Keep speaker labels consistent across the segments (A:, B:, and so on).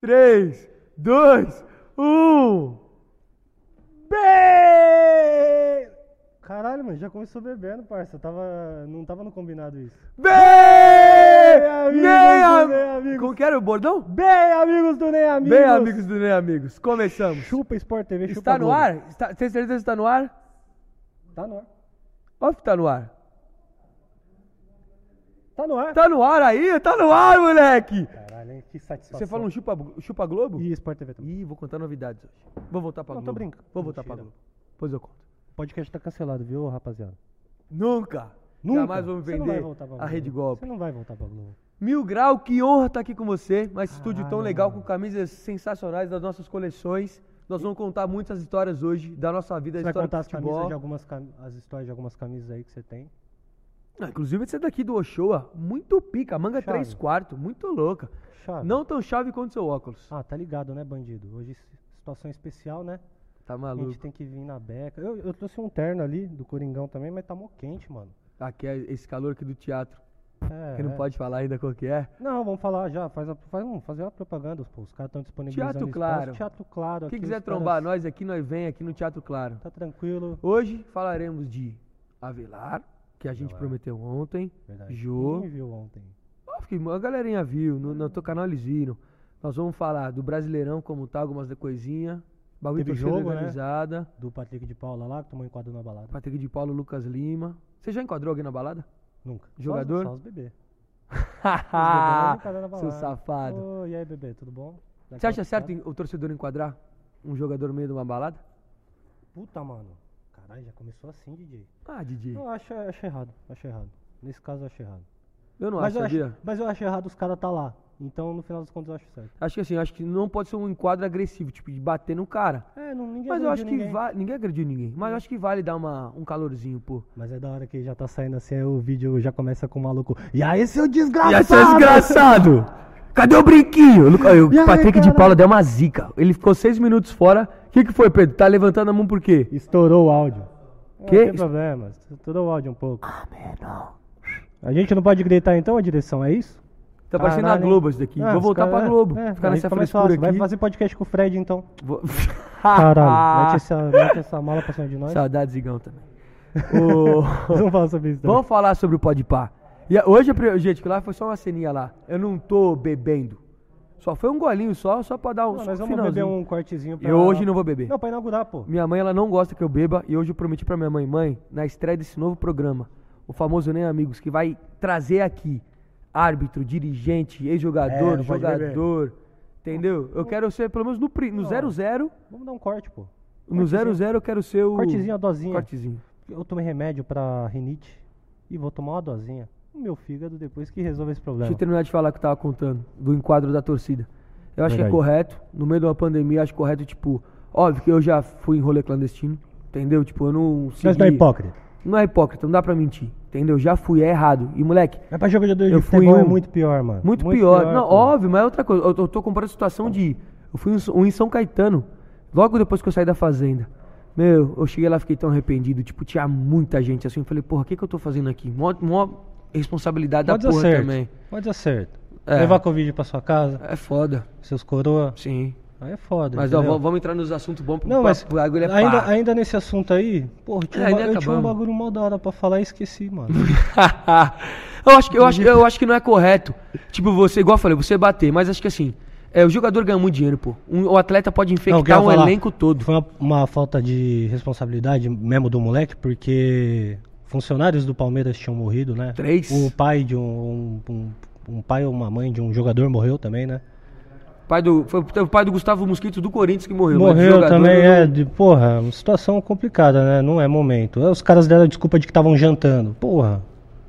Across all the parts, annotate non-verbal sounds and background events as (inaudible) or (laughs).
A: 3, 2, 1. Bem!
B: Caralho, mano, já começou bebendo, parça. Tava, não tava no combinado isso.
A: Bem!
B: amigos,
A: Nem am-
B: bem, amigos.
A: Como que era o bordão?
B: Bem, amigos do Nem Amigos!
A: Bem, amigos do Nem Amigos, começamos.
B: Chupa Sport TV, chupa
A: Está no
B: Globo.
A: ar? Está... Tem certeza que está no ar?
B: Tá no ar.
A: Óbvio que tá no ar.
B: Tá no ar.
A: Tá no ar aí? Tá no ar, moleque!
B: Caralho, hein, que satisfação.
A: Você falou um chupa, chupa Globo?
B: E Sport TV também.
A: Ih, vou contar novidades hoje. Vou voltar pra
B: Não, tô
A: Globo.
B: brincando.
A: Vou voltar pra
B: Mentira.
A: Globo. Depois eu conto.
B: O podcast tá cancelado, viu, rapaziada?
A: Nunca!
B: Nunca.
A: Jamais vou me
B: Você não vai
A: vender
B: voltar pra
A: a
B: Globo.
A: Rede Golpe.
B: Você não vai voltar pra Globo.
A: Mil Grau, que honra estar aqui com você. Mas
B: Ah,
A: esse estúdio tão
B: Caralho,
A: legal,
B: mano.
A: com camisas sensacionais das nossas coleções. Nós vamos contar muitas histórias hoje da nossa vida,
B: Você
A: da
B: vai
A: história
B: contar
A: do
B: as, camisas
A: futebol.
B: de algumas cam- as histórias de algumas camisas aí que você tem.
A: Ah, inclusive, essa daqui do Oshoa, muito pica, manga
B: Chave.
A: 3 quartos, muito louca.
B: Chave.
A: Não tão chave quanto seu óculos.
B: Ah, tá ligado, né, bandido? Hoje, situação especial, né?
A: Tá
B: A
A: maluco.
B: gente tem que vir na beca. Eu, eu trouxe um terno ali do Coringão também, mas tá mó quente, mano.
A: Aqui é esse calor aqui do teatro,
B: É,
A: que não
B: é.
A: pode falar ainda qual que é.
B: Não, vamos falar já. Faz a, faz, vamos fazer uma propaganda, pô. Os caras estão disponibilizando
A: Teatro
B: espaço.
A: Claro.
B: Teatro Claro.
A: Quem
B: aqui,
A: quiser
B: os caras-
A: trombar nós aqui, nós vem aqui no Teatro Claro.
B: Tá tranquilo.
A: Hoje falaremos de Avelar, que a gente
B: Avelar.
A: prometeu ontem,
B: Verdade.
A: Jô,
B: Ninguém viu ontem.
A: Óbvio que a galerinha viu, no, no teu canal eles viram. Nós vamos falar do Brasileirão como tá, algumas da coisinha. Bagulho de
B: Teve
A: torcida
B: jogo, né?
A: organizada.
B: Do Patrick de Paula lá, que tomou enquadro na balada.
A: Patrick de Paulo, Lucas Lima. Você já enquadrou alguém na
B: (laughs)
A: balada?
B: Nunca. Só os-
A: Jogador? Ah,
B: Só, os bebê. Os bebê não enquadraram na
A: Seu
B: balada.
A: safado.
B: Ô, e aí, bebê, tudo bom?
A: Você acha
B: Daquela-
A: certo em- o torcedor enquadrar um jogador no meio de uma balada?
B: Puta, mano. Caralho, já começou assim, DJ.
A: Ah, Didi.
B: Não, acho, acho errado. Acho errado. Nesse caso, eu acho errado.
A: Eu não
B: mas,
A: acho,
B: eu
A: sabia?
B: acho, mas eu acho errado os caras tá lá. Então, no final das contas, eu acho certo.
A: Acho que assim, acho que não pode ser um enquadro agressivo, tipo, de bater no cara.
B: É, não, ninguém
A: Mas eu
B: agrediu
A: acho que
B: ninguém.
A: vale. Ninguém agrediu ninguém. Mas eu acho que vale dar uma, um calorzinho, pô.
B: Mas é da hora que já tá saindo assim, aí o vídeo já começa com o maluco. E aí, seu
A: E
B: desgraçado!
A: aí, seu desgraçado! Cadê o brinquinho? Lu- Aí,
B: E
A: O
B: aí,
A: Patrick de
B: cara?
A: Paula deu uma zica. Ele ficou seis minutos fora. O que, que foi, Pedro? Tá levantando a mão por quê?
B: Estourou o áudio.
A: Que?
B: Não tem problema, estourou o áudio um pouco. A gente não pode gritar então a direção, é isso?
A: Tá parecendo a
B: Caralho, hein?
A: Globo isso daqui.
B: É,
A: Vou
B: os
A: voltar
B: cara-
A: pra Globo.
B: é,
A: Ficar
B: aí
A: nessa
B: fica mais
A: frescura
B: fácil. Vai
A: aqui.
B: fazer podcast com o
A: (laughs)
B: Fred então.
A: Vou- (laughs)
B: Caralho, mete essa, mete essa mala pra cima de nós.
A: Saudades, Igão também.
B: (laughs)
A: Ô,
B: Vamos falar sobre isso também.
A: Vamos falar sobre o Podpah. E a- hoje, a pri- gente, que lá foi só uma ceninha lá. Eu não tô bebendo. Só foi um golinho só, só pra dar um,
B: Não,
A: só um
B: nós vamos beber
A: finalzinho.
B: um cortezinho pra...
A: Eu hoje não vou beber.
B: Não, pra inaugurar, pô.
A: Minha mãe, ela não gosta que eu beba. E hoje eu prometi pra minha mãe, mãe, na estreia desse novo programa, o famoso Nem Amigos, que vai trazer aqui árbitro, dirigente,
B: É,
A: ex-jogador,
B: não pode
A: jogador. Entendeu? Eu quero ser, pelo menos no pri- no 0-0.
B: Vamos dar um corte, pô.
A: No 0-0 eu quero ser o.
B: Cortezinho, a dosinha.
A: Cortezinho.
B: Eu tomei remédio pra rinite e vou tomar uma dosinha. O meu fígado depois que resolve esse
A: Deixa
B: problema.
A: eu terminar de falar o que eu tava contando, do enquadro da torcida. Eu acho que é
B: Verdade.
A: correto, no meio de uma pandemia, acho correto, tipo, óbvio que eu já fui em rolê clandestino, entendeu? Tipo, eu não segui...
B: Mas não é hipócrita.
A: Não é hipócrita, não dá pra mentir, entendeu? Já fui, é errado. E, moleque,
B: É pra jogador de
A: Eu fui
B: futebol é
A: um-
B: muito pior, mano.
A: muito, pior. Não,
B: pô.
A: óbvio, mas é outra coisa. Eu tô, eu tô comparando a situação de. Eu fui em S- um em São Caetano, logo depois que eu saí da fazenda. Meu, eu cheguei lá fiquei tão arrependido. Tipo, tinha muita gente assim. Eu falei, porra, o que, que eu tô fazendo aqui? Mó, mó responsabilidade
B: Pode
A: da
B: dar
A: porra
B: certo.
A: também.
B: Pode dar certo.
A: É.
B: Levar Covid pra sua casa,
A: É foda,
B: seus coroa.
A: sim.
B: Aí é foda.
A: Mas ó,
B: entendeu?
A: v- vamos entrar nos assuntos bons
B: Não, mas
A: o bagulho é pá.
B: ainda, ainda nesse assunto aí, porra, eu tinha,
A: É,
B: um, ba-
A: ainda
B: eu tinha um
A: acabamos.
B: bagulho mó da hora pra falar e esqueci, mano.
A: (laughs) eu, acho que, eu, acho, eu acho que não é correto. Tipo, você, igual eu falei, você bater, mas acho que assim, é, o jogador ganha muito dinheiro, pô. Um- o atleta pode
B: Não, eu quero
A: infectar um
B: falar,
A: elenco todo.
B: Foi uma, uma falta de responsabilidade mesmo do moleque, porque funcionários do Palmeiras tinham morrido, né?
A: Três.
B: O pai de um. um- um- um pai ou uma mãe de um jogador morreu também, né?
A: Pai do, foi o pai do Gustavo Mosquito do Corinthians que morreu. mas
B: Morreu
A: jogador- né?
B: também, é, de, porra, uma situação complicada, né? Não é momento. Aí Os caras deram a desculpa de que estavam jantando. Porra,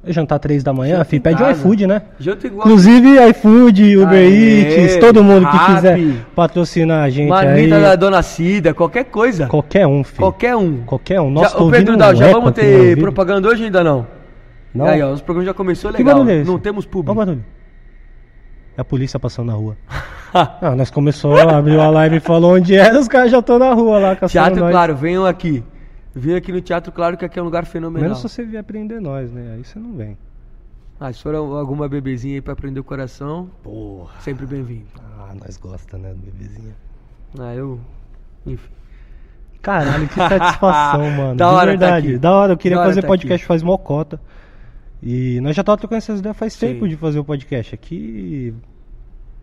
B: é jantar três da manhã,
A: Janta em
B: filho, pede o
A: casa.
B: iFood, né?
A: Janta igual.
B: Inclusive iFood, Uber
A: Aê,
B: Eats, todo mundo que
A: Rappi.
B: quiser patrocinar a gente
A: Marmita
B: aí.
A: da Dona Cida, qualquer coisa.
B: Qualquer um, filho.
A: Qualquer um.
B: Qualquer um.
A: Já,
B: Nossa, tô
A: ô Pedro
B: ouvindo
A: Dal,
B: um
A: já
B: eco
A: vamos
B: aqui no meu
A: ter
B: ouvido.
A: propaganda hoje ainda não?
B: Não?
A: Aí, ó, os programas já começou
B: Que
A: legal.
B: barulho é esse?
A: não temos
B: Olha o
A: público.
B: barulho. É a polícia passando
A: (laughs)
B: na rua. ah, nós começou, abriu a live e falou onde era, os caras já estão na rua lá, caçando
A: Teatro
B: nós.
A: Claro, venham aqui.
B: assim.
A: Venham aqui no Teatro Claro, que aqui é um lugar fenomenal.
B: Menos se você vier prender nós, né? Aí você não vem.
A: Ah, se for alguma bebezinha aí pra prender o coração,
B: Porra.
A: sempre bem-vindo.
B: Ah, nós gosta, né, do bebezinho.
A: Ah, eu. Enfim.
B: Caralho,
A: (laughs)
B: que (laughs) satisfação, mano.
A: Da
B: de
A: hora tá
B: verdade.
A: aqui.
B: Da hora, eu queria
A: Da hora
B: fazer
A: tá
B: podcast faz mocota. E nós já tava trocando essas ideias faz
A: Sim.
B: tempo de fazer o podcast aqui.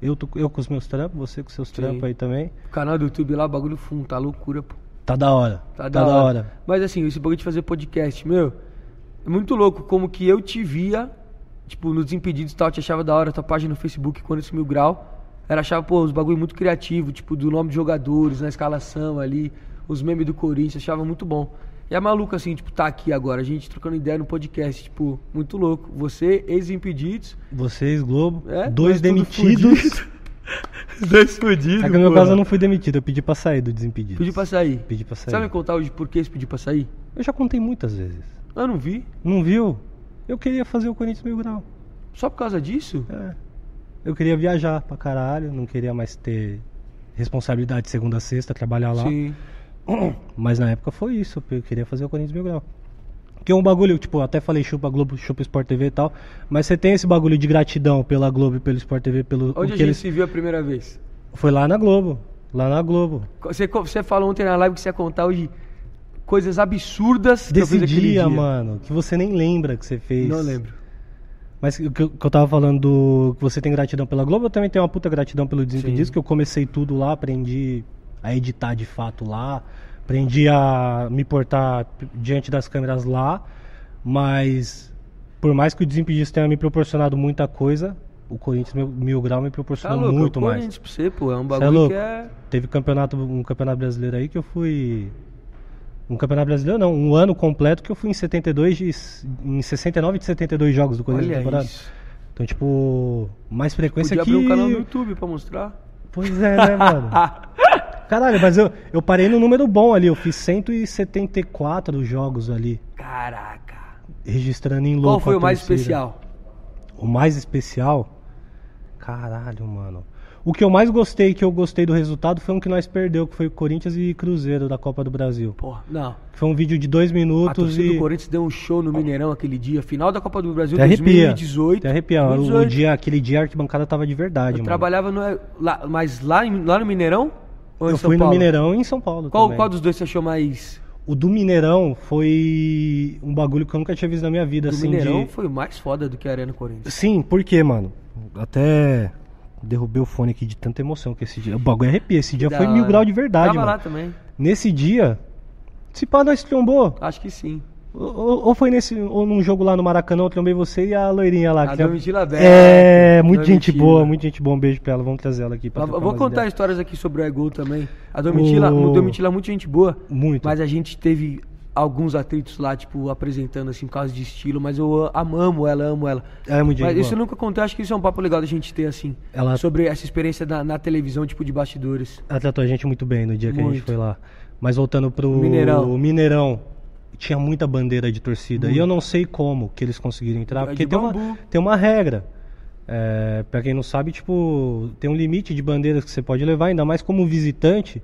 B: Eu, tô- eu com os meus trampos, você com seus trampos aí também.
A: O canal do YouTube lá, o bagulho fundo, tá loucura, pô.
B: Tá da hora.
A: Tá, da, hora. Mas assim, esse bagulho de fazer podcast, meu, é muito louco como que eu te via, tipo, nos Impedidos e tal, te achava da hora, tua página no Facebook, quando esse mil grau. Era, achava, pô, os bagulho muito criativo, tipo, do nome de jogadores, na escalação ali, os memes do Corinthians, achava muito bom. E é maluco, assim, tipo, tá aqui agora, a gente trocando ideia no podcast, tipo, muito louco. Você, ex-impedidos,
B: Vocês, Globo,
A: é?
B: dois
A: nós tudo
B: demitidos. (laughs)
A: fudido. (laughs) dois fudidos.
B: É que no meu caso eu não fui demitido, eu pedi pra sair do Desimpedidos.
A: Pedi pra sair.
B: Pedi pra sair.
A: Sabe me contar hoje por que você pediu pra sair?
B: Eu já contei muitas vezes.
A: Eu não vi.
B: Não viu? Eu queria fazer o Corinthians Mil Grau.
A: Só por causa disso?
B: É. Eu queria viajar pra caralho, não queria mais ter responsabilidade de segunda a sexta, trabalhar É lá.
A: Sim.
B: Mas na época foi isso, eu queria fazer o Corinthians Mil Grau. Que é um bagulho, tipo, eu até falei chupa Globo, chupa Sport TV e tal, mas você tem esse bagulho de gratidão pela Globo e pelo Sport TV, pelo
A: Onde
B: o
A: a
B: que
A: gente
B: eles...
A: se viu a primeira vez?
B: Foi lá na Globo, lá na Globo.
A: Você, co- você falou ontem na live que você ia contar hoje coisas absurdas que eu
B: Desse
A: fiz
B: dia,
A: aquele dia.
B: mano, que você nem lembra que você fez.
A: Não lembro.
B: Mas o que, eu- que eu tava falando do, que você tem gratidão pela Globo, eu também tenho uma puta gratidão pelo Desimpedidos,
A: Sim.
B: que eu comecei tudo lá, aprendi a editar de fato lá, aprendi a me portar p- diante das câmeras lá, mas por mais que o Desimpedidos tenha me proporcionado muita coisa, o Corinthians Mil, Mil Grau me
A: Tá
B: proporcionou
A: louco,
B: muito
A: eu ponho
B: mais.
A: gente pra você, pô. É um
B: Cê é
A: bagulho
B: louco?
A: que é.
B: Teve campeonato, um campeonato brasileiro aí que eu fui. Um campeonato brasileiro não, um ano completo que eu fui em 72 de, em 69 de 72 jogos do Corinthians na
A: Olha
B: temporada.
A: isso.
B: Então, tipo, mais frequência
A: Podia
B: que.
A: abrir um canal no YouTube pra mostrar.
B: Pois é,
A: (laughs)
B: né, mano? Caralho, mas eu, eu parei no número bom ali, eu fiz 174 jogos ali,
A: Caraca.
B: registrando em louco.
A: Qual foi
B: a
A: o mais
B: torcida.
A: especial?
B: O mais especial? Caralho, mano. O que eu mais gostei, que eu gostei do resultado, foi um que nós perdeu, que foi Corinthians e Cruzeiro da Copa do Brasil.
A: Porra, não.
B: Foi um vídeo de dois
A: A
B: minutos
A: torcida
B: e.
A: do Corinthians deu um show no Mineirão aquele dia, final da Copa do Brasil
B: Até arrepia.
A: 2018.
B: Até arrepia. O- O
A: 2018.
B: dia, aquele dia a arquibancada tava de verdade,
A: Eu
B: mano.
A: trabalhava no, lá, mas lá, em- lá no Mineirão? Ou em
B: eu
A: São
B: fui no
A: Paulo?
B: Mineirão e em São Paulo.
A: Qual,
B: também.
A: qual dos dois você achou mais.
B: O do Mineirão foi um bagulho que eu nunca tinha visto na minha vida,
A: O
B: assim.
A: Mineirão
B: de-
A: foi o mais foda do que a Arena Corinthians.
B: Sim, por quê, mano? Até derrubei o fone aqui de tanta emoção que esse dia. O bagulho arrepia. Esse dia
A: Da
B: foi mil
A: hora.
B: grau de verdade,
A: Tava
B: mano.
A: lá também.
B: Nesse dia, se pá, nós trombou.
A: Acho que sim.
B: Ou, ou- ou foi nesse, ou num jogo lá no Maracanã, eu trombei você e a loirinha lá.
A: A
B: tem
A: Domitila Bela.
B: É, muito gente
A: Domitila.
B: boa, muito gente boa. Um beijo pra ela, vamos trazer ela aqui pra
A: Eu
B: trocar
A: vou
B: umas
A: contar
B: ideias.
A: histórias aqui sobre o Egol também. A Domitila,
B: O-
A: o Domitila é muito gente boa,
B: Muito.
A: mas a gente teve alguns atritos lá, tipo, apresentando assim por causa de estilo, mas eu a- am- amo ela, amo ela.
B: Ela é muito gente
A: Mas
B: boa.
A: isso eu nunca contei, acho que isso é um papo legal da gente ter, assim.
B: Ela-
A: Sobre essa experiência na, na televisão, tipo, de bastidores.
B: Ela tratou a gente muito bem no dia que a gente
A: Muito.
B: foi lá. Mas voltando pro
A: Mineirão.
B: o Mineirão, tinha muita bandeira de torcida. E eu não sei como que eles conseguiram
A: É
B: entrar,
A: De
B: porque tem uma,
A: bambu.
B: tem uma regra. É, para quem não sabe, tipo, tem um limite de bandeiras que você pode levar, ainda mais como visitante.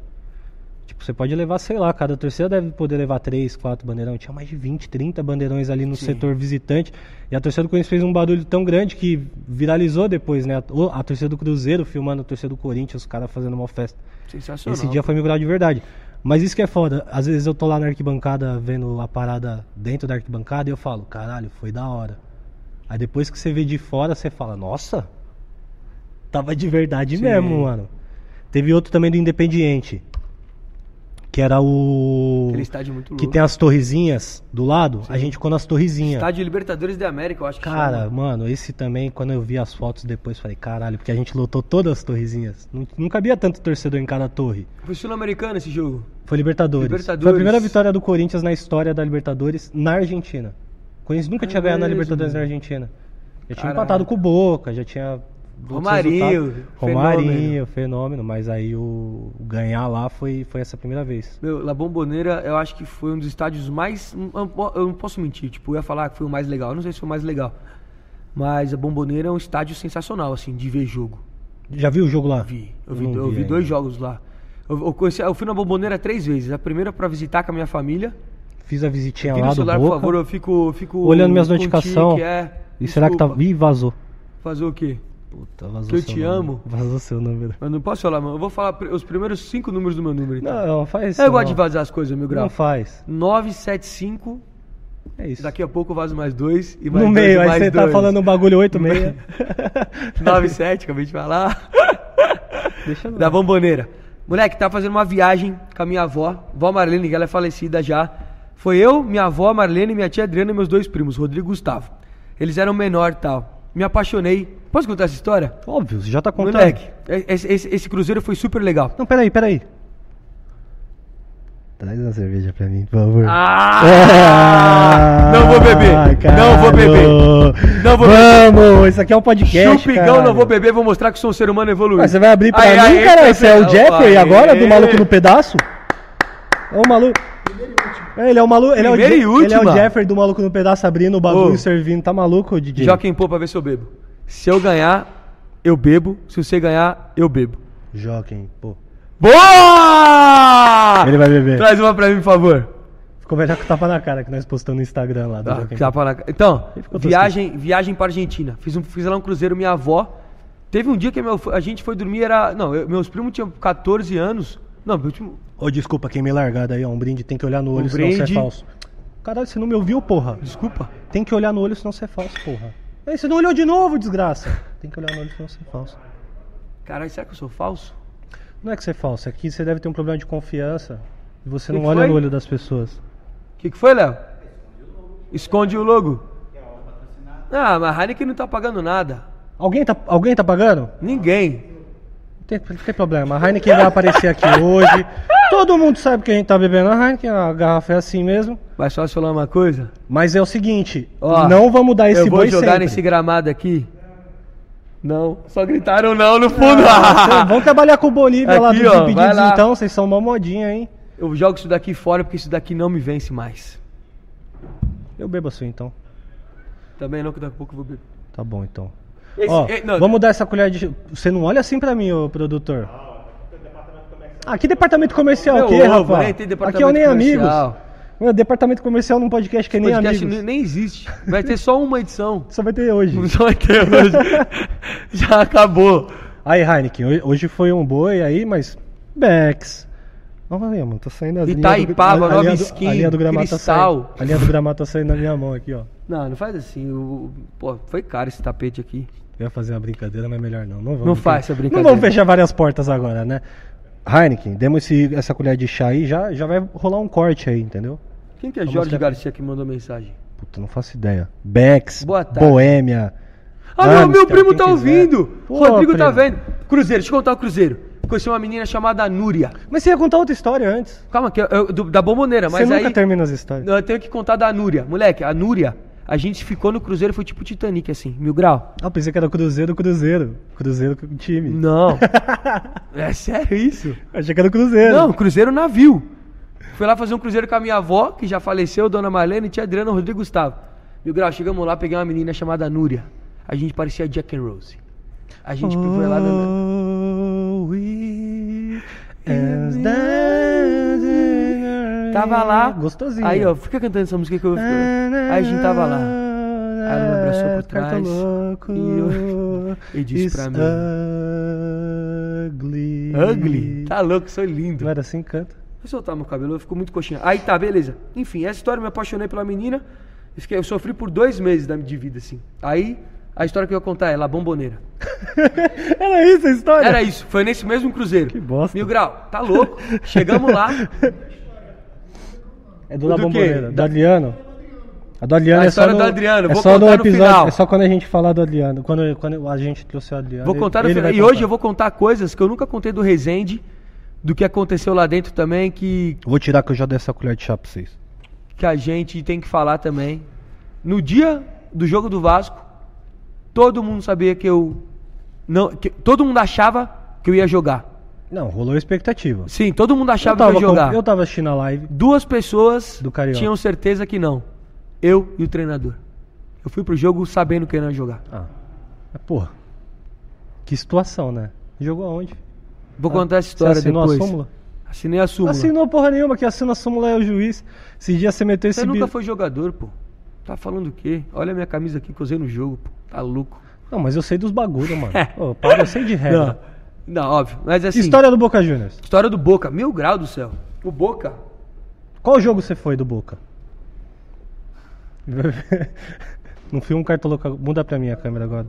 B: Tipo, você pode levar, sei lá, cada torcida deve poder levar três, quatro bandeirões. Tinha mais de 20, 30 bandeirões ali no setor visitante. E a torcida do Corinthians fez um barulho tão grande que viralizou depois, né? A, o- a torcida do Cruzeiro filmando a torcida do Corinthians, os caras fazendo uma festa.
A: Sensacional.
B: Esse dia foi mil grau de verdade. Mas isso que é foda. Às vezes eu tô lá na arquibancada vendo a parada dentro da arquibancada e eu falo, caralho, foi da hora. Aí depois que você vê de fora, você fala, nossa, tava de verdade
A: Sim.
B: mesmo, mano. Teve outro também do Independiente. Que era o.
A: Aquele estádio muito louco.
B: Que tem as torrezinhas do lado. A gente ficou nas torrezinhas.
A: Estádio Libertadores da América, eu acho que
B: Cara,
A: chama.
B: mano, esse também, quando eu vi as fotos depois, falei, caralho, porque a gente lotou todas as torrezinhas. Não, não cabia tanto torcedor em cada torre.
A: Foi sul-americano esse jogo.
B: Foi Libertadores.
A: Libertadores.
B: Foi a primeira vitória do Corinthians na história da Libertadores na Argentina. O Corinthians nunca
A: É
B: tinha ganhado na
A: mesmo?
B: Libertadores na Argentina. Já tinha
A: Caraca.
B: empatado com o Boca, já tinha. outros
A: Romarinho,
B: resultados. Romarinho, fenômeno.
A: fenômeno.
B: Mas aí o o ganhar lá foi, foi essa primeira vez.
A: Meu, La Bombonera, eu acho que foi um dos estádios mais. Eu não po- eu não posso mentir, tipo, eu ia falar que foi o mais legal. Eu não sei se foi o mais legal. Mas a Bombonera é um estádio sensacional, assim, de ver jogo.
B: Já viu o jogo lá?
A: Vi. Eu vi,
B: Não
A: eu vi
B: ainda.
A: dois jogos lá. Eu, eu conheci- eu fui na Bombonera três vezes. A primeira pra visitar com a minha família.
B: Fiz a visitinha
A: Vira
B: Tá lá
A: o celular,
B: do
A: por
B: Boca.
A: favor, eu fico. fico
B: Olhando minhas
A: com o tique,
B: notificação.
A: é.
B: E será que tá.
A: Desculpa.
B: Ih, vazou.
A: Fazer o quê?
B: Puta, vazou.
A: Que eu
B: seu
A: te
B: número.
A: amo.
B: Vazou seu número.
A: Eu não posso falar, mano. Eu vou falar pr- os primeiros cinco números do meu número. Então.
B: Não, faz isso.
A: eu gosto
B: não.
A: de vazar as coisas, meu grau.
B: Não faz.
A: 975.
B: É isso.
A: Daqui a pouco eu vazo mais dois. E mais dois,
B: no
A: e
B: meio, aí
A: mais
B: você tá
A: dois.
B: falando um bagulho 8 meia.
A: (laughs) 97, acabei de
B: (laughs)
A: falar.
B: Deixa eu
A: da Bomboneira. Moleque, tá fazendo uma viagem com a minha avó, vó Marlene, que ela é falecida já. Foi eu, minha avó Marlene, minha tia Adriana e meus dois primos, Rodrigo e Gustavo. Eles eram menor e tal. Me apaixonei. Posso contar essa história?
B: Óbvio, você já tá contando.
A: Moleque, é, esse, esse- esse cruzeiro foi super legal.
B: (laughs) Não, peraí, peraí. Traz uma cerveja pra mim, por favor.
A: Ah! Não vou beber. Não vou beber. Não vou beber.
B: Vamos, isso aqui é um podcast.
A: Chupigão, não vou beber, vou mostrar que sou um ser humano evoluído.
B: Mas você vai abrir pra
A: Aí,
B: mim,
A: aí,
B: caralho? Você é o
A: campeão. Aê.
B: Jeffrey agora, do maluco no pedaço? É o maluco. É, Ele é o maluco. Ele é o,
A: Primeiro e
B: Je-
A: último,
B: ele é o
A: mano.
B: Jeffrey do maluco no pedaço abrindo o bagulho
A: Ô.
B: e servindo. Tá maluco, DJ?
A: Joga em pô pra ver se eu bebo. Se eu ganhar, eu bebo. Se você ganhar, eu bebo.
B: Joquem, pô.
A: Boa!
B: Ele vai beber.
A: Traz uma pra mim, por favor.
B: Ficou melhor que o tapa na cara que nós postamos no Instagram lá do
A: Tá,
B: Joaquim.
A: tapa na- Então,
B: ficou tosquinho.
A: viagem, viagem pra Argentina. Fiz, um, fiz lá um cruzeiro, minha avó. Teve um dia que meu- a gente foi dormir, era. Não, eu- meus primos tinham 14 anos. Não, meu primo.
B: Ô, desculpa, quem me largado aí, ó. Um brinde, tem que olhar no olho,
A: Um
B: senão você é
A: brinde.
B: falso. Caralho, você não me ouviu, porra?
A: Desculpa.
B: Tem que olhar no olho, senão você é falso, porra. Aí você não olhou de novo, desgraça. Tem que olhar no olho, senão você é falso.
A: Caralho, será que eu sou falso?
B: Não é que você é falso, é que você deve ter um problema de confiança. E você
A: Que
B: não
A: que
B: olha
A: foi?
B: no olho das pessoas.
A: O que, que foi, Léo? Esconde o logo. Ah, mas a Heineken não tá pagando nada.
B: Alguém tá, alguém tá pagando?
A: Ninguém.
B: Não tem, não tem problema. A Heineken vai aparecer
A: (laughs)
B: aqui hoje. Todo mundo sabe que a gente tá bebendo a Heineken, a garrafa é assim mesmo.
A: Mas só te falar uma coisa.
B: Mas é o seguinte,
A: Ó,
B: não vamos dar esse
A: eu vou
B: boi
A: jogar
B: sempre.
A: nesse gramado aqui. Não, só gritaram não no fundo.
B: Então, vamos trabalhar com o Bolívia lá
A: Aqui,
B: dos
A: ó, vai
B: impedidos
A: lá.
B: então, vocês são uma modinha, hein?
A: (laughs) eu jogo isso daqui fora porque isso daqui não me vence mais.
B: Eu bebo a sua então.
A: Também não, que daqui a pouco eu vou beber.
B: Tá bom então.
A: Esse-
B: Ó,
A: eh, não.
B: vamos dar essa colher de. Você não olha assim pra mim, ô produtor. Ah, que departamento comercial
A: Meu
B: o quê,
A: ovo,
B: rapaz?
A: nem tem departamento
B: Aqui é o Nem
A: comercial.
B: Amigos. Meu, departamento comercial num podcast que é
A: O
B: Nem
A: podcast
B: Amigos.
A: nem, nem existe. Vai ter só uma edição. (laughs)
B: Só vai ter hoje.
A: Não vai ter é hoje. (laughs) Já acabou.
B: Aí, Heineken, ho- hoje foi um boi aí, mas. Becks. Olha, aí, mano, tá saindo as
A: Itaipava,
B: linhas do- a- a linha
A: Nova
B: do-
A: Skin,
B: a linha do gramado tá
A: Cristal.
B: saindo- A linha do gramado tá saindo na minha mão aqui, ó.
A: Não, não faz assim. o- Pô, foi caro esse tapete aqui.
B: Eu ia fazer uma brincadeira, mas melhor não. Não, vamos
A: Não faz essa brincadeira.
B: Não vamos fechar várias portas agora, né? Heineken, demos esse- essa colher de chá aí, já, já vai rolar um corte aí, entendeu?
A: Quem que é
B: Vamos
A: Jorge
B: lá.
A: Garcia que mandou mensagem?
B: Puta, não faço ideia. Bex,
A: Boa tarde.
B: Boêmia.
A: Ah, meu, meu
B: Amstel,
A: primo
B: quem
A: tá
B: quiser.
A: ouvindo.
B: Pô,
A: Rodrigo tá
B: primo.
A: vendo. Cruzeiro, deixa eu contar o Cruzeiro. Conheci uma menina chamada Núria.
B: Mas você ia contar outra história antes.
A: Calma, que eu- eu- do- da bomboneira, mas
B: você
A: aí.
B: nunca termina as histórias.
A: Eu tenho que contar da Núria. Moleque, a Núria, a gente ficou no Cruzeiro, foi tipo Titanic, assim, mil grau.
B: Ah, pensei que era Cruzeiro, Cruzeiro. Cruzeiro com
A: (laughs)
B: time.
A: Não. é sério isso?
B: Achei que era Cruzeiro.
A: Não, Cruzeiro navio. Fui lá fazer um cruzeiro com a minha avó, que já faleceu, dona Marlene, tia Adriana, Rodrigo e Gustavo. Mil grau, chegamos lá, peguei uma menina chamada Núria. A gente parecia Jack and Rose. A
B: Ah.
A: gente Tipo, foi lá né? na.
B: Oh, we as dancing
A: Tava lá.
B: Gostosinho.
A: Aí, ó, fica cantando essa música que eu. Aí a gente tava lá.
B: Aí
A: ela me abraçou por trás,
B: Louco,
A: e eu- (laughs) e disse
B: it's
A: pra mim,
B: Ugly.
A: Ugly? Tá louco, sou lindo.
B: Não era assim que canta? (laughs)
A: Vou soltar meu cabelo, eu fico muito coxinha. Aí tá, beleza. Enfim, essa história, eu me apaixonei pela menina. Eu fiquei- Eu sofri por dois meses da- de vida, assim. Aí, a história que eu ia contar é La Bomboneira.
B: Era isso a história?
A: Era isso, foi nesse mesmo cruzeiro.
B: Que bosta.
A: Mil Grau, tá louco. Chegamos
B: (laughs)
A: lá,
B: É do La
A: Do quê?
B: Bomboneira, do
A: Da-
B: Adriano. A do Adriano
A: A
B: é só
A: história
B: no,
A: do Adriano,
B: é
A: vou
B: só
A: contar no
B: episódio,
A: final.
B: É só quando a gente falar do Adriano. Quando, quando a gente trouxe o Adriano.
A: vou contar no
B: ele
A: final.
B: vai
A: E hoje
B: contar.
A: eu vou contar coisas que eu nunca contei do Resende, do que aconteceu lá dentro também, que,
B: Vou tirar que eu já dei essa colher de chá pra vocês.
A: que a gente tem que falar também. No dia do jogo do Vasco, todo mundo sabia que eu. Não, que- todo mundo achava que eu ia jogar.
B: Não, rolou a expectativa.
A: Sim, todo mundo
B: Eu
A: achava que
B: tava,
A: eu ia jogar.
B: com- eu tava assistindo a live.
A: Duas pessoas
B: Do Carioca.
A: tinham certeza que não. Eu e o treinador. Eu fui pro jogo sabendo que eu não ia jogar.
B: Ah, mas porra. Que situação, né? Jogou aonde?
A: Vou contar essa
B: Ah, Você
A: história
B: assinou
A: depois.
B: a súmula?
A: Assinei a súmula.
B: Assinou porra nenhuma, que assina a súmula é o juiz. Esse dia você meteu
A: Você
B: esse
A: nunca
B: bi-
A: foi jogador, pô. Tá falando o quê? Olha a minha camisa aqui que eu usei no jogo, pô. Tá louco.
B: Não, mas eu sei dos
A: (laughs)
B: bagulho, mano. Ô, para, eu sei de regra.
A: Não, óbvio. Mas assim.
B: História do Boca Juniors.
A: história do Boca. Mil grau do céu. O Boca.
B: Qual jogo você foi do Boca? (laughs) Não fui um cartoloco. ag- Muda pra mim a câmera agora.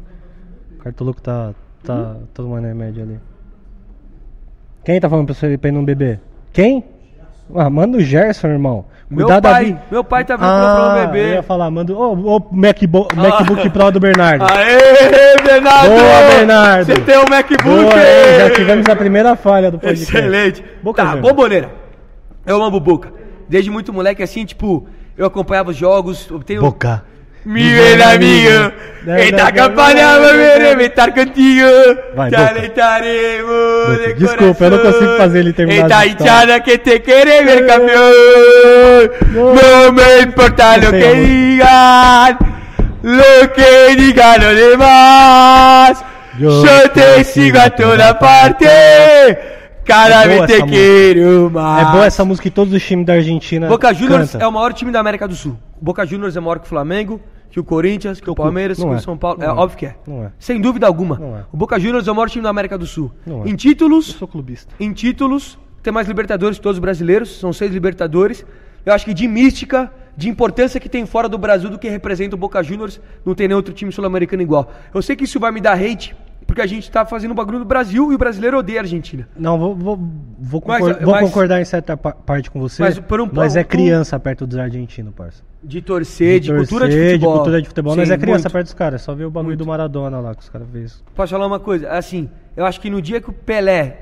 B: O cartoloco tá, tá
A: Hum?
B: tomando remédio ali. Quem tá falando pra você pra ele não beber? Quem? Ah, manda o Gerson, irmão.
A: meu
B: da
A: pai.
B: vi-
A: Meu pai tá vindo
B: Ah,
A: pra um
B: eu ia
A: bebê. Ah.
B: falar, manda o MacBook, MacBook Pro do Bernardo.
A: Aê, Bernardo!
B: Boa, Bernardo!
A: Você tem o MacBook!
B: Boa, hein? já
A: (laughs)
B: tivemos a primeira falha do podcast.
A: Excelente.
B: Boca
A: tá,
B: Juniors.
A: bomboneira. Eu amo Boca. Desde muito moleque, assim, tipo, eu acompanhava os jogos. Eu tenho...
B: Boca.
A: Miguel amigo, esta campana va a reventar contigo.
B: Vai,
A: te
B: Boca.
A: alentaremos
B: Boca,
A: de
B: desculpa, eu não
A: corazón.
B: consigo fazer ele terminar
A: Esta
B: essa
A: hinchada que te quiere ver campeón.
B: No.
A: Eh, No me importa
B: Não
A: lo
B: tem
A: que
B: amor.
A: digan, lo que digan los demás.
B: Yo
A: Yo,
B: te
A: te sigo a
B: sigo a toda
A: toda parte. Cada
B: É boa
A: vez te
B: essa música.
A: quiero más.
B: É boa essa música e todos os times da Argentina.
A: Ah. Boca Juniors
B: canta.
A: é o maior time da América do Sul. O Boca Juniors é maior que o Flamengo, que o Corinthians, que o Palmeiras, que
B: Não
A: o
B: é.
A: São Paulo.
B: Não
A: é
B: é.
A: óbvio que é.
B: Não é.
A: Sem dúvida alguma.
B: Não é.
A: O Boca Juniors é o maior time da América do Sul.
B: Não é.
A: Em títulos,
B: sou clubista.
A: em títulos, tem mais Libertadores que todos os brasileiros, são seis Libertadores. Eu acho que de mística, de importância que tem fora do Brasil do que representa o Boca Juniors, não tem nenhum outro time sul-americano igual. Eu sei que isso vai me dar hate, porque a gente tá fazendo bagulho no Brasil e o brasileiro odeia a Argentina.
B: Não, vou, vou, vou,
A: Mas,
B: concor- vou
A: mas-
B: concordar em certa pa- parte com você.
A: Mas por um
B: nós
A: ponto-
B: é criança perto dos argentinos, parça.
A: De torcer, de, cultura de
B: torcer,
A: futebol.
B: cultura de futebol. nós
A: Sim,
B: é criança
A: muito.
B: perto dos caras. Só ver o bagulho
A: Muito.
B: do Maradona lá que os caras fez.
A: Posso falar uma coisa? Assim, eu acho que no dia que o Pelé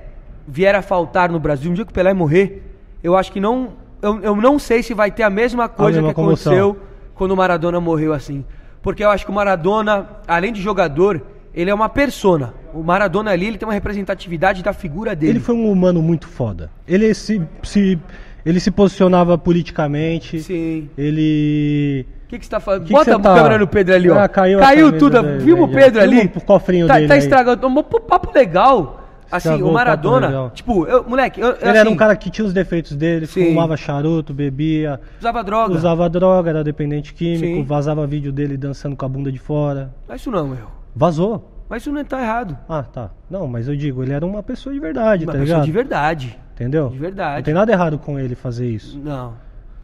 A: vier a faltar no Brasil, no dia que o Pelé morrer, eu acho que não. Eu, eu não sei se vai ter a mesma coisa
B: mesma
A: que aconteceu
B: comoção.
A: quando o Maradona morreu assim. Porque eu acho que o Maradona, além de jogador, ele é uma persona. O Maradona ali, ele tem uma representatividade da figura dele.
B: Ele foi um humano muito foda. Ele se, se, ele se posicionava politicamente.
A: Sim.
B: ele.
A: O que, que você tá falando?
B: Que que
A: Bota
B: você
A: a
B: tá-
A: câmera no Pedro ali, ó.
B: Ah, caiu a camisa
A: tudo.
B: dele,
A: Viu o
B: né,
A: Pedro
B: já.
A: ali?
B: Viu o cofrinho
A: tá,
B: dele
A: Tá
B: aí.
A: estragando. Tomou pro papo legal. Assim,
B: Estragou
A: o
B: o papo
A: Maradona,
B: legal.
A: tipo, eu, moleque, eu, eu,
B: Ele era
A: assim,
B: um cara que tinha os defeitos dele,
A: Sim.
B: fumava charuto, bebia,
A: usava droga.
B: usava droga, era dependente químico,
A: Sim.
B: vazava vídeo dele dançando com a bunda de fora.
A: Mas isso não, meu.
B: Vazou.
A: Mas isso não tá errado.
B: Ah, tá. Não, mas eu digo, ele era uma pessoa de verdade,
A: Uma
B: tá
A: pessoa
B: ligado?
A: de verdade.
B: Entendeu?
A: de verdade.
B: Não tem nada errado com ele fazer isso.
A: Não.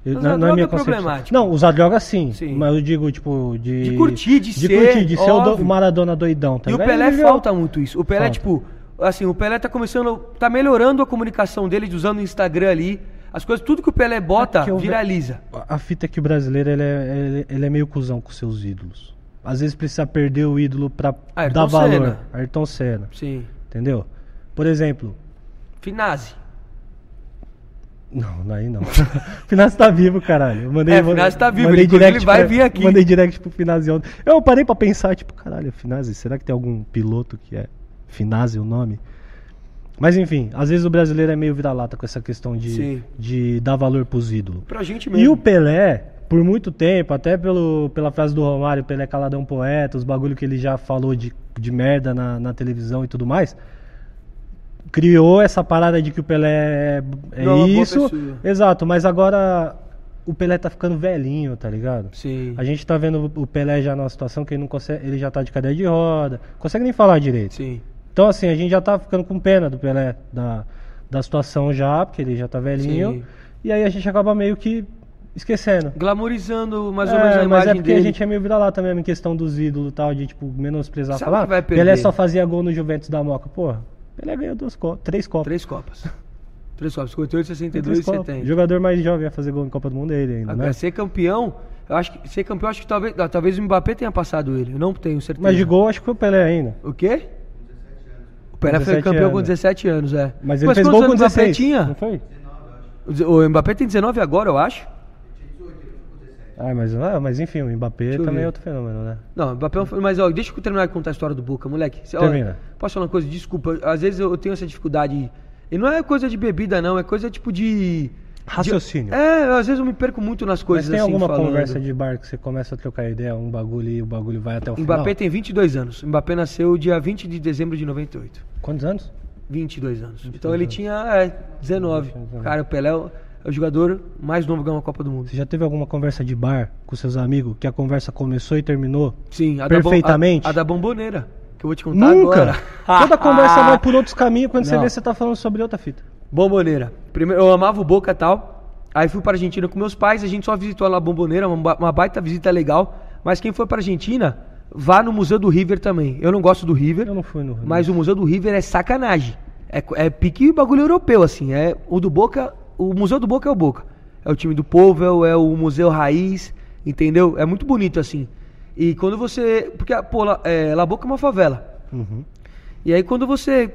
B: Eu-
A: Usar
B: na- na
A: droga
B: minha
A: é
B: concepção.
A: problemático.
B: Não, usar droga sim,
A: Sim.
B: Mas eu digo, tipo, de.
A: De curtir, de ser,
B: curtir, de ser o do-
A: óbvio.
B: o Maradona doidão, tá
A: e o
B: ligado? Ele
A: Pelé
B: viveu-
A: falta muito isso. O Pelé,
B: Falta.
A: tipo, assim, o Pelé tá começando. tá melhorando a comunicação dele, usando o Instagram ali. As coisas, tudo que o Pelé bota,
B: É que eu ve-
A: viraliza.
B: A fita é que o brasileiro ele é, ele- ele é meio cuzão com seus ídolos. Às vezes precisa perder o ídolo pra
A: Ah, Ayrton
B: dar valor.
A: Senna.
B: Ayrton Senna.
A: Sim.
B: Entendeu? Por exemplo.
A: Finazzi.
B: Não, é (laughs) aí não. o Finazzi tá vivo, caralho. Eu mandei,
A: É, o Finazzi tá vivo, ele-
B: mandei
A: inclusive,
B: direct
A: ele vai
B: pra-
A: vir aqui.
B: Mandei direct pro Finazzi ontem. Eu parei pra pensar, tipo, caralho, Finazzi, será que tem algum piloto que é Finazzi o nome? Mas enfim, às vezes o brasileiro é meio vira-lata com essa questão de,
A: Sim.
B: de dar valor pros ídolos.
A: Pra gente mesmo.
B: E o Pelé, por muito tempo, até pelo, pela frase do Romário, Pelé é caladão poeta, os bagulho que ele já falou de, de merda na, na televisão e tudo mais, criou essa parada de que o Pelé é, é
A: Não, é uma boa
B: isso.
A: pessoa.
B: Exato, mas agora o Pelé tá ficando velhinho, tá ligado?
A: Sim.
B: A gente tá vendo o Pelé já numa situação que ele não consegue, ele já tá de cadeia de roda, consegue nem falar direito.
A: Sim.
B: Então, assim, a gente já tá ficando com pena do Pelé, da, da situação já, porque ele já tá velhinho.
A: Sim.
B: E aí a gente acaba meio que esquecendo.
A: Glamorizando mais ou menos a
B: É, mas
A: imagem
B: é porque
A: dele.
B: a gente é meio vira-lata mesmo em questão dos ídolos e tal, de tipo, menosprezar
A: Sabe
B: falar.
A: que vai perder.
B: Pelé só fazia gol no Juventus da Moca. Porra, Pelé ganhou duas co três Copas.
A: Três copas. Três copas. 58,
B: Três
A: 62 e
B: Copas.
A: 70.
B: Jogador mais jovem a fazer gol em Copa do Mundo é ele ainda,
A: Agora,
B: né?
A: ser campeão, eu acho que ser campeão, acho que talvez, ah, talvez o Mbappé tenha passado ele. Eu não tenho certeza.
B: Mas de gol acho que foi o Pelé ainda.
A: O quê? O Pelé foi
B: 17
A: campeão com
B: anos.
A: 17 anos, é.
B: Mas ele fez gol
A: quantos
B: com
A: anos o Mbappé
B: 16.
A: tinha?
B: Não foi?
A: O Ze- O Mbappé tem 19 agora, eu acho.
B: Ah, mas, ah, mas enfim, o
A: eu
B: Mbappé também
A: ver.
B: é outro fenômeno, né?
A: Não, o Mbappé é um fenômeno, mas ó, deixa eu terminar de contar a história do Boca, moleque. Cê- ó,
B: Termina.
A: posso falar uma coisa? Desculpa, às vezes eu eu tenho essa dificuldade. E não é coisa de bebida, não, é coisa tipo de. de-
B: Raciocínio.
A: é, às vezes eu me perco muito nas
B: Mas
A: coisas
B: tem
A: assim,
B: alguma
A: falando.
B: conversa de bar que você começa a trocar ideia, um bagulho e o bagulho vai até o
A: O Mbappé
B: final?
A: tem 22 anos. O Mbappé nasceu dia 20 de dezembro de 98.
B: Quantos anos?
A: 22 anos. Então ele tinha é, 19. Cara, o Pelé. é o jogador mais novo a ganhar uma Copa do Mundo.
B: Você já teve alguma conversa de bar com seus amigos que a conversa começou e terminou?
A: Sim, a
B: Perfeitamente.
A: Da, bom- a, a da bomboneira, que eu vou te contar
B: Nunca!
A: tá agora. (laughs) Ah.
B: Toda conversa vai por outros caminhos quando você
A: Não.
B: vê você tá falando sobre outra fita.
A: Bomboneira. Primeiro, eu amava o Boca e tal. Aí fui pra Argentina com meus pais, a gente só visitou lá a Bomboneira, uma, ba- uma baita visita legal. Mas quem for pra Argentina, vá no Museu do River também. Eu não gosto do River.
B: Eu não fui no.
A: Mas o Museu do River é sacanagem. É, co- é pique bagulho europeu, assim. É, o do Boca, o Museu do Boca é o Boca. É o time do povo, é o, é o Museu Raiz, entendeu? É muito bonito, assim. E quando você. Porque, pô, La, é, La Boca é uma favela.
B: Uhum.
A: E aí quando você.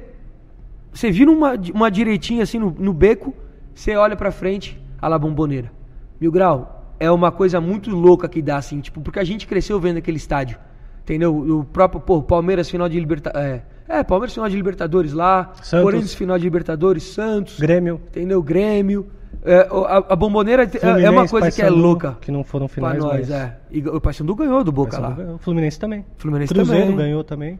A: Você vira uma, uma direitinha assim no, no beco, você olha pra frente, a La Bomboneira. Mil Grau, é uma coisa muito louca que dá, assim, tipo, porque a gente cresceu vendo aquele estádio. Entendeu? O próprio, pô, Palmeiras final de Libertadores. É, é, Palmeiras final de Libertadores lá,
B: Santos.
A: Corinthians final de Libertadores, Santos,
B: Grêmio.
A: entendeu? Grêmio. É, o- a, a Bomboneira é- é uma
B: Fluminense,
A: coisa que é
B: Paysandu,
A: louca
B: Que não foram
A: pra
B: finais,
A: nós,
B: mas.
A: é. E o Paysandu ganhou do Boca
B: Paysandu
A: lá.
B: ganhou. Fluminense também.
A: Fluminense
B: Cruzeiro
A: também.
B: ganhou também.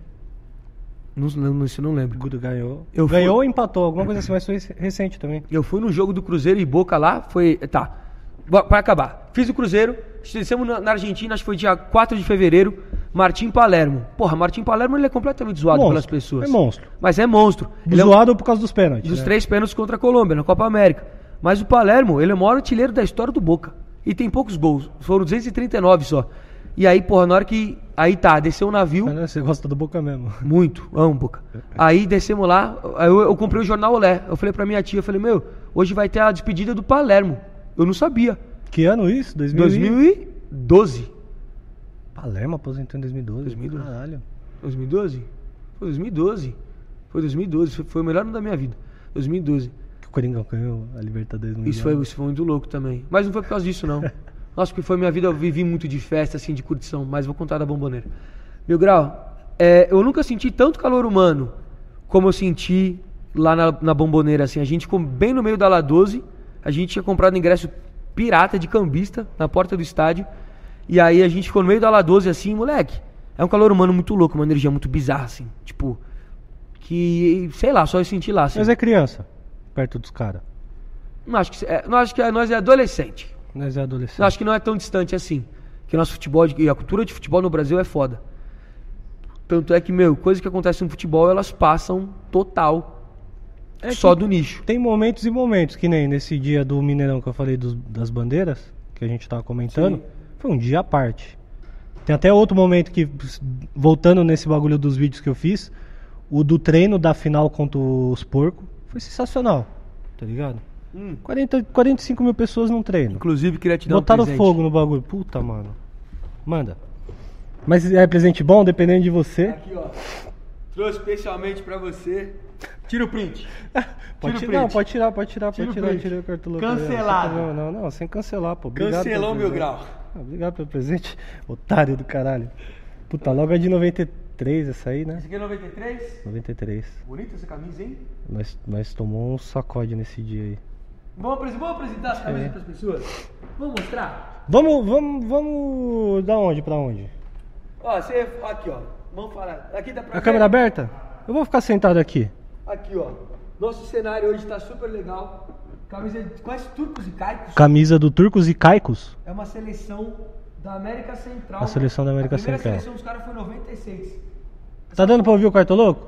A: Não, não, isso eu não lembro.
B: Gudo ganhou.
A: Eu fui-
B: ganhou ou empatou? Alguma coisa assim, mas foi recente também.
A: Eu fui no jogo do Cruzeiro e Boca lá, foi. Tá. Bo- Pra acabar. Fiz o Cruzeiro, descemos na na Argentina, acho que foi dia 4 de fevereiro. Martim Palermo. Porra, Martim Palermo ele é completamente zoado
B: Monstro,
A: pelas pessoas.
B: é monstro.
A: Mas é monstro. Ele é um
B: Zoado por causa dos pênaltis.
A: dos
B: né?
A: três pênaltis contra a Colômbia na Copa América. Mas o Palermo, ele é o maior artilheiro da história do Boca. E tem poucos gols. Foram 239 só. E aí, porra, na hora que. Aí tá, desceu o navio.
B: Mas, né, Você gosta do Boca mesmo.
A: Muito, amo Boca. Aí descemos lá, aí eu, eu comprei o jornal Olé. Eu falei pra minha tia, eu falei, meu, hoje vai ter a despedida do Palermo. Eu não sabia.
B: Que ano isso? 2000 e-
A: 2012.
B: Palermo aposentou em 2012.
A: 2012.
B: Caralho.
A: 2012? Foi 2012. Foi 2012, foi- foi o melhor ano da minha vida. 2012.
B: Que o Coringão ganhou a Libertadores no
A: Isso foi, isso foi muito louco também. Mas não foi por causa disso,
B: (laughs)
A: não. Nossa, porque foi minha vida, eu vivi muito de festa, assim, de curtição, mas vou contar da bomboneira. Meu grau, é, eu nunca senti tanto calor humano como eu senti lá na, na bomboneira, assim. A gente ficou bem no meio da La 12, a gente tinha comprado ingresso pirata de cambista na porta do estádio. E aí a gente ficou no meio da La 12, assim, moleque. É um calor humano muito louco, uma energia muito bizarra, assim. Tipo, que, sei lá, só eu senti lá, assim.
B: Mas é criança, perto dos caras.
A: Não acho que, é, não acho que nós é adolescente.
B: Nós é adolescente.
A: Eu acho que não é tão distante assim. Que nosso futebol de- e a cultura de futebol no Brasil é foda. Tanto é que, meu, coisas que acontecem no futebol, elas passam total
B: É que-
A: só do nicho.
B: Tem momentos e momentos, que nem nesse dia do Mineirão que eu falei dos- das bandeiras, que a gente tava comentando,
A: Sim.
B: foi um dia à parte. Tem até outro momento que, voltando nesse bagulho dos vídeos que eu fiz, o do treino da final contra os porcos, foi sensacional, tá ligado? 40, 45 mil pessoas num treino.
A: Inclusive, queria te dar
B: Botaram
A: um presente.
B: fogo no bagulho. Puta, mano. Manda. Mas é presente bom, dependendo de você.
A: Aqui, ó. Trouxe especialmente pra você. Tira o print. Tira
B: Pode
A: o
B: tirar,
A: print.
B: pode tirar, pode tirar,
A: Tira
B: pode
A: o
B: tirar,
A: print.
B: tirei o cartão
A: Cancelado.
B: Não, não, não, sem cancelar, pô. Obrigado
A: Cancelou
B: pelo
A: meu
B: presente.
A: grau.
B: Ah, Obrigado pelo presente, (laughs) otário do caralho. Puta, logo é de 93 essa aí, né?
A: Esse aqui é 93?
B: 93.
A: Bonita essa camisa, hein?
B: Nós, nós tomou um sacode nesse dia aí.
A: Vamos apres- vamos apresentar as camisas pras pessoas? Vamos mostrar?
B: Vamos, vamos, vamos da onde pra onde?
A: Ó, você. Aqui, ó. Vamos falar. Aqui dá pra
B: A
A: ver?
B: câmera aberta? Eu vou ficar sentado aqui.
A: Aqui, ó. Nosso cenário hoje tá super legal. Camisa de quase turcos e caicos.
B: Camisa do Turcos e Caicos.
A: É uma seleção da América Central.
B: A seleção da América
A: A primeira
B: Central.
A: seleção dos caras foi em 96.
B: Tá dando pra ouvir o cartoloco?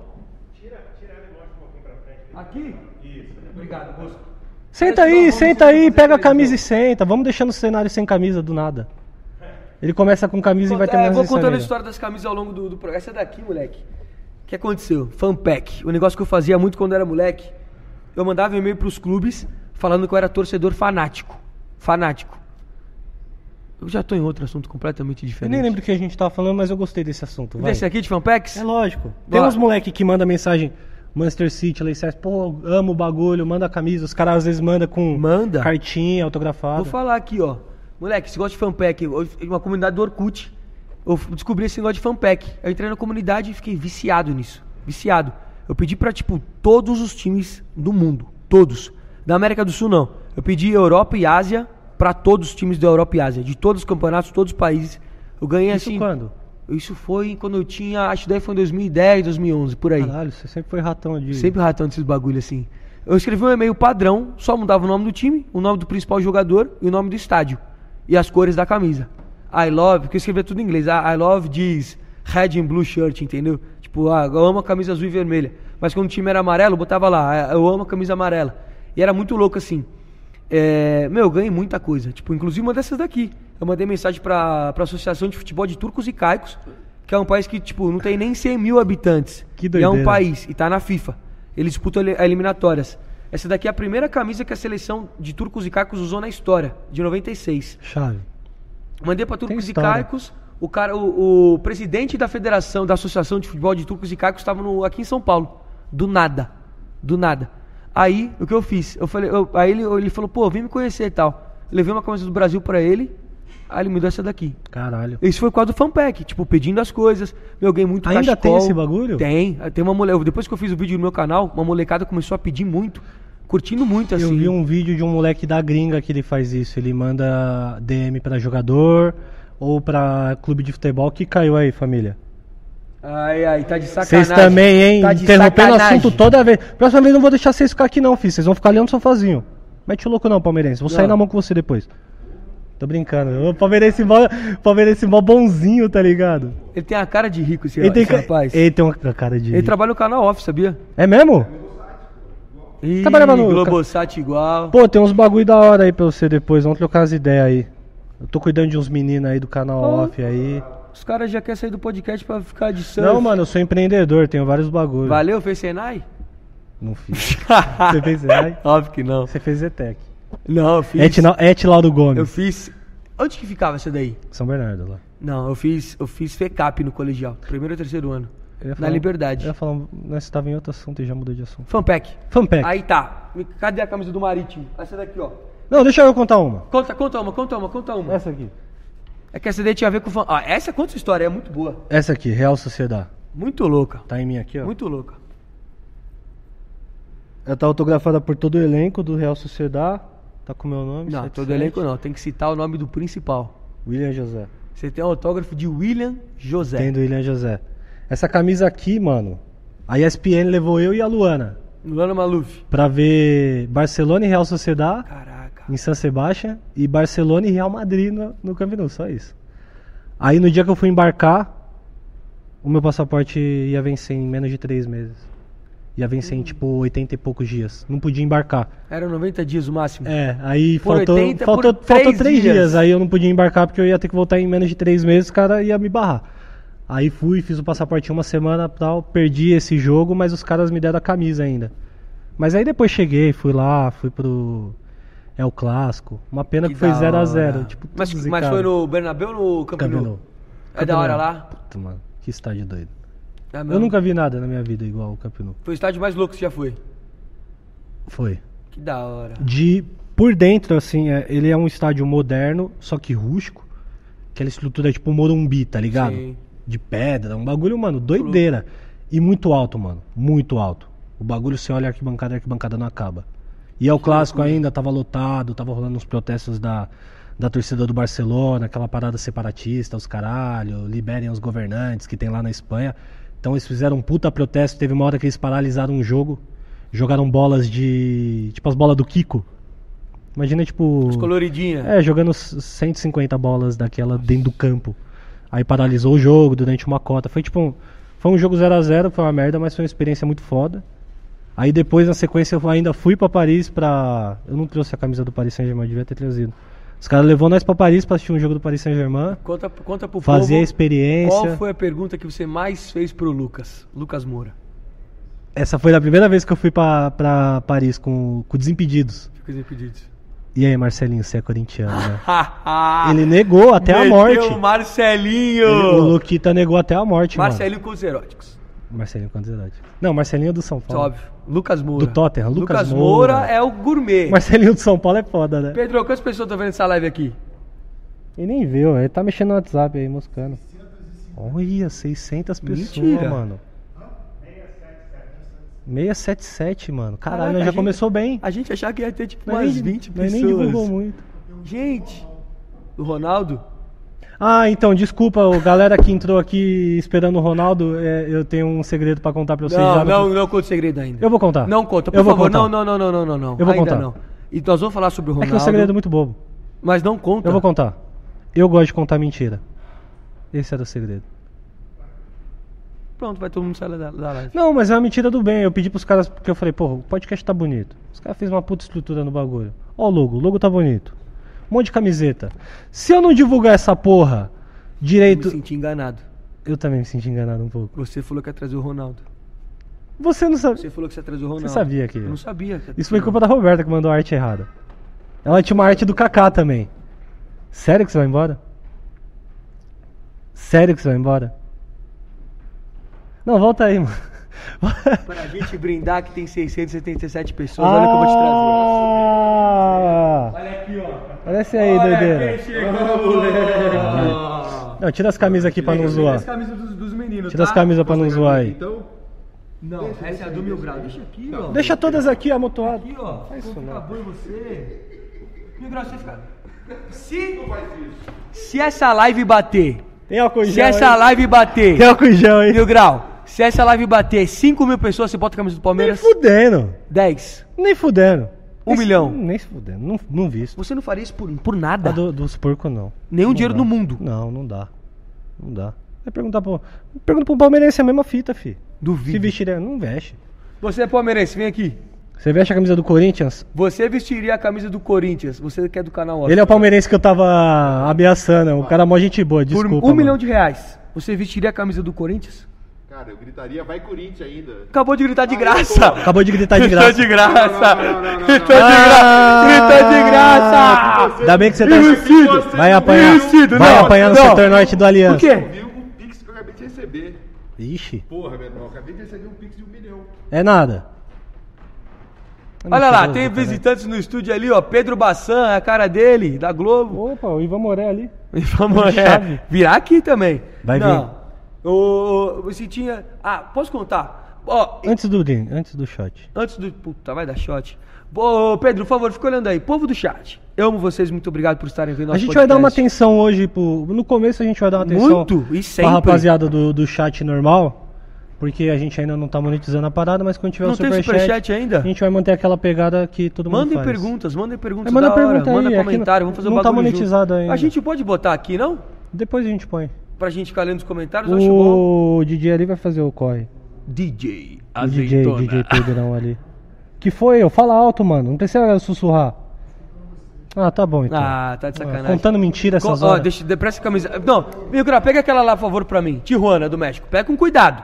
A: Aqui? Isso. Obrigado, moço.
B: Senta aí, senta aí, pega a camisa e
A: então.
B: senta. Vamos deixando o cenário sem camisa do nada. Ele começa com camisa e vai
A: É,
B: terminar
A: vou
B: sem
A: contando a
B: camisa.
A: história das camisas ao longo do, do programa. Essa daqui, moleque. O que aconteceu? Fanpack. O negócio que eu fazia muito quando era moleque. Eu mandava e-mail pros clubes falando que eu era torcedor fanático. Fanático. Eu já tô em outro assunto completamente
B: Eu
A: diferente.
B: nem lembro do que a gente tava falando, mas eu gostei desse assunto. Vai.
A: Desse aqui de Fanpacks?
B: É lógico. Tem
A: Bora.
B: uns moleque que manda mensagem Manchester City, Leicester, pô, amo o bagulho, manda a camisa. Os caras às vezes mandam com
A: Manda.
B: cartinha autografada.
A: Vou falar aqui, ó. Moleque, esse negócio de fanpack, eu- uma comunidade do Orkut. Eu f- descobri esse negócio de fanpack. Eu entrei na comunidade e fiquei viciado nisso. Viciado. Eu pedi pra, tipo, todos os times do mundo. Todos. Da América do Sul, não. Eu pedi Europa e Ásia pra todos os times da Europa e Ásia. De todos os campeonatos, todos os países. Eu ganhei
B: Isso
A: assim.
B: quando?
A: Isso foi quando eu tinha. Acho que daí foi em 2010, 2011, por aí.
B: Caralho, você sempre foi ratão de.
A: Sempre ratão desses bagulho assim. Eu escrevi um e-mail padrão, só mudava o nome do time, o nome do principal jogador e o nome do estádio. E as cores da camisa. I love, porque eu escrevia tudo em inglês. Ah, I love diz red and blue shirt, entendeu? Tipo, ah, eu amo a camisa azul e vermelha. Mas quando o time era amarelo, eu botava lá, "Ah, eu amo a camisa amarela. E era muito louco assim. É, meu, eu ganhei muita coisa. Tipo, inclusive uma dessas daqui. Eu mandei mensagem pra, pra Associação de Futebol de Turcos e Caicos, que é um país que, tipo, não tem nem 100 mil habitantes.
B: Que
A: E é um
B: doideira.
A: país, e tá na FIFA. Eles disputam ele- eliminatórias. Essa daqui é a primeira camisa que a seleção de Turcos e Caicos usou na história, de 96.
B: Chave.
A: Mandei para turcos e
B: história.
A: caicos. O, cara, o, o presidente da federação, da associação de futebol de turcos e caicos, estava no- aqui em São Paulo. Do nada. Do nada. Aí, o que eu fiz? Eu falei, eu- aí ele, ele falou, pô, vem me conhecer e tal. Eu levei uma camisa do Brasil para ele. Aí ele me deu essa daqui.
B: Caralho.
A: Isso foi por causa do fanpack, tipo, pedindo as coisas. Meu, eu ganhei muito
B: Ainda
A: cachecol.
B: tem esse bagulho?
A: Tem. Tem uma mole... Depois que eu fiz o vídeo no meu canal, uma molecada começou a pedir muito, curtindo muito, assim.
B: Eu vi um vídeo de um moleque da gringa que ele faz isso. Ele manda DM pra jogador ou pra clube de futebol. que caiu aí, família?
A: Ai, ai, tá de sacanagem.
B: Vocês também, hein?
A: Tá de
B: Interrompendo o
A: sacanagem.
B: assunto toda vez. Próxima vez não vou deixar vocês ficar aqui não, filho. Vocês vão ficar ali no sofazinho. Mete o louco não, palmeirense. Vou sair
A: Não.
B: na mão com você depois. Tô brincando. O palmeirense mó, palmeirense mó bonzinho, tá ligado?
A: Ele tem a cara de rico, esse,
B: Ele tem,
A: esse
B: ca-
A: rapaz. Ele,
B: ele tem uma cara de...
A: trabalha no canal off, sabia?
B: É mesmo?
A: Ih,
B: Trabalhava no-
A: Globosat igual.
B: Pô, tem uns bagulho da hora aí pra você depois. Vamos trocar as ideias aí. Eu tô cuidando de uns meninos aí do canal
A: Ah.
B: off aí.
A: Os caras já querem sair do podcast pra ficar de surf.
B: Não, mano, eu sou empreendedor, tenho vários bagulhos.
A: Valeu, fez
B: (laughs)
A: Senai?
B: Não fiz. Você fez Zetec?
A: Óbvio que não.
B: Você fez Zetec.
A: Não, eu fiz.
B: Et, Et Lauro
A: Eu
B: Gomes.
A: fiz. Onde que ficava essa daí?
B: São Bernardo lá.
A: Não, eu fiz. Eu fiz FECAP no colegial. Primeiro e terceiro ano.
B: Eu ia
A: Na
B: falar- um-
A: liberdade.
B: Eu ia falar, né, você tava em outro assunto e já mudou de assunto.
A: Fanpack.
B: Fanpack.
A: Aí tá. Me- Cadê a camisa do marítimo? Essa daqui, ó.
B: Não, deixa eu contar uma.
A: Conta, conta uma, conta uma, conta uma.
B: Essa aqui.
A: É que essa daí tinha a ver com. Fan... Ah, essa conta sua história, é muito boa.
B: Essa aqui, Real Sociedade.
A: Muito louca.
B: Tá em mim aqui, ó.
A: Muito louca.
B: Ela tá autografada por todo o elenco do Real Sociedade. Tá com o meu nome.
A: Não,
B: 77.
A: todo elenco não. Tem que citar o nome do principal.
B: William José.
A: Você tem o autógrafo de William José.
B: Tem do William José. Essa camisa aqui, mano, a ESPN levou eu e a Luana
A: Luana Maluf.
B: pra ver Barcelona e Real Sociedade
A: Caraca.
B: em San Sebastián e Barcelona e Real Madrid no, no Camp Nou, só isso. Aí no dia que eu fui embarcar, o meu passaporte ia vencer em menos de três meses. Ia vencer em tipo 80 e poucos dias. Não podia embarcar.
A: Era 90 dias o máximo.
B: É, aí
A: Por
B: faltou,
A: 80,
B: faltou,
A: por
B: faltou
A: três
B: três
A: dias.
B: dias. Aí eu não podia embarcar porque eu ia ter que voltar em menos de três meses, o cara ia me barrar. Aí fui, fiz o passaporte uma semana tal, perdi esse jogo, mas os caras me deram a camisa ainda. Mas aí depois cheguei, fui lá, fui pro. É o clássico. Uma pena que, foi
A: da
B: 0x0.
A: hora.
B: Tipo, tudo
A: mas, mas
B: zicado.
A: foi no Bernabéu ou no Camp Nou?
B: Camp Nou.
A: É da hora
B: Camp Nou.
A: lá?
B: Puta, mano, que estádio doido.
A: É
B: Eu
A: mesmo?
B: nunca vi nada na minha vida igual o Camp Nou.
A: Foi o estádio mais louco que você já foi.
B: Foi.
A: Que da hora.
B: de por dentro assim é- ele é um estádio moderno só que rústico aquela estrutura tipo Morumbi tá ligado
A: Sim.
B: de pedra um bagulho mano doideira e muito alto mano muito alto o bagulho você olha a arquibancada a arquibancada não acaba e é o clássico ainda tava lotado tava rolando uns protestos da da torcida do Barcelona, aquela parada separatista, os caralho, liberem os governantes que tem lá na Espanha. Então eles fizeram um puta protesto, teve uma hora que eles paralisaram um jogo, jogaram bolas de. tipo as bolas do Kiko. Imagina, tipo.
A: Os coloridinhas.
B: É, jogando s- 150 bolas daquela dentro do campo. Aí paralisou o jogo durante uma cota. Foi tipo um. Foi um jogo 0 a 0 foi uma merda, mas foi uma experiência muito foda. Aí depois, na sequência, eu ainda fui pra Paris pra. Eu não trouxe a camisa do Paris Saint-Germain, devia ter trazido. Os caras levou nós pra Paris pra assistir um jogo do Paris Saint-Germain,
A: Conta, conta pro
B: fazer a
A: povo
B: experiência.
A: qual foi a pergunta que você mais fez pro Lucas. Lucas Moura.
B: Essa foi a primeira vez que eu fui pra, pra Paris com, com Desimpedidos.
A: Fica impedidos. (laughs)
B: E aí, Marcelinho, você é corintiano, né? Ele negou até a morte.
A: o Marcelinho.
B: O Luquita negou até a morte, Marcelinho.
A: Marcelinho com os eróticos.
B: mano. Marcelinho quantos idade? Não, Marcelinho é do São
A: Isso é
B: Paulo.
A: óbvio. Lucas Moura.
B: Do Tottenham, Lucas
A: Moura.
B: Moura.
A: é o gourmet.
B: Marcelinho do São Paulo é foda, né?
A: Pedro, quantas pessoas estão vendo essa live aqui?
B: Ele nem viu, ele tá mexendo no WhatsApp aí, moscando. Olha, 600 pessoas,
A: Mentira.
B: mano. 677, mano. Caralho,
A: Caraca,
B: já
A: a gente-
B: começou bem.
A: A gente achava que ia ter tipo
B: Nós
A: umas
B: nem-
A: 20
B: nós
A: pessoas.
B: nem divulgou muito.
A: Gente, o Ronaldo?
B: Ah, então, desculpa, ô, galera que entrou aqui esperando o Ronaldo, é, eu tenho um segredo pra contar pra vocês.
A: Não,
B: já no-
A: não, não conta o segredo ainda.
B: Eu vou contar.
A: Não conta, por
B: Eu vou
A: favor.
B: contar.
A: Não, não, não, não, não, não, não.
B: Eu vou
A: ainda
B: contar.
A: não. E nós vamos falar sobre o
B: É que é
A: Ronaldo.
B: um segredo muito bobo.
A: Mas não conta.
B: Eu vou contar. Eu gosto de contar mentira. Esse era o segredo.
A: Pronto, vai todo mundo sair da, da live.
B: Não, mas é uma mentira do bem. Eu pedi pros caras, porque eu falei, porra, o podcast tá bonito. Os caras fez uma puta estrutura no bagulho. Ó o logo, o logo tá bonito. Um monte de camiseta. Se eu não divulgar essa porra
A: Eu me
B: direito.
A: senti enganado.
B: Eu também me senti enganado um pouco.
A: Você falou que ia trazer o Ronaldo.
B: Você não sabe.
A: Você falou que você ia trazer o Ronaldo.
B: sabia que-
A: Eu não sabia. que ia
B: Isso foi
A: trazer o
B: culpa da Roberta que mandou a arte errada. Ela tinha uma arte do Kaká também. Sério que você vai embora? Sério que você vai embora? Não, volta aí, mano.
A: Para a gente brindar que tem 677 pessoas,
B: Ah!
A: olha o que eu vou te trazer.
B: trazer.
A: Olha aqui, ó.
B: Parece Ah! aí, doideira.
A: chegou,
B: Não, tira as camisas aqui pra não zoar.
A: camisas é dos, dos meninos, tá?
B: Tira as camisas pra não zoar aí.
A: então? Não, essa é a do Mil Grau. Deixa aqui, ó.
B: Deixa todas aqui amontoadas.
A: aqui, ó. Faz
B: isso não.
A: Acabou em você. Mil Grau, você fica... Se... Se essa live bater...
B: Tem álcool em
A: Se
B: gel
A: essa
B: aí.
A: live bater...
B: Tem álcool em gel aí.
A: Mil Grau, se essa live bater 5 mil pessoas, você bota a camisa do
B: Nem
A: Palmeiras?
B: fudendo.
A: 10.
B: Nem fudendo.
A: Um
B: Nem-
A: milhão.
B: Nem se fudendo. Não, não vi isso.
A: Você não faria isso por, por
B: Ah,
A: nada.
B: do, dos porcos não.
A: Nenhum
B: Não
A: dinheiro
B: dá.
A: no mundo.
B: Não, não dá. Não dá. Vai perguntar pro. Pergunta pro palmeirense é a mesma fita, fi.
A: Duvido.
B: Se vestir, não veste.
A: Você é palmeirense, vem aqui.
B: Você veste a camisa do Corinthians?
A: Você vestiria a camisa do Corinthians, você que é do canal Oscar.
B: Ele é o palmeirense que eu tava ameaçando. O cara é mó gente boa,
A: Ah. Por
B: desculpa.
A: um
B: mano.
A: milhão de reais, você vestiria a camisa do Corinthians?
C: Cara, eu gritaria, vai Corinthians ainda.
A: Acabou de gritar de graça.
B: Acabou de gritar
A: (laughs)
B: de graça.
A: Gritou de graça.
C: Não, não, não, não, não,
A: Gritou Tá de graça. Gritou de graça.
B: Ah.
A: é
B: Ainda bem que você tá.
C: Merecido.
B: Vai apanhar.
A: Merecido,
B: vai
A: é não,
B: apanhar no
A: não.
B: setor norte do
A: Por
B: Aliança.
A: quê?
C: Viu o Pix que eu acabei de receber.
B: Ixi,
C: Porra, meu irmão, acabei de receber um Pix de um milhão.
B: é nada.
A: Olha lá,
B: Mentiroso,
A: tem
B: caralho.
A: visitantes no estúdio ali, ó. Pedro Bassan, é a cara dele, da Globo.
B: Opa, o Ivan Moré ali.
A: E (laughs) vamos é,
B: Chave.
A: virar aqui também.
B: Vai
A: vir. O, o, se tinha. Ah, posso contar? Ó,
B: Antes do drink, antes do shot.
A: Antes do. Puta, vai dar shot. Ô, Pedro, por favor, fica olhando aí. Povo do chat, eu amo vocês, muito obrigado por estarem vendo
B: a
A: nosso
B: gente vai dar uma
A: podcast.
B: atenção hoje pro. No começo a gente vai dar uma atenção.
A: Muito, e sempre.
B: Pra rapaziada do, do chat normal. Porque a gente ainda não tá monetizando a parada, mas quando tiver
A: Não
B: o
A: tem
B: superchat.
A: superchat ainda?
B: A gente vai manter aquela pegada que todo mundo.
A: Mandem
B: faz.
A: perguntas, mandem perguntas.
B: É, manda
A: da hora,
B: pergunta aí,
A: manda
B: é que
A: comentário,
B: não-
A: vamos fazer o
B: não
A: bagulho.
B: tá
A: junto.
B: monetizado ainda.
A: A gente pode botar aqui, não?
B: Depois a gente põe.
A: Pra gente ficar lendo os comentários, eu acho bom.
B: O DJ ali vai fazer o corre.
A: DJ
B: O DJ,
A: Azeitona.
B: DJ Pedrão ali. Que foi eu? Fala alto, mano. Não precisa sussurrar. Ah, tá bom então.
A: Ah, tá de sacanagem.
B: Contando mentira
A: Co-
B: essas
A: Ó,
B: horas.
A: deixa, de- presta a camisa. Não, Miguel, pega aquela lá, por favor, pra mim. Tijuana, do México. Pega com cuidado.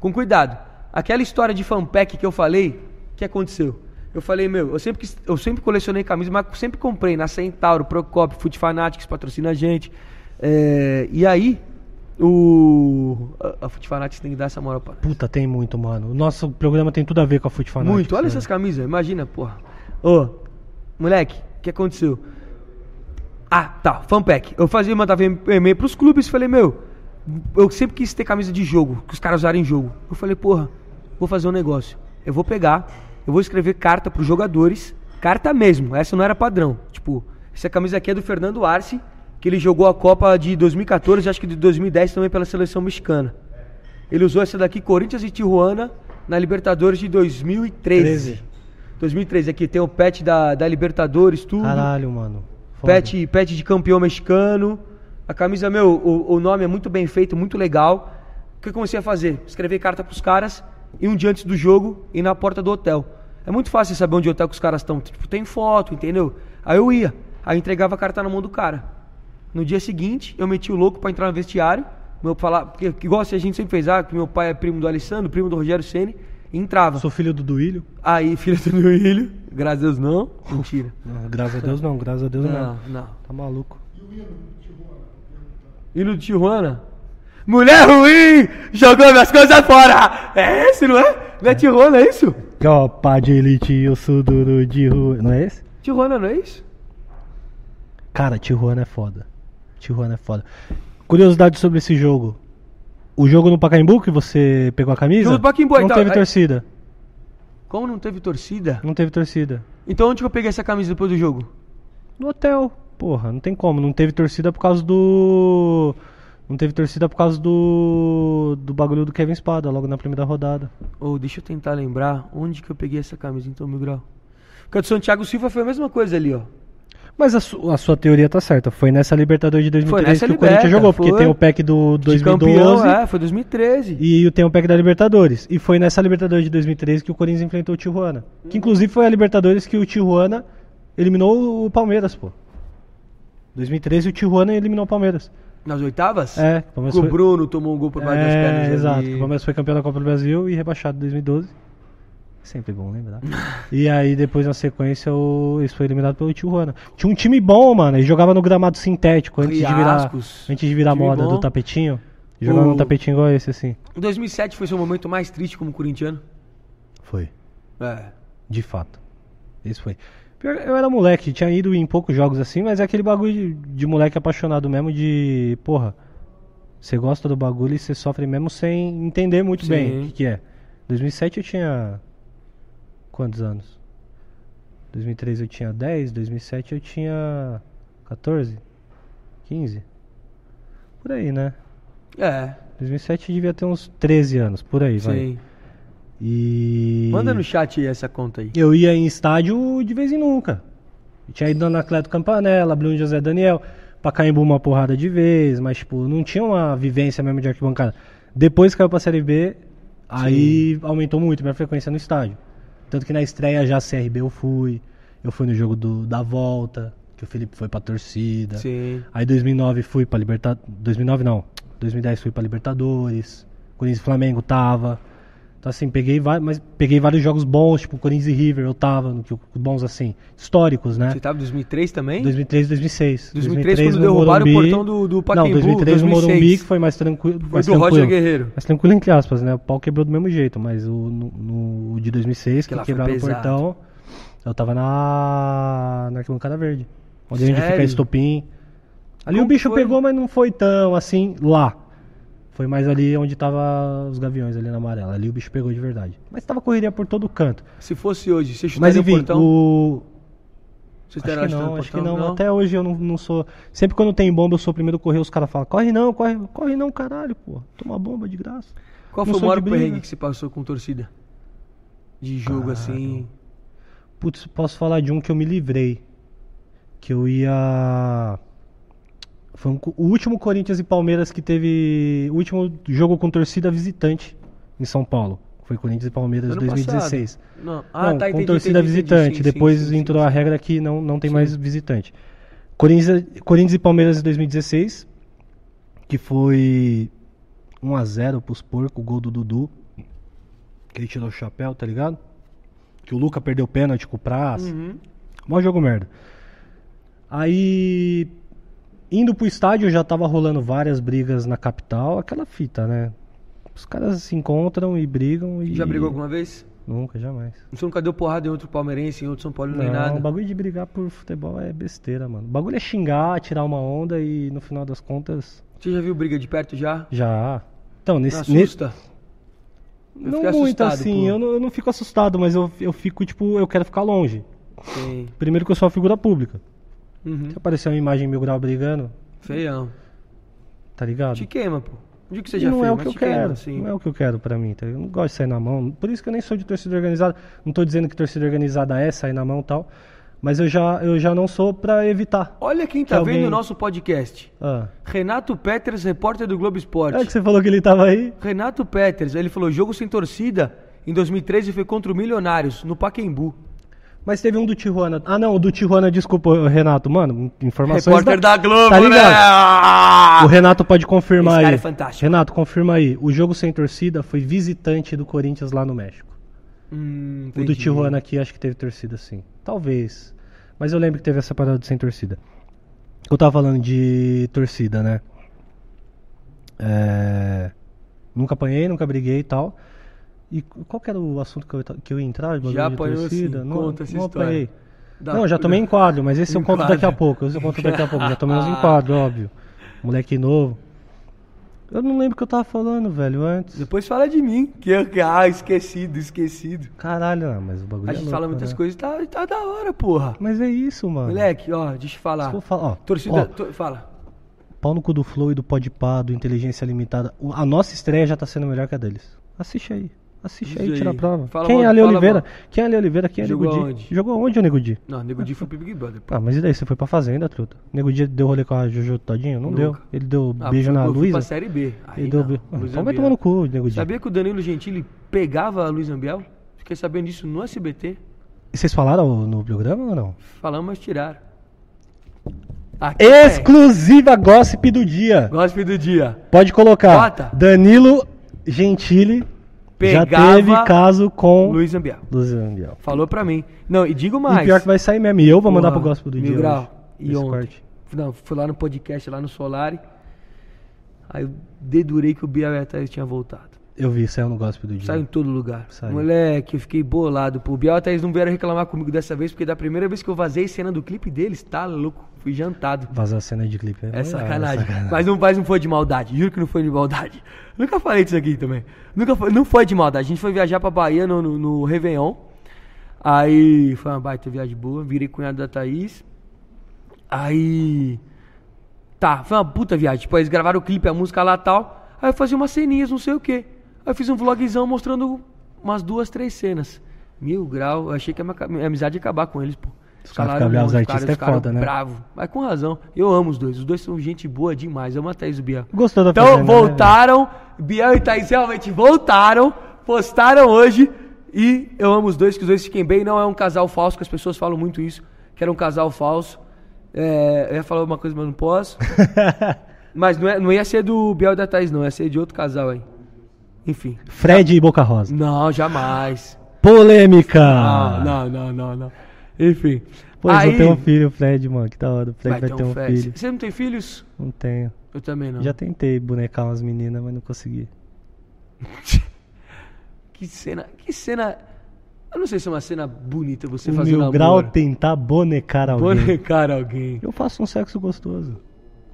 A: Com cuidado. Aquela história de fanpack que eu falei, o que aconteceu? Eu falei, meu, eu sempre, quis- eu sempre colecionei camisas, mas sempre comprei na Centauro, Procop, Food Fanatics, patrocina a gente. É, e aí, o. A, a Food Fanatics tem que dar essa moral pra.
B: Puta, tem muito, mano. O nosso programa tem tudo a ver com a Foot Fanatics.
A: Muito, olha
B: né?
A: essas camisas, imagina, porra. Ô, moleque, o que aconteceu? Ah, tá, fanpack. Eu fazia, mandava em- e-mail pros clubes, falei, meu, eu sempre quis ter camisa de jogo, que os caras usaram em jogo. Eu falei, porra, vou fazer um negócio. Eu vou pegar, eu vou escrever carta pros jogadores, carta mesmo, essa não era padrão. Tipo, essa camisa aqui é do Fernando Arce, que ele jogou a Copa de 2014, acho que de 2010 também pela seleção mexicana. Ele usou essa daqui, Corinthians e Tijuana, na Libertadores de 2013.
B: 13.
A: 2013, aqui tem o pet da, da Libertadores, tudo.
B: Caralho, mano. Foda.
A: Pet, pet de campeão mexicano. A camisa, meu, o, o nome é muito bem feito, muito legal. O que eu comecei a fazer? Escrever carta pros caras e um dia antes do jogo e na porta do hotel. É muito fácil saber onde hotel que os caras estão. Tipo, tem foto, entendeu? Aí eu ia, aí eu entregava a carta na mão do cara. No dia seguinte, eu meti o louco pra entrar no vestiário. Meu falar, porque igual a gente sempre fez, ah, que meu pai é primo do Alessandro, primo do Rogério Ceni, e entrava.
B: Sou filho do Duílio.
A: Aí, (laughs) filha do meu filho, graças a Deus não, mentira.
B: Não, graças a Deus não, graças a Deus não.
A: Não, não.
B: Tá maluco.
A: E no Tijuana? Mulher ruim! Jogou minhas coisas fora! É esse, não é? Não é Tijuana, é isso?
B: Copa de elite, eu sou duro de rua. Não é esse?
A: Tijuana não é isso?
B: Cara, Tijuana é foda. Tijuana é foda. Curiosidade sobre esse jogo. O jogo no Pacaembu que você pegou a camisa?
A: Jogo do Pacaembu, aí
B: Não
A: tá-
B: teve
A: aí-
B: torcida.
A: Como não teve torcida?
B: Não teve torcida.
A: Então onde que eu peguei essa camisa depois do jogo?
B: No hotel. Porra, não tem como. Não teve torcida por causa do. Não teve torcida por causa do. Do bagulho do Kevin Espada, logo na primeira rodada.
A: Ou deixa eu tentar lembrar onde que eu peguei essa camisa, então, mil grau. Porque a do Santiago Silva foi a mesma coisa ali, ó.
B: Mas a, su- a sua teoria tá certa. Foi nessa Libertadores de
A: Foi
B: 2013
A: nessa
B: que o Corinthians
A: Liberta,
B: jogou, porque
A: foi.
B: tem o pack do
A: De
B: 2012
A: campeão, é, foi 2013.
B: e tem o pack da Libertadores. E foi nessa Libertadores de 2013 que o Corinthians enfrentou o Tijuana. Que inclusive foi a Libertadores que o Tijuana eliminou o Palmeiras, pô. 2013 o Tijuana eliminou o Palmeiras.
A: Nas oitavas?
B: É, o
A: Que
B: Palmeiras
A: o
B: foi...
A: Bruno tomou um gol por baixo das pernas.
B: É,
A: ali.
B: exato. O Palmeiras foi campeão da Copa do Brasil e rebaixado em 2012. Sempre bom lembrar. e aí depois na sequência o... eles foram eliminados pelo Tijuana. Tinha um time bom, mano. Eles jogavam no gramado sintético antes de virar,
A: Riascos.
B: antes de virar
A: Time
B: moda
A: bom.
B: do tapetinho. Jogava
A: O-
B: num tapetinho igual esse, assim.
A: 2007 foi seu momento mais triste como corintiano?
B: Foi.
A: É.
B: De fato. Esse foi. Pior, Eu era moleque, tinha ido em poucos jogos assim, mas é aquele bagulho de, de moleque apaixonado mesmo, de. Porra, você gosta do bagulho e você sofre mesmo sem entender muito
A: Sim.
B: bem o que, que é. 2007 eu tinha. Quantos anos? 2003 eu tinha 10, 2007 eu tinha. 14? 15? Por aí, né?
A: É,
B: 2007 eu devia ter uns 13 anos, por aí, vai.
A: sim.
B: E.
A: Manda no chat aí essa conta aí.
B: Eu ia em estádio de vez em nunca. Eu tinha ido na Atleto Campanella, Bruno José Daniel, Pacaembu uma porrada de vez, mas tipo, não tinha uma vivência mesmo de arquibancada. Depois que caiu pra Série B, aí aumentou muito minha frequência no estádio. Tanto que na estreia já CRB eu fui, eu fui no jogo do- da volta, que o Felipe foi pra torcida.
A: Sim.
B: Aí 2009 fui pra Libertadores. 2009 não. 2010 fui pra Libertadores. Corinthians e Flamengo tava. Então assim, peguei, va- mas peguei vários jogos bons, tipo Corinthians e River, eu tava, no que- bons assim, históricos, né?
A: Você tava em 2003 também?
B: 2003 2006.
A: 2003, quando
B: no
A: derrubaram o
B: Morumbi.
A: portão do- do Pacaembu,
B: Não, 2003 no
A: 2006.
B: Morumbi, que foi mais tranquilo.
A: Foi
B: mais
A: do Roger
B: tranquilo.
A: Guerreiro.
B: Mas tranquilo entre aspas, né? O pau quebrou do mesmo jeito, mas o no, no- o de 2006,
A: Que
B: que,
A: lá foi
B: quebraram o
A: pesado.
B: portão, eu tava na, na arquibancada verde. Onde a gente
A: Sério?
B: fica estopim. Ali
A: Como
B: o bicho
A: foi?
B: pegou, mas não foi tão assim lá. Foi mais ali onde tava os gaviões ali na amarela. Ali o bicho pegou de verdade. Mas tava correria por todo canto.
A: Se fosse hoje, você
B: Mas
A: chutaria o
B: enfim,
A: portão?
B: o,
A: Você
B: Acho
A: estaria
B: que
A: chutando
B: não,
A: o
B: acho que
A: portão?
B: não. Até hoje eu não, não sou. Sempre quando tem bomba, eu sou o primeiro a correr, os caras falam, corre não, corre, corre não, caralho, pô. Toma bomba de graça.
A: Qual
B: não
A: foi o
B: sou
A: maior
B: de briga.
A: perrengue que você passou com torcida? De jogo
B: Ah,
A: assim.
B: Putz, posso falar de um que eu me livrei. Que eu ia. Foi um co- o último Corinthians e Palmeiras que teve. O último jogo com torcida visitante em São Paulo. Foi Corinthians e Palmeiras
A: Ano
B: 2016.
A: passado. Não. Ah,
B: não,
A: tá,
B: com
A: entendi,
B: torcida
A: entendi, entendi.
B: visitante.
A: Sim, sim,
B: Depois
A: sim, sim,
B: entrou
A: sim.
B: a regra que não, não tem
A: Sim.
B: mais visitante. Corinthians, Corinthians e Palmeiras em 2016, que foi 1x0 pros porcos, gol do Dudu. Que ele tirou o chapéu, tá ligado? Que o Luca perdeu o pênalti com o Praz.
A: Uhum.
B: Mó jogo merda. Aí, indo pro estádio, já tava rolando várias brigas na capital. Aquela fita, né? Os caras se encontram e brigam e...
A: Já brigou alguma vez?
B: Nunca, jamais.
A: Você nunca deu porrada em outro palmeirense, em outro São Paulo, nem
B: Não,
A: nada.
B: o bagulho de brigar por futebol é besteira, mano. O bagulho é xingar, tirar uma onda e no final das contas
A: Você já viu briga de perto já?
B: já. Então,
A: Não
B: nesse. nesse
A: assusta? Eu
B: não
A: fiquei
B: muito
A: assustado,
B: assim,
A: pô.
B: eu não, eu não fico assustado, mas eu, eu fico, tipo, eu quero ficar longe.
A: Sim.
B: Primeiro que eu sou uma figura pública.
A: Uhum.
B: Se aparecer uma imagem em mil grau brigando,
A: Feião.
B: tá ligado?
A: Te queima, pô. Não digo que
B: E
A: seja
B: não
A: feio,
B: é o
A: mas
B: que eu
A: te queima,
B: quero.
A: sim.
B: Não é o que eu quero pra mim. tá? Eu não gosto de sair na mão. Por isso que eu nem sou de torcida organizada. Não tô dizendo que torcida organizada é sair na mão e tal. Mas eu já, eu já não sou pra evitar.
A: Olha quem tá
B: Que alguém-
A: vendo o nosso podcast.
B: Ah.
A: Renato Peters, repórter do Globo Esporte.
B: É que você falou que ele tava aí.
A: Renato Peters, ele falou, jogo sem torcida em 2013 foi contra o Milionários, no Paquembu.
B: Mas teve um do Tijuana. Ah, não, o do Tijuana, desculpa, Renato. Mano, informações.
A: Repórter da, Globo,
B: Tá
A: né?
B: ligado?
A: Ah!
B: O Renato pode confirmar
A: Esse
B: aí.
A: cara é fantástico.
B: Renato, confirma aí. O jogo sem torcida foi visitante do Corinthians lá no México.
A: Hum,
B: O do
A: entendi.
B: Tijuana aqui acho que teve torcida sim. Talvez. Mas eu lembro que teve essa parada de sem torcida. Eu tava falando de torcida, né? É... Nunca apanhei, nunca briguei e tal. E qual que era o assunto que eu, ta- que eu ia entrar? de bagulho
A: Já
B: de
A: apanhou, sim.
B: Não,
A: Conta essa
B: não
A: história.
B: apanhei.
A: Da-
B: Não, já tomei enquadro, mas esse eu conto
A: Enquadro. (laughs) Ah.
B: daqui a pouco. Esse eu conto daqui a pouco. Já tomei uns enquadros, óbvio. Moleque novo. Eu não lembro o que eu tava falando, velho, antes.
A: Depois fala de mim, que eu, que- ah, esquecido, esquecido.
B: Caralho, ah, mas o bagulho
A: A
B: é
A: gente
B: louco,
A: fala muitas
B: né?
A: coisas e tá, tá da hora, porra.
B: Mas é isso, mano.
A: Moleque, ó, deixa eu falar.
B: Isso que eu falo, ó.
A: Torcida,
B: Ó.
A: to- fala.
B: Pau no cu do Flow e do Podpá, do Inteligência Limitada. O- A nossa estreia já tá sendo melhor que a deles. Assiste aí. Assiste
A: Diz
B: aí,
A: aí.
B: tira a prova.
A: Fala
B: Quem
A: mal-
B: é Ale
A: fala
B: Oliveira?
A: mal.
B: Quem é Ale Oliveira? Quem é
A: Jogou
B: Nego Di?
A: aonde?
B: Jogou onde o Nego Di?
A: Não, Nego Di foi pro Big Brother. pô.
B: Ah, mas e daí? Você foi pra fazenda, truta? Nego Di deu rolê com a Jojo Todinho? Não
A: Nunca.
B: deu. Ele deu
A: Ah,
B: beijo
A: fui-
B: na
A: eu fui
B: Luísa?
A: pra Série B. Aí
B: Ele deu
A: não,
B: beijo. Ah,
A: Luiz
B: Então vai
A: Ambiel.
B: tomar no cu, Nego Di.
A: Sabia que o Danilo Gentili pegava a Luiz Ambiel? Fiquei sabendo disso no SBT.
B: E Vocês falaram no programa ou não?
A: Falamos, mas tiraram. Aqui,
B: Exclusiva gossip do dia.
A: é, Gossip do dia.
B: Pode colocar.
A: Bota.
B: Danilo Gentili já
A: Pegava
B: teve caso com Luiz,
A: Luiz Ambiel.
B: Luiz Ambiel.
A: Falou pra mim. Não, e digo
B: E
A: mais.
B: pior que vai sair mesmo. E eu vou mandar
A: Porra,
B: pro gospel do
A: Mil
B: dia.
A: Grau.
B: hoje,
A: E
B: esse
A: ontem.
B: corte.
A: Não, fui lá no podcast, lá no Solari. Aí eu dedurei que o Biel Ataíde tinha voltado.
B: Eu vi, saiu no gospel do dia.
A: Saiu em todo lugar.
B: Saiu.
A: Moleque, eu fiquei bolado. Pô. O Biel Ataíde não vieram reclamar comigo dessa vez, porque da primeira vez que eu vazei cena do clipe deles, tá louco. Fui jantado.
B: Vazar a cena de clipe.
A: É
B: Ah,
A: sacanagem. Mas não, mas não foi de maldade. Juro que não foi de maldade. (laughs) Nunca falei disso aqui também. Nunca foi, não foi de maldade. A gente foi viajar pra Bahia no, no, no Réveillon. Aí foi uma baita viagem boa. Virei cunhado da Thaís. Aí. Tá, foi uma puta viagem. Tipo, eles gravaram o clipe, a música lá e tal. Aí eu fazia umas ceninhas, não sei o quê. Aí eu fiz um vlogzão mostrando umas duas, três cenas. Mil grau. Eu achei que a minha, ca- minha amizade ia acabar com eles, pô.
B: Os caras
A: Falaram
B: ficam bravos,
A: não,
B: os artistas é
A: caras- os
B: foda,
A: caras
B: né?
A: Bravo. Mas com razão. Eu amo os dois. Os dois são gente boa demais. Eu amo a Thaís e o Biel.
B: Gostou da
A: Então
B: fazenda, né,
A: voltaram. Biel e Thaís realmente voltaram. Postaram hoje. E eu amo os dois, que os dois fiquem bem. Não é um casal falso, que as pessoas falam muito isso. Que era um casal falso. É, eu ia falar uma coisa, mas não
B: (laughs)
A: posso. mas não, é- não ia ser do Biel e da Thaís, não. Ia ser de outro casal aí. Enfim.
B: Fred e Boca Rosa.
A: Não, jamais.
B: Polêmica!
A: Ah, não, não, não, não. Enfim.
B: Pô, eu vou ter um filho, Fred, mano. Que da hora. O Fred vai, ter um,
A: Fred.
B: filho.
A: Você não tem filhos?
B: Não tenho.
A: Eu também não.
B: Já tentei bonecar umas meninas, mas não consegui.
A: Que cena, que cena. Eu não sei se é uma cena bonita você um
B: o
A: fazendo
B: meu
A: amor. (laughs)
B: grau tentar bonecar alguém.
A: Bonecar alguém.
B: Eu faço um sexo gostoso.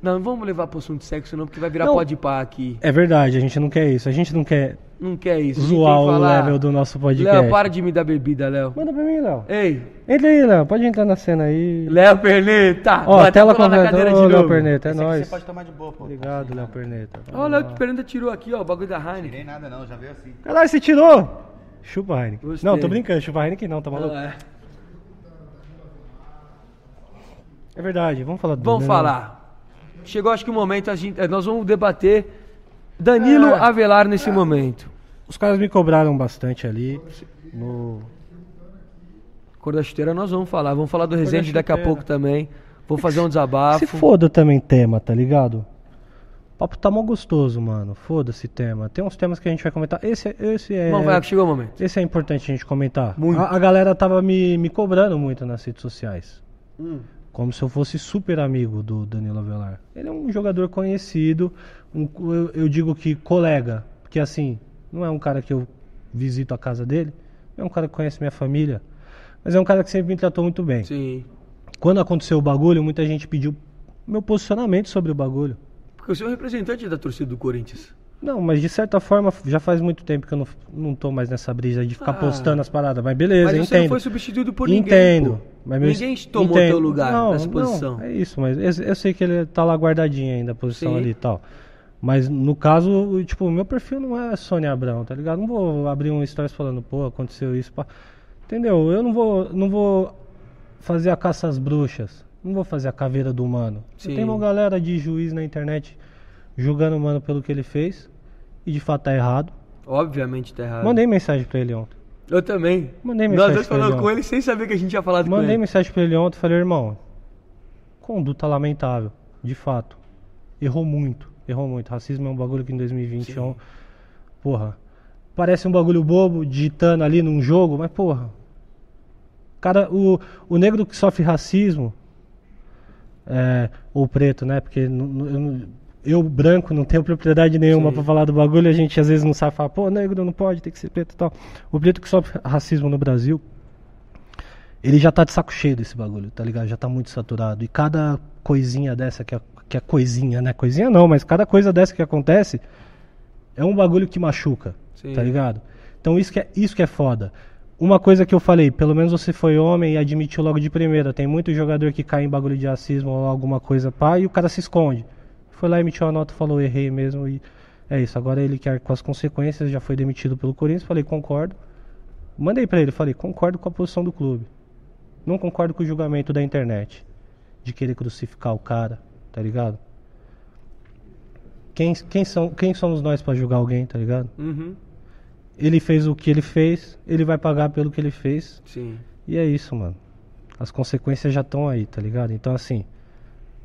A: Não, não vamos levar pro assunto de sexo não, porque vai virar
B: Não.
A: pode pá aqui.
B: É verdade, a gente não quer isso. A gente não quer
A: Não quer isso. a gente
B: zoar
A: tem que
B: o
A: falar-
B: level do nosso podcast.
A: Léo, para de me dar bebida, Léo.
B: Manda pra mim, Léo.
A: Ei,
B: Entra aí, Léo. Pode entrar na cena aí.
A: Léo Perneta.
B: Ó,
A: Bota
B: tela
A: pra lá na
B: completa.
A: cadeira de
B: Ô, Léo
A: novo.
B: Perneta, é
C: Esse aqui
B: nóis.
C: Você pode tomar Tá de boa, pô.
B: Obrigado, Léo Perneta.
A: Ó, o Léo Perneta tirou aqui, ó, o bagulho da Heineken.
C: Tirei nada não, já veio assim.
B: Caralho, você tirou? Chupa Heineken.
A: Gostei.
B: Não, tô brincando. Chupa Heineken não, tá maluco?
A: Ah, é.
B: É verdade, vamos falar do...
A: Vamos
B: né?
A: falar. Chegou acho que o momento, a gente, nós vamos debater Danilo
B: É.
A: Avelar nesse momento.
B: Os caras me cobraram bastante ali no...
A: Cor da chuteira nós vamos falar. Vamos falar do
B: da
A: Resende daqui a
B: chuteira.
A: pouco também. Vou fazer um desabafo.
B: Se foda também tema, tá ligado? O papo tá mó gostoso, mano. Foda-se tema. Tem uns temas que a gente vai comentar. Esse, esse é...
A: Não, vai, chegou o momento.
B: Esse é importante a gente comentar.
A: Muito.
B: A, a galera tava me, me cobrando muito nas redes sociais.
A: Hum.
B: Como se eu fosse super amigo do Danilo Avelar. Ele é um jogador conhecido, um co- eu, eu digo que colega, porque assim, não é um cara que eu visito a casa dele, não é um cara que conhece minha família, mas é um cara que sempre me tratou muito bem.
A: Sim.
B: Quando aconteceu o bagulho, muita gente pediu meu posicionamento sobre o bagulho.
A: Porque você é um representante da torcida do Corinthians.
B: Não, mas de certa forma, já faz muito tempo que eu não, não tô mais nessa brisa de ficar
A: Ah.
B: postando as paradas, mas beleza,
A: Mas
B: eu
A: você não
B: entendo.
A: foi substituído por
B: Entendo.
A: ninguém. pô.
B: mas meu-
A: Ninguém tomou
B: entendo.
A: teu lugar
B: não,
A: nessa posição.
B: Não, é isso, mas eu, eu sei que ele tá lá guardadinho ainda, a posição
A: Sim.
B: ali e tal. Mas no caso, tipo, o meu perfil não é Sônia Abrão, tá ligado? Não vou abrir um stories falando, pô, aconteceu isso. Pá. Entendeu? Eu não vou, não vou fazer a caça às bruxas. Não vou fazer a caveira do humano.
A: Sim.
B: Tem uma galera de juiz na internet julgando o mano pelo que ele fez. E de fato tá errado.
A: Obviamente tá errado.
B: Mandei mensagem pra ele ontem.
A: Eu também.
B: Mandei
A: Nós
B: mensagem
A: dois
B: pra
A: falamos
B: ele,
A: com
B: ó.
A: ele sem saber que a gente tinha falado com
B: Mandei
A: ele.
B: mensagem pra ele ontem, falei, irmão, conduta lamentável, de fato. Errou muito, errou muito. Racismo é um bagulho que em 2020 é um. Porra. Parece um bagulho bobo, digitando ali num jogo, mas porra. Cara, o, o negro que sofre racismo, é, ou preto, né? Porque n- n- eu, não- eu, branco, não tenho propriedade nenhuma
A: Sim.
B: pra falar do bagulho, a gente às vezes não sabe falar, pô, negro não pode, tem que ser preto e tal. O preto que sofre racismo no Brasil, ele já tá de saco cheio desse bagulho, tá ligado? Já tá muito saturado. E cada coisinha dessa que, a- que é coisinha, né? Coisinha não, mas cada coisa dessa que acontece é um bagulho que machuca,
A: Sim.
B: tá ligado? Então isso que, é, isso que é foda. Uma coisa que eu falei, pelo menos você foi homem e admitiu logo de primeira. Tem muito jogador que cai em bagulho de racismo ou alguma coisa, pá, e o cara se esconde. Foi lá, emitiu a nota, falou, errei mesmo e é isso. Agora ele quer com as consequências, já foi demitido pelo Corinthians. Falei, concordo. Mandei pra ele, falei, concordo com a posição do clube. Não concordo com o julgamento da internet. De querer crucificar o cara, tá ligado? Quem, quem, são, quem somos nós pra julgar alguém, tá ligado?
A: Uhum.
B: Ele fez o que ele fez, ele vai pagar pelo que ele fez.
A: Sim.
B: E é isso, mano. As consequências já estão aí, tá ligado? Então, assim,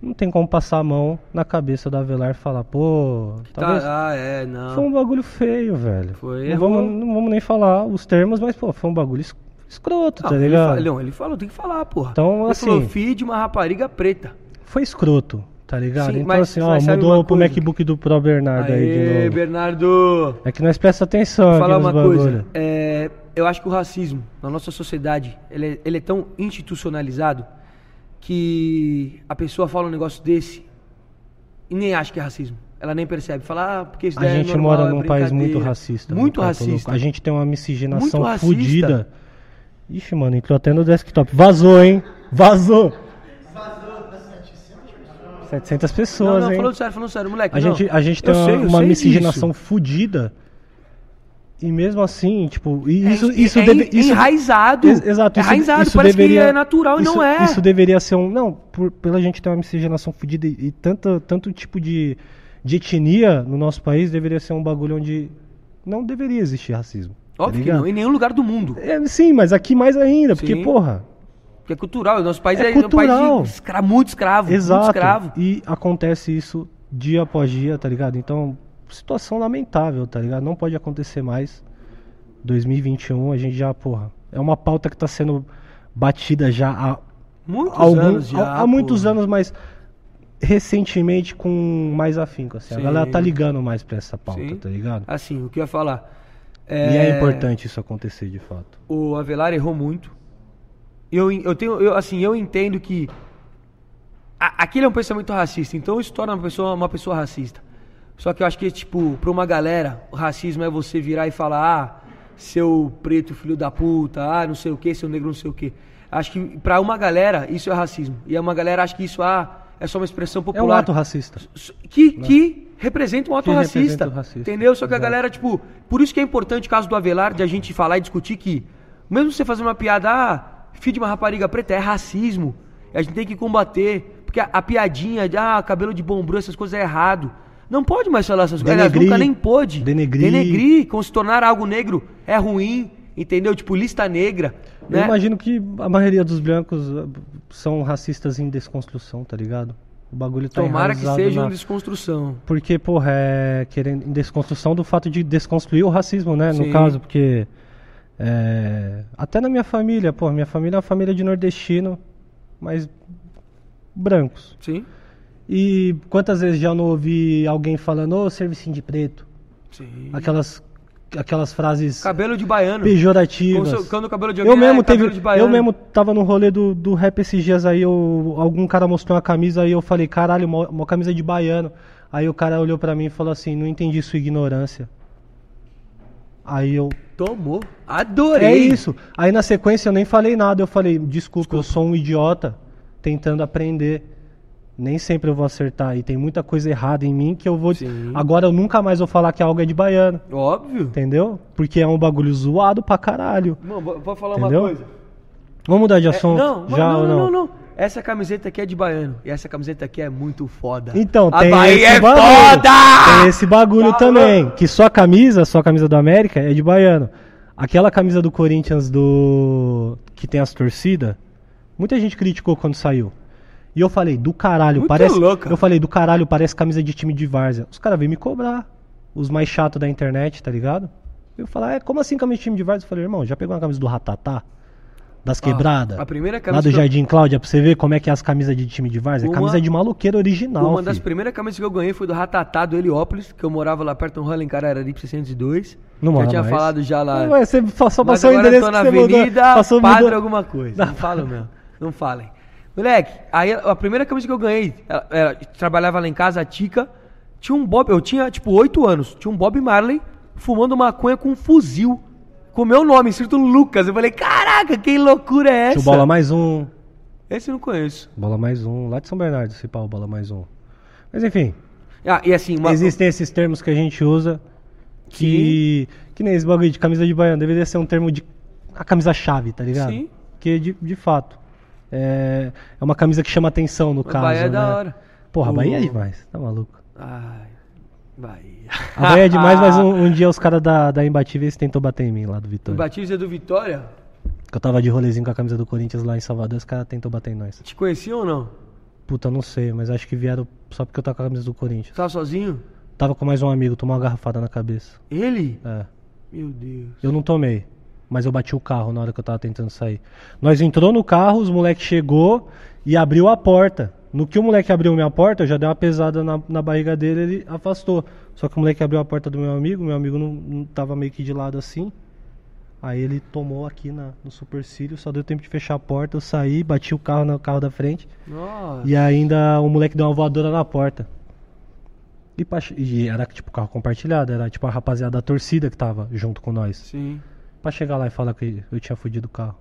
B: não tem como passar a mão na cabeça do Avelar e falar, pô, talvez.
A: Tá, ah, é, não.
B: Foi um bagulho feio, velho.
A: Foi,
B: não,
A: errou.
B: vamos, não vamos nem falar os termos, mas, pô, foi um bagulho es- escroto,
A: Não,
B: tá
A: Ah, ele
B: ligado?
A: fala- não, ele falou, tem que falar, porra.
B: Então,
A: ele
B: assim-
A: Falou, filho de uma rapariga preta.
B: Foi escroto, tá ligado?
A: Sim,
B: então,
A: mas-
B: assim, ó,
A: mas sabe
B: mudou
A: uma
B: pro
A: coisa?
B: MacBook do Pro Bernardo aí de
A: Aê,
B: novo.
A: Bernardo!
B: É que nós presta atenção
A: Vou
B: aqui
A: falar
B: nos
A: uma
B: bagulho.
A: coisa. É, eu acho que o racismo na nossa sociedade ele é, ele é tão institucionalizado que a pessoa fala um negócio desse e nem acha que é racismo. Ela nem percebe. Fala, ah, porque isso
B: A
A: daí é
B: gente
A: normal,
B: mora
A: é
B: num país muito
A: brincadeira."
B: racista. né,
A: Muito
B: cara,
A: racista.
B: Coloco? A gente tem uma
A: Muito
B: miscigenação
A: racista.
B: fodida. Ixi, mano, entrou até no desktop. Vazou, hein? Vazou! Vazou 700
A: Não,
B: pessoas,
A: não,
B: hein?
A: falando sério, falando sério, moleque.
B: assim. A
A: não.
B: gente, a gente tem
A: Eu
B: uma,
A: sei, eu
B: uma
A: sei
B: miscigenação
A: disso.
B: fodida. E mesmo assim, tipo, e
A: É,
B: isso,
A: é,
B: isso,
A: é
B: deve- isso-
A: enraizado.
B: Ex- Exato,
A: É
B: isso-
A: enraizado.
B: isso
A: Parece
B: deveria-
A: que é natural e
B: isso-
A: não é.
B: Isso deveria ser um. Não, por- pela gente ter uma miscigenação fodida e, e tanto, tanto tipo de, de etnia no nosso país, deveria ser um bagulho onde não deveria existir racismo. tá
A: Óbvio que
B: ligado?
A: não, em nenhum lugar do mundo.
B: É, sim, mas aqui mais ainda, porque,
A: Sim.
B: porra,
A: Porque é cultural. O nosso país
B: É
A: é, um
B: cultural.
A: país de escra- muito escravo. Muito
B: exato.
A: escravo.
B: E acontece isso dia após dia, tá ligado? Então, situação lamentável, tá ligado? Não pode acontecer mais. 2021, a gente já, porra, é uma pauta que tá sendo batida já há
A: Muitos
B: Algum-
A: anos já.
B: há, há muitos
A: pô.
B: anos, mas recentemente com mais afinco. Assim. A
A: Sim.
B: galera tá ligando mais pra essa pauta,
A: Sim.
B: tá ligado?
A: Assim, o que eu ia falar.
B: E é importante isso acontecer de fato.
A: O Avelar errou muito. Eu, eu tenho, eu, assim, eu entendo que a- aquele é um pensamento racista, então isso torna uma pessoa uma pessoa racista. Só que eu acho que tipo, pra uma galera, o racismo é você virar e falar: "Ah, seu preto filho da puta, ah, não sei o que, seu negro não sei o que". Acho que pra uma galera isso é racismo. E uma galera acha que isso ah, é só uma expressão
B: É um
A: popular
B: ato racista.
A: que, que representa um ato
B: Né? Que representa
A: racista,
B: o racista,
A: Entendeu? Só que a
B: exato.
A: galera, tipo, por isso que é importante o caso do Avelar, de a gente falar e discutir que, mesmo você fazer uma piada, ah, filho de uma rapariga preta, é racismo. A gente tem que combater. Porque a, a piadinha de, ah, cabelo de bombru, essas coisas é errado. Não pode mais falar essas coisas. Aliás,
B: Denegrir,
A: nunca nem pôde.
B: denegrir.
A: Denegrir, como se tornar algo negro é ruim, entendeu? Tipo, lista negra. Né?
B: Eu imagino que a maioria dos brancos eh, são racistas em desconstrução, tá ligado? O bagulho tá
A: Tomara que
B: enraizado
A: seja um
B: na-
A: uma desconstrução.
B: Porque, porra, é querendo, em desconstrução do fato de desconstruir o racismo, né?
A: Sim.
B: No caso, porque. é, até na minha família, pô, minha família é uma família de nordestino, mas brancos.
A: Sim?
B: E quantas vezes já não ouvi alguém falando, ô, servicinho de preto?
A: Sim.
B: Aquelas, aquelas frases
A: Cabelo de baiano. Como
B: pejorativas.
A: se- Quando o cabelo de
B: Eu
A: alguém
B: mesmo,
A: é cabelo
B: teve,
A: de baiano.
B: eu mesmo tava no rolê do, do rap esses dias aí, eu, algum cara mostrou uma camisa aí eu falei, caralho, uma, uma camisa de baiano. Aí o cara olhou pra mim e falou assim, não entendi sua ignorância. Aí eu.
A: Tomou. Adorei.
B: É isso. Aí na sequência eu nem falei nada, eu falei, desculpa, eu sou um idiota tentando aprender. Nem sempre eu vou acertar. E tem muita coisa errada em mim que eu vou.
A: Sim.
B: Agora eu nunca mais vou falar que algo é de baiano.
A: Óbvio.
B: Entendeu? Porque é um bagulho zoado pra caralho.
A: Mano, vou- vou falar
B: Entendeu?
A: uma coisa.
B: Vamos mudar de
A: É,
B: assunto?
A: não,
B: já
A: não,
B: ou
A: não, não, não. Essa camiseta aqui é de baiano. E essa camiseta aqui é muito foda.
B: Então,
A: a
B: tem
A: Bahia
B: esse
A: é
B: bagulho.
A: foda!
B: Tem esse bagulho
A: Tá
B: também.
A: louco.
B: Que sua camisa, sua camisa do América é de baiano. Aquela camisa do Corinthians do. que tem as torcidas, muita gente criticou quando saiu. E eu falei, do caralho,
A: Muito
B: parece.
A: louca.
B: Eu falei, do caralho, parece camisa de time de Várzea. Os caras vêm me cobrar. Os mais chatos da internet, tá ligado? Eu falei, é, como assim camisa de time de Várzea? Eu falei, irmão, já pegou uma camisa do Ratatá? Das quebradas?
A: Ah, a primeira
B: Lá
A: camisa
B: do
A: que eu-
B: Jardim Cláudia, pra você ver como é que é as camisas de time de Várzea.
A: Uma-
B: Camisa de maloqueiro original.
A: Uma das
B: fi.
A: primeiras camisas que eu ganhei foi do Ratatá do Heliópolis, que eu morava lá perto do Rolling Carararipe 602.
B: Não
A: que eu
B: mora
A: tinha
B: mais.
A: falado já lá.
B: Não, mas você só, só
A: Mas
B: passou o
A: agora eu
B: endereço
A: tô na
B: que você mudou.
A: Avenida
B: Passou,
A: Padre
B: mudou.
A: alguma coisa. Não falo, meu. Não falem. Moleque, aí a primeira camisa que eu ganhei, ela, ela trabalhava lá em casa, a Tica, tinha um Bob, eu tinha tipo 8 anos, tinha um Bob Marley fumando maconha com um fuzil, com o meu nome, escrito Lucas. Eu falei, caraca, que loucura é
B: Tinha
A: essa?
B: o Bola Mais Um.
A: Esse eu não conheço.
B: Bola Mais Um. Lá de São Bernardo, se pá, o Bola Mais Um. Mas enfim,
A: Ah, e assim, uma...
B: existem esses termos que a gente usa que. Que nem esse bagulho de camisa de baiano. Deveria ser um termo de. A camisa-chave, tá ligado?
A: Sim.
B: Que de, de fato. É, é uma camisa que chama atenção, no
A: Mas
B: caso.
A: Bahia é
B: né?
A: da hora.
B: Porra, a Bahia é
A: O-
B: demais, tá maluco.
A: (laughs) Ai, Bahia.
B: A Bahia é demais, mas um, um dia os caras da, da Imbatíveis tentou bater em mim lá
A: (laughs)
B: do
A: O
B: Vitória.
A: Batista do Vitória,
B: Que eu tava de rolezinho com a camisa do Corinthians lá em Salvador, os caras tentou bater em nós.
A: te conheciam ou não?
B: Puta, não sei, mas acho que vieram só porque eu tava com a camisa do Corinthians.
A: Tava sozinho?
B: Tava com mais um amigo, tomou uma garrafada na cabeça.
A: Ele?
B: É.
A: Meu Deus.
B: Eu não tomei, mas eu bati o carro na hora que eu tava tentando sair. Nós entrou no carro, os moleque chegou e abriu a porta. No que o moleque abriu minha porta, eu já dei uma pesada na, na barriga dele, ele afastou. Só que o moleque abriu a porta do meu amigo, meu amigo não, não tava meio que de lado assim. Aí ele tomou aqui na, no supercílio, só deu tempo de fechar a porta, eu saí, bati o carro no carro da frente.
A: Nossa.
B: E ainda o moleque deu uma voadora na porta. E, pra- e era tipo carro compartilhado, era tipo a rapaziada da torcida que tava junto com nós.
A: Sim.
B: Pra chegar lá e falar que eu tinha fudido o carro.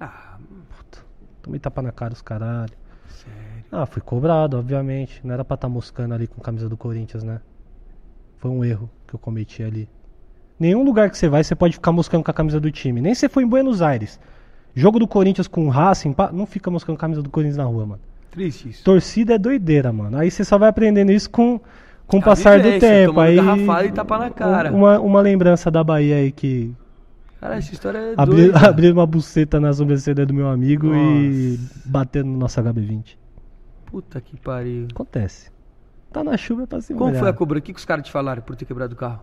A: Ah, puta.
B: Tomei tapa na cara os caralho.
A: Sério.
B: Ah, fui cobrado, obviamente. Não era pra estar moscando ali com a camisa do Corinthians, né? Foi um erro que eu cometi ali. Nenhum lugar que você vai, você pode ficar moscando com a camisa do time. Nem se foi em Buenos Aires. Jogo do Corinthians com o Racing, pá, não fica moscando com a camisa do Corinthians na rua, mano.
A: Triste isso.
B: Torcida é doideira, mano. Aí você só vai aprendendo isso com, com o passar do
A: vivência,
B: tempo.
A: tomando
B: Aí,
A: garrafada e tapa na cara.
B: Uma, uma lembrança da Bahia aí que
A: Cara, essa história é
B: Abrir,
A: doida.
B: abrir uma buceta na sobrancelha do meu amigo e bater no nosso HB20.
A: Puta que pariu.
B: Acontece. Tá na chuva é pra se
A: Como
B: molhar.
A: foi a cobrança? O que, que os caras te falaram por ter quebrado o carro?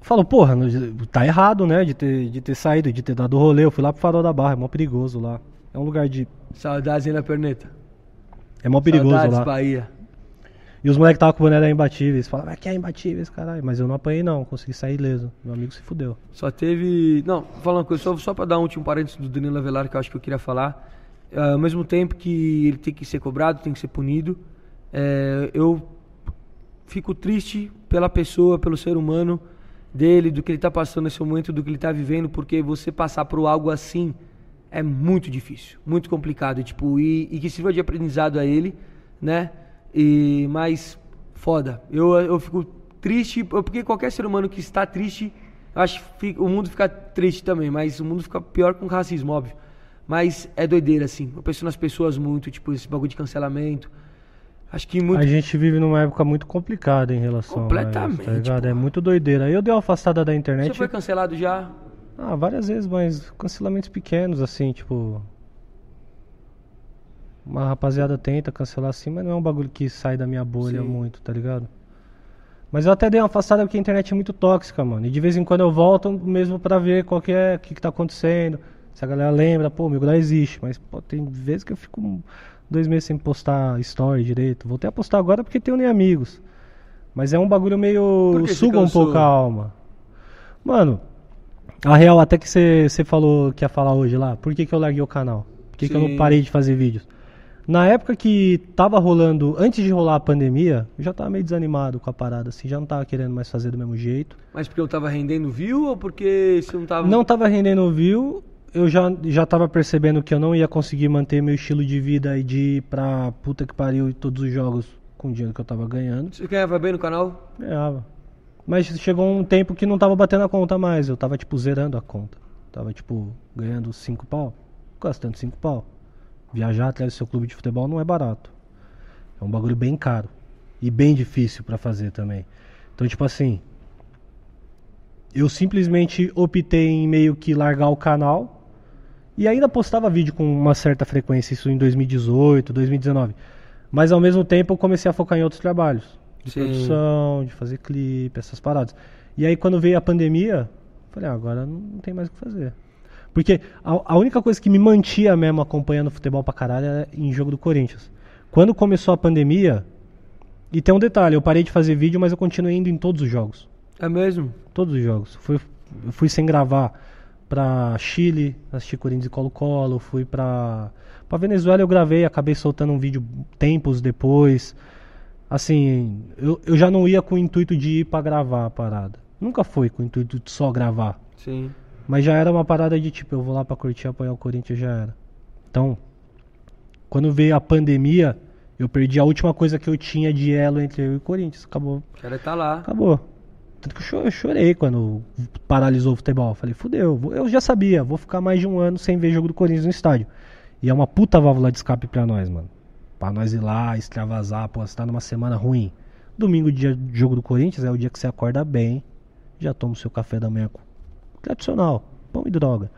B: Falou, porra, no- tá errado, né? De ter, de ter saído, de ter dado rolê. Eu fui lá pro Farol da Barra, é mó perigoso lá. É um lugar de.
A: Saudades aí na perneta.
B: É mó perigoso
A: Saudades,
B: lá.
A: Bahia.
B: E os moleques tava com o boné da Imbatíveis. Falavam, é que é Imbatíveis, caralho. Mas eu não apanhei, não. Consegui sair leso. Meu amigo se fudeu.
A: Só teve. Não, falando uma coisa, só, só pra dar um último parênteses do Danilo Avelar, que eu acho que eu queria falar. Eh, ao mesmo tempo que ele tem que ser cobrado, tem que ser punido, eh, eu fico triste pela pessoa, pelo ser humano dele, do que ele tá passando nesse momento, do que ele tá vivendo, porque você passar por algo assim é muito difícil, muito complicado. Tipo, e, e que sirva de aprendizado a ele, né? E, mas foda. Eu, eu fico triste, eu- porque qualquer ser humano que está triste, eu acho que fica- o mundo fica triste também, mas o mundo fica pior com racismo, óbvio. Mas é doideira, assim. Eu penso nas pessoas muito, tipo, esse bagulho de cancelamento. Acho que muito.
B: A gente vive numa época muito complicada em relação a isso,
A: Completamente,
B: tá ligado? É muito doideira. Aí eu dei uma afastada da internet.
A: Você foi cancelado já?
B: Ah, várias vezes, mas cancelamentos pequenos, assim, tipo. Uma rapaziada tenta cancelar assim, mas não é um bagulho que sai da minha bolha
A: Sim.
B: muito, tá ligado? Mas eu até dei uma afastada porque a internet é muito tóxica, mano. E de vez em quando eu volto mesmo pra ver qual que é, o que, que tá acontecendo. Se a galera lembra, pô, meu lá existe. Mas, pô, tem vezes que eu fico um, dois meses sem postar story direito. Voltei a postar agora porque tenho nem amigos. Mas é um bagulho
A: Por
B: meio.
A: que você
B: suga um
A: cansou?
B: pouco a alma. Mano, a real, até que você falou que ia falar hoje lá, por que, que eu larguei o canal? Por que, que eu
A: Sim.
B: não parei de fazer vídeos? Na época que tava rolando, antes de rolar a pandemia, eu já tava meio desanimado com a parada, assim, já não tava querendo mais fazer do mesmo jeito.
A: Mas porque eu tava rendendo view ou porque você não tava.
B: Não tava rendendo view, eu já, já tava percebendo que eu não ia conseguir manter meu estilo de vida e de ir pra puta que pariu e todos os jogos com o dinheiro que eu tava ganhando.
A: Você ganhava bem no canal?
B: Ganhava. Mas chegou um tempo que não tava batendo a conta mais. Eu tava, tipo, zerando a conta. Tava, tipo, ganhando cinco pau, gastando cinco pau. Viajar atrás do seu clube de futebol não é barato. É um bagulho bem caro. E bem difícil pra fazer também. Então, tipo assim. Eu simplesmente optei em meio que largar o canal. E ainda postava vídeo com uma certa frequência, isso em 2018, 2019. Mas ao mesmo tempo eu comecei a focar em outros trabalhos. De
A: Sim.
B: produção, de fazer clipe, essas paradas. E aí quando veio a pandemia, eu falei, ah, agora não tem mais o que fazer. Porque a, a única coisa que me mantia mesmo acompanhando futebol pra caralho era em jogo do Corinthians. Quando começou a pandemia, e tem um detalhe, eu parei de fazer vídeo, mas eu continuei indo em todos os jogos.
A: É mesmo?
B: Todos os jogos. Fui, eu fui sem gravar pra Chile, assisti Corinthians e Colo-Colo, fui pra, pra Venezuela, eu gravei, acabei soltando um vídeo tempos depois. Assim, eu, eu já não ia com o intuito de ir pra gravar a parada. Nunca foi com o intuito de só gravar.
A: Sim.
B: Mas já era uma parada de tipo, eu vou lá pra curtir, apoiar o Corinthians, já era. Então, quando veio a pandemia, eu perdi a última coisa que eu tinha de elo entre eu e o Corinthians. Acabou.
A: O cara tá lá.
B: Acabou. Tanto que eu cho- eu chorei quando paralisou o futebol. Eu Falei, fudeu, vou- eu já sabia, vou ficar mais de um ano sem ver jogo do Corinthians no estádio. E é uma puta válvula de escape pra nós, mano. Pra nós ir lá, extravasar, pô, você tá numa semana ruim. Domingo, dia do jogo do Corinthians, é o dia que você acorda bem, já toma o seu café da manhã com- tradicional, pão e droga.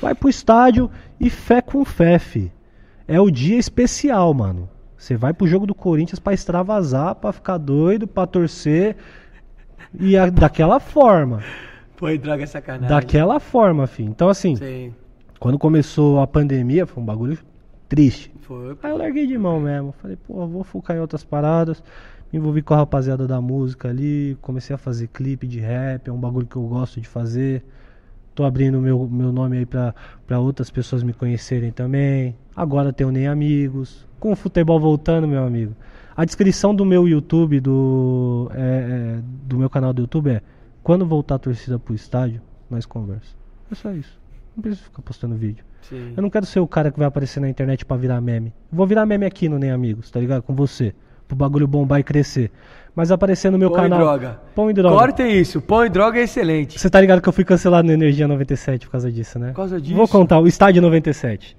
B: Vai pro estádio e fé com fé, fi. É o dia especial, mano. Você vai pro jogo do Corinthians pra extravasar, pra ficar doido, pra torcer. E a- daquela forma.
A: Foi droga é sacanagem.
B: Daquela forma, filho. Então, assim,
A: Sim.
B: quando começou a pandemia, foi um bagulho triste.
A: Foi.
B: Aí eu larguei de mão mesmo. Falei, pô, vou focar em outras paradas. Me envolvi com a rapaziada da música ali. Comecei a fazer clipe de rap. É um bagulho que eu gosto de fazer. Tô abrindo meu, meu nome aí pra, pra outras pessoas me conhecerem também. Agora tenho nem amigos. Com o futebol voltando, meu amigo. A descrição do meu YouTube, do, é, é, do meu canal do YouTube é: quando voltar a torcida pro estádio, nós conversamos. É só isso. Não preciso ficar postando vídeo.
A: Sim.
B: Eu não quero ser o cara que vai aparecer na internet pra virar meme. Vou virar meme aqui no Nem Amigos, tá ligado? Com você. Pro bagulho bombar e crescer. Mas aparecer no meu
A: Pão
B: canal.
A: e droga.
B: Pão e droga.
A: Corta isso. Pão e droga é excelente.
B: Você tá ligado que eu fui cancelado no Energia 97 por causa disso, né? Por
A: causa disso.
B: Vou contar, o estádio 97.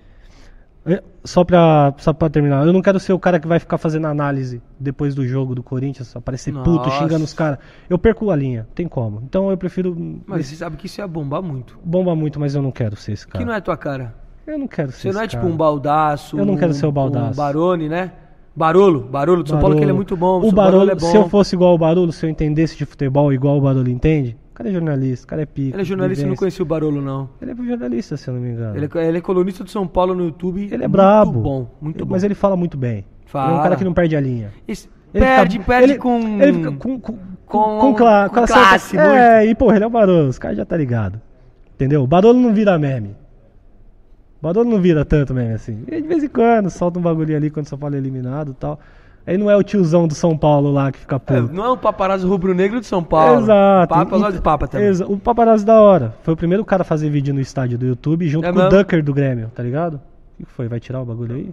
B: É, Só pra, só pra terminar, eu não quero ser o cara que vai ficar fazendo análise depois do jogo do Corinthians, aparecer puto,
A: Nossa.
B: xingando os caras. Eu perco a linha, tem como. Então eu prefiro.
A: Mas você sabe que isso ia bombar muito.
B: Bomba muito, mas eu não quero ser esse cara.
A: Que não é a tua cara.
B: Eu não quero ser
A: Você
B: esse
A: não é tipo
B: cara.
A: um baldaço.
B: Eu não quero ser o
A: um-
B: Baldaço.
A: Um barone, né? Barolo. Barolo do São Paulo, que ele é muito bom.
B: O
A: São
B: Barolo,
A: é bom.
B: se eu fosse igual o Barolo, se eu entendesse de futebol igual o Barolo entende, o cara é jornalista, o cara é pico.
A: Ele é jornalista e não
B: vivência.
A: conhecia o Barolo, não.
B: Ele é jornalista, se eu não me engano.
A: Ele é, ele é colunista do São Paulo no YouTube.
B: Ele é brabo.
A: Muito bom, muito bom.
B: Mas ele fala muito bem. Ele é um
A: Fala.
B: cara que não perde a linha.
A: Esse-
B: Ele
A: perde,
B: fica-
A: perde
B: ele-
A: com.
B: Ele fica com, com, com,
A: com-
B: com, cla-
A: com
B: com a
A: classe,
B: certa- É, e porra, ele é o Barolo, os caras já tá ligado. Entendeu? O Barolo não vira meme. O Barolo não vira tanto meme assim. Ele de vez em quando solta um bagulho ali quando o São Paulo é eliminado e tal. Aí não é o tiozão do São Paulo lá que fica
A: É,
B: puto.
A: não é o paparazzo rubro-negro de São Paulo. é
B: Exato.
A: Papa, eu
B: E-
A: gosto de Papa também.
B: exa- O paparazzo da hora. Foi o primeiro cara a fazer vídeo no estádio do YouTube junto
A: É
B: com o
A: mesmo?
B: Ducker do Grêmio, tá ligado? O que que foi? Vai tirar o bagulho aí?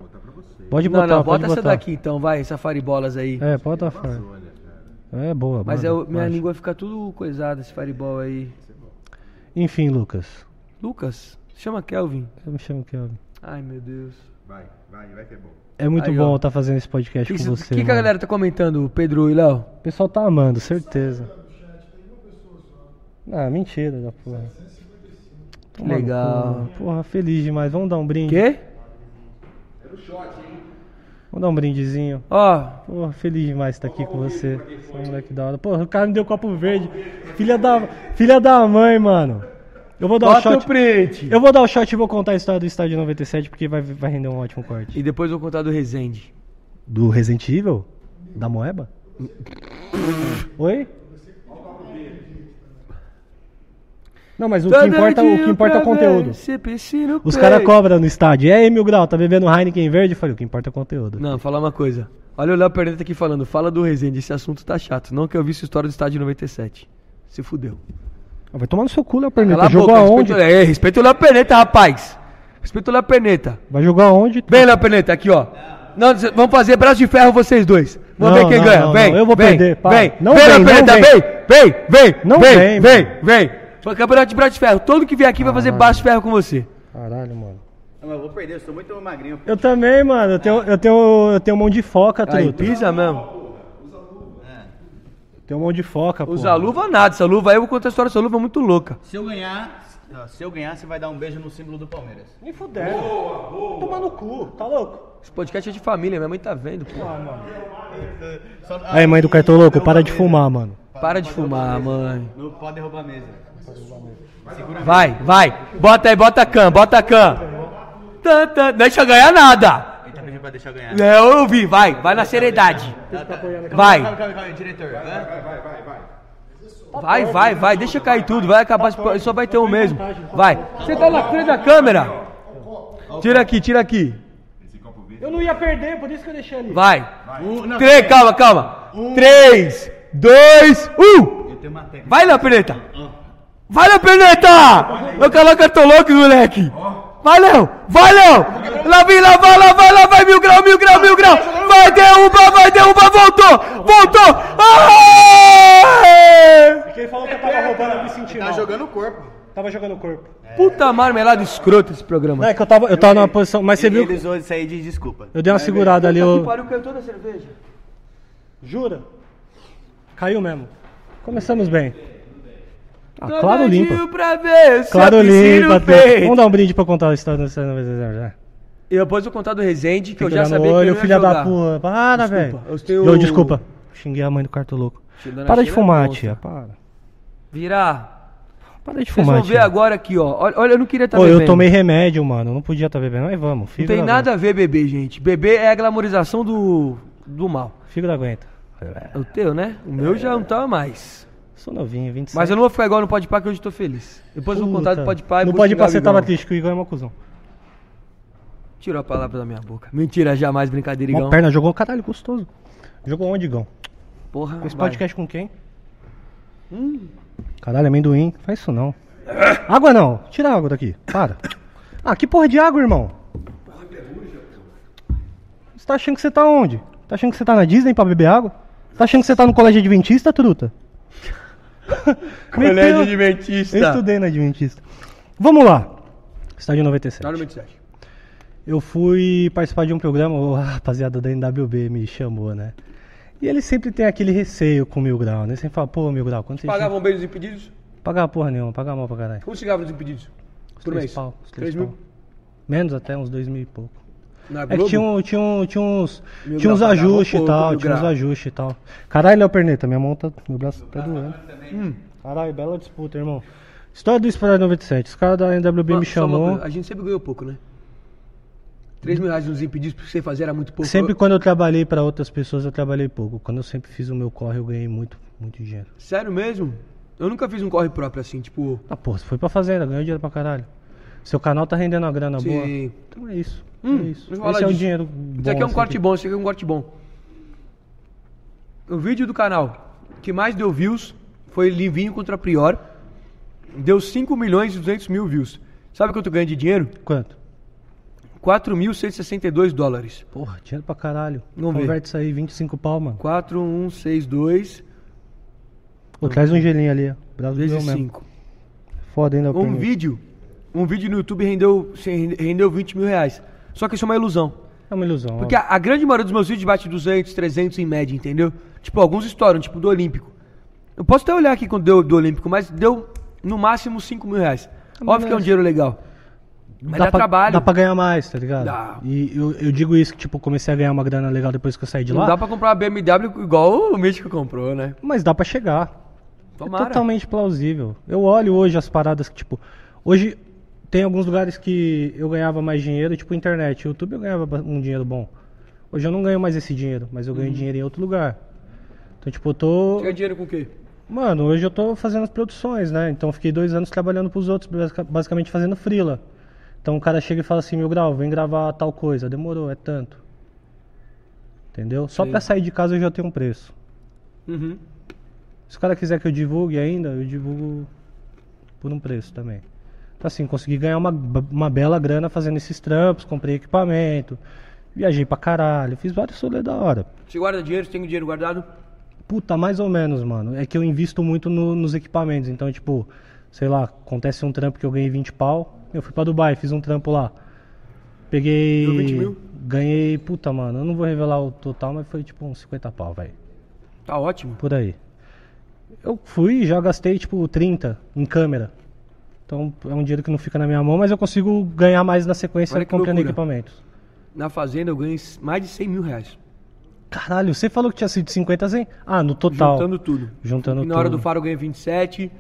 B: Pode
A: Não,
B: botar,
A: não,
B: pode
A: bota essa
B: botar.
A: daqui então, vai, Safari Bolas aí.
B: É, pode botar fora. É boa,
A: Mas
B: manda,
A: eu- minha
B: baixa.
A: língua fica tudo coisada, esse Fireball aí.
B: Enfim, Lucas.
A: Lucas, chama Kelvin.
B: Eu me chamo Kelvin.
A: Ai, meu Deus.
C: Vai, vai, vai que é bom.
B: É muito
A: Aí,
B: bom
A: ó.
B: estar fazendo esse podcast
A: O que,
B: com
A: cê-
B: Tipo
A: que
B: você.
A: que a
B: mano.
A: galera tá comentando, Pedro e Léo?
B: O pessoal tá amando, certeza. Ah, mentira da porra. Toma no
A: legal.
B: cu. Porra, feliz demais. Vamos dar um brinde.
A: Quê?
B: Vamos dar um brindezinho.
A: Ó,
B: Porra, feliz demais estar aqui com você. Você é um moleque da hora. Porra, o cara me deu um copo verde. Filha da, filha da mãe, mano. Eu vou dar
A: bota
B: o shot.
A: o print.
B: Eu vou dar o shot e vou contar a história do estádio 97 porque vai, vai render um ótimo corte.
A: E depois eu vou contar do Rezende.
B: Do Resident Evil? Da Moeba? Oi? Não, mas o que importa, o que importa é o conteúdo.
A: CPC no
B: Os
A: peito.
B: caras cobram no estádio. E aí, Mil Grau, tá bebendo Heineken verde? Eu falei, o que importa é o conteúdo.
A: Não, falar uma coisa. Olha o Léo Perneta aqui falando. Fala do Rezende, esse assunto tá chato. Não que eu vi essa história do estádio 97. Se fudeu.
B: Ah, Vai tomar no seu cu, Léo Perneta.
A: Cala a
B: Jogou
A: boca,
B: aonde?
A: respeita, é, respeita o Léo Perneta, rapaz. Respeita o Léo Perneta.
B: Vai jogar aonde?
A: Vem, Léo Perneta, aqui, ó. Não, cê- vamos fazer braço de ferro vocês dois. Vamos
B: Não,
A: ver quem
B: não,
A: ganha.
B: não,
A: vem,
B: não, eu vou
A: vem,
B: perder, para.
A: Vem,
B: Não
A: vem,
B: vem,
A: Léo
B: não
A: Perneta,
B: vem.
A: vem, vem,
B: Não
A: vem, vem,
B: vem,
A: vem, vem. Foi Campeonato de braço de ferro. Todo que vier aqui vai fazer braço de ferro com você.
B: Caralho, mano.
D: Não, mas eu vou perder, eu sou muito magrinho.
B: Eu também, mano. Eu tenho, eu tenho, eu tenho mão de foca,
A: Aí,
B: truta.
D: então.
A: pisa mesmo.
B: Tenho mão de foca, pô.
A: Usa luva nada, essa luva aí eu vou contar a história, essa luva é muito louca.
D: Se eu ganhar, ó, se eu ganhar, você vai dar um beijo no símbolo do Palmeiras.
B: Me fuderam. Boa, boa. Toma no cu, tá louco?
A: Esse podcast é de família, minha mãe tá vendo, pô.
D: Só-
B: Aí, mãe do
D: e-
B: cartão louco,
D: derruba
B: para
D: a
B: de
D: mesa.
B: fumar, mano.
A: Para de fumar, mãe.
D: Não pode derrubar a mesa.
A: Vai, vai. Bota aí, bota a can, bota a can. Tan, tan, Deixa ganhar nada.
D: Ele tá pedindo pra deixar eu ganhar.
A: É, Eu vi, vai, vai na seriedade.
D: Tá, tá.
A: Vai.
D: Calma, calma, calma, calma, diretor. né?
C: Vai, vai, vai, vai.
E: Vai, vai, vai, deixa cair tudo, vai acabar, esse pro- só vai ter um mesmo. Vai. Você tá na frente da câmera. Tira aqui, tira aqui.
C: Esse copo verde.
B: Eu não ia perder, por isso que eu deixei ali.
E: Vai.
D: Um, não, Um.
E: Três, calma, calma. Três, dois, um.
D: Eu tenho uma técnica.
E: Vai, Leoperneta! Vai, Leoperneta! Eu coloco eu tô louco, moleque! Vai, Léo! Vai, Léo! Lá vem, lá vai, lá vai, lá vai, mil grau, mil grau, mil grau! Vai, derruba, vai, derruba, voltou! Voltou! Aê!
B: Porque ele falou que eu tava roubando, eu me senti
D: Tá
B: mal.
D: jogando o corpo.
B: Tava jogando o corpo.
E: Puta marmelada escrota esse programa.
B: Não, é que eu tava, eu tava numa posição, mas você
D: E
B: viu,
D: Ele É, usou isso aí de desculpa.
B: eu dei uma segurada ali, eu...
E: cantor da cerveja.
B: Jura? Caiu mesmo. Começamos bem.
D: Tá
B: Ah, claro limpa.
E: Pra ver se
B: Claro
E: eu piscino
B: limpa.
E: bem.
B: Vamos dar um brinde pra contar a história dessa vez. né?
E: E depois eu contar do Rezende, que eu
B: Tem que
E: já
B: olhar no
E: sabia que
B: olho,
E: eu não ia
B: filha da
E: jogar.
B: porra. Para, velho.
E: eu tenho-
B: Ô, Desculpa. Xinguei a mãe do cartoloco.
E: Tirando a
B: Para de
E: Sheila,
B: fumar,
E: nossa.
B: tia. Para.
E: Virar.
B: Para de
E: Vocês
B: fumar,
E: vão ver
B: tia.
E: agora aqui, ó. Olha, olha, eu não queria estar
B: Ô,
E: bebendo.
B: eu tomei remédio, mano. Eu não podia estar bebendo. Mas vamos.
E: Não
B: Figo
E: tem
B: da
E: nada a ver bebê, gente. Bebê é a glamorização do, do mal.
B: aguenta. Figo da aguenta.
E: É o teu, né? O meu já não tava mais.
B: Sou novinho, 27.
E: Mas eu não vou ficar igual no Pode Pá, que hoje eu tô feliz. Depois eu vou contar do Pode Pá e
B: Não
E: vou
B: pode
E: xingar o
B: passar,
E: Igão.
B: tava triste, que o Igor é uma cuzão.
E: Tirou a palavra da minha boca. Mentira, jamais, brincadeira,
B: Uma
E: Igão.
B: perna jogou, um caralho, gostoso. Jogou onde, Igão?
E: Porra,
A: Ah,
B: Esse
E: vai.
B: podcast com quem? Caralho, amendoim. Faz isso não. Água não. Tira a água daqui. Para. Ah, que porra de água, irmão? Você tá achando que você tá onde? Tá achando que você tá na Disney pra beber água? Tá achando que você tá no colégio adventista, truta?
E: Colégio
B: Meteu-
E: é Adventista.
B: Eu estudei na Adventista. Vamos lá. Estádio
E: Tá no
B: 97.
E: 27.
B: Eu fui participar de um programa, o rapaziada da NWB me chamou, né? E ele sempre tem aquele receio com o Mil Grau, né? Sempre fala, pô, Mil Grau, quanto você
E: Pagavam bem os impedidos?
B: Pagar porra nenhuma, pagar mal pra caralho.
E: Como se ganhava os impedidos?
B: Os
E: Por
B: três
E: mês?
B: pau, os
E: Três
B: três
E: mil?
B: pau. Menos até, uns dois mil e pouco.
E: Na
B: É
E: Globo?
B: que tinha, um- tinha, um- tinha uns,
E: Mil
B: tinha uns
E: grau pagava
B: ajustes e
E: pouco,
B: tal,
E: mil
B: tinha uns
E: grau.
B: ajustes e tal. Caralho, Léo Perneta, minha mão tá, meu braço tá doendo.
E: Hum.
B: Caralho, bela disputa, irmão. História do Esporte 97, os caras da NWB me
E: Só uma
B: chamou.
E: coisa, A gente sempre ganhou pouco, né? 3 mil reais nos impedidos pra você fazer era muito pouco.
B: Sempre quando eu trabalhei pra outras pessoas, eu trabalhei pouco. Quando eu sempre fiz o meu corre, eu ganhei muito, muito dinheiro.
E: Sério mesmo? Eu nunca fiz um corre próprio assim, tipo.
B: Ah, porra, você foi pra fazenda, ganhou dinheiro pra caralho. Seu canal tá rendendo uma grana boa.
E: Sim.
B: Então é isso. é isso.
E: deixa eu
B: Esse
E: falar
B: é o
E: disso.
B: dinheiro bom.
E: Isso aqui é um
B: assim,
E: corte
B: que-
E: bom, isso aqui é um corte bom. O vídeo do canal que mais deu views foi Livinho contra Prior. Deu 5 milhões e 200 mil views. Sabe quanto ganha de dinheiro?
B: Quanto?
E: 4.162 dólares.
B: Porra, dinheiro pra caralho.
E: Vamos ver.
B: Converte isso aí, 25 pau, mano.
E: 4.162
B: Pô, traz um gelinho ali, ó. Braço doeu
E: vezes
B: mesmo.
E: 5.
B: Foda, hein, Léo
E: Um
B: Perneta?
E: vídeo, um vídeo no YouTube rendeu, rendeu 20 mil reais. Só que isso é uma ilusão.
B: É uma ilusão.
E: Porque
B: ó.
E: a, a grande maioria dos meus vídeos bate 200, 300 em média, entendeu? Tipo, alguns estouram, tipo do Olímpico. Eu posso até olhar aqui quando deu do Olímpico, mas deu no máximo 5 mil reais. Óbvio que é um dinheiro legal. Mas dá,
B: pra,
E: trabalho.
B: Dá pra ganhar mais, tá ligado?
E: Dá.
B: E eu, eu digo isso que, tipo, comecei a ganhar uma grana legal depois que eu saí de
E: Não
B: lá.
E: dá pra comprar uma BMW igual o Mítico comprou, né?
B: Mas dá pra chegar.
E: Tomara.
B: É totalmente plausível. Eu olho hoje as paradas que, tipo. Hoje tem alguns lugares que eu ganhava mais dinheiro, tipo internet. YouTube eu ganhava ba- um dinheiro bom. Hoje eu não ganho mais esse dinheiro, mas
E: Uhum.
B: eu ganho dinheiro em outro lugar. Então, tipo, eu tô.
E: Ganha dinheiro com o quê?
B: Mano, hoje eu tô fazendo as produções, né? Então eu fiquei dois anos trabalhando pros outros, basica- basicamente fazendo freela. Então o cara chega e fala assim, meu grau, vem gravar tal coisa. Demorou, é tanto. Entendeu? Só
E: Sim.
B: pra sair de casa eu já tenho um preço.
E: Uhum.
B: Se o cara quiser que eu divulgue ainda, eu divulgo por um preço também. Então assim, consegui ganhar uma, uma bela grana fazendo esses trampos, comprei equipamento, viajei pra caralho, fiz vários solê da hora.
E: Você guarda dinheiro, você tem o dinheiro guardado?
B: Puta, mais ou menos, mano. É que eu invisto muito no- nos equipamentos. Então, tipo, sei lá, acontece um trampo que eu ganhei 20 pau. Eu fui pra Dubai, fiz um trampo lá. Peguei.
E: Deu 20 mil?
B: Ganhei, puta, mano. Eu não vou revelar o total, mas foi tipo uns 50 pau, velho.
E: Tá ótimo.
B: Por aí. Eu fui e já gastei, tipo, 30 em câmera. Então é um dinheiro que não fica na minha mão, mas eu consigo ganhar mais na sequência
E: Olha que
B: comprando
E: loucura.
B: equipamentos.
E: Na fazenda eu ganho mais de 100 mil reais.
B: Caralho, você falou que tinha sido 50 sem. Ah, no total.
E: Juntando tudo.
B: Juntando
E: E na hora
B: tudo.
E: do Faro eu ganhei 27.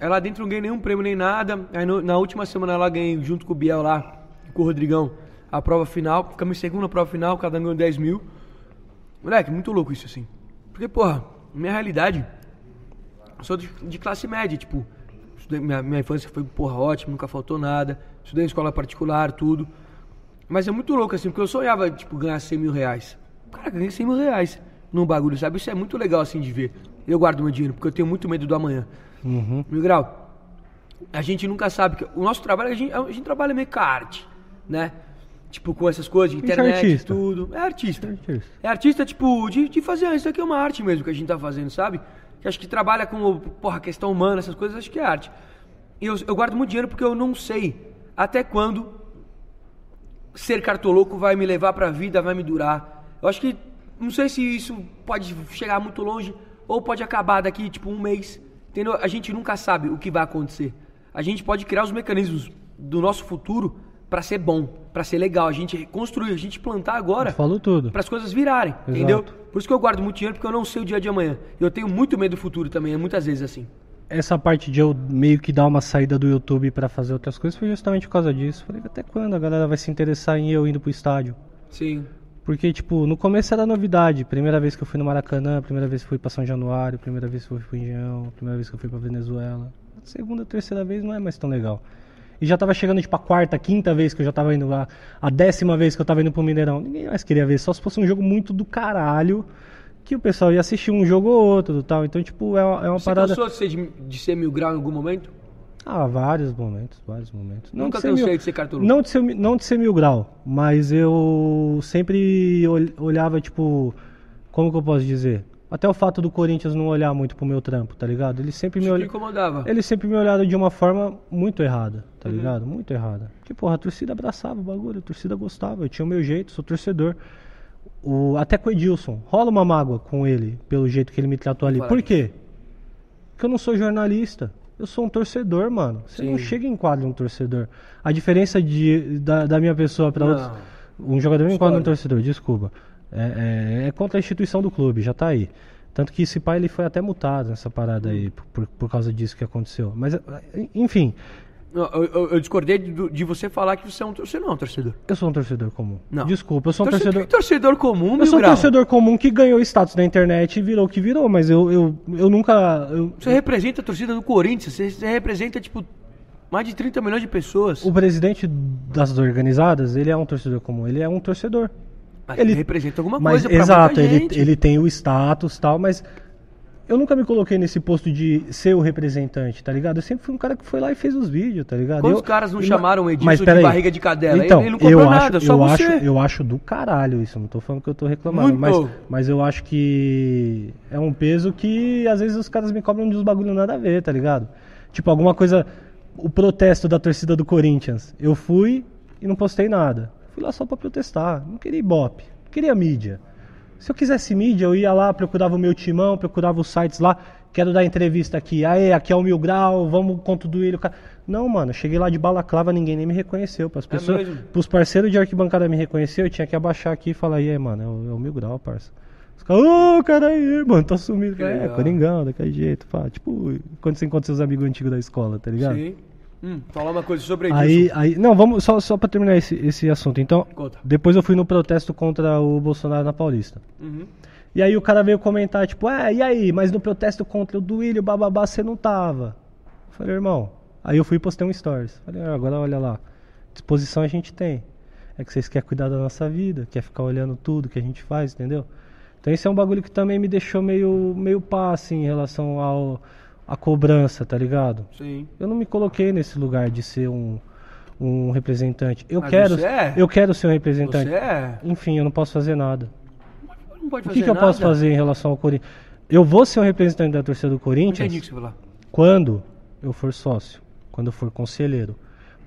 E: Aí lá dentro eu não ganhei nenhum prêmio nem nada. Aí no- na última semana lá ganhei junto com o Biel lá, e com o Rodrigão, a prova final. Ficamos em segunda na prova final, cada um ganhou 10 mil. Moleque, muito louco isso assim. Porque, porra, minha realidade sou de, de classe média, tipo, estudei- minha, minha infância foi, porra, ótima, nunca faltou nada, estudei em escola particular, tudo. Mas é muito louco, assim, porque eu sonhava, tipo, ganhar 100 mil reais. Cara, ganhei 100 mil reais num bagulho, sabe? Isso é muito legal, assim, de ver. Eu guardo meu dinheiro, porque eu tenho muito medo do amanhã.
B: Uhum.
E: Mil grau, a gente nunca sabe. Que o nosso trabalho, a gente, a gente trabalha meio com a arte, né? Tipo, com essas coisas de
B: Isso é
E: internet,
B: artista.
E: tudo. É artista.
B: artista.
E: É artista, tipo, de, de fazer. Isso aqui é uma arte mesmo que a gente tá fazendo, sabe? Que acho que trabalha com, porra, questão humana, essas coisas, acho que é arte. E eu, eu guardo muito dinheiro porque eu não sei até quando ser cartoloco vai me levar pra vida, vai me durar. Eu acho que, não sei se isso pode chegar muito longe ou pode acabar daqui, tipo, um mês. Entendeu? A gente nunca sabe o que vai acontecer. A gente pode criar os mecanismos do nosso futuro pra ser bom, pra ser legal. A gente construir, a gente plantar agora
B: Falou tudo.
E: para as coisas virarem,
B: Exato.
E: entendeu? Por isso que eu guardo muito dinheiro, porque eu não sei o dia de amanhã. E eu tenho muito medo do futuro também, é muitas vezes assim.
B: Essa parte de eu meio que dar uma saída do YouTube pra fazer outras coisas foi justamente por causa disso. Falei, até quando a galera vai se interessar em eu indo pro estádio?
E: Sim.
B: Porque, tipo, no começo era novidade. Primeira vez que eu fui no Maracanã, primeira vez que eu fui pra São Januário, primeira vez que eu fui pro Engenhão, primeira vez que eu fui pra Venezuela. A segunda, terceira vez não é mais tão legal. E já tava chegando, tipo, a quarta, quinta vez que eu já tava indo lá, a décima vez que eu tava indo pro Mineirão. Ninguém mais queria ver, só se fosse um jogo muito do caralho, que o pessoal ia assistir um jogo ou outro e tal. Então, tipo, é uma, é uma
E: Você
B: parada.
E: cansou de ser, de, de ser mil grau em algum momento?
B: Ah, vários momentos, vários momentos.
E: Nunca
B: de ser
E: cansei
B: mil-
E: de ser cartoloco.
B: Não de ser, mi- não de ser mil grau, mas eu sempre ol- olhava, tipo, como que eu posso dizer? Até o fato do Corinthians não olhar muito pro meu trampo, tá ligado? Ele sempre me
E: Isso me
B: olha...
E: incomodava.
B: Ele sempre me olhava de uma forma muito errada,
E: Uhum.
B: tá ligado? Muito errada. Porque, porra, a torcida abraçava o bagulho, a torcida gostava, eu tinha o meu jeito, sou torcedor. O, até com o Edilson, rola uma mágoa com ele, pelo jeito que ele me tratou ali.
E: Fala
B: Por
E: disso.
B: quê? Porque eu não sou jornalista. Eu sou um torcedor, mano. Você não
E: Sim.
B: chega e enquadra um torcedor. A diferença de, da, da minha pessoa pra
E: Não.
B: outros. Um jogador não enquadra um
E: Discordo.
B: torcedor, desculpa. É, é- é contra a instituição do clube, já tá aí. Tanto que esse pai ele foi até multado nessa parada aí, por, por causa disso que aconteceu. Mas, é, enfim,
E: Não, eu, eu- eu discordei do- de, você falar que você é um torcedor. Você não é um torcedor.
B: eu sou um torcedor comum.
E: Não.
B: Desculpa, eu sou um
E: Torce-
B: torcedor.
E: que torcedor comum,
B: Eu
E: mil
B: sou um
E: grau.
B: torcedor comum que ganhou status na internet e virou o que virou, mas eu, eu, eu nunca. eu-
E: Você representa a torcida do Corinthians, você, você representa, tipo, mais de 30 milhões de pessoas.
B: O presidente das organizadas, ele é um torcedor comum, ele é um torcedor.
E: Mas
B: ele-
E: ele representa alguma
B: Mas,
E: coisa pra
B: exato,
E: muita
B: ele,
E: gente.
B: ele tem o status e tal, mas eu nunca me coloquei nesse posto de ser o representante, tá ligado? Eu sempre fui um cara que foi lá e fez os vídeos, tá ligado?
E: Quantos
B: Eu-
E: caras não
B: e-
E: chamaram o Edilson
B: mas
E: de
B: peraí.
E: barriga de cadela? Ele-
B: Então,
E: ele não comprou
B: eu
E: nada,
B: acho,
E: só
B: eu
E: você.
B: Acho, eu acho do caralho isso, não tô falando que eu tô reclamando,
E: Muito.
B: mas, mas eu acho que é um peso que às vezes os caras me cobram de uns bagulho nada a ver, tá ligado? Tipo, alguma coisa. O protesto da torcida do Corinthians. Eu fui e não postei nada. Fui lá só pra protestar. Não queria ibope. Não queria mídia. Se eu quisesse mídia, eu ia lá, procurava o meu timão, procurava os sites lá. Quero dar entrevista aqui. Aê, aqui é o Mil Grau, vamos com tudo ele. o cara- Não, mano, eu cheguei lá de balaclava, ninguém nem me reconheceu. Pras pessoas,
E: mesmo?
B: pros parceiros de arquibancada me reconhecer, eu tinha que abaixar aqui e falar, e aí, mano, é o, é o Mil Grau, parça. Os caras, ô, cara aí, mano, tô sumido.
E: Que
B: É,
E: legal.
B: Coringão, daquele jeito, pá. Tipo, quando você encontra seus amigos antigos da escola, tá ligado?
E: Sim. Hum, falar uma coisa sobre Edilson.
B: Aí, aí, não, vamos só, só pra terminar esse, esse assunto. Então,
E: Conta.
B: depois eu fui no protesto contra o Bolsonaro na Paulista.
E: Uhum.
B: E aí o cara veio comentar, tipo, é, e aí, mas no protesto contra o Duílio, bababá, você não tava. Eu falei, irmão. Aí eu fui e postei um stories. Falei, ah, agora olha lá. Disposição a gente tem. É que vocês querem cuidar da nossa vida, quer ficar olhando tudo que a gente faz, entendeu? Então esse é um bagulho que também me deixou meio, meio pá, assim, em relação ao, à cobrança, tá ligado?
E: Sim.
B: Eu não me coloquei nesse lugar de ser um, um representante. Eu
E: Mas
B: quero,
E: você é.
B: eu quero ser um
E: Você
B: representante.
E: é.
B: Enfim, eu não posso fazer nada.
E: Não pode
B: O
E: fazer
B: que, que eu
E: nada.
B: posso fazer em relação ao Corinthians? Eu vou ser um representante da torcida do
E: Não entendi o que
B: Corinthians
E: você falou.
B: quando eu for sócio, quando eu for conselheiro.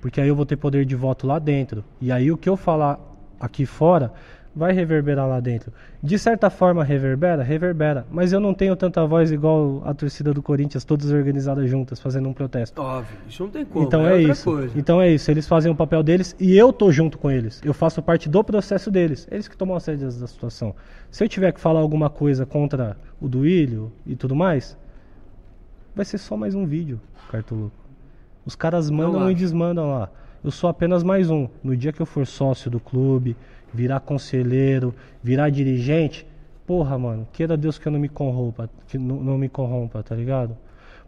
B: Porque aí eu vou ter poder de voto lá dentro. E aí o que eu falar aqui fora vai reverberar lá dentro. De certa forma reverbera? Reverbera. Mas eu não tenho tanta voz igual a torcida do Corinthians, todas organizadas juntas, fazendo um protesto.
E: Óbvio, isso não tem como.
B: Então é,
E: outra
B: isso.
E: Coisa.
B: Então é isso. Eles fazem o papel deles e eu tô junto com eles. Eu faço parte do processo deles. Eles que tomam as rédeas da situação. Se eu tiver que falar alguma coisa contra o Duílio e tudo mais, vai ser só mais um vídeo, Cartoluco. Os caras mandam e
E: acho.
B: desmandam lá. Eu sou apenas mais um. No dia que eu for sócio do clube, virar conselheiro, virar dirigente, porra, mano, queira Deus que eu não me corrompa, que não, não me corrompa, tá ligado?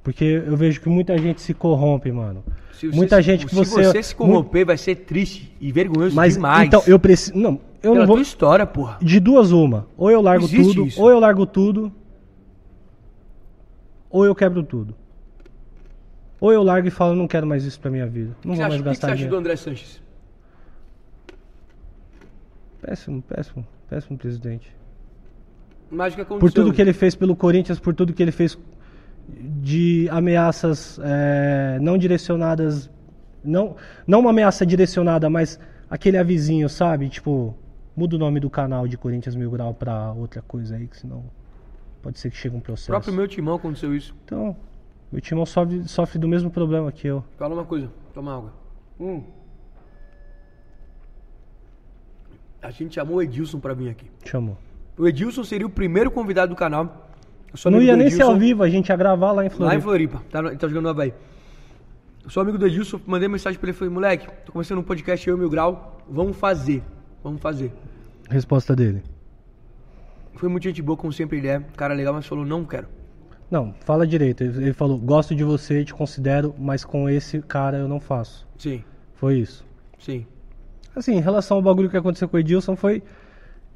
B: Porque eu vejo que muita gente se corrompe, mano.
E: Se você
B: muita
E: se-
B: gente que
E: se
B: você.
E: você se corromper, vai ser triste e vergonhoso
B: Mas
E: demais.
B: então eu preciso. Não, eu
E: Pela
B: não vou.
E: tua história, porra.
B: De duas uma. Ou eu largo
E: Existe
B: tudo,
E: isso.
B: ou eu largo tudo, ou eu quebro tudo. Ou eu largo e falo, não quero mais isso pra minha vida. Não vou
E: O que você acha-
B: mais
E: o que você
B: gastar
E: acha do
B: dinheiro.
E: André Sanches?
B: Péssimo, péssimo, péssimo presidente.
E: Mas o que aconteceu?
B: Por tudo que ele fez pelo Corinthians, por tudo que ele fez de ameaças é, não direcionadas. Não, não uma ameaça direcionada, mas aquele avisinho, sabe? Tipo, muda o nome do canal de Corinthians Mil Grau pra outra coisa aí, que senão pode ser que chegue um
E: O
B: processo.
E: próprio meu timão aconteceu isso.
B: Então, meu timão sofre, sofre do mesmo problema que eu.
E: Fala uma coisa, toma água. Hum. A gente chamou o Edilson pra vir aqui.
B: Chamou.
E: O Edilson seria o primeiro convidado do canal. Eu sou
B: Não
E: amigo
B: ia
E: do
B: nem ser
E: Edilson,
B: ao vivo, a gente ia gravar lá em Floripa.
E: Lá em Floripa, tá, no- tá jogando no Havaí. Eu sou amigo do Edilson, mandei mensagem pra ele, falei, moleque, tô começando um podcast Eu e o Mil Grau, vamos fazer, vamos fazer.
B: Resposta dele.
E: Foi muito gente boa, como sempre ele é, cara legal, mas falou, não quero.
B: Não, fala direito. Ele ele falou: gosto de você, te considero, mas com esse cara eu não faço.
E: Sim,
B: Foi isso.
E: sim.
B: Assim, em relação ao bagulho que aconteceu com o Edilson, foi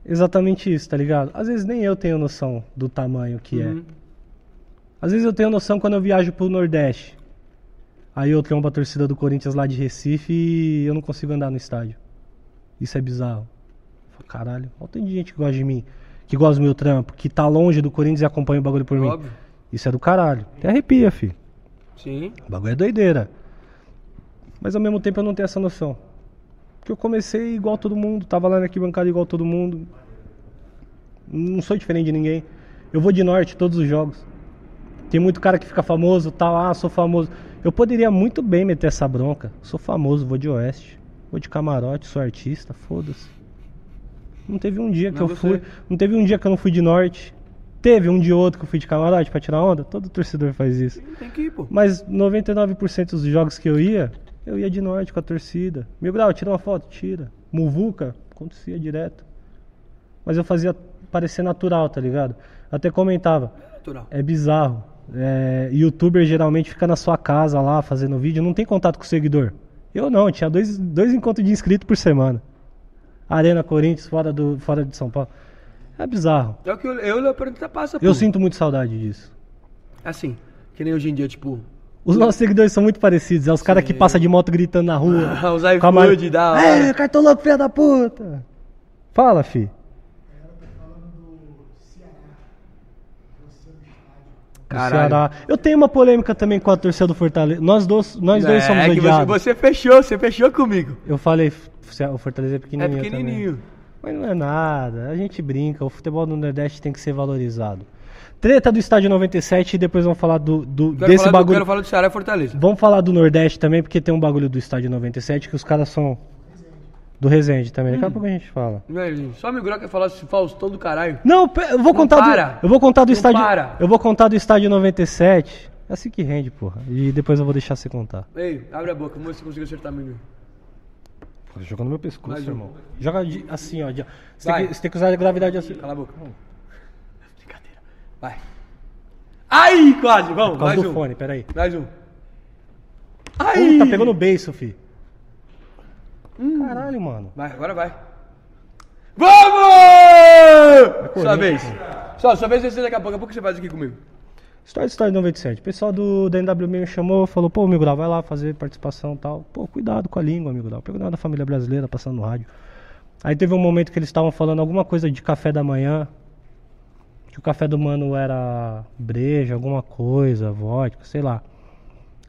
B: exatamente isso, tá ligado? Às vezes nem eu tenho noção do tamanho que é.
E: Uhum.
B: Às vezes eu tenho noção quando eu viajo pro Nordeste. Aí eu trombo a torcida do Corinthians lá de Recife e eu não consigo andar no estádio. Isso é bizarro. Eu falo, Caralho, olha o tanto de gente que gosta de mim, que gosta do meu trampo, que tá longe do Corinthians e acompanha o bagulho por
E: Óbvio.
B: mim. Isso é do caralho. Até arrepia, fi.
E: Sim,
B: O bagulho é doideira. Mas ao mesmo tempo eu não tenho essa noção. Porque eu comecei igual todo mundo, tava lá na arquibancada igual todo mundo. Não sou diferente de ninguém. Eu vou de norte todos os jogos. Tem muito cara que fica famoso, tal, ah, sou famoso. Eu poderia muito bem meter essa bronca. Sou famoso, vou de oeste, vou de camarote, sou artista, foda-se. Não teve um dia que
E: Mas
B: eu
E: você-
B: fui, não teve um dia que eu não fui de norte. Teve um de outro que eu fui de camarote pra tirar onda. Todo torcedor faz isso.
E: tem que ir, pô.
B: Mas 99% dos jogos que eu ia, eu ia de norte com a torcida. Mil grau, tira uma foto, tira. Muvuca, acontecia direto. Mas eu fazia parecer natural, tá ligado? Até comentava,
E: Natural.
B: é bizarro. É, youtuber geralmente fica na sua casa lá fazendo vídeo, não tem contato com o seguidor. Eu não, tinha dois, dois encontros de inscrito por semana. Arena Corinthians, fora, do, fora de São Paulo. É bizarro.
E: É o que eu, eu leio pra ele, tá passa, pô.
B: Eu sinto muito saudade disso.
E: Assim, que nem hoje em dia, tipo, (laughs)
B: Os nossos seguidores são muito parecidos. É os caras que passam de moto gritando na rua.
E: os
B: com a mar-
E: iFood da hora.
B: É, cartoloco, filha da puta. Fala, fi. Do
E: Caralho.
B: Ceará. Eu tenho uma polêmica também com a torcida do Fortaleza. Nós dois, nós dois
E: É,
B: somos
E: que você,
B: odiados.
E: você fechou, você fechou comigo.
B: Eu falei, f- o Fortaleza é
E: É
B: pequenininho. também.
E: pequenininho.
B: Mas não é nada, a gente brinca, o futebol do Nordeste tem que ser valorizado. Treta do estádio 97 e depois vamos falar do, do-
E: Quero
B: desse
E: falar do-
B: bagulho.
E: quero falar do Ceará e Fortaleza.
B: Vamos falar do Nordeste também, porque tem um bagulho do estádio 97 que os caras são. Do Resende também.
E: Hum.
B: Daqui a pouco a gente fala.
E: Velho, Só me grau quer falar esse Faustão do caralho.
B: Não, pe- eu vou contar
E: para.
B: do. Eu vou contar do
E: Não
B: estádio.
E: para.
B: Eu vou contar do estádio 97. É assim que rende, porra. E depois eu vou deixar você contar.
E: Ei, abre a boca, vamos ver se conseguiu acertar menino.
B: Joga tá no meu pescoço,
E: Mais um.
B: irmão. Joga de- assim, ó. de- você,
E: Vai.
B: tem que, você tem que usar a gravidade assim.
E: Cala a boca. Brincadeira. Vai. Ai, quase, vamos,
B: Por causa
E: mais
B: do
E: um.
B: fone, peraí.
E: Mais um.
B: Ih,
E: Ai! Hum.
B: tá pegando o beiço, fi. Caralho, mano.
E: Vai, agora vai. Vamos! Sua vez. Só, sua vez você daqui a pouco. Daqui a pouco você faz aqui comigo.
B: História do Estádio 97. O pessoal do, da NWB me chamou, falou, pô, amigo Grau, vai lá fazer participação e tal. Pô, cuidado com a língua, amigo Grau. Pegou da família brasileira passando no rádio. Aí teve um momento que eles estavam falando alguma coisa de café da manhã. Que o café do mano era breja, alguma coisa, vodka, sei lá.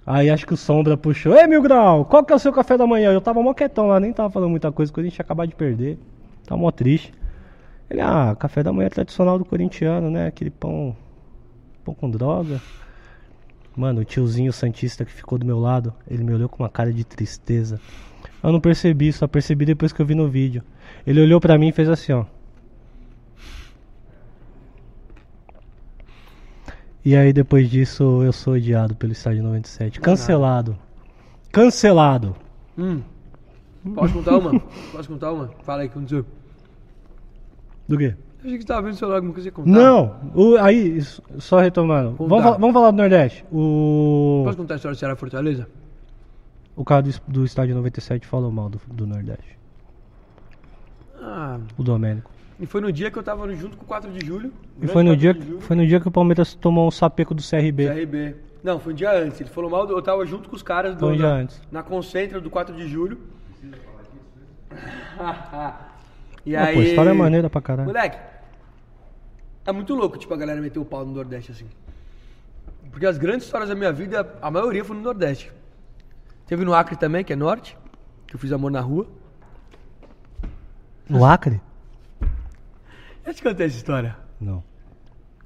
B: Aí acho que o Sombra puxou, Ei, Mil Grau, qual que é o seu café da manhã? Eu tava mó quietão lá, nem tava falando muita coisa, o Corinthians tinha acabado de perder. Tava mó triste. Ele, ah, café da manhã tradicional do corintiano, né? Aquele pão pão com droga. Mano, o tiozinho Santista que ficou do meu lado, ele me olhou com uma cara de tristeza. Eu não percebi, só percebi depois que eu vi no vídeo. Ele olhou pra mim e fez assim, ó. E aí depois disso eu sou odiado pelo estádio 97. Cancelado. Cancelado.
E: Hum.
B: (laughs)
E: Posso contar uma? Posso contar uma? Fala aí, que aconteceu.
B: Do quê?
E: achei que você tava vendo o celular, alguma coisa que você contar.
B: Não! o- aí, s- só retomando. Vamos,
E: dar.
B: fa- vamos falar do Nordeste. O,
E: Posso contar a história do Ceará Fortaleza?
B: o cara do, es- do estádio 97 falou mal do, do Nordeste.
E: Ah,
B: O Domênico.
E: e foi no dia que eu tava junto com o 4 de julho.
B: E
E: grande
B: foi no,
E: 4
B: dia,
E: de
B: que-
E: julho,
B: foi no dia que o Palmeiras tomou um sapeco do CRB.
E: CRB. Não, foi um dia antes. Ele falou mal, do- eu tava junto com os caras do,
B: Foi um dia
E: na-
B: antes.
E: na Concentra do 4 de julho. né? (laughs) e
B: Ah,
E: aí.
B: pô, história maneira pra caralho.
E: Moleque, é muito louco, tipo, a galera meter o pau no Nordeste assim. Porque as grandes histórias da minha vida, a maioria foi no Nordeste. Teve no Acre também, que é norte, que eu fiz amor na rua.
B: No Acre?
E: Eu te contei essa história.
B: Não.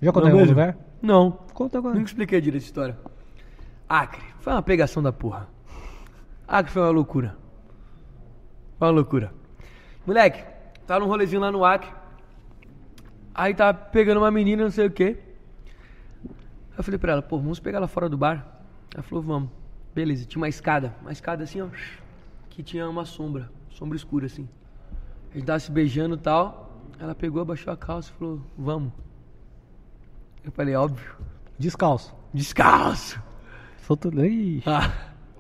B: Já contei em algum
E: mesmo?
B: lugar?
E: Não.
B: Conta agora.
E: Nunca expliquei direito essa história. Acre, foi uma pegação da porra. Acre foi uma loucura. Foi uma loucura. Moleque, tava num rolezinho lá no Acre. Aí tava pegando uma menina, não sei o quê. Aí Eu falei pra ela, pô, vamos pegar ela fora do bar. Ela falou, vamos. Beleza, tinha uma escada. Uma escada assim, ó. Que tinha uma sombra. Sombra escura, assim. A gente tava se beijando e tal. Ela pegou, abaixou a calça e falou, vamos. Eu falei, óbvio.
B: Descalço.
E: Descalço!
B: Solto... Ixi,
E: Ah,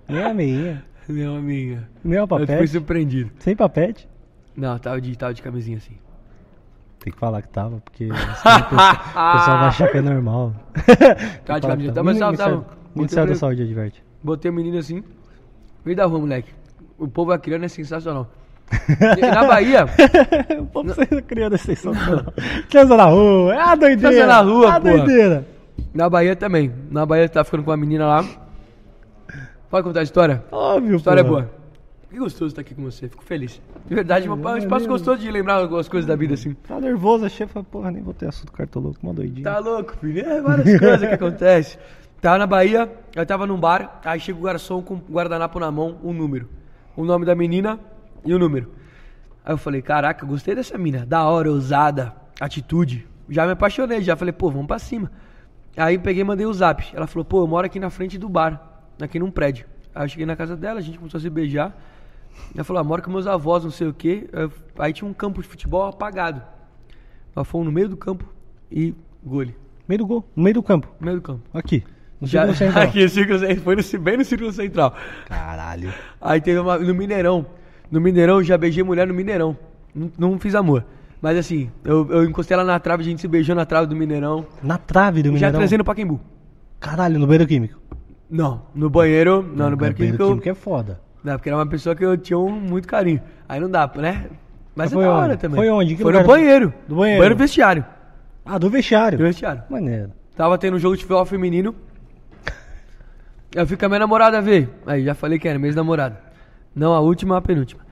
B: nem a meinha.
E: meu amiga.
B: Nem o
E: Eu fui
B: papete.
E: surpreendido.
B: Sem papete.
E: Não, tava de, tava de camisinha assim.
B: Tem que falar que tava, (laughs) porque senão o pessoal o pessoal vai achar que é normal.
E: (laughs)
B: Tem que
E: Tá, de
B: falar que
E: camiseta, mas tava- tava-
B: Ministério-
E: muito
B: Ministério da
E: bem.
B: Saúde
E: (laughs)
B: adverte.
E: Botei o menino assim. Veio da rua, moleque. O povo acreano é sensacional. E Na (laughs) Bahia,
B: o povo saiu criando essa sensacional. (laughs) Criança na rua, é a doideira.
E: Criança na rua,
B: é a
E: porra.
B: doideira.
E: na Bahia também. Na Bahia tá ficando com uma menina lá. Pode contar a história?
B: Óbvio,
E: A história
B: porra.
E: é boa. Que gostoso estar aqui com você, fico feliz. De verdade, é um espaço gostoso de lembrar algumas coisas da vida assim.
B: Tá nervoso, achei, falei, porra, nem vou ter assunto cartoloco, mó doidinho.
E: Tá louco, filho? É várias coisas que acontecem. Tava na Bahia, eu tava num bar, aí chega o garçom com um guardanapo na mão, um número. O nome da menina e o número. Aí eu falei, caraca, gostei dessa mina. Da hora, ousada, atitude. Já me apaixonei, já falei, pô, vamos pra cima. Aí peguei e mandei o zap. Ela falou, pô, eu moro aqui na frente do bar, aqui num prédio. Aí eu cheguei na casa dela, a gente começou a se beijar. Ela falou, ah, moro com meus avós, não sei o quê. Eu- Aí tinha um campo de futebol apagado. Nós fomos no meio do campo e gole.
B: Meio do gol, no meio do campo.
E: No meio do campo.
B: Aqui. No
E: Já,
B: círculo central.
E: (laughs) aqui, o círculo, central, foi no- bem no círculo central.
B: Caralho.
E: Aí teve uma. No Mineirão. No Mineirão, eu já beijei mulher no Mineirão. Não, não fiz amor. Mas assim, eu, eu encostei ela na trave, a gente se beijou na trave do Mineirão.
B: Na trave do
E: Já
B: Mineirão.
E: trazendo pra Quimbu.
B: Caralho, no banheiro químico.
E: Não, no banheiro. Não, no banheiro
B: banheiro
E: químico. eu-
B: químico é foda.
E: Não, porque era uma pessoa que eu tinha um muito carinho. Aí não dá, né? Mas
B: Mas foi
E: é da hora
B: onde?
E: também.
B: Foi onde? Que
E: Foi no
B: lugar?
E: banheiro.
B: Do banheiro.
E: Banheiro vestiário.
B: Ah, do vestiário.
E: Do vestiário.
B: Maneiro.
E: Tava tendo um jogo de futebol feminino. Eu fui com a minha namorada ver. Aí já falei que era minha namorada. Não, a última, a penúltima.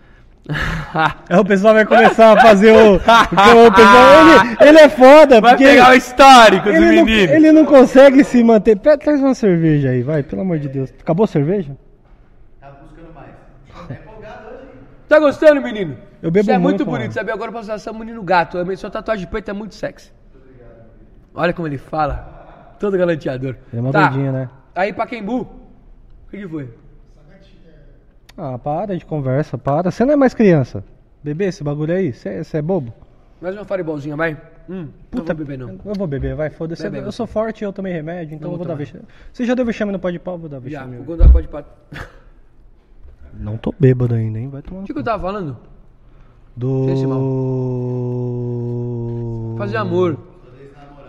B: Aí É, o pessoal vai começar a fazer
E: (laughs)
B: o. Porque o pessoal. Ele, ele é foda,
E: Vai
B: porque.
E: pegar o histórico do
B: ele, não,
E: menino.
B: ele não consegue se manter. Pera, traz uma cerveja aí, vai, pelo amor de Deus. Acabou a cerveja?
D: Tá buscando mais. Tá empolgado hoje, hein?
E: Tá gostando, menino?
B: Eu bebo
E: Você é
B: muito,
E: muito
B: mano.
E: bonito, sabe? Agora eu posso usar menino gato. Eu- Sua tatuagem de peito é muito sexy. Olha como ele fala. Todo galanteador.
B: Ele é uma
E: tá.
B: doidinha, né?
E: Aí, Paquembu. O que, que foi?
B: Ah, para de conversa, para. Você não é mais criança. Bebê, esse bagulho aí, você você é bobo?
E: Mais uma fireballzinha, vai. Hum, puta bebê, não.
B: Eu vou beber, vai, foda-se.
E: Bebe,
B: Eu
E: vai.
B: sou forte, eu tomei remédio, então
E: Não
B: eu vou dar
E: vou tomar.
B: vexame. Você já deu vexame no pó de pau, vou dar
E: Já, o
B: vexame.
E: Gondor pode... pat-
B: Não tô bêbado ainda, hein? Vai tomar.
E: O que, que eu tava falando? Fez
B: Do.
E: Fazer amor.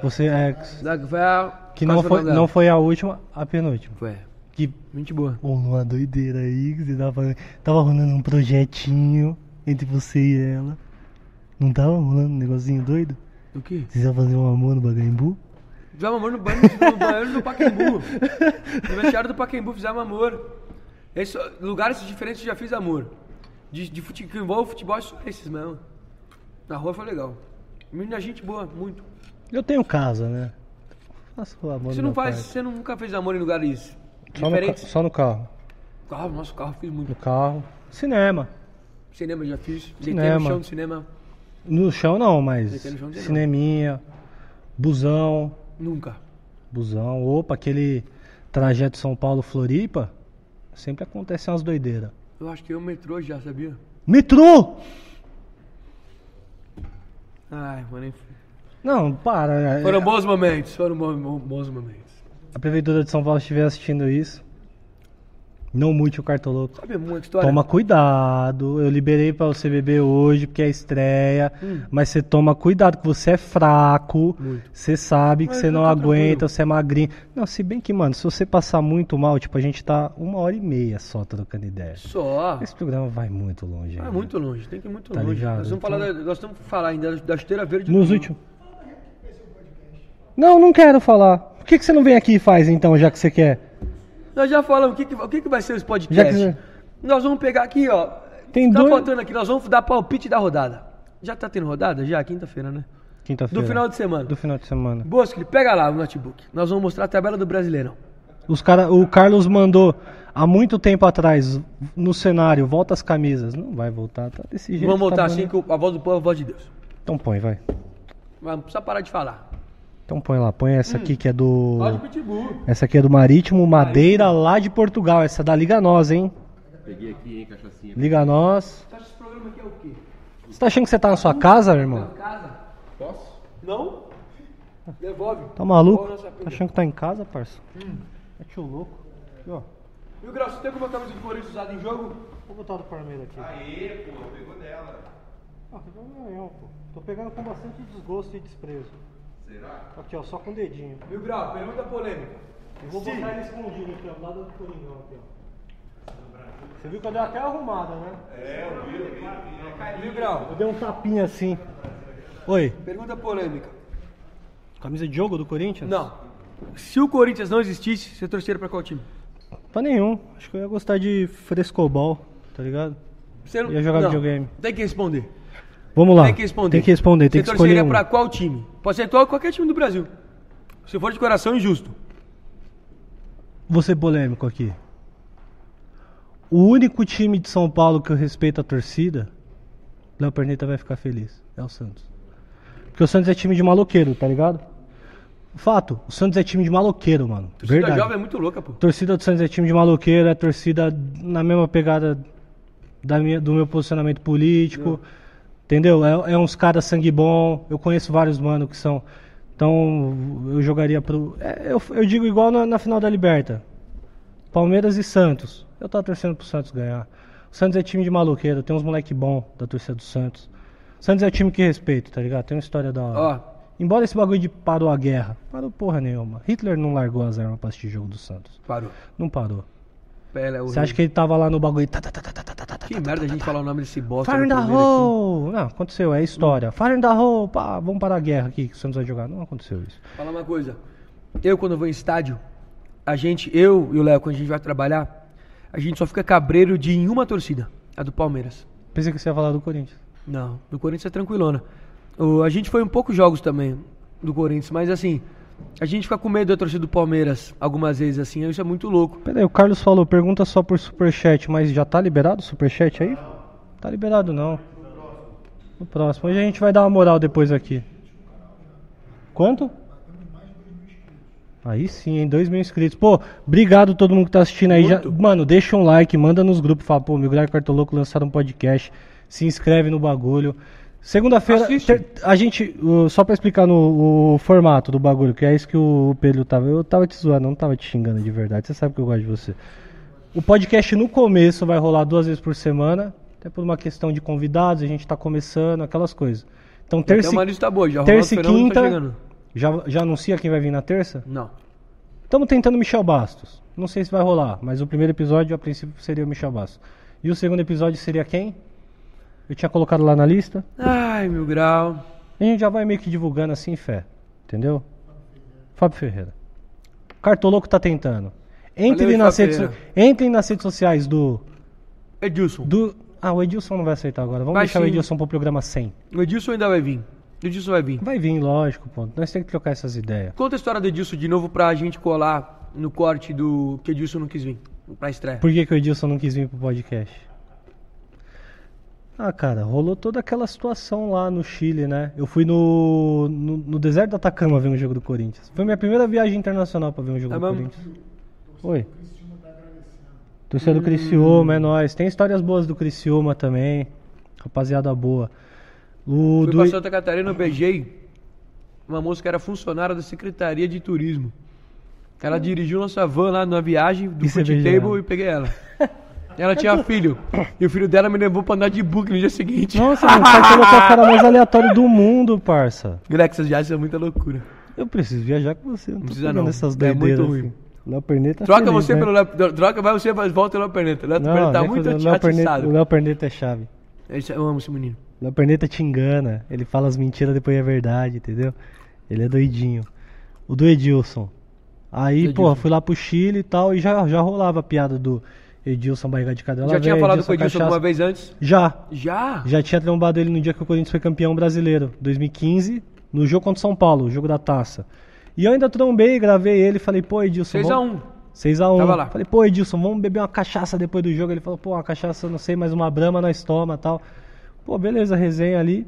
B: Você é.
E: Da, foi a...
B: Que não
E: quase
B: foi,
E: dela.
B: não foi a última, a penúltima.
E: Foi.
B: Que
E: Gente boa.
B: Pô, uma doideira aí que você tava falando. Tava rolando um projetinho entre você e ela. Não tava rolando um negocinho doido?
E: O quê?
B: Vocês iam fazer um amor no Bagaimbu?
E: Fizemos um amor no banheiro, no banheiro do Pacaembu. No vestiário do Pacaembu fizemos amor. Esse, lugares diferentes eu já fiz amor. De, de futebol, futebol é só esses mesmo. Na rua foi legal. Menina, gente boa, muito.
B: Eu tenho casa, né? Faço o amor
E: Você
B: no
E: não
B: meu
E: faz,
B: quarto.
E: você nunca fez amor em lugares
B: Só no, ca-
E: diferentes?
B: só no carro.
E: Carro, nosso carro eu fiz muito.
B: No carro. Cinema.
E: Cinema eu já fiz. Deitei no
B: Cinema.
E: chão do cinema,
B: No chão não, mas.
E: Deitei no chão, não tem não.
B: Cineminha. Busão.
E: nunca.
B: Busão. Opa, aquele trajeto São Paulo-Floripa. Sempre acontecem umas doideiras.
E: Eu acho que eu metrô já, sabia?
B: Metrô!
E: Ai, mano, nem-
B: Não, para.
E: Foram bons momentos, foram bo- bo- bons momentos.
B: A Prefeitura de São Paulo estiver assistindo isso, não mute o cartoloco.
E: Sabe uma história?
B: Toma cuidado. Eu liberei pra você beber hoje, porque é estreia. Mas você toma cuidado, que você é fraco.
E: Hum. Muito.
B: Você sabe que
E: Mas
B: você
E: eu
B: não
E: tô
B: aguenta,
E: tranquilo.
B: você é magrinho. Não, se bem que, mano, se você passar muito mal, tipo, a gente tá uma hora e meia só trocando ideia.
E: Só.
B: Esse programa vai muito longe.
E: É
B: ainda.
E: Ah. muito longe, tem que ir muito
B: né? Tá
E: longe.
B: ligado,
E: Nós vamos,
B: então-
E: falar da- nós temos que falar ainda da esteira verde.
B: Nos
E: do-
B: últimos. Não, não quero falar. Por que, que você não vem aqui e faz então, já que você quer?
E: Nós já falamos o que, que- o que, que vai ser esse
B: Já
E: podcast.
B: que-
E: Nós vamos pegar aqui, ó.
B: Tem
E: tá
B: dois-
E: faltando aqui, nós vamos dar palpite da rodada. Já tá tendo rodada? Já, quinta-feira, né?
B: Quinta-feira.
E: Do final de semana.
B: Do final de semana.
E: Bosque, pega lá o notebook. Nós vamos mostrar a tabela do Brasileirão.
B: Os cara, o Carlos mandou há muito tempo atrás no cenário, volta as camisas. Não vai voltar, tá desse jeito.
E: vamos
B: tá
E: voltar
B: bom,
E: assim,
B: né?
E: que a voz do povo é a voz de Deus.
B: Então põe, vai.
E: Mas não precisa parar de falar.
B: Então põe lá, põe
E: Hum.
B: essa aqui que é do.
E: Fala de pitbull.
B: Essa aqui é do Marítimo Madeira lá de Portugal. Essa é da Liga Nós, hein?
C: Peguei aqui, hein, cachaçinha.
B: Liga Nós.
E: Você acha que esse programa aqui é o quê?
B: Você tá achando que você tá na sua casa, meu irmão?
E: Casa?
C: Posso?
B: (laughs)
E: Não? Devolve.
B: Tá maluco?
E: Qual a nossa Hum.
B: Tá
E: pilha?
B: achando que tá em casa, parça? É tio louco. Aqui, ó.
E: E o Grau, você tem alguma camisa do Corinthians usada em jogo?
B: Vou botar do Palmeiras aqui.
C: Aê, pô, pegou dela.
B: Ah, que problema é, pô. Tô pegando com bastante desgosto e desprezo.
C: Será?
B: Aqui, ó, só com o dedinho.
E: Mil Grau, pergunta polêmica.
B: Eu vou botar ele escondido aqui, ó, do lado do Coringão aqui, ó. Você viu que eu dei até arrumada, né?
E: Mil Grau,
B: Eu dei um tapinha assim. Oi,
E: pergunta polêmica.
B: camisa de jogo do Corinthians?
E: Não. Se o Corinthians não existisse, você torceria pra qual time?
B: Pra nenhum. Acho que eu ia gostar de frescobol, tá ligado?
E: Você não...
B: Ia jogar
E: não.
B: videogame.
E: Tem que responder.
B: Vamos lá.
E: Tem que responder.
B: Tem que responder, tem
E: você
B: que escolher
E: torceria
B: um.
E: pra qual time? Pode ser qual- qualquer time do Brasil. Se for de coração, injusto.
B: Vou ser polêmico aqui. O único time de São Paulo que eu respeito a torcida, Léo Perneta vai ficar feliz. É o Santos. Porque o Santos é time de maloqueiro, tá ligado? Fato, o Santos é time de maloqueiro, mano.
E: Torcida
B: Verdade.
E: jovem é muito louca, pô.
B: Torcida do Santos é time de maloqueiro, é torcida na mesma pegada da minha- do meu posicionamento político. Entendeu? É, é uns caras sangue bom. Eu conheço vários mano que são. Então eu jogaria pro. é, eu, eu digo igual na, na final da Liberta. Palmeiras e Santos. Eu tava torcendo pro Santos ganhar. O Santos é time de maloqueiro, tem uns moleque bom da torcida do Santos. O Santos é o time que respeito, tá ligado? Tem uma história da hora.
E: Ó,
B: Embora esse bagulho de parou a guerra, parou porra nenhuma. Hitler não largou as armas pra assistir jogo do Santos.
E: parou.
B: Não parou.
E: Pelé, é
B: Você acha que ele tava lá no bagulho? Tá, tá, tá, tá, tá, tá, tá, tá, tá,
E: Que
B: tá,
E: merda a
B: tá,
E: gente
B: tá.
E: falar o nome desse bosta.
B: Fire in the
E: no primeiro aqui. Hum.
B: hole! Não, aconteceu, é história. Fire in the hole, pá, vamos parar a guerra aqui que o Santos vai jogar. Não aconteceu isso.
E: Falar uma coisa. Eu, quando vou em estádio, a gente, eu e o Léo, quando a gente vai trabalhar, a gente só fica cabreiro de em uma torcida. A do Palmeiras.
B: Pensei que você ia falar do Corinthians.
E: Não, do Corinthians é tranquilona. O- a gente foi em poucos jogos também do Corinthians, mas assim, a gente fica com medo da torcida do Palmeiras algumas vezes, assim, isso é muito louco.
B: Peraí, o Carlos falou, pergunta só por superchat, mas já tá liberado o superchat aí? Tá liberado não. No próximo. Hoje a gente vai dar uma moral depois aqui. Quanto? Aí sim, hein? 2 mil inscritos. Pô, obrigado a todo mundo que tá assistindo aí. Já-
E: Muito.
B: mano, deixa um like, manda nos grupos, fala, pô, Mil Grau e Cartoloco lançaram um podcast. Se inscreve no bagulho. Segunda-feira,
E: Assiste.
B: ter- a gente, uh, só pra explicar no o formato do bagulho, que é isso que o Pedro tava. Eu tava te zoando, não tava te xingando de verdade. Você sabe que eu gosto de você. O podcast no começo vai rolar duas vezes por semana, até por uma questão de convidados, a gente tá começando, aquelas coisas. Então, terça,
E: Até o Maurício tá boa, já Ronaldo
B: terça e
E: Fenômeno tá
B: quinta.
E: chegando.
B: já, já anuncia quem vai vir na terça?
E: Não.
B: Estamos tentando Michel Bastos. Não sei se vai rolar, mas o primeiro episódio, a princípio, seria o Michel Bastos. E o segundo episódio seria quem? Eu tinha colocado lá na lista.
E: Ai, meu grau.
B: A gente já vai meio que divulgando assim, fé. Entendeu? Fábio Ferreira. Cartoloco tá tentando. Entrem
E: Valeu,
B: nas,
E: Fábio
B: redes, so-
E: Ferreira.
B: entrem nas redes sociais do,
E: Edilson.
B: do. Ah, o Edilson não vai aceitar agora. Vamos
E: Vai
B: deixar o
E: sim.
B: Edilson pro programa 100.
E: O Edilson ainda vai vir. O Edilson vai vir.
B: Vai vir, lógico, pô. Nós temos que trocar essas ideias.
E: Conta a história do Edilson de novo pra gente colar no corte do que o Edilson não quis vir pra estreia.
B: Por que, que o Edilson não quis vir pro podcast? Ah, cara, rolou toda aquela situação lá no Chile, né? Eu fui no, no, no deserto do Atacama ver um jogo do Corinthians. Foi minha primeira viagem internacional pra ver um jogo
E: É
B: do
E: mesmo?
B: Corinthians. Oi. Torcedor do Criciúma, é nóis. Tem histórias boas do Criciúma também. Rapaziada boa. O
E: Fui
B: do-
E: pra Santa Catarina, eu beijei uma moça que era funcionária da Secretaria de Turismo. Ela dirigiu nossa van lá na viagem do
B: Hum. E você
E: food
B: beijou
E: table
B: ela?
E: e peguei
B: (laughs)
E: ela. Ela tinha filho. E o filho dela me levou pra andar de bug no dia seguinte.
B: Nossa,
E: (laughs)
B: mano, você colocou a é cara mais aleatória do mundo, parça.
E: Moleque, essas viagens são muita loucura.
B: Eu preciso viajar com você. Não, não
E: precisa
B: precisa não.
E: não,
B: Essas
E: é muito
B: doideiras,
E: ruim.
B: filho. Léo Perneta.
E: Troca
B: feliz,
E: você
B: né?
E: pelo Léo, troca, vai você volta o Léo Perneta. O Léo Perneta tá
B: vem com o
E: muito
B: Léo Perneta- O
E: atiçado.
B: Léo Perneta é chave.
E: Eu amo esse menino.
B: O Léo Perneta te engana. Ele fala as mentiras, depois é verdade, entendeu? Ele é doidinho. O do Edilson. Aí,
E: Edilson.
B: porra, fui lá pro Chile e tal, e já, já rolava a piada do Edilson barriga de cadela.
E: Já tinha
B: velha,
E: falado com o Edilson
B: cachaça.
E: alguma vez antes?
B: Já.
E: Já?
B: Já tinha trombado ele no dia que o Corinthians foi campeão brasileiro, 2015, no jogo contra o São Paulo, o jogo da taça. E eu ainda trombei, gravei ele, falei, pô, Edilson.
E: 6x1.
B: 6x1.
E: Tava lá.
B: Falei, pô, Edilson, vamos beber uma cachaça depois do jogo. Ele falou, pô, uma cachaça, não sei, mas uma brama nós toma tal. Pô, beleza, resenha ali.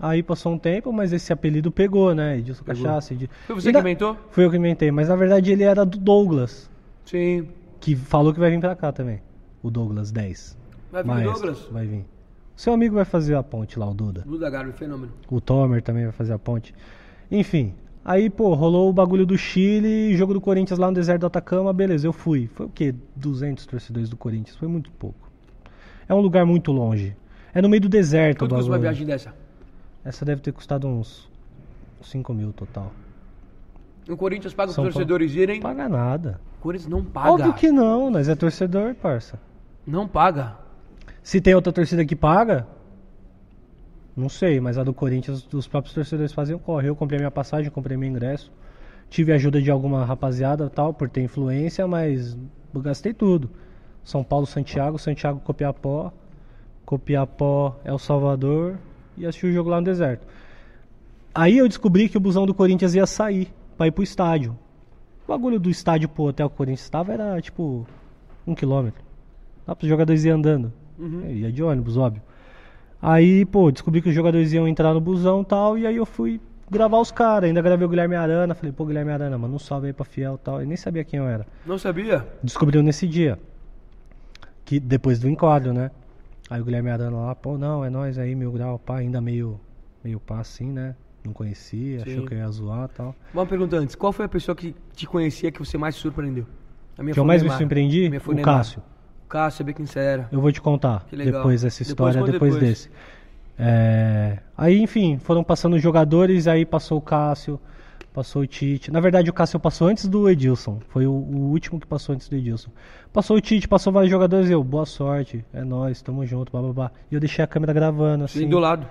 B: Aí passou um tempo, mas esse apelido pegou, né? Edilson Cachaça. Edilson.
E: Foi você
B: Ainda-
E: que inventou?
B: Fui eu que inventei, mas na verdade ele era do Douglas,
E: Sim.
B: que falou que vai vir pra cá também. O Douglas 10.
E: Vai vir o
B: Maestro,
E: Douglas?
B: Vai vir. Seu amigo vai fazer a ponte lá, o Duda.
E: Duda Garbi, fenômeno.
B: O Tomer também vai fazer a ponte. Enfim, aí, pô, rolou o bagulho do Chile, jogo do Corinthians lá no deserto do Atacama, beleza, eu fui. Foi o quê? 200 torcedores do Corinthians, foi muito pouco. É um lugar muito longe. É no meio do deserto
E: Quanto
B: o
E: custa uma
B: bagulho.
E: viagem dessa?
B: Essa deve ter custado uns 5 mil total.
E: O Corinthians paga os
B: São Paulo.
E: torcedores irem.
B: Não paga nada.
E: O Corinthians não paga.
B: Óbvio que não, nós é torcedor, parça.
E: Não paga.
B: Se tem outra torcida que paga, não sei, mas a do Corinthians, os próprios torcedores faziam corre. Eu comprei minha passagem, comprei meu ingresso. Tive ajuda de alguma rapaziada tal, por ter influência, mas eu gastei tudo. São Paulo, Santiago, Santiago, Copiapó, Copiapó, El Salvador e assisti o jogo lá no deserto. Aí eu descobri que o busão do Corinthians ia sair pra ir pro estádio. O bagulho do estádio pro hotel que o Corinthians estava era tipo um quilômetro. Dá pros jogadores ir andando. Ia de ônibus, óbvio. Aí, pô, descobri que os jogadores iam entrar no busão e tal, e aí eu fui gravar os caras. Ainda gravei o Guilherme Arana, falei, pô, Guilherme Arana, mano, um salve aí pra Fiel e tal. Eu nem sabia quem eu era.
E: Não sabia?
B: Descobriu nesse dia. Que depois do enquadro, né? Aí o Guilherme Arana lá, pô, não, é nós aí, mil grau, pá, ainda meio, meio pá assim, né? Não conhecia, achou
E: Sim.
B: que eu ia zoar e tal.
E: Uma pergunta antes. Qual foi a pessoa que te conhecia que você mais surpreendeu? A minha
B: Que eu
E: foi o
B: mais me
E: Neymar.
B: surpreendi,
E: A minha foi
B: o
E: Neymar.
B: Cássio.
E: Cássio, saber quem você era.
B: Eu vou te contar
E: Que legal.
B: depois dessa
E: Depois,
B: história,
E: conta
B: depois,
E: depois.
B: desse. É, Aí, enfim, foram passando os jogadores, aí passou o Cássio, passou o Tite. Na verdade, o Cássio passou antes do Edilson. Foi o, o último que passou antes do Edilson. Passou o Tite, passou vários jogadores, e eu, boa sorte, é nóis, tamo junto, bababá. E eu deixei a câmera gravando, assim.
E: Sim. Do lado.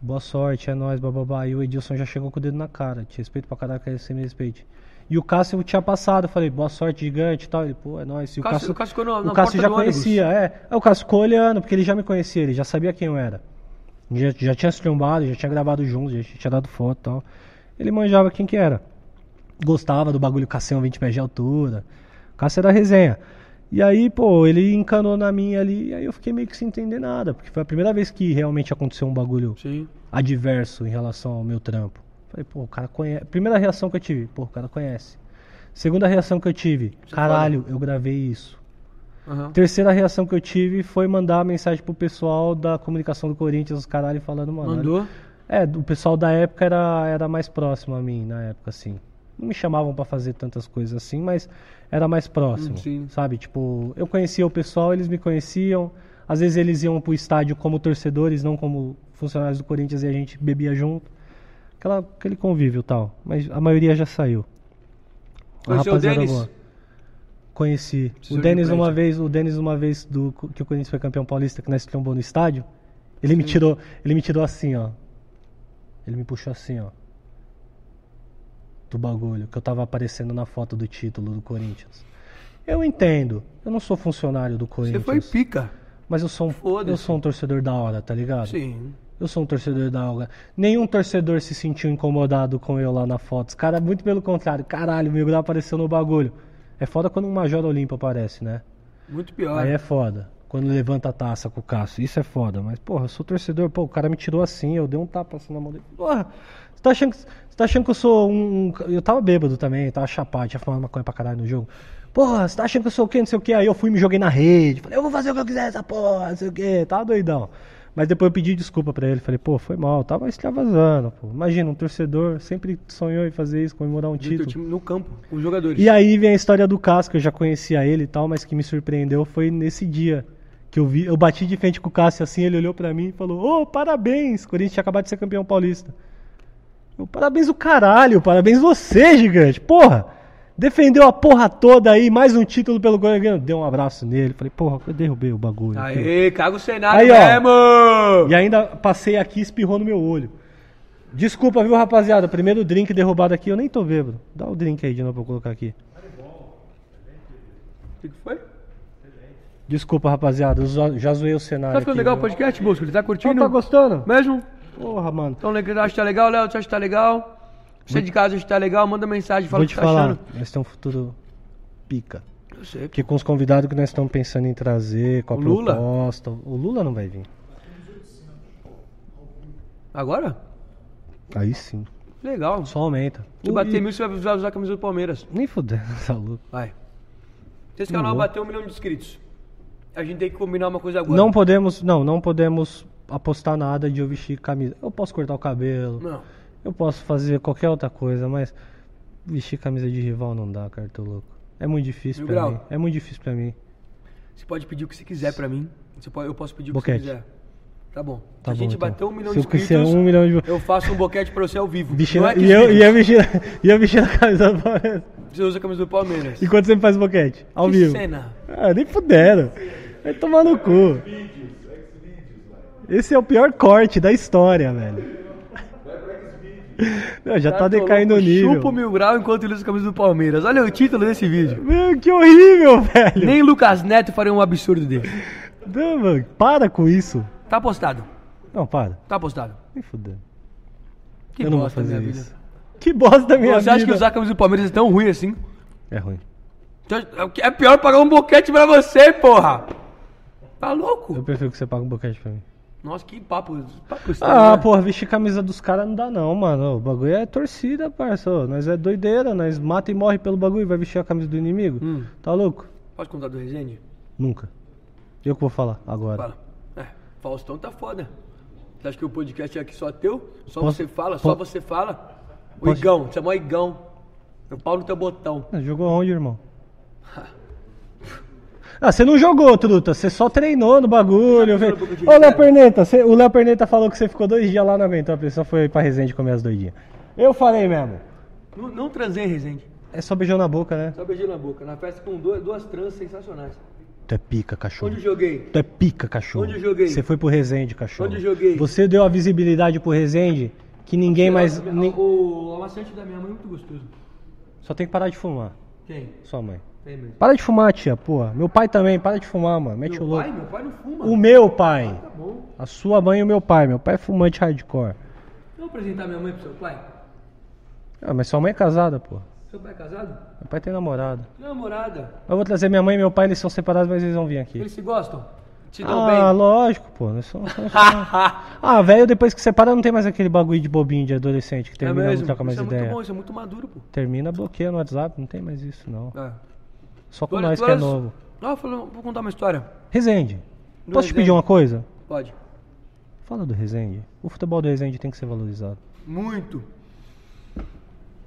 B: Boa sorte, é nóis, bababá. E o Edilson já chegou com o dedo na cara. Te respeito pra caralho, quero que você me respeite. E o Cássio tinha passado, eu falei, boa sorte, gigante e tal. Ele, pô, é nóis. E o Cássio,
E: Cássio- o Cássio ficou na- na
B: o Cássio já
E: porta do ônibus.
B: conhecia, é. Aí O Cássio ficou olhando, porque ele já me conhecia, ele já sabia quem eu era. Já, já tinha se trombado, já tinha gravado junto, já tinha dado foto e tal. Ele manjava quem que era. Gostava do bagulho Cassião 20 pés de altura. Cássio era resenha. E aí, pô, ele encanou na minha ali, e aí eu fiquei meio que sem entender nada, porque foi a primeira vez que realmente aconteceu um bagulho
E: Sim.
B: adverso em relação ao meu trampo. Falei, pô, o cara conhece. Primeira reação que eu tive, pô, o cara conhece. Segunda reação que eu tive, caralho, eu gravei isso.
E: Aham.
B: Terceira reação que eu tive foi mandar mensagem pro pessoal da comunicação do Corinthians, os caralho, falando, mano.
E: Mandou.
B: É, o pessoal da época era, era mais próximo a mim, na época, assim. Não me chamavam pra fazer tantas coisas assim, mas era mais próximo.
E: Hum, sim.
B: Sabe? Tipo, eu conhecia o pessoal, eles me conheciam. Às vezes eles iam pro estádio como torcedores, não como funcionários do Corinthians e a gente bebia junto. Aquela, aquele convívio e tal. Mas a maioria já saiu. A
E: Conheceu o
B: rapaziada
E: Denis?
B: boa. Conheci.
E: Precisou
B: O
E: de
B: Denis
E: um
B: uma
E: print.
B: vez, o Denis uma vez do que o Corinthians foi campeão paulista, que nós trombou no estádio, ele me tirou, ele me tirou assim, ó. Ele me puxou assim, ó. Do bagulho que eu tava aparecendo na foto do título do Corinthians. Eu entendo. Eu não sou funcionário do
E: Você
B: Corinthians.
E: foi pica.
B: Mas eu sou um,
E: Foda-se.
B: eu sou um torcedor da hora, tá ligado?
E: Sim.
B: Eu sou um torcedor da hora. Nenhum torcedor se sentiu incomodado com eu lá na foto. Os Cara, muito pelo contrário. Caralho, o meu grau apareceu no bagulho. É foda quando um Major Olimpo aparece, né?
E: Muito pior.
B: Aí é foda. Quando levanta a taça com o Cássio. Isso é foda. Mas, porra, eu sou torcedor. Pô, o cara me tirou assim. Eu dei um tapa assim na mão dele. Porra, você tá achando que, você tá achando que eu sou um, um- Eu tava bêbado também. Tava chapado. Tinha fumado maconha pra caralho no jogo. Porra, você tá achando que eu sou o quê? Não sei o quê. Aí eu fui e me joguei na rede. Falei, eu vou fazer o que eu quiser essa porra. Não sei o quê. Tava doidão. Mas depois eu pedi desculpa pra ele. Falei, pô, foi mal, tava extravasando, tá pô. Imagina, um torcedor sempre sonhou em fazer isso, comemorar um
E: Do teu
B: título.
E: time no campo, com os jogadores.
B: E aí vem a história do Cássio, que eu já conhecia ele e tal, mas que me surpreendeu foi nesse dia. Que eu vi, eu bati de frente com o Cássio assim, ele olhou pra mim e falou: Ô, parabéns! Corinthians tinha acabado de ser campeão paulista. Eu, parabéns o caralho, parabéns você, gigante, porra! Defendeu a porra toda aí, mais um título pelo Corinthians. Deu um abraço nele, falei, porra, eu derrubei o bagulho.
E: Aê, caga o cenário
B: Aí, ó.
E: mesmo!
B: E ainda passei aqui e espirrou no meu olho. Desculpa, viu, rapaziada? Primeiro drink derrubado aqui, eu nem tô bêbado. Dá o drink aí de novo pra eu colocar aqui.
E: O que que foi? Tá
B: Desculpa, rapaziada, eu zo- já zoei o cenário.
E: Tá ficando
B: aqui,
E: legal o
B: viu?
E: podcast, Bosco? Ele tá
B: Então,
E: curtindo?
B: tá gostando?
E: Mesmo?
B: Porra, mano.
E: Então, Leandro, acha que tá legal, Léo, tu acha que tá legal? Você de casa acha que tá legal, manda mensagem, fala
B: Vou
E: o que
B: te
E: tá
B: falar,
E: achando.
B: nós temos um futuro pica.
E: Eu sei.
B: Porque com os convidados que nós estamos pensando em trazer, com a
E: O Lula?
B: proposta. O Lula não vai vir.
E: Agora?
B: Aí sim.
E: Legal.
B: Só aumenta.
E: Se
B: Ui,
E: bater mil, você vai usar a camisa do Palmeiras.
B: Nem fudendo, (laughs) tá louco.
E: Vai. Se esse canal
B: Não vou.
E: bater um milhão de inscritos, a gente tem que combinar uma coisa agora.
B: Não podemos, não, não podemos apostar nada de eu vestir camisa. Eu posso cortar o cabelo,
E: Não.
B: eu posso fazer qualquer outra coisa, mas vestir camisa de rival não dá, cara, tô louco. É muito difícil
E: Mil
B: pra
E: grau.
B: mim. É muito difícil pra mim.
E: Você pode pedir o que você quiser pra mim. Você pode, eu posso pedir o
B: Boquete.
E: que você quiser. Tá bom. Se
B: Tá
E: a gente
B: bom, então.
E: bater um milhão
B: Se
E: de
B: eu quiser
E: inscritos,
B: um milhão de-
E: eu faço um boquete pra você ao vivo.
B: Vestir
E: Não
B: na-
E: é que
B: e, eu,
E: você-
B: e, eu vestir, e eu vestir a camisa do Palmeiras.
E: Você usa a camisa do Palmeiras.
B: Enquanto você me faz boquete, ao
E: Que
B: vivo.
E: cena.
B: Ah, nem puderam. Vai tomar no cu. Esse é o pior corte da história, velho. Não, já tá
E: Cara, tô
B: decaindo o
E: louco,
B: nível.
E: um Chupa o mil grau enquanto ele usa a camisa do Palmeiras. Olha o título desse vídeo.
B: Meu, que horrível, velho.
E: Nem Lucas Neto faria um absurdo dele.
B: Não, mano, para com isso.
E: Tá postado.
B: Não, para.
E: Tá postado.
B: Nem fudendo.
E: Que
B: Eu não vou
E: bosta,
B: fazer
E: minha
B: isso.
E: vida.
B: Que bosta da minha
E: Você acha que
B: vida.
E: usar a camisa do Palmeiras é tão ruim assim?
B: É ruim.
E: É pior pagar um boquete pra você, porra! Tá
B: Eu
E: louco?
B: prefiro que você pague um boquete pra mim.
E: Nossa, que papo. papo estranho,
B: Ah,
E: né?
B: porra, vestir camisa dos caras não dá não, mano. O bagulho é torcida, parça. Ô, Nós é doideira, nós mata e morre pelo bagulho. Vai vestir a camisa do inimigo?
E: Hum.
B: Tá louco?
E: Pode contar do Resende?
B: Nunca. Eu que vou falar agora.
E: Fala. É, Faustão tá foda. Você acha que o podcast é aqui só teu? Só
B: Posso-
E: você fala, só
B: posso-
E: você fala? O
B: Posso-
E: Igão, você é mó Igão. Eu pau no teu botão.
B: Ah, Jogou onde, irmão? (laughs) Ah, você não jogou, truta. Você só treinou no bagulho. velho. Ô, Léo Perneta, você- o Léo Perneta falou que você ficou dois dias lá na aguentou. A pessoa foi pra Resende comer as doidinhas. Eu falei mesmo.
E: Não, não transei, Resende.
B: É só beijão na boca, né?
E: Só beijei na boca. Na festa com duas, duas trans sensacionais.
B: Tu é pica, cachorro.
E: Onde eu joguei?
B: Tu é pica, cachorro.
E: Onde eu joguei?
B: Você foi pro Resende, cachorro.
E: Onde eu joguei?
B: Você deu a visibilidade pro Resende que ninguém mais. nin-
E: O amaciante da minha mãe é muito gostoso.
B: Só tem que parar de fumar,
E: Tem,
B: sua mãe.
E: tem mesmo.
B: Para de fumar, tia, porra. Meu pai também, para de fumar, mano. Mete o
E: Meu
B: louco. Um.
E: pai, meu pai não fuma.
B: O meu pai.
E: Tá bom.
B: A sua mãe e o meu pai. Meu pai é fumante hardcore.
E: Eu vou apresentar minha mãe pro seu pai?
B: Ah, mas sua mãe é casada, porra.
E: Seu pai é casado?
B: Meu pai tem namorada.
E: Tem namorada.
B: Eu vou trazer minha mãe e meu pai, eles são separados, mas eles vão vir aqui.
E: Eles se gostam? Se dão
B: Ah,
E: bem?
B: lógico, pô. Nós somos- somos-
E: (laughs)
B: ah, velho, depois que separa não tem mais aquele bagulho de bobinho de adolescente que termina e não troca mais
E: isso é muito
B: ideia.
E: bom, isso é muito maduro, pô.
B: Termina, bloqueia no WhatsApp, não tem mais isso não.
E: É.
B: Só com
E: Olha,
B: nós
E: tu
B: que é
E: eras-
B: novo.
E: Ah, eu falei, vou contar uma história.
B: Resende,
E: Do
B: posso te
E: Resende.
B: pedir uma coisa?
E: Pode.
B: Fala do Resende. O futebol do Resende tem que ser valorizado.
E: Muito.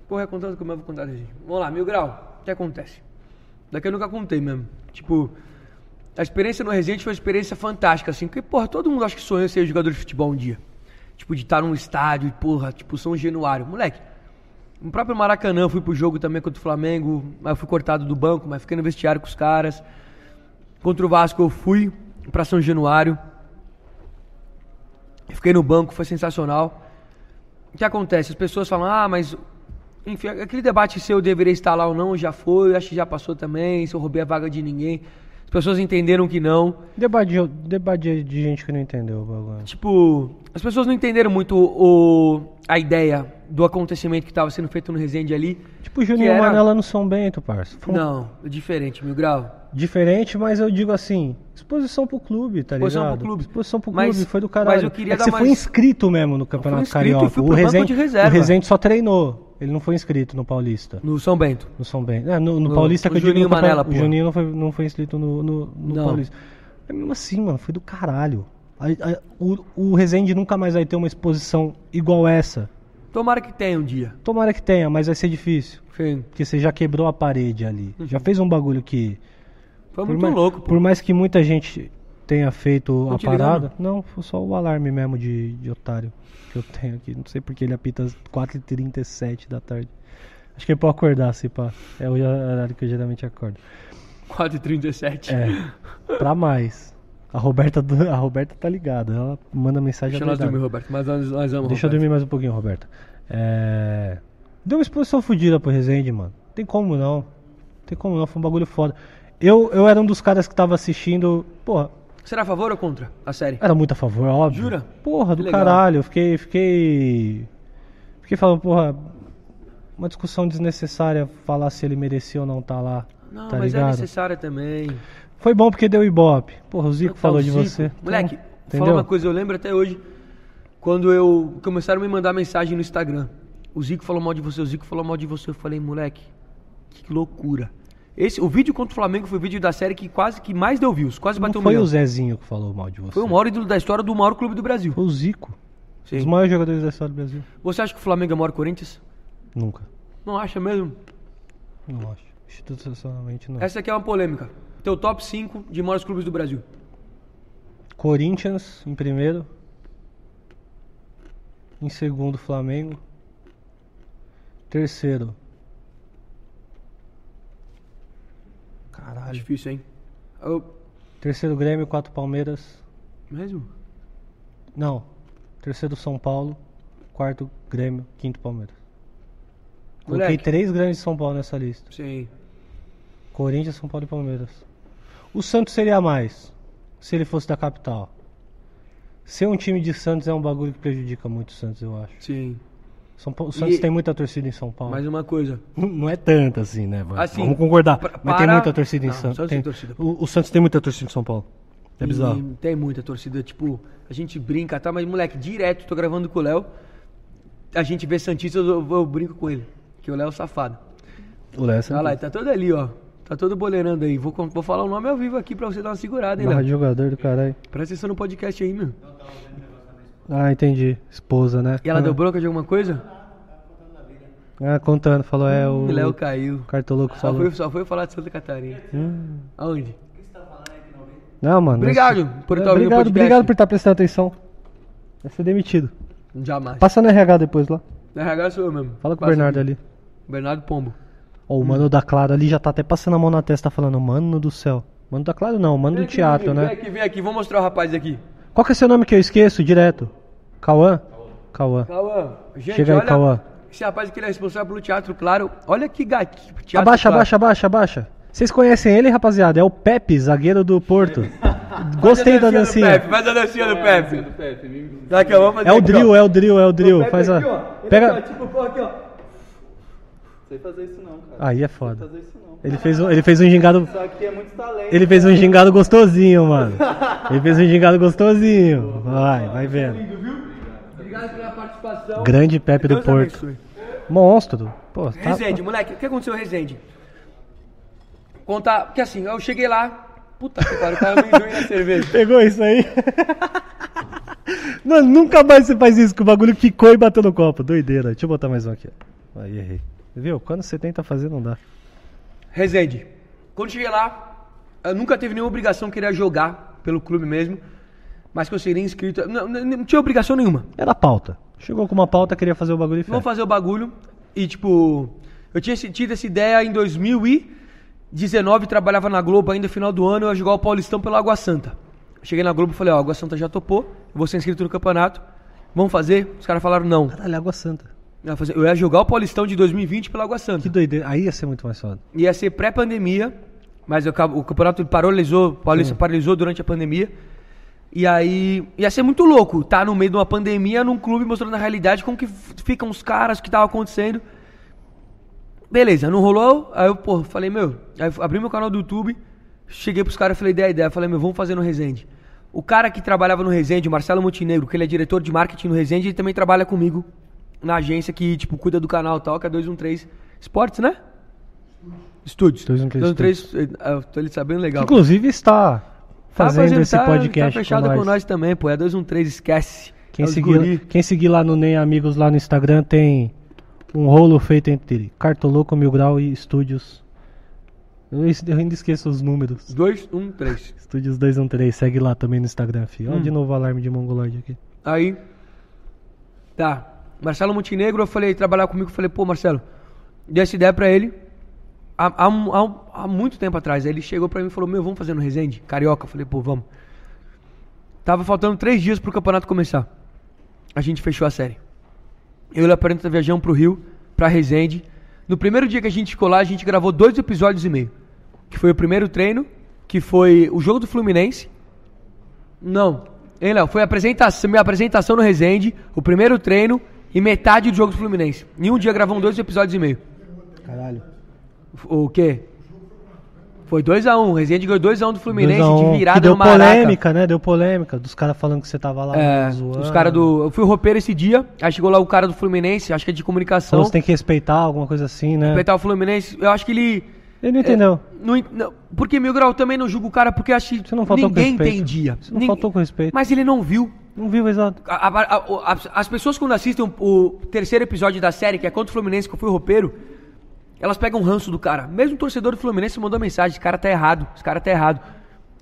E: Porra, é contando como eu vou contar, gente. Vamos lá, mil grau. O que acontece? Daqui eu nunca contei mesmo. Tipo, a experiência no Resende foi uma experiência fantástica, assim. Porque, porra, todo mundo acha que sonha em ser jogador de futebol um dia. Tipo, de estar num estádio, e, porra, tipo, São Januário. Moleque, no próprio Maracanã eu fui pro jogo também contra o Flamengo. Mas eu fui cortado do banco, mas fiquei no vestiário com os caras. Contra o Vasco eu fui pra São Januário. Fiquei no banco, foi sensacional. O que acontece? As pessoas falam, ah, mas. Enfim, aquele debate se eu deveria estar lá ou não já foi, acho que já passou também, se eu roubei a vaga de ninguém. As pessoas entenderam que não.
B: Debate, de- debate de gente que não entendeu o bagulho.
E: Tipo, as pessoas não entenderam muito o, a ideia do acontecimento que estava sendo feito no Resende ali.
B: Tipo o Juninho
E: Que era-
B: Manela no São Bento, parça. Foi um-
E: Não, é diferente, Mil Grau.
B: Diferente, mas eu digo assim, exposição pro clube, tá
E: Exposição
B: ligado?
E: pro clube.
B: Exposição pro clube,
E: Mas-
B: foi do caralho.
E: mas eu queria
B: é que
E: dar
B: você foi
E: mais-
B: inscrito mesmo no Campeonato
E: Eu fui inscrito e
B: Carioca.
E: fui
B: o
E: pro banco
B: Resende,
E: de reserva.
B: o Resende só treinou, ele não foi inscrito no Paulista.
E: No São Bento.
B: No São Bento. É, no, no
E: No-
B: Paulista
E: no
B: que eu digo no
E: Juninho
B: campeon-
E: Manela,
B: O
E: porra.
B: Juninho não foi, não foi inscrito no, no, no
E: Não.
B: Paulista. É mesmo assim, mano, foi do caralho. A- a- o, o Resende nunca mais vai ter uma exposição igual essa.
E: Tomara que tenha um dia.
B: Tomara que tenha, mas vai ser difícil.
E: Sim.
B: Porque você já quebrou a parede ali. Já fez um bagulho que.
E: Foi
B: por
E: Uhum. É muito
B: mais-
E: louco, pô.
B: Por mais que muita gente tenha feito
E: Não
B: a
E: te ligaram?
B: parada. Não, foi só o alarme mesmo de, de otário que eu tenho aqui. Não sei porque ele apita às 4h37 da tarde. Acho que é pra eu acordar, se pá. É o horário que eu geralmente acordo.
E: 4h37.
B: É. pra mais. A Roberta, do- a Roberta tá ligada. Ela manda mensagem
E: Deixa nós
B: adoidada.
E: dormir, Roberto. Mas nós, nós amamos.
B: Deixa eu
E: Roberto.
B: dormir mais um pouquinho, Roberta. É... Deu uma exposição fodida pro Resende, mano. Tem como não. Tem como não, foi um bagulho foda. Eu, eu era um dos caras que tava assistindo. Porra,
E: Será a favor ou contra a série?
B: era muito a favor, óbvio.
E: Jura?
B: Porra, do
E: Que legal.
B: caralho. Eu fiquei, fiquei. Fiquei falando, porra. Uma discussão desnecessária falar se ele merecia ou não tá lá.
E: Não,
B: tá
E: mas é
B: ligado?
E: necessária também.
B: Foi bom porque deu ibope. Porra, o Zico
E: Tá,
B: falou
E: o
B: de
E: Zico.
B: você.
E: Moleque,
B: Então,
E: vou falar uma coisa, eu lembro até hoje, quando eu começaram a me mandar mensagem no Instagram. O Zico falou mal de você, o Zico falou mal de você. Eu falei, moleque, que loucura. Esse, o vídeo contra o Flamengo foi o vídeo da série que quase que mais deu views, quase
B: Não
E: bateu um
B: foi
E: milhão.
B: o Zezinho que falou mal de você.
E: Foi o maior ídolo da história do maior clube do Brasil.
B: Foi o Zico.
E: Sim.
B: Os maiores jogadores da história do Brasil.
E: Você acha que o Flamengo é o maior Corinthians?
B: Nunca.
E: Não acha mesmo?
B: Não acho. Institucionalmente não.
E: Essa aqui é uma polêmica. Teu top 5 de maiores clubes do Brasil.
B: Corinthians em primeiro. Em segundo, Flamengo. Terceiro. Caralho.
E: Difícil, hein? Eu-
B: Terceiro, Grêmio. Quatro, Palmeiras.
E: mesmo?
B: Não. Terceiro, São Paulo. Quarto, Grêmio. Quinto, Palmeiras. Coloquei
E: Moleque.
B: três grandes de São Paulo nessa lista:
E: Sim.
B: Corinthians, São Paulo e Palmeiras. O Santos seria mais se ele fosse da capital. Ser um time de Santos é um bagulho que prejudica muito o Santos, eu acho.
E: Sim.
B: São Paulo, o Santos
E: E-
B: tem muita torcida em São Paulo.
E: Mais uma coisa.
B: Não é tanta assim, né? vai?
E: Assim,
B: Vamos concordar.
E: pra-
B: Mas tem
E: para-
B: muita torcida em
E: Não,
B: Santos.
E: Santos tem
B: Tem-
E: torcida.
B: O, o Santos tem muita torcida em São Paulo. É bizarro.
E: E tem muita torcida, tipo, a gente brinca, tá? Mas, moleque, direto, tô gravando com o Léo. A gente vê Santista, eu, eu brinco com ele. Que o Léo é o safado.
B: O Léo é
E: Olha lá,
B: Santista.
E: ele tá todo ali, ó. Tá todo boleirando aí. Vou, con- vou falar o nome ao vivo aqui pra você dar uma segurada, hein,
B: Barra de
E: Léo?
B: jogador do caralho.
E: Presta atenção no podcast aí, meu.
B: Ah, entendi. Esposa, né?
E: E ela
B: ah,
E: deu bronca de alguma coisa?
B: Ah, contando. Falou, é o.
E: O Hum, Léo caiu.
B: Cartoloco
E: Só
B: falou. Hum.
E: foi, só foi falar de Santa Catarina. Aonde?
B: Não, mano.
E: Obrigado
B: esse-
E: por
B: É,
E: estar ouvindo o
B: obrigado,
E: podcast.
B: obrigado por estar prestando atenção. Vai ser demitido.
E: Jamais.
B: Passa no RH depois lá.
E: Na RH sou eu mesmo.
B: Fala com o
E: Passa
B: Bernardo
E: aqui.
B: ali.
E: Bernardo Pombo.
B: Ó, o mano da Clara ali já tá até passando a mão na testa, falando, mano do céu. Mano da Clara não, mano do teatro, né?
E: Vem aqui, vem aqui. Vou mostrar o rapaz aqui.
B: Qual que é seu nome que eu esqueço direto? Cauã? Cauã.
E: Cauã, gente,
B: Chega aí,
E: olha,
B: Cauã.
E: esse rapaz que ele é responsável pelo Teatro Claro, olha que gatinho. Teatro
B: Abaixa,
E: Claro.
B: abaixa, abaixa, abaixa. Vocês conhecem ele, rapaziada? É o Pepe, zagueiro do
E: (laughs)
B: Porto. Gostei da
E: Do
B: dancinha.
E: assim, Pepe, faz a É, dancinha do Pepe. Tá, Cauã, vamos fazer
B: É o
E: aqui,
B: drill,
E: ó.
B: é o drill, é o drill.
E: Pepe
B: Faz a.
E: aqui, ó. Ele aqui,
B: Pega.
E: ó, tipo, porra, aqui, ó.
D: Não sei fazer isso não, cara.
B: Aí é foda.
D: Não sei fazer isso não.
B: Ele fez um, ele fez um gingado.
D: Só que é muito talento. né?
B: Ele fez um gingado gostosinho,
D: (laughs)
B: mano. Ele fez um gingado gostosinho. Vai, vai vendo.
E: Obrigado pela participação.
B: Grande Pepe do
E: Deus
B: Porto.
E: abençoe.
B: Monstro. Pô, tá.
E: Resende, moleque, o que aconteceu, Resende? Contar, porque assim, eu cheguei lá, puta que pariu, tava amendoim na cerveja.
B: Pegou isso aí? (laughs) Mano, nunca mais você faz isso, que o bagulho quicou e bateu no copo. Doideira. Deixa eu botar mais um aqui. ó. Aí, errei. Viu? Quando você tenta fazer, não dá.
E: Rezende, quando cheguei lá, eu nunca teve nenhuma obrigação que queria jogar pelo clube mesmo, mas que eu seria inscrito. Não, não, não tinha obrigação nenhuma.
B: Era pauta. Chegou com uma pauta, queria fazer o bagulho e fez.
E: Vamos fazer o bagulho. E, tipo, eu tinha esse- tido essa ideia em 2019, trabalhava na Globo ainda, final do ano, eu ia jogar o Paulistão pela Água Santa. Cheguei na Globo e falei, ó, a Água Santa já topou, eu vou ser inscrito no campeonato, vamos fazer? Os caras falaram não.
B: Caralho, água santa.
E: Eu ia fazer- Eu ia jogar o Paulistão de 2020 pela Água Santa.
B: Que doideira. Aí ia ser muito mais foda.
E: ia ser pré-pandemia, mas o, ca- o campeonato paralisou, o Paulista paralisou durante a pandemia. E aí ia ser muito louco estar no meio de uma pandemia num clube mostrando a realidade como que f- ficam os caras, o que tava acontecendo. Beleza, não rolou. Aí eu, pô, falei, meu, aí eu abri meu canal do YouTube, cheguei pros caras, falei, dei a ideia, falei, meu, vamos fazer no Resende. O cara que trabalhava no Resende, o Marcelo Montenegro, que ele é diretor de marketing no Resende, ele também trabalha comigo na agência que, tipo, cuida do canal e tal, que é 213 Esportes, né? Estúdios.
B: 213
E: 213, eh, ah, eu tô ele sabendo legal.
B: Inclusive está fazendo
E: fazendo-
B: esse
E: tá-
B: podcast
E: Tá fechado
B: com
E: com
B: nós.
E: nós, também, pô. É 213, esquece.
B: Quem,
E: é os
B: seguir,
E: guri.
B: quem seguir lá no Nem Amigos, lá no Instagram, tem um rolo feito entre Cartoloco, Mil Grau e Estúdios. Eu, es- eu ainda esqueço os números.
E: 2, 1, 3.
B: Estúdios 213, segue lá também no Instagram, filho. Olha de
E: Hum.
B: novo o alarme de mongoloide aqui.
E: Aí. Tá. Marcelo Montenegro, eu falei, trabalhar comigo, eu falei, pô, Marcelo, dei essa ideia pra ele. Há, há mu- há um- há muito tempo atrás. Aí ele chegou pra mim e falou, meu, vamos fazer no Resende? Carioca. Eu falei, pô, vamos. Tava faltando três dias pro campeonato começar. A gente fechou a série. Eu e o Laparenta viajamos pro Rio, pra Resende. No primeiro dia que a gente ficou lá, a gente gravou dois episódios e meio. Que foi o primeiro treino, que foi o jogo do Fluminense, não. Hein, Léo? Foi a apresentação, minha apresentação no Resende, o primeiro treino e metade do jogo do Fluminense. Em um dia gravamos dois episódios e meio.
B: Caralho.
E: F- O quê? Foi 2x1. Um. Resende ganhou 2x1 do Fluminense de virada
B: um, deu
E: no Maraca.
B: polêmica, né? Deu polêmica. Dos caras falando que você tava lá
E: É,
B: zoando.
E: os caras do. Eu fui roupeiro esse dia, aí chegou lá o cara do Fluminense, acho que é de
B: Falou
E: comunicação.
B: que você tem que respeitar, alguma coisa assim, né?
E: Respeitar É. o Fluminense, eu acho que ele.
B: Ele não entendeu.
E: Não, en- não- porque Mil Grau também não julga o cara, porque acho que
B: Você não faltou com
E: ninguém
B: respeito.
E: entendia.
B: Você não
E: Nin-
B: faltou com respeito.
E: Mas ele não viu.
B: Não viu, exato.
E: A- a- a- o- as- as pessoas quando assistem o terceiro episódio da série, que é contra o Fluminense, que eu fui roupeiro, elas pegam um ranço do cara. Mesmo o torcedor do Fluminense mandou mensagem, esse cara tá errado, esse cara tá errado.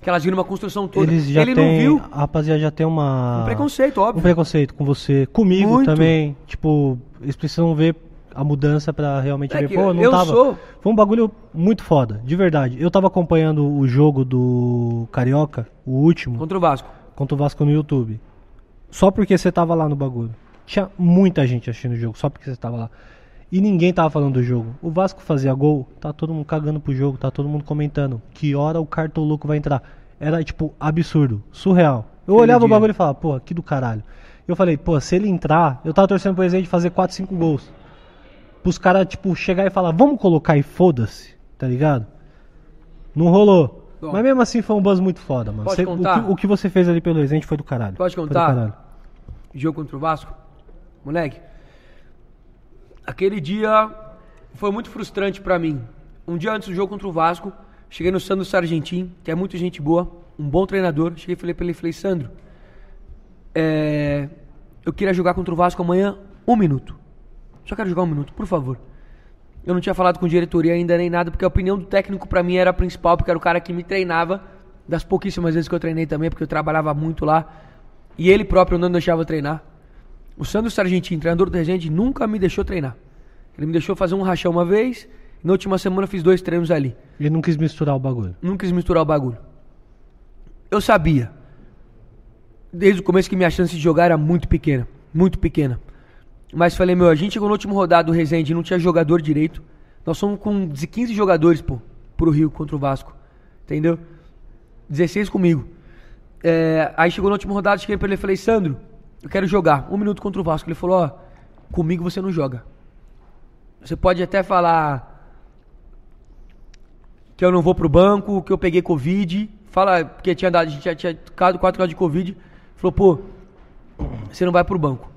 E: Que elas viram uma construção toda.
B: Eles já
E: Ele
B: tem,
E: não viu.
B: A rapaziada já tem uma.
E: Um preconceito, óbvio.
B: Um preconceito com você. Comigo
E: Muito.
B: também. Tipo, eles precisam ver a mudança pra realmente
E: É
B: ver.
E: que
B: Pô, não
E: eu
B: tava.
E: sou-
B: Foi um bagulho muito foda, de verdade. Eu tava acompanhando o jogo do Carioca, o último, contra,
E: Contra o Vasco.
B: o Vasco no YouTube. Só porque você tava lá no bagulho. Tinha muita gente assistindo o jogo, só porque você tava lá. E ninguém tava falando do jogo. O Vasco fazia gol, tá todo mundo cagando pro jogo, tá todo mundo comentando. Que hora o cartoloco vai entrar? Era, tipo, absurdo, surreal. Eu
E: Aquele
B: olhava o
E: dia.
B: bagulho e falava, pô, que do caralho. Eu falei, pô, se ele entrar, eu tava torcendo pro Rezende fazer 4, 5 gols. Pros caras, tipo, chegar e falar, vamos colocar e foda-se, tá ligado? Não rolou.
E: Bom.
B: Mas mesmo assim foi um buzz muito foda, mano.
E: Posso
B: Você- o,
E: contar?
B: que, o que você fez ali pelo Rezende foi do caralho.
E: Posso
B: Foi do
E: contar?
B: caralho.
E: Jogo contra o Vasco. Moleque, aquele dia foi muito frustrante pra mim. Um dia antes do jogo contra o Vasco, cheguei no Sandro Sargentim, que é muito gente boa, um bom treinador. Cheguei e falei pra ele, falei, Sandro, é, eu queria jogar contra o Vasco amanhã um minuto. Só quero jogar um minuto, por favor. Eu não tinha falado com diretoria ainda nem nada, porque a opinião do técnico pra mim era a principal, porque era o cara que me treinava, das pouquíssimas vezes que eu treinei também, porque eu trabalhava muito lá. E ele próprio não deixava eu treinar. O Sandro Sargentin, treinador do Resende, nunca me deixou treinar. Ele me deixou fazer um rachão uma vez, e na última semana eu fiz dois treinos ali.
B: Ele não quis misturar o bagulho.
E: Não quis misturar o bagulho. Eu sabia, desde o começo, que minha chance de jogar era muito pequena. Muito pequena. Mas falei, meu, a gente chegou no último rodado do Resende, não tinha jogador direito. Nós somos com 15 jogadores, pô, pro Rio contra o Vasco. Entendeu? 16 comigo. É, aí chegou na última rodada, cheguei pra ele e falei, Sandro, eu quero jogar. Um minuto contra o Vasco. Ele falou, ó, comigo você não joga. Você pode até falar que eu não vou pro banco, que eu peguei Covid. Fala, porque tinha dado, a gente já tinha ficado 4 casos de Covid. Falou, pô, você não vai pro banco.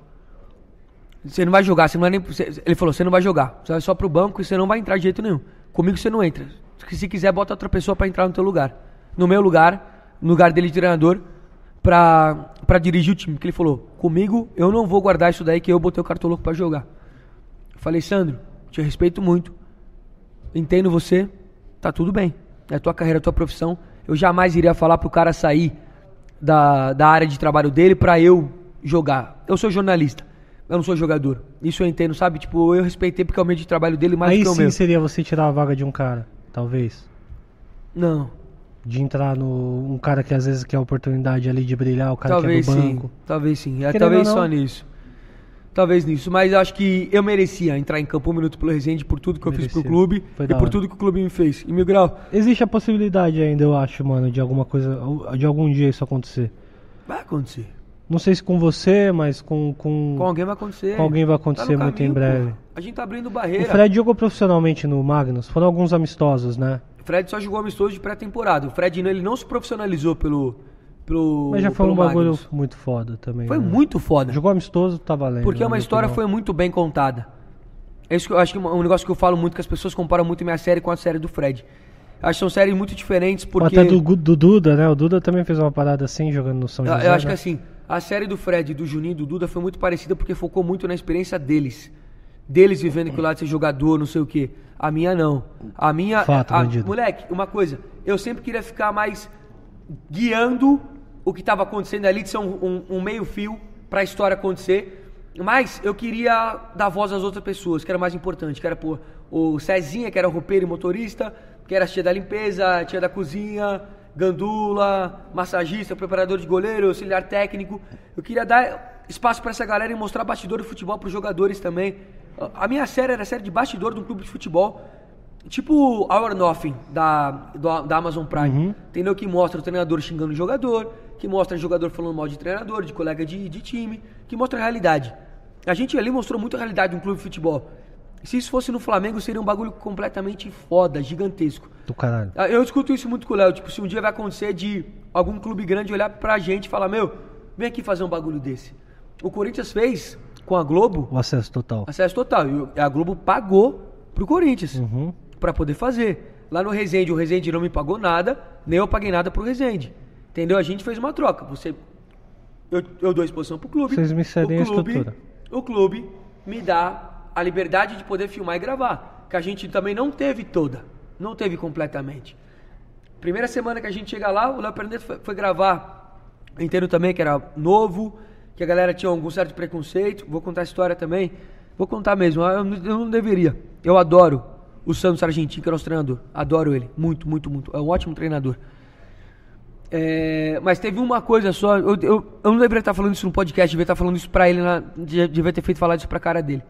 E: Você não vai jogar, você não vai nem. você- Ele falou, você não vai jogar. Você vai só pro banco e você não vai entrar de jeito nenhum. Comigo você não entra. Se se quiser, bota outra pessoa pra entrar no teu lugar. No meu lugar, no lugar dele de treinador, pra, pra dirigir o time. Porque ele falou, comigo eu não vou guardar isso daí que eu botei o cartoloco pra jogar. Eu falei, Sandro, te respeito muito. Entendo você, tá tudo bem. É a tua carreira, a tua profissão. Eu jamais iria falar pro cara sair da, da área de trabalho dele pra eu jogar. Eu sou jornalista, eu não sou jogador. Isso eu entendo, sabe? Tipo, eu respeitei porque é o meio de trabalho dele mais
B: Aí
E: do que o
B: sim
E: meu.
B: seria você tirar a vaga de um cara, talvez.
E: Não,
B: De entrar no. Um cara que às vezes quer a oportunidade ali de brilhar, o cara
E: talvez
B: que é do
E: sim,
B: banco.
E: talvez sim. É,
B: Querendo
E: talvez
B: ou não.
E: só nisso. Talvez nisso, mas acho que eu merecia entrar em campo um minuto pelo Resende por tudo que eu fiz
B: Merecia.
E: pro clube
B: Foi
E: e
B: da
E: por
B: hora.
E: tudo que o clube me fez. E Mil Grau,
B: Existe a possibilidade ainda, eu acho, mano, de alguma coisa. De algum dia isso acontecer.
E: vai acontecer.
B: Não sei se com você, mas com. Com,
E: Com alguém vai acontecer.
B: Hum. com alguém vai
E: Tá no
B: acontecer muito em breve.
E: pô. A gente tá abrindo
B: O
E: barreira.
B: Fred jogou profissionalmente no Magnus, foram alguns amistosos, né?
E: Fred só jogou amistoso de pré-temporada. O Fred não- ele não se profissionalizou pelo. pelo
B: Mas já foi
E: pelo
B: um bagulho
E: Magnus.
B: muito foda também.
E: Foi
B: né?
E: muito foda.
B: Jogou amistoso, tá valendo.
E: Porque
B: na
E: é uma
B: minha
E: história
B: opinião.
E: foi muito bem contada. É isso que eu acho que é um negócio que eu falo muito, que as pessoas comparam muito minha série com a série do Fred. Acho que são séries muito diferentes, porque.
B: Até tá do, Gu- do Duda, né? O Duda também fez uma parada assim, jogando no São
E: Eu, eu
B: José.
E: acho que
B: né?
E: assim, a série do Fred, do Juninho e do Duda foi muito parecida porque focou muito na experiência deles. Deles vivendo aquilo lá de ser jogador, não sei o quê. A minha não. A minha.
B: Fato,
E: a-
B: bandido.
E: Moleque, uma coisa. Eu sempre queria ficar mais guiando o que estava acontecendo ali, de ser um, um- um meio-fio pra história acontecer. Mas eu queria dar voz às outras pessoas, que era mais importante. Que era pô, o Cezinha, que era roupeiro e motorista, que era a tia da limpeza, a tia da cozinha, gandula, massagista, preparador de goleiro, auxiliar técnico. Eu queria dar espaço pra essa galera e mostrar bastidor de futebol pros jogadores também. A- A minha série era a série de bastidor de um clube de futebol. Tipo Our Nothing, da, do- da Amazon Prime. Entendeu? Que mostra o treinador xingando o jogador, que mostra o jogador falando mal de treinador, de colega de, de time, que mostra a realidade. A gente ali mostrou muito a realidade de um clube de futebol. Se isso fosse no Flamengo, seria um bagulho completamente foda, gigantesco.
B: Do caralho.
E: Ah, Eu escuto isso muito com o Léo. Tipo, se um dia vai acontecer de algum clube grande olhar pra gente e falar: Meu, vem aqui fazer um bagulho desse. O Corinthians fez com a Globo
B: O acesso total.
E: acesso total. E a Globo pagou pro Corinthians
B: Uhum.
E: pra poder fazer. Lá no Resende, o Resende não me pagou nada, nem eu paguei nada pro Resende. Entendeu? A gente fez uma troca. Você. Eu, eu dou a exposição pro clube.
B: Vocês me cedem
E: o
B: a
E: clube,
B: estrutura.
E: O clube me dá a liberdade de poder filmar e gravar. Que a gente também não teve toda. Não teve completamente. Primeira semana que a gente chega lá, o Léo Perneta foi, foi gravar inteiro também, que era novo, que a galera tinha algum certo preconceito. Vou contar a história também. Vou contar mesmo, eu, n- eu não deveria. Eu adoro o Santos Argentino, que é nosso treinador. Adoro ele. Muito, muito, muito. É um ótimo treinador. É, mas teve uma coisa só, eu, eu, eu não deveria estar falando isso no podcast, deveria estar falando isso pra ele, na, de- devia ter feito falar isso pra cara dele.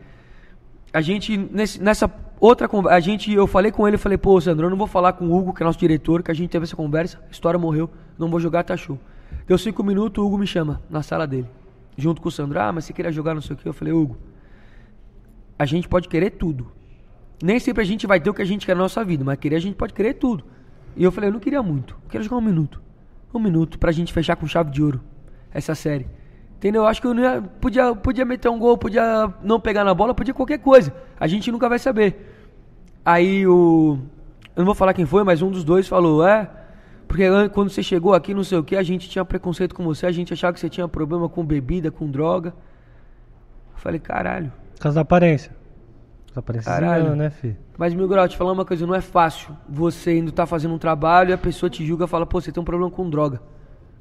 E: A gente, nesse- nessa outra conversa, a gente, eu falei com ele, eu falei, pô, Sandro, eu não vou falar com o Hugo, que é nosso diretor, que a gente teve essa conversa, a história morreu, não vou jogar, tá show. Deu cinco minutos, o Hugo me chama, na sala dele, junto com o Sandro, ah, mas você queria jogar, não sei o que, eu falei, Hugo, a gente pode querer tudo. Nem sempre a gente vai ter o que a gente quer na nossa vida, mas querer a gente pode querer tudo. E eu falei, eu não queria muito, eu quero jogar um minuto. Um minuto pra gente fechar com chave de ouro essa série. Entendeu? Eu acho que eu não ia, podia, podia meter um gol, podia não pegar na bola, podia qualquer coisa. A gente nunca vai saber. Aí o. Eu não vou falar quem foi, mas um dos dois falou, é. Porque an- quando você chegou aqui, não sei o que, a gente tinha preconceito com você, a gente achava que você tinha problema com bebida, com droga. Eu falei, caralho.
B: Por causa da aparência. As aparências
E: Caralho.
B: enganam, né, filho?
E: Mas, Mil Grau, te falar uma coisa, não é fácil. Você ainda tá fazendo um trabalho e a pessoa te julga e fala, pô, você tem um problema com droga.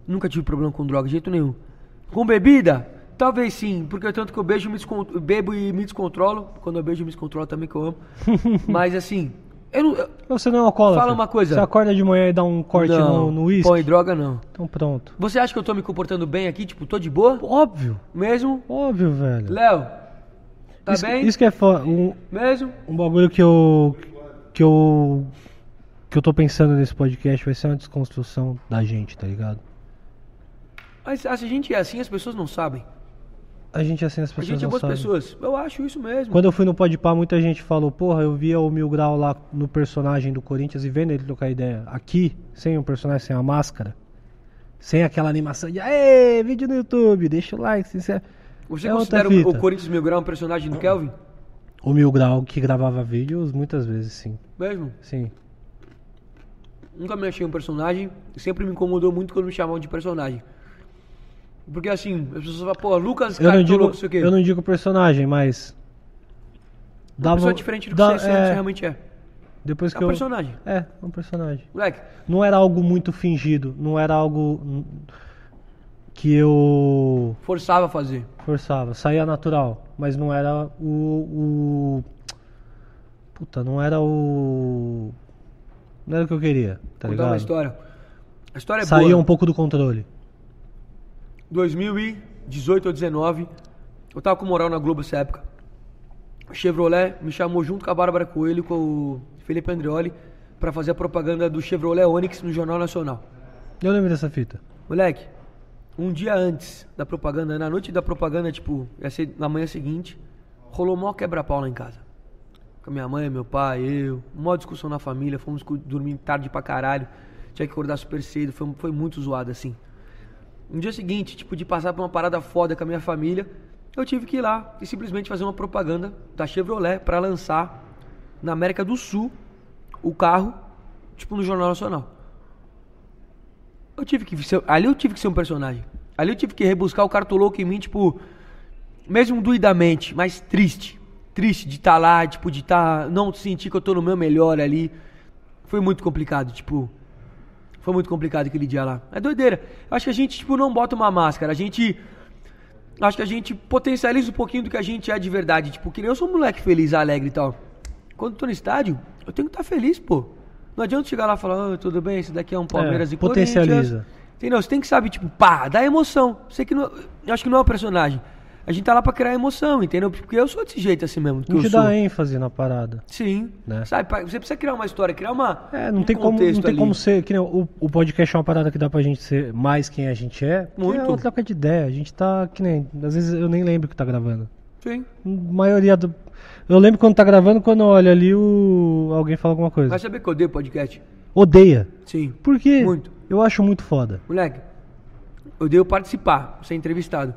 E: Nunca tive problema com droga, de jeito nenhum. Com bebida? Talvez sim, porque o tanto que eu beijo, me descon- bebo e me descontrolo. Quando eu beijo, eu me descontrolo também, que eu
B: (laughs)
E: amo. Mas, assim, eu não... eu-
B: Você não é alcoólatra.
E: Fala uma coisa.
B: Você acorda de manhã e dá um corte
E: não,
B: no, no uísque.
E: Põe droga, não.
B: Então pronto.
E: Você acha que eu tô me comportando bem aqui? Tipo, tô de boa?
B: Óbvio.
E: Mesmo?
B: Óbvio, velho.
E: Léo, tá
B: isso,
E: bem?
B: Isso que é foda. Um,
E: Mesmo?
B: um bagulho que eu. que eu. que eu tô pensando nesse podcast vai ser uma desconstrução da gente, tá ligado?
E: Mas se a gente é assim, as pessoas não sabem.
B: A gente é assim, as
E: A
B: pessoas
E: gente é
B: não
E: boas
B: sabem.
E: pessoas. Eu acho isso mesmo.
B: Quando eu fui no Podpah, muita gente falou, porra, eu via o Mil Grau lá no personagem do Corinthians e vendo ele trocar ideia. Aqui, sem o personagem, sem a máscara, sem aquela animação de, aê, vídeo no YouTube, deixa o like, se inscreve.
E: Você
B: É outra
E: considera o,
B: fita.
E: o Corinthians Mil Grau um personagem do Kelvin?
B: O Mil Grau, que gravava vídeos, muitas vezes, sim.
E: Mesmo?
B: Sim.
E: Nunca me achei um personagem. Sempre me incomodou muito quando me chamavam de personagem. Porque assim, as pessoas falam, pô, Lucas
B: Eu não,
E: Cartolo,
B: digo,
E: não sei o quê.
B: eu não digo personagem, mas...
E: Uma
B: dava-
E: pessoa diferente do que
B: da-
E: você,
B: é,
E: você realmente é.
B: Depois que
E: É um
B: eu...
E: personagem.
B: É, um personagem.
E: Moleque,
B: Não era algo muito fingido, não era algo hum, que eu...
E: forçava a fazer.
B: Forçava, saía natural, mas não era o, o. Puta, não era o. Não era o que eu queria, tá
E: Contar uma
B: ligado?
E: história. A história é
B: Saía
E: boa.
B: um pouco do controle.
E: 2018 ou 19, eu tava com moral na Globo essa época. A Chevrolet me chamou junto com a Bárbara Coelho, com o Felipe Andreoli, pra fazer a propaganda do Chevrolet Onix no Jornal Nacional.
B: Eu lembro dessa fita.
E: Moleque, um dia antes da propaganda, na noite da propaganda, tipo, ia ser na manhã seguinte, rolou mó quebra-pau lá em casa. Com a minha mãe, meu pai, eu, mó discussão na família, fomos cu- dormir tarde pra caralho, tinha que acordar super cedo, foi, foi muito zoado assim. No dia seguinte, tipo, de passar por uma parada foda com a minha família, eu tive que ir lá e simplesmente fazer uma propaganda da Chevrolet pra lançar na América do Sul o carro tipo, no Jornal Nacional. Eu tive que ser, ali eu tive que ser um personagem. Ali eu tive que rebuscar o cartoloco em mim, tipo, mesmo doidamente, mas triste. Triste de estar lá, tipo, de estar, não sentir que eu tô no meu melhor ali. Foi muito complicado, tipo, foi muito complicado aquele dia lá. É doideira. Acho que a gente, tipo, não bota uma máscara. A gente. Acho que a gente potencializa um pouquinho do que a gente é de verdade. Tipo, que nem eu sou um moleque feliz, alegre e tal. Quando eu tô no estádio, eu tenho que estar feliz, pô. Não adianta chegar lá e falar, "Ah, tudo bem, esse daqui é um Palmeiras e
B: potencializa.
E: Corinthians." Entendeu? Você tem que saber, tipo, pá, dá emoção. Você que não. eu Acho que não é um personagem. A gente tá lá pra criar emoção, entendeu? Porque eu sou desse jeito assim mesmo. Que
B: Não
E: eu
B: te
E: sou.
B: dá ênfase na parada.
E: Sim.
B: Né?
E: Sabe, pra- você precisa criar uma história, criar uma.
B: É, não
E: um
B: tem como, não
E: contexto
B: tem
E: ali.
B: como ser. Que nem o, o podcast é uma parada que dá pra gente ser mais quem a gente é. porque É
E: Muito.
B: uma troca de ideia. A gente tá que nem. Às vezes eu nem lembro que tá gravando.
E: Sim.
B: A maioria do. Eu lembro quando tá gravando, quando eu olho ali, o... alguém fala alguma coisa.
E: Vai saber que eu odeio podcast?
B: Odeia.
E: Sim.
B: Por quê?
E: Muito.
B: Eu acho muito foda.
E: Moleque, eu devo participar, ser entrevistado.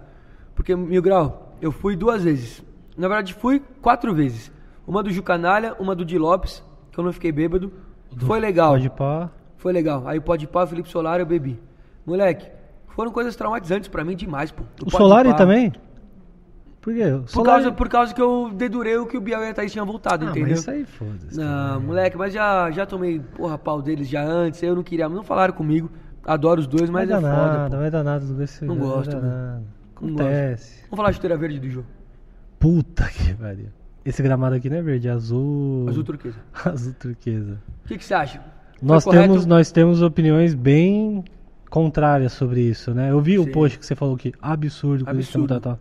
E: Porque, Mil Grau, eu fui duas vezes. Na verdade, fui quatro vezes. Uma do Ju Canalha, uma do Di Lopes, que eu não fiquei bêbado. Foi legal.
B: Pode pá.
E: Foi legal. Aí o Pode Pá, o Felipe Solar, eu bebi. Moleque, foram coisas traumatizantes pra mim demais, pô.
B: O Solari
E: Podpah-
B: também? Por quê? O
E: Por
B: Solari-
E: causa, por causa que eu dedurei o que o Biel e a Thaís tinham voltado,
B: Ah,
E: entendeu?
B: mas isso aí, foda-se.
E: Não, moleque, mas já, já tomei porra pau deles já antes, eu não queria, não falaram comigo. Adoro os dois,
B: Vai
E: mas
B: dar
E: é foda,
B: nada,
E: pô.
B: vai dar nada. desse-
E: Não
B: vai
E: gosto,
B: dar
E: mano.
B: nada.
E: Não gosto.
B: Acontece.
E: Vamos falar de chuteira verde do jogo.
B: Puta que pariu. Esse gramado aqui não é verde, é azul.
E: Azul turquesa.
B: (laughs) Azul turquesa.
E: O que, que você acha? Foi
B: Nós
E: correto?
B: temos, nós temos opiniões bem contrárias sobre isso, né? Eu vi o
E: Sim.
B: post que você falou que absurdo, que eles têm
E: Absurdo.
B: que tratar.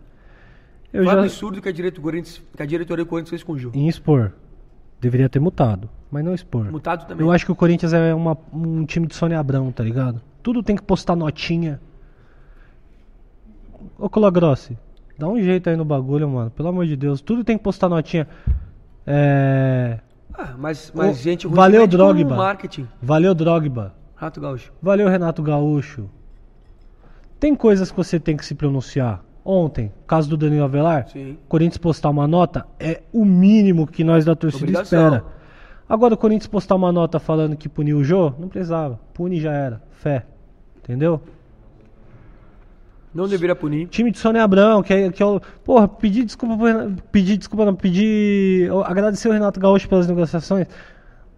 B: Eu
E: Foi
B: já
E: absurdo que a, direita do Corinthians, que a diretoria do Corinthians fez com o jogo.
B: em expor. Deveria ter mutado, mas não expor.
E: Mutado também.
B: Eu acho que o Corinthians é uma- um time de Sônia Abrão, tá ligado? Tudo tem que postar notinha. Ô Colagrossi, dá um jeito aí no bagulho, mano. Pelo amor de Deus, tudo tem que postar notinha. É...
E: Ah, mas, mas
B: Ô,
E: gente, ruim
B: valeu,
E: se mete com
B: Drogba.
E: marketing.
B: Valeu, Drogba.
E: Rato Gaúcho.
B: Valeu, Renato Gaúcho. Tem coisas que você tem que se pronunciar. Ontem, caso do Danilo Avelar,
E: Sim.
B: Corinthians postar uma nota é o mínimo que nós da torcida
E: Obrigação.
B: espera. Agora o Corinthians postar uma nota falando que puniu o Jô, não precisava. Pune já era. Fé. Entendeu?
E: Não deveria punir.
B: Time de Sônia Abrão, que é, que é o. Porra, pedir desculpa pro Renato, Pedir desculpa, não. Pedir. eu Agradecer o Renato Gaúcho pelas negociações.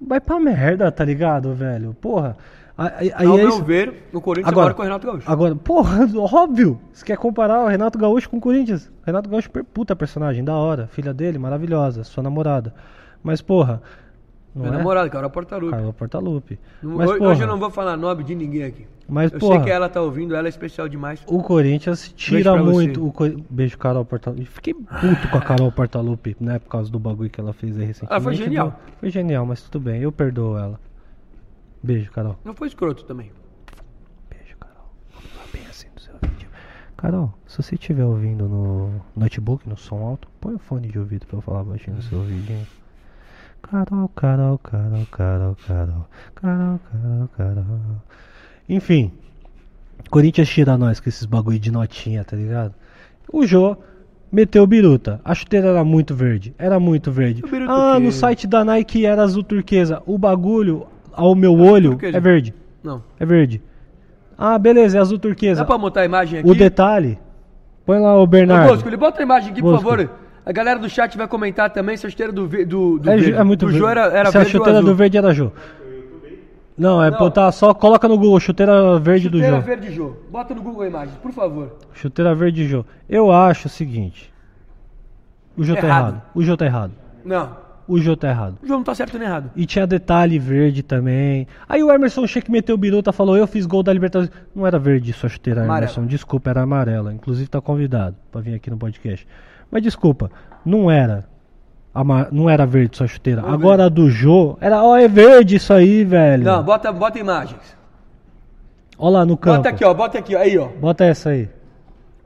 B: Vai pra merda, tá ligado, velho? Porra. Aí, aí
E: Ao
B: é
E: meu
B: isso-
E: ver, o Corinthians agora,
B: Agora-
E: com o Renato Gaúcho.
B: Agora, porra, (laughs) óbvio. Você quer comparar o Renato Gaúcho com o Corinthians? Renato Gaúcho, é per- puta personagem, da hora. Filha dele, maravilhosa. Sua namorada. Mas, porra. Não
E: Meu
B: é?
E: namorado, cara, Portaruga.
B: Carla Portalupe.
E: Não-
B: Mas,
E: hoje,
B: porra,
E: hoje eu não vou falar nobre de ninguém aqui.
B: Mas,
E: eu
B: porra.
E: sei que ela tá ouvindo, ela é especial demais.
B: o Corinthians tira
E: pra você.
B: muito. O Cor- Beijo, Carol Portalupe. Fiquei puto com a Carol Portalupe, né? Por causa do bagulho que ela fez aí recentemente.
E: Ela foi genial.
B: Foi genial, mas tudo bem. Eu perdoo ela. Beijo, Carol.
E: Não foi escroto também.
B: Beijo, Carol. Tá bem assim no seu vídeo. Carol, se você estiver ouvindo no notebook, no som alto, põe o fone de ouvido pra eu falar baixinho no seu ouvidinho. Carol, Carol, Carol, Carol, Carol. Carol, Carol, Carol. Enfim, Corinthians tira nós com esses bagulho de notinha, tá ligado? O Jô meteu biruta. A chuteira era muito verde. Era muito verde.
E: O biruta o
B: Ah,
E: quê?
B: no site da Nike era azul turquesa. O bagulho, ao meu olho,
E: turquesa.
B: é verde.
E: Não.
B: É verde. Ah, beleza, é azul turquesa.
E: Dá pra montar a imagem aqui?
B: O detalhe. Põe lá o
E: Ô,
B: Bernardo.
E: Bosco, ele bota a imagem aqui, por
B: Bosco.
E: favor. A galera do chat vai comentar também se a chuteira do, ve- do, do
B: é,
E: verde.
B: ju- é muito
E: do
B: verde.
E: Jô era, era
B: Se a
E: verde ou
B: chuteira
E: azul.
B: do verde era Jô. Não, é
E: Não.
B: botar só. Coloca no Google chuteira verde do
E: Chuteira
B: Jô.
E: verde Jô. Bota no Google Imagens, por favor.
B: Chuteira verde Jô. Eu acho o seguinte. O Jô tá
E: Errado.
B: errado. O Jô tá errado.
E: Não.
B: O Jô tá errado.
E: O Jô não tá certo nem errado.
B: E tinha detalhe verde também. Aí o Emerson Sheik meteu o biruta, falou: Eu fiz gol da Libertadores. Não era verde sua chuteira,
E: Amarela.
B: Emerson. Desculpa, era amarela. Inclusive tá convidado pra vir aqui no podcast. Mas desculpa, não era. ama- Não era verde sua chuteira. Agora a do Jô era, ó, é verde isso aí, velho.
E: Não, bota, bota imagens.
B: ó lá no campo.
E: Bota aqui, ó. Bota aqui, ó. Aí, ó.
B: Bota essa aí.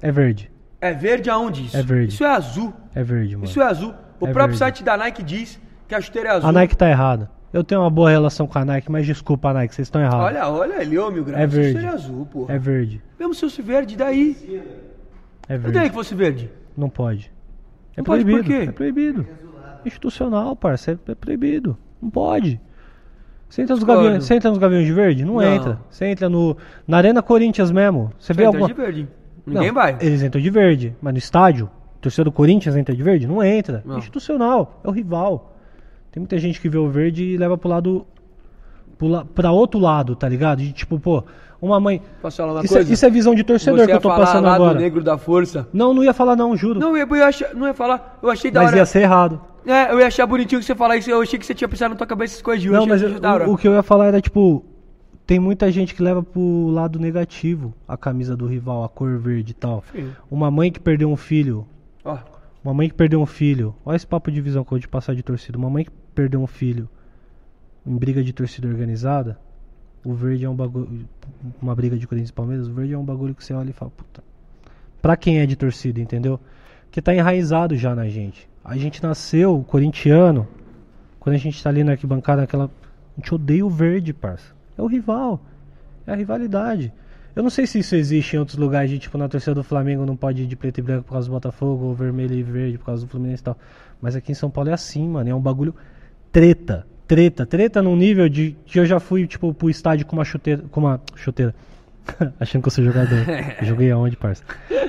B: É verde.
E: É verde aonde isso?
B: É verde.
E: Isso é azul.
B: É verde, mano.
E: Isso é azul. O
B: É
E: próprio
B: verde.
E: site da Nike diz que a chuteira é azul.
B: A Nike tá errada. Eu tenho uma boa relação com a Nike, mas desculpa, Nike, vocês estão errados.
E: Olha, olha ali, ô, mil graus.
B: tá É
E: Essa
B: verde.
E: chuteira é azul, porra.
B: É verde.
E: Mesmo se fosse verde, daí.
B: É
E: Eu daí
B: verde.
E: que fosse verde.
B: Não pode. É
E: Não pode por
B: proibido.
E: quê?
B: É proibido. Institucional, parceiro, é proibido. Não pode. Você entra nos,
E: Discordo.
B: gaviões, você entra nos Gaviões de Verde? Não,
E: Não.
B: entra. Você entra no, na Arena Corinthians mesmo. Você vê
E: Entra
B: alguma.
E: tá de verde. Ninguém
B: Não, É.
E: vai.
B: Eles entram de verde, mas no estádio, o torcedor do Corinthians entra de verde? Não entra.
E: Não.
B: Institucional, é o rival. Tem muita gente que vê o verde e leva pro lado. pro la- pra outro lado, tá ligado? De tipo, pô, uma mãe.
E: Posso falar uma
B: Isso, é-
E: coisa?
B: isso é visão de torcedor
E: Você
B: que eu
E: ia
B: tô
E: falar
B: passando
E: lá
B: agora.
E: do negro da força.
B: Não, não ia falar, não, juro.
E: Não, eu ia, achar- não ia falar. Eu achei da
B: mas
E: hora.
B: ia ser errado.
E: É, eu ia achar bonitinho que você falar isso. Eu achei que você tinha pensado na tua cabeça essas coisas de hoje.
B: Não, mas
E: eu,
B: eu-
E: achei da hora.
B: o, o que eu ia falar era, tipo, tem muita gente que leva pro lado negativo a camisa do rival, a cor verde e tal.
E: Sim.
B: Uma mãe que perdeu um filho,
E: Ó,
B: uma mãe que perdeu um filho, olha esse papo de visão que eu vou te passar de torcida. Uma mãe que perdeu um filho em briga de torcida organizada, o verde é um bagulho. Uma briga de Corinthians e Palmeiras, o verde é um bagulho que você olha e fala, puta. Pra quem é de torcida, entendeu? Porque tá enraizado já na gente. A gente nasceu corintiano, quando a gente tá ali na arquibancada, naquela. A gente odeia o verde, parça. É o rival. É a rivalidade. Eu não sei se isso existe em outros lugares, de, tipo, na torcida do Flamengo não pode ir de preto e branco por causa do Botafogo, ou vermelho e verde por causa do Fluminense e tal. Mas aqui em São Paulo é assim, mano. É um bagulho treta. Treta. Treta num nível de que eu já fui, tipo, pro estádio com uma chuteira. Com uma chuteira. (laughs) Achando que eu sou jogador. Joguei aonde, parça?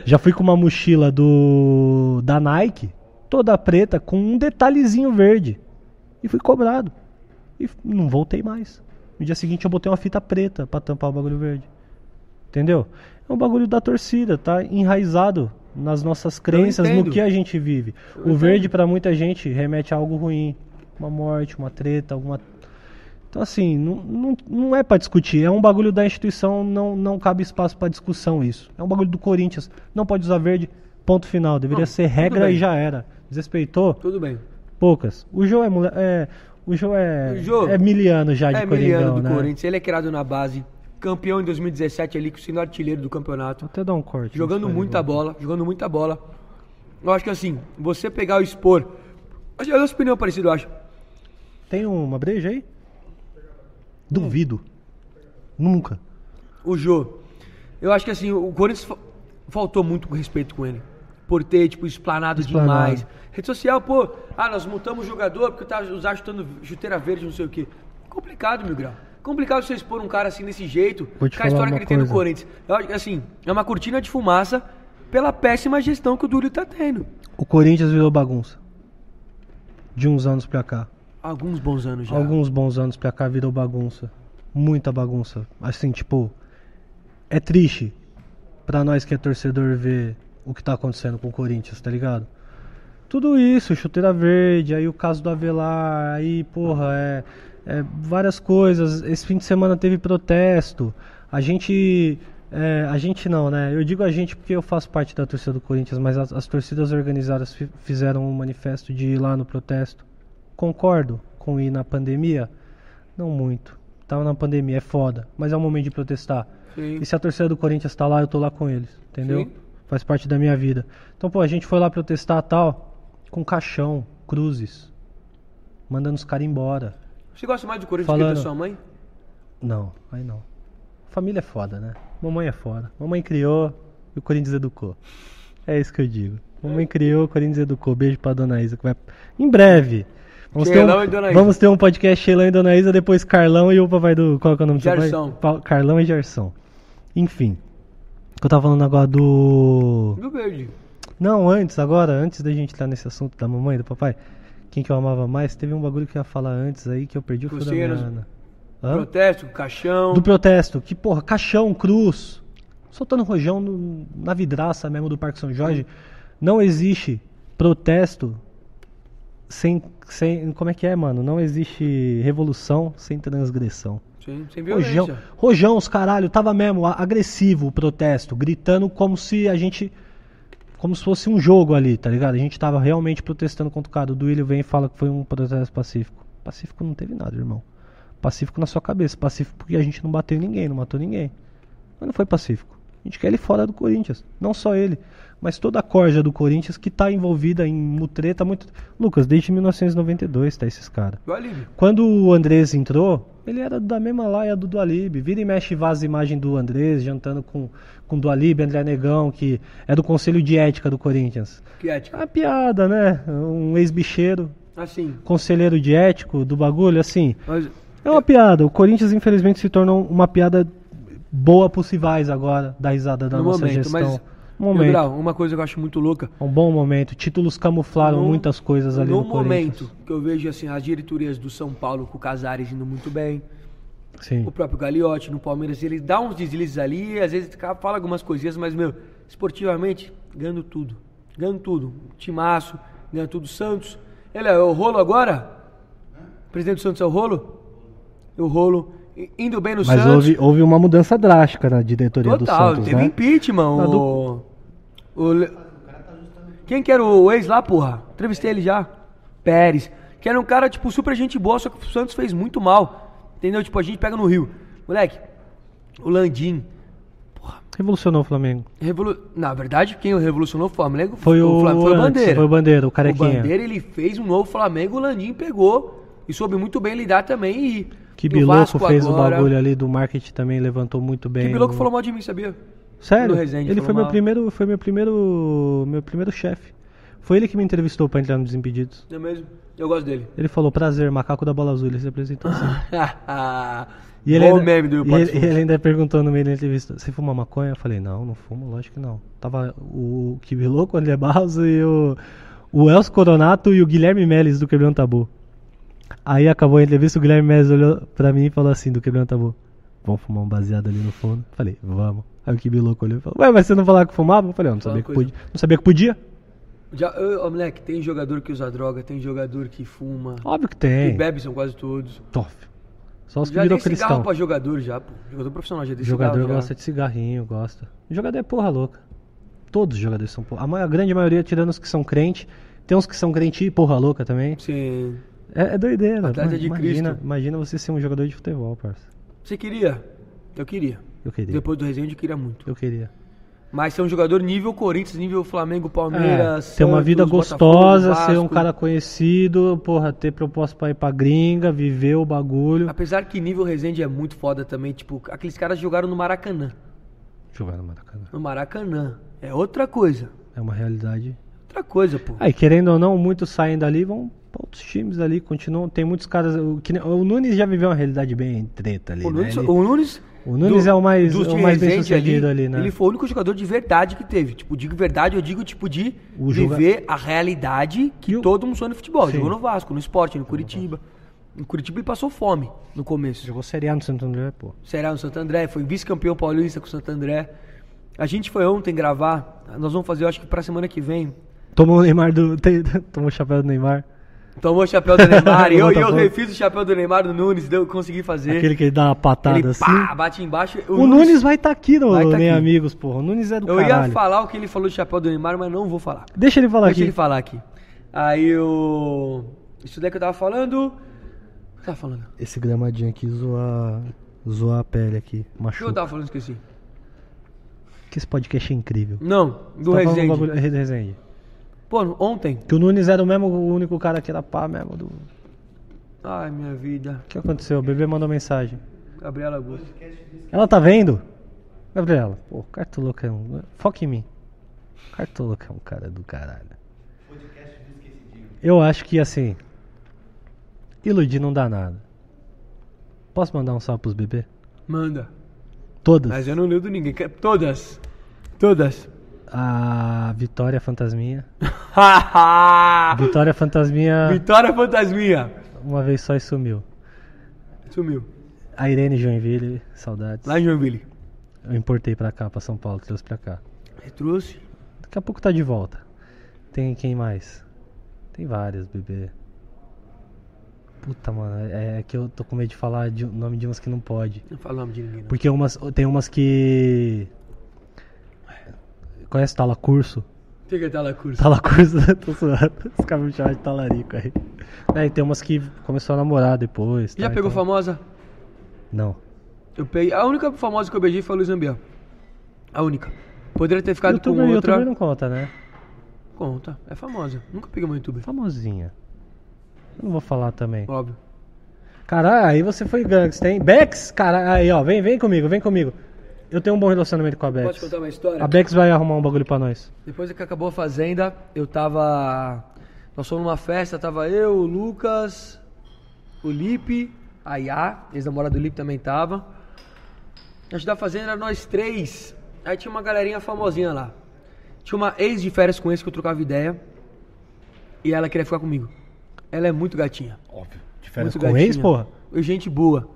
B: Já fui com uma mochila do. da Nike, toda preta, com um detalhezinho verde. E fui cobrado. E f- não voltei mais. No dia seguinte eu botei uma fita preta pra tampar o bagulho verde. Entendeu? É um bagulho da torcida, tá enraizado nas nossas crenças, no
E: entendo.
B: que a gente vive. o verde pra muita gente remete a algo ruim, uma morte, uma treta, alguma Então assim, não, não, não é pra discutir, é um bagulho da instituição, não não cabe espaço pra discussão isso. É um bagulho do Corinthians, não pode usar verde. Ponto final, deveria
E: Não,
B: ser
E: tudo
B: regra e
E: bem.
B: já era. Desrespeitou,
E: tudo bem.
B: Poucas. O Jô é, mole- é o Jô é,
E: O Jô
B: é miliano já de
E: é
B: Coringão,
E: miliano do
B: né?
E: Corinthians. Ele é criado na base. Campeão em 2017 ali, sendo artilheiro do campeonato.
B: Vou até dar um corte.
E: jogando
B: nesse
E: muita
B: paredão.
E: bola, jogando muita bola. Eu acho que assim, você pegar o expor. Eu dou opinião parecida, eu acho.
B: Tem uma breja aí? Duvido. Nunca.
E: O Jô. Eu acho que assim, o Corinthians fa- faltou muito com respeito com ele. Por ter, tipo, explanado,
B: Explanado.
E: demais. Rede social, pô, ah, nós multamos o jogador porque tá usar chutando chuteira verde, não sei o quê. Complicado, meu grau. Complicado você expor um cara assim desse jeito,
B: Vou te
E: com
B: falar
E: a história
B: uma
E: que ele tem no
B: coisa.
E: Corinthians. Eu acho que assim, é uma cortina de fumaça pela péssima gestão que o Duílio tá tendo.
B: O Corinthians virou bagunça. De uns anos pra cá.
E: Alguns bons anos já.
B: Alguns bons anos pra cá virou bagunça. Muita bagunça. Assim, tipo. É triste pra nós que é torcedor ver o que tá acontecendo com o Corinthians, tá ligado? Tudo isso, chuteira verde, aí o caso do Avelar, aí, porra, é, é várias coisas. Esse fim de semana teve protesto. A gente. é, a gente não, né? Eu digo a gente porque eu faço parte da torcida do Corinthians, mas as, as torcidas organizadas fi- fizeram um manifesto de ir lá no protesto. Concordo com ir na pandemia? Não muito. Tava na pandemia, é foda. Mas é o momento de protestar.
E: Sim.
B: E se a torcida do Corinthians tá lá, eu tô lá com eles. Entendeu?
E: Sim.
B: Faz parte da minha vida. Então, pô, a gente foi lá protestar tal, com caixão, cruzes. Mandando os caras embora.
E: Você gosta mais do Corinthians do que da
B: Falando.
E: sua mãe?
B: Não, aí não. Família é foda, né? Mamãe é foda. Mamãe criou e o Corinthians educou. É isso que eu digo. Mamãe criou, o Corinthians educou. Beijo pra dona Isa. Que vai... Em breve. Vamos ter,
E: Sheilão
B: um,
E: e Dona Isa.
B: vamos ter um podcast Sheilão e Dona Isa, depois Carlão e o papai do. Qual que é o nome do seu pai?
E: Gerson.
B: Pa- Carlão e Gerson. Enfim. O que eu tava falando agora do.
E: Do verde.
B: Não, antes, agora, antes da gente entrar nesse assunto da mamãe e do papai, quem que eu amava mais, teve um bagulho que eu ia falar antes aí que eu perdi o fio da
E: Você era-
B: meada. Hã?
E: Protesto, caixão.
B: Do protesto, que porra, caixão, cruz, soltando rojão no- na vidraça mesmo do Parque São Jorge. Não existe protesto sem, sem. Como é que é, mano? Não existe revolução sem transgressão.
E: Sim, sem violência.
B: Rojão, rojão, os caralho, tava mesmo a- agressivo o protesto, gritando como se a gente. Como se fosse um jogo ali, tá ligado? A gente tava realmente protestando contra o cara. O Duílio vem e fala que foi um protesto pacífico. Pacífico não teve nada, irmão. Pacífico na sua cabeça. Pacífico porque a gente não bateu em ninguém, não matou ninguém. Mas não foi pacífico. A gente quer ele fora do Corinthians. Não só ele, mas toda a corja do Corinthians que tá envolvida em mutreta muito. Lucas, desde 1992 tá esses caras.
E: Do alívio.
B: Quando o Andrés entrou, ele era da mesma laia do Dualib. Vira e mexe vaza a imagem do Andrés jantando com com Dualib, André Negão, que é do Conselho de Ética do Corinthians.
E: Que
B: É
E: ética.
B: uma piada, né? Um ex-bicheiro,
E: Assim.
B: conselheiro de ético do bagulho, assim.
E: Mas
B: É uma piada. O Corinthians, infelizmente, se tornou uma piada boa pros rivais agora, da risada da
E: no
B: nossa
E: momento,
B: gestão. Um
E: mas.
B: Momento.
E: Gabriel, uma coisa que eu acho muito louca.
B: Um bom momento. Títulos camuflaram
E: No-
B: muitas coisas ali
E: no,
B: no, Corinthians.
E: momento que eu vejo assim as diretorias do São Paulo com o Casares indo muito bem,
B: Sim.
E: o próprio Gagliotti no Palmeiras, ele dá uns deslizes ali, às vezes ca- fala algumas coisinhas, mas meu, esportivamente, ganhando tudo. Ganhando tudo. Timaço, ganhando tudo. Santos. Ele é o rolo agora? O presidente do Santos é o rolo? O rolo. I- Indo bem no
B: Mas
E: Santos.
B: houve, houve uma mudança drástica na diretoria
E: Total,
B: do Santos,
E: teve
B: né?
E: impeachment.
B: Na
E: O... o Le- Quem que era o ex lá, porra? Entrevistei ele já. Pérez. Que era um cara, tipo, super gente boa, só que o Santos fez muito mal. Entendeu? Tipo, a gente pega no Rio. Moleque, o Landim.
B: Revolucionou o Flamengo.
E: Revolu... Na verdade, quem o revolucionou foi o Flamengo.
B: Foi o,
E: Flam- foi o
B: antes,
E: Bandeira.
B: Foi o Bandeira, o
E: O
B: carequinha.
E: Bandeira, ele fez um novo Flamengo, o Landim pegou. E soube muito bem lidar também. E,
B: Que
E: e o
B: Biloco
E: Vasco
B: fez o
E: agora-
B: bagulho ali do marketing também, levantou muito bem.
E: Que Biloco
B: o-
E: falou mal de mim, sabia?
B: Sério?
E: no Resende,
B: ele
E: falou
B: foi meu
E: mal.
B: primeiro, foi meu primeiro, meu primeiro chefe. Foi ele que me entrevistou pra entrar no Desimpedidos.
E: Não é mesmo? Eu gosto dele.
B: Ele falou, prazer, macaco da bola azul, ele se apresentou assim.
E: (laughs) e ele
B: ainda,
E: meme do
B: e
E: Will
B: ele, e ele ainda perguntou no meio da entrevista, você fuma maconha? Eu falei, não, não fumo, lógico que não. Tava o Kibiloco, o André Barros e o, o Elcio Coronato e o Guilherme Meles do Quebrando Tabu. Aí acabou a entrevista, o Guilherme Meles olhou pra mim e falou assim, do Quebrando Tabu, vamos fumar um baseado ali no fundo? Eu Falei, vamos. Aí o Kibiloco olhou e falou, ué, mas você não falava que fumava? Eu falei, eu não sabia
E: Fala
B: que
E: uma
B: podia. Não sabia que podia?
E: Já, ô, ô, moleque, tem jogador que usa droga, tem jogador que fuma.
B: Óbvio que
E: Que
B: tem.
E: bebe são quase todos.
B: Top. Só os que
E: Já dei
B: viram
E: cigarro
B: cristão.
E: pra jogador já, pô. Jogador profissional já dei
B: Jogador
E: cigarro já.
B: gosta de cigarrinho, gosta. Jogador é porra louca. Todos os jogadores são porra. A, ma- a grande maioria, tirando os que são crente, tem uns que são crente e porra louca também.
E: Sim.
B: É, é doideira.
E: Atleta
B: Ma-
E: de
B: imagina,
E: Cristo.
B: imagina você ser um jogador de futebol, parça.
E: Você queria? Eu queria.
B: Eu queria.
E: Depois do Resende eu queria muito.
B: Eu queria.
E: Mas ser um jogador nível Corinthians, nível Flamengo, Palmeiras,
B: É, ter uma
E: Santos,
B: vida
E: Botafogo,
B: gostosa, ser
E: Vasco.
B: um cara conhecido, porra, ter proposta pra ir pra gringa, viver o bagulho.
E: Apesar que nível Resende é muito foda também, tipo, aqueles caras jogaram no Maracanã.
B: Jogar no Maracanã.
E: No Maracanã. É outra coisa.
B: É uma realidade.
E: Outra coisa, pô.
B: Aí, querendo ou não, muitos saem dali e vão pra outros times ali, continuam. Tem muitos caras. O, que nem- o Nunes já viveu uma realidade bem treta ali.
E: O
B: né?
E: Nunes,
B: Ele-
E: o Nunes,
B: O Nunes é o mais-
E: dos
B: o
E: de
B: mais bem
E: Resende
B: sucedido ali, né?
E: Ele foi o único jogador de verdade que teve. Tipo, digo verdade, eu digo tipo de
B: O joga-
E: viver a realidade que
B: E o-
E: todo mundo sonha no futebol.
B: Sim.
E: Jogou no Vasco, no Sport, no Curitiba. No Curitiba ele passou fome no começo.
B: Jogou Série A no Santo André, pô.
E: Será no Santo André, foi vice-campeão paulista com o Santo André. A gente foi ontem gravar, nós vamos fazer, eu acho que pra semana que vem.
B: Tomou o Neymar do. (laughs) tem- Tomou o chapéu do Neymar.
E: Tomou o chapéu
B: (laughs)
E: do Neymar e eu, e eu
B: Botafogo.
E: refiz o chapéu do Neymar do Nunes, deu, consegui fazer.
B: Aquele que ele dá uma patada
E: É. ele
B: assim.
E: pá, bate embaixo.
B: O Nunes vai estar aqui no
E: Vai tá
B: Nem
E: aqui.
B: Amigos, porra. O Nunes é do
E: Eu
B: caralho.
E: ia falar o que ele falou do chapéu do Neymar, mas não vou falar.
B: Deixa ele falar
E: Deixa
B: aqui.
E: ele falar aqui. Aí o. Isso daí que eu tava falando. O que eu tava falando? O
B: Esse gramadinho aqui zoar. Zoar a pele aqui.
E: que eu
B: Machuca.
E: tava falando? Esqueci.
B: Que esse podcast é incrível.
E: Não, do
B: Tá falando
E: Resende.
B: bagulho- Re- Resende.
E: Pô, ontem.
B: Que o Nunes era o mesmo, o único cara que era pá mesmo. do- O
E: Ai, minha vida.
B: que aconteceu? O bebê mandou mensagem.
E: Gabriela Augusto.
B: Ela tá vendo? Gabriela, pô, o Cartoloco é um. Foca em mim. O Cartoloco é um cara do caralho. Eu acho que assim. Iludir não dá nada. Posso mandar um salve pros bebês?
E: Manda.
B: Todas.
E: Mas eu não lido ninguém. Que- Todas. Todas.
B: A Vitória Fantasminha.
E: Tá.
B: Vitória Fantasminha
E: Vitória Fantasminha.
B: uma vez só e sumiu.
E: Sumiu.
B: A Irene Joinville, saudades.
E: Lá em Joinville.
B: Eu importei pra cá, pra São Paulo, trouxe pra cá.
E: Ele Trouxe.
B: Daqui a pouco tá de volta. Tem quem mais? Tem várias, bebê. Puta, mano, é que eu tô com medo de falar de- o nome de umas que não pode.
E: Não fala o nome de ninguém. Não.
B: Porque umas, tem umas que. Conhece Tala (laughs) Curso?
E: Tem que estar lá curso.
B: Tala Curso, (laughs) tô zoando. Os caras me chamam de talarico aí. É, e tem umas que começou a namorar depois.
E: Já
B: tá,
E: pegou
B: então-
E: famosa?
B: Não.
E: Eu peguei. A única famosa que eu beijei foi a Luiz Ambiel. A única. Poderia ter ficado
B: Youtuber,
E: com outra.
B: youtuber não conta, né?
E: Conta. É famosa. Nunca peguei uma youtuber.
B: Famosinha. Eu não vou falar também.
E: Óbvio.
B: Caralho, aí você foi gangster, hein? Bex, caralho, aí ó, vem, vem comigo, vem comigo. Eu tenho um bom relacionamento com a
E: Posso
B: Bex.
E: contar uma história?
B: A Bex vai arrumar um bagulho pra nós.
E: Depois que acabou a Fazenda, eu tava. Nós fomos numa festa, tava eu, o Lucas, o Lipe, a Iá, ex-namorada do Lipe também tava. A gente da fazenda era nós três. Aí tinha uma galerinha famosinha lá. Tinha uma ex de férias com esse que eu trocava ideia. E ela queria ficar comigo. Ela é muito gatinha.
B: Óbvio.
E: Muito
B: Diferença com ex, porra?
E: E Gente boa.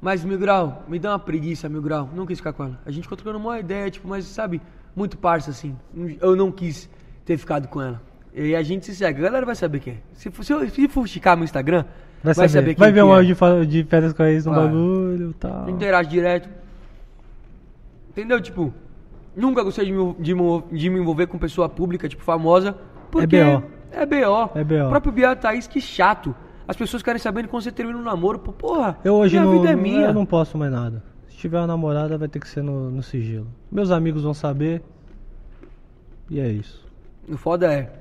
E: Mas Mil Grau, me dá uma preguiça, Mil Grau. Não quis ficar com ela. A gente ficou trocando uma ideia, tipo, mas sabe, muito parça assim. Eu não quis ter ficado com ela. E a gente se segue. A galera vai saber quem é. Se for, se eu- se for esticar meu Instagram,
B: Vai saber. Vai,
E: quem
B: ver
E: que
B: um
E: é.
B: áudio de fa- de férias com ex no
E: Vai.
B: bagulho e tal.
E: Interage direto. Entendeu? Tipo, nunca gostei de me, de mo- de me envolver com pessoa pública, tipo, famosa. Porque
B: É BO.
E: É BO.
B: É BO.
E: O próprio Bia Thaís, que chato. As pessoas querem saber quando você termina um namoro. Pô, porra,
B: Eu hoje
E: minha
B: não,
E: vida é minha.
B: Eu não posso mais nada. Se tiver uma namorada, vai ter que ser no, no sigilo. Meus amigos vão saber. E é isso.
E: O foda é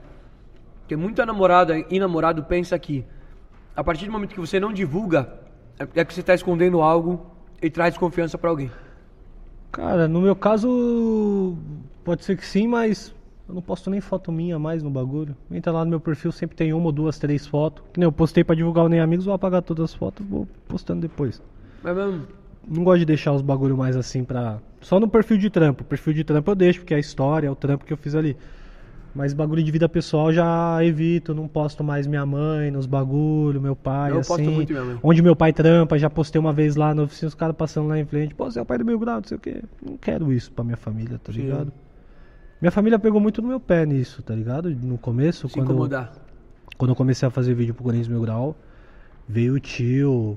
E: que muita namorada e namorado pensa que a partir do momento que você não divulga, é- é que você tá escondendo algo e traz desconfiança pra alguém.
B: Cara, no meu caso, pode ser que sim, mas eu não posto nem foto minha mais no bagulho. Entra lá no meu perfil, sempre tem uma, duas, três fotos. Que nem eu postei pra divulgar o Nem Amigos, vou apagar todas as fotos, vou postando depois.
E: Mas mesmo,
B: Não gosto de deixar os bagulho mais assim pra. Só no perfil de trampo. Perfil de trampo eu deixo, porque é a história, é o trampo que eu fiz ali. Mas bagulho de vida pessoal eu já evito, não posto mais minha mãe nos bagulho, meu pai,
E: Eu
B: assim.
E: posto muito minha mãe.
B: Onde meu pai trampa, já postei uma vez lá na oficina, os caras passando lá em frente. Pô, você é o pai do meu grau, não sei o quê. Não quero isso pra minha família, tá
E: Sim.
B: ligado? Minha família pegou muito no meu pé nisso, tá ligado? No começo,
E: se
B: quando
E: incomodar.
B: quando eu comecei a fazer vídeo pro Corinthians Mil Grau, veio o tio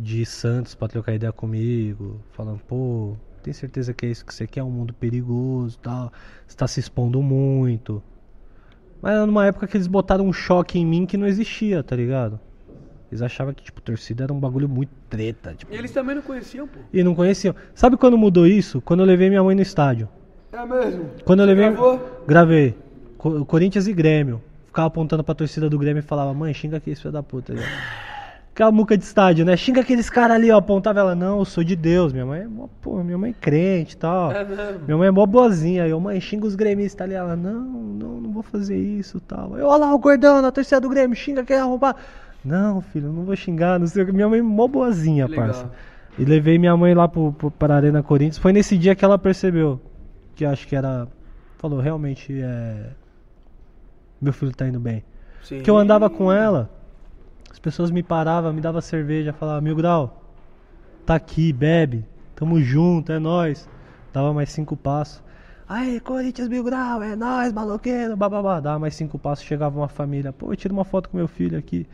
B: de Santos pra trocar ideia comigo, falando, pô, tem certeza que é isso que você quer? É um mundo perigoso e tal. Você tá se expondo muito. Mas era numa época que eles botaram um choque em mim que não existia, tá ligado? Eles achavam que, tipo, torcida era um bagulho muito treta. Tipo,
E: E eles também não conheciam, pô.
B: E não conheciam. Sabe quando mudou isso? Quando eu levei minha mãe no estádio.
E: É mesmo?
B: Quando eu
E: Você
B: levei.
E: gravou?
B: Gravei. Co- Corinthians e Grêmio. Ficava apontando pra torcida do Grêmio e falava, mãe, xinga aqui esse filho da puta ali. ó." Aquela muca de estádio, né? Xinga aqueles caras ali, ó. Apontava ela, não, eu sou de Deus. Minha mãe é mó, pô, minha mãe é crente e tal.
E: É mesmo.
B: Minha mãe é mó boazinha. Aí eu, mãe, xinga os gremistas ali. Ela, não, não, não vou fazer isso e tal. Eu, olha lá, o gordão na torcida do Grêmio, xinga quer arrombar. Não, filho, não vou xingar, não sei o que. Minha mãe é mó boazinha,
E: Legal.
B: parça. E levei minha mãe lá pro, pro, pra Arena Corinthians. Foi nesse dia que ela percebeu. Que acho que era. Falou, realmente é. Meu filho tá indo bem.
E: Sim.
B: Porque eu andava com ela, as pessoas me paravam, me davam cerveja, falavam, Mil Grau, tá aqui, bebe, tamo junto, é nóis. Dava mais cinco passos. Aí, Corinthians Mil Grau, é nóis, maloqueiro, bababá. Dava mais cinco passos, chegava uma família, pô, tira uma foto com meu filho aqui.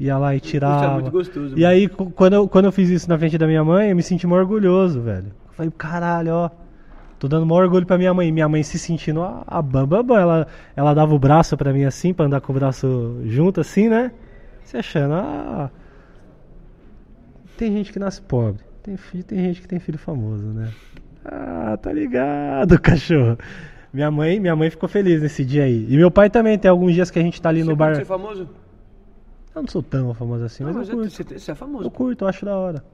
B: Ia lá e tirava.
E: é muito gostoso,
B: E
E: mano.
B: aí, cu- quando eu, quando eu fiz isso na frente da minha mãe, eu me senti mais orgulhoso, velho. Eu falei, caralho, ó. Tô dando maior orgulho pra minha mãe. Minha mãe se sentindo a, a bam, bam, bam. Ela, ela dava o braço pra mim assim, pra andar com o braço junto assim, né? Se achando, ah. Tem gente que nasce pobre. Tem, filho, tem gente que tem filho famoso, né? Ah, tá ligado, (laughs) cachorro. Minha mãe, minha mãe ficou feliz nesse dia aí. E meu pai também, tem alguns dias que a gente tá ali
E: Você
B: no
E: curte
B: bar.
E: ser famoso?
B: Eu não sou tão famoso assim,
E: Não,
B: mas,
E: mas
B: eu
E: é-
B: curto.
E: você, você é famoso.
B: Eu curto, eu acho da hora.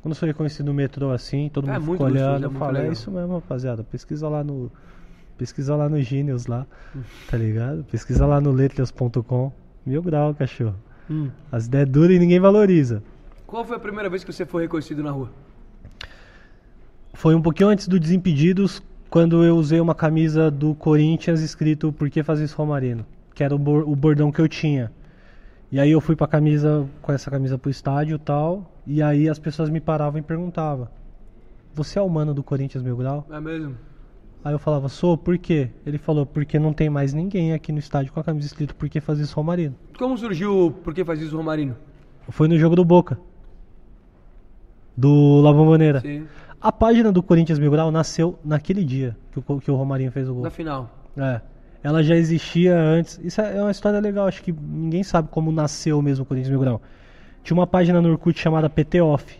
B: Quando eu sou reconhecido no metrô assim, todo
E: É
B: mundo
E: muito
B: fica
E: gostoso,
B: olhando,
E: é
B: eu
E: muito
B: falo, é
E: legal."
B: isso mesmo, rapaziada. Pesquisa lá no. Pesquisa lá no Genius
E: (laughs)
B: lá, tá ligado? Pesquisa lá no letras.com. Mil grau, cachorro.
E: Hum.
B: As ideias duras e ninguém valoriza.
E: Qual foi a primeira vez que você foi reconhecido na rua?
B: Foi um pouquinho antes do Desimpedidos, quando eu usei uma camisa do Corinthians escrito Por que fazer isso Romarino? Que era o, bor- o bordão que eu tinha. E aí eu fui pra camisa, com essa camisa pro estádio e tal. E aí as pessoas me paravam e perguntavam: Você é o mano do Corinthians Mil Grau?
E: É mesmo?
B: Aí eu falava: Sou, por quê? Ele falou: Porque não tem mais ninguém aqui no estádio com a camisa escrito Por que fazer isso Romarino?
E: Como surgiu o Por que faz isso o Romarino?
B: Foi no jogo do Boca. Do La Bombonera.
E: Sim.
B: A página do Corinthians Mil Grau nasceu naquele dia que o, Co- que o Romarinho fez o gol.
E: Na final.
B: É. Ela já existia antes. Isso é é uma história legal, acho que ninguém sabe como nasceu mesmo o Corinthians Mil Grau. Tinha uma página no Orkut chamada PT Off.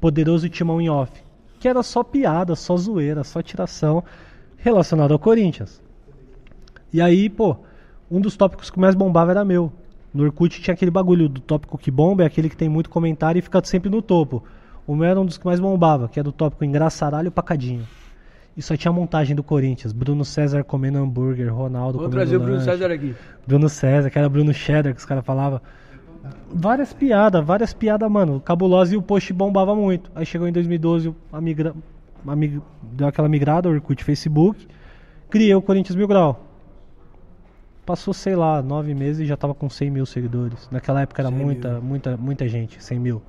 B: Poderoso Timão em Off. Que era só piada, só zoeira, só tiração relacionada ao Corinthians. E aí, pô, um dos tópicos que mais bombava era meu. No Orkut tinha aquele bagulho do tópico que bomba, é aquele que tem muito comentário e fica sempre no topo. O meu era um dos que mais bombava, que era do tópico engraçaralho pacadinho. E só tinha a montagem do Corinthians. Bruno César comendo hambúrguer, Ronaldo
E: Vou
B: comendo
E: trazer o um Bruno
B: lanche.
E: César aqui.
B: Bruno César, que era Bruno Cheddar, que os caras falavam. várias piadas, várias piadas, mano. O Cabulosa e o Post bombava muito. Aí chegou em 2012, a migra... a mig- deu aquela migrada, Orkut, Facebook. Criei o Corinthians Mil Grau. Passou, sei lá, nove meses e já tava com 100 mil seguidores. Naquela época era
E: 100 mil.
B: muita, muita, muita gente, 100 mil.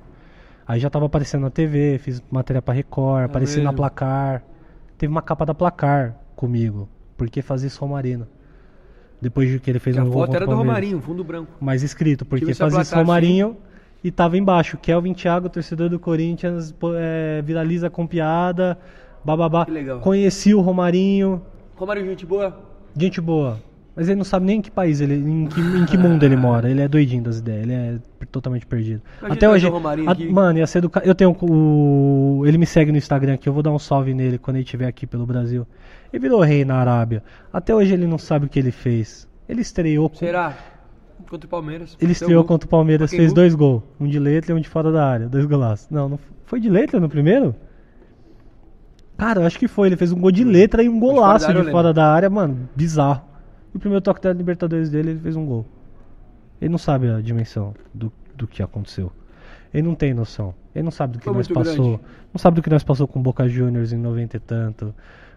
B: Aí já tava aparecendo na TV, fiz matéria pra Record, apareci na
E: É mesmo?
B: Placar. Teve uma capa da Placar comigo. Porque fazia isso Romarina. Depois de que ele fez
E: Que
B: um
E: a
B: gol
E: foto
B: contra
E: era
B: o
E: do
B: Palmeiras
E: Romarinho, fundo branco.
B: mais escrito, porque
E: Tive essa
B: fazia isso
E: placar,
B: Romarinho e tava embaixo. Kelvin Thiago, torcedor do Corinthians, pô, é, viraliza com piada, bababá.
E: Que legal.
B: Conheci o Romarinho,
E: Romarinho, gente boa.
B: gente boa. Mas ele não sabe nem em que país, ele, em, que, em que mundo ele mora. Ele é doidinho das ideias, ele é totalmente perdido.
E: Imagina
B: Até
E: trazer
B: hoje.
E: o Romarinho
B: a-
E: aqui.
B: mano, ia ser do. ca- Eu tenho o. Ele me segue no Instagram aqui, eu vou dar um salve nele quando ele estiver aqui pelo Brasil. Ele virou rei na Arábia. Até hoje ele não sabe o que ele fez. Ele estreou com
E: Será? Contra o Palmeiras. Então,
B: ele estreou contra o Palmeiras,
E: Quem
B: fez
E: gol?
B: dois gols. Um de letra e um de fora da área. Dois golaços. Não, não f- foi de letra no primeiro? Cara, eu acho que foi. Ele fez um gol de
E: Hum.
B: letra e um
E: fora da
B: golaço
E: área, né? eu
B: de
E: lembro.
B: fora da área, mano. Bizarro. E o primeiro toque da Libertadores dele, ele fez um gol. Ele não sabe a dimensão do, do que aconteceu. Ele não tem noção. Ele não sabe do que
E: Foi
B: nós
E: muito
B: passou.
E: grande.
B: Não sabe do que nós passou com o Boca Juniors em 90 e tanto.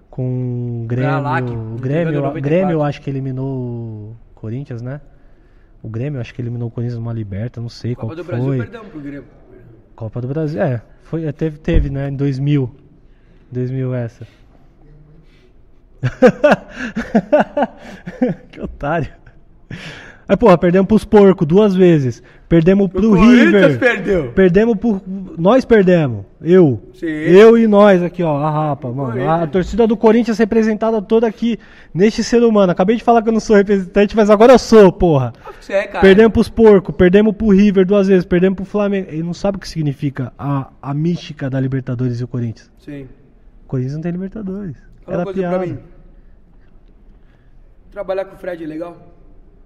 B: Com o
E: Galac,
B: Grêmio. O Grêmio,
E: jogando em
B: o Grêmio, eu
E: 94.
B: acho que eliminou o Corinthians, né? O Grêmio, acho que eliminou o Corinthians numa liberta, não sei
E: Copa
B: qual
E: do
B: que foi.
E: Brasil, perdão pro Grêmio.
B: Copa do Brasil, é. Foi, é, teve, teve, né? Em 2000. 2000 essa. (laughs) que otário. Aí, porra, perdemos pros porcos duas vezes. Perdemos pro River.
E: perdeu.
B: Perdemos por. Nós perdemos. Eu.
E: Sim.
B: Eu e nós aqui, ó. A rapa, mano. A,
E: Corinthians.
B: torcida do Corinthians representada toda aqui neste ser humano. Acabei de falar que eu não sou representante, mas agora eu sou, porra.
E: Você é, cara.
B: Perdemos pros porcos, perdemos pro River duas vezes, perdemos pro Flamengo. Ele não sabe o que significa a, a mística da Libertadores e o Corinthians.
E: Sim.
B: O Corinthians não tem Libertadores.
E: Fala
B: Era
E: uma coisa pra
B: piada.
E: mim. Trabalhar com o Fred é legal?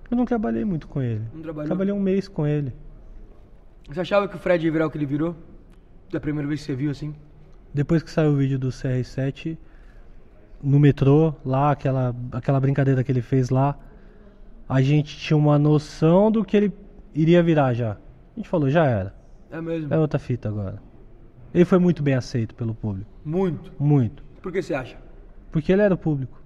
B: Eu não trabalhei muito com ele.
E: Não trabalhou?
B: Trabalhei um mês com ele.
E: Você achava que o Fred ia virar o que ele virou? Da primeira vez que você viu assim?
B: Depois que saiu o vídeo do CR7 no metrô, lá, aquela, aquela brincadeira que ele fez lá, a gente tinha uma noção do que ele iria virar já. A gente falou, já era.
E: É mesmo?
B: É outra fita agora. Ele foi muito bem aceito pelo público.
E: Muito.
B: Muito.
E: Por que você acha?
B: Porque ele era o público.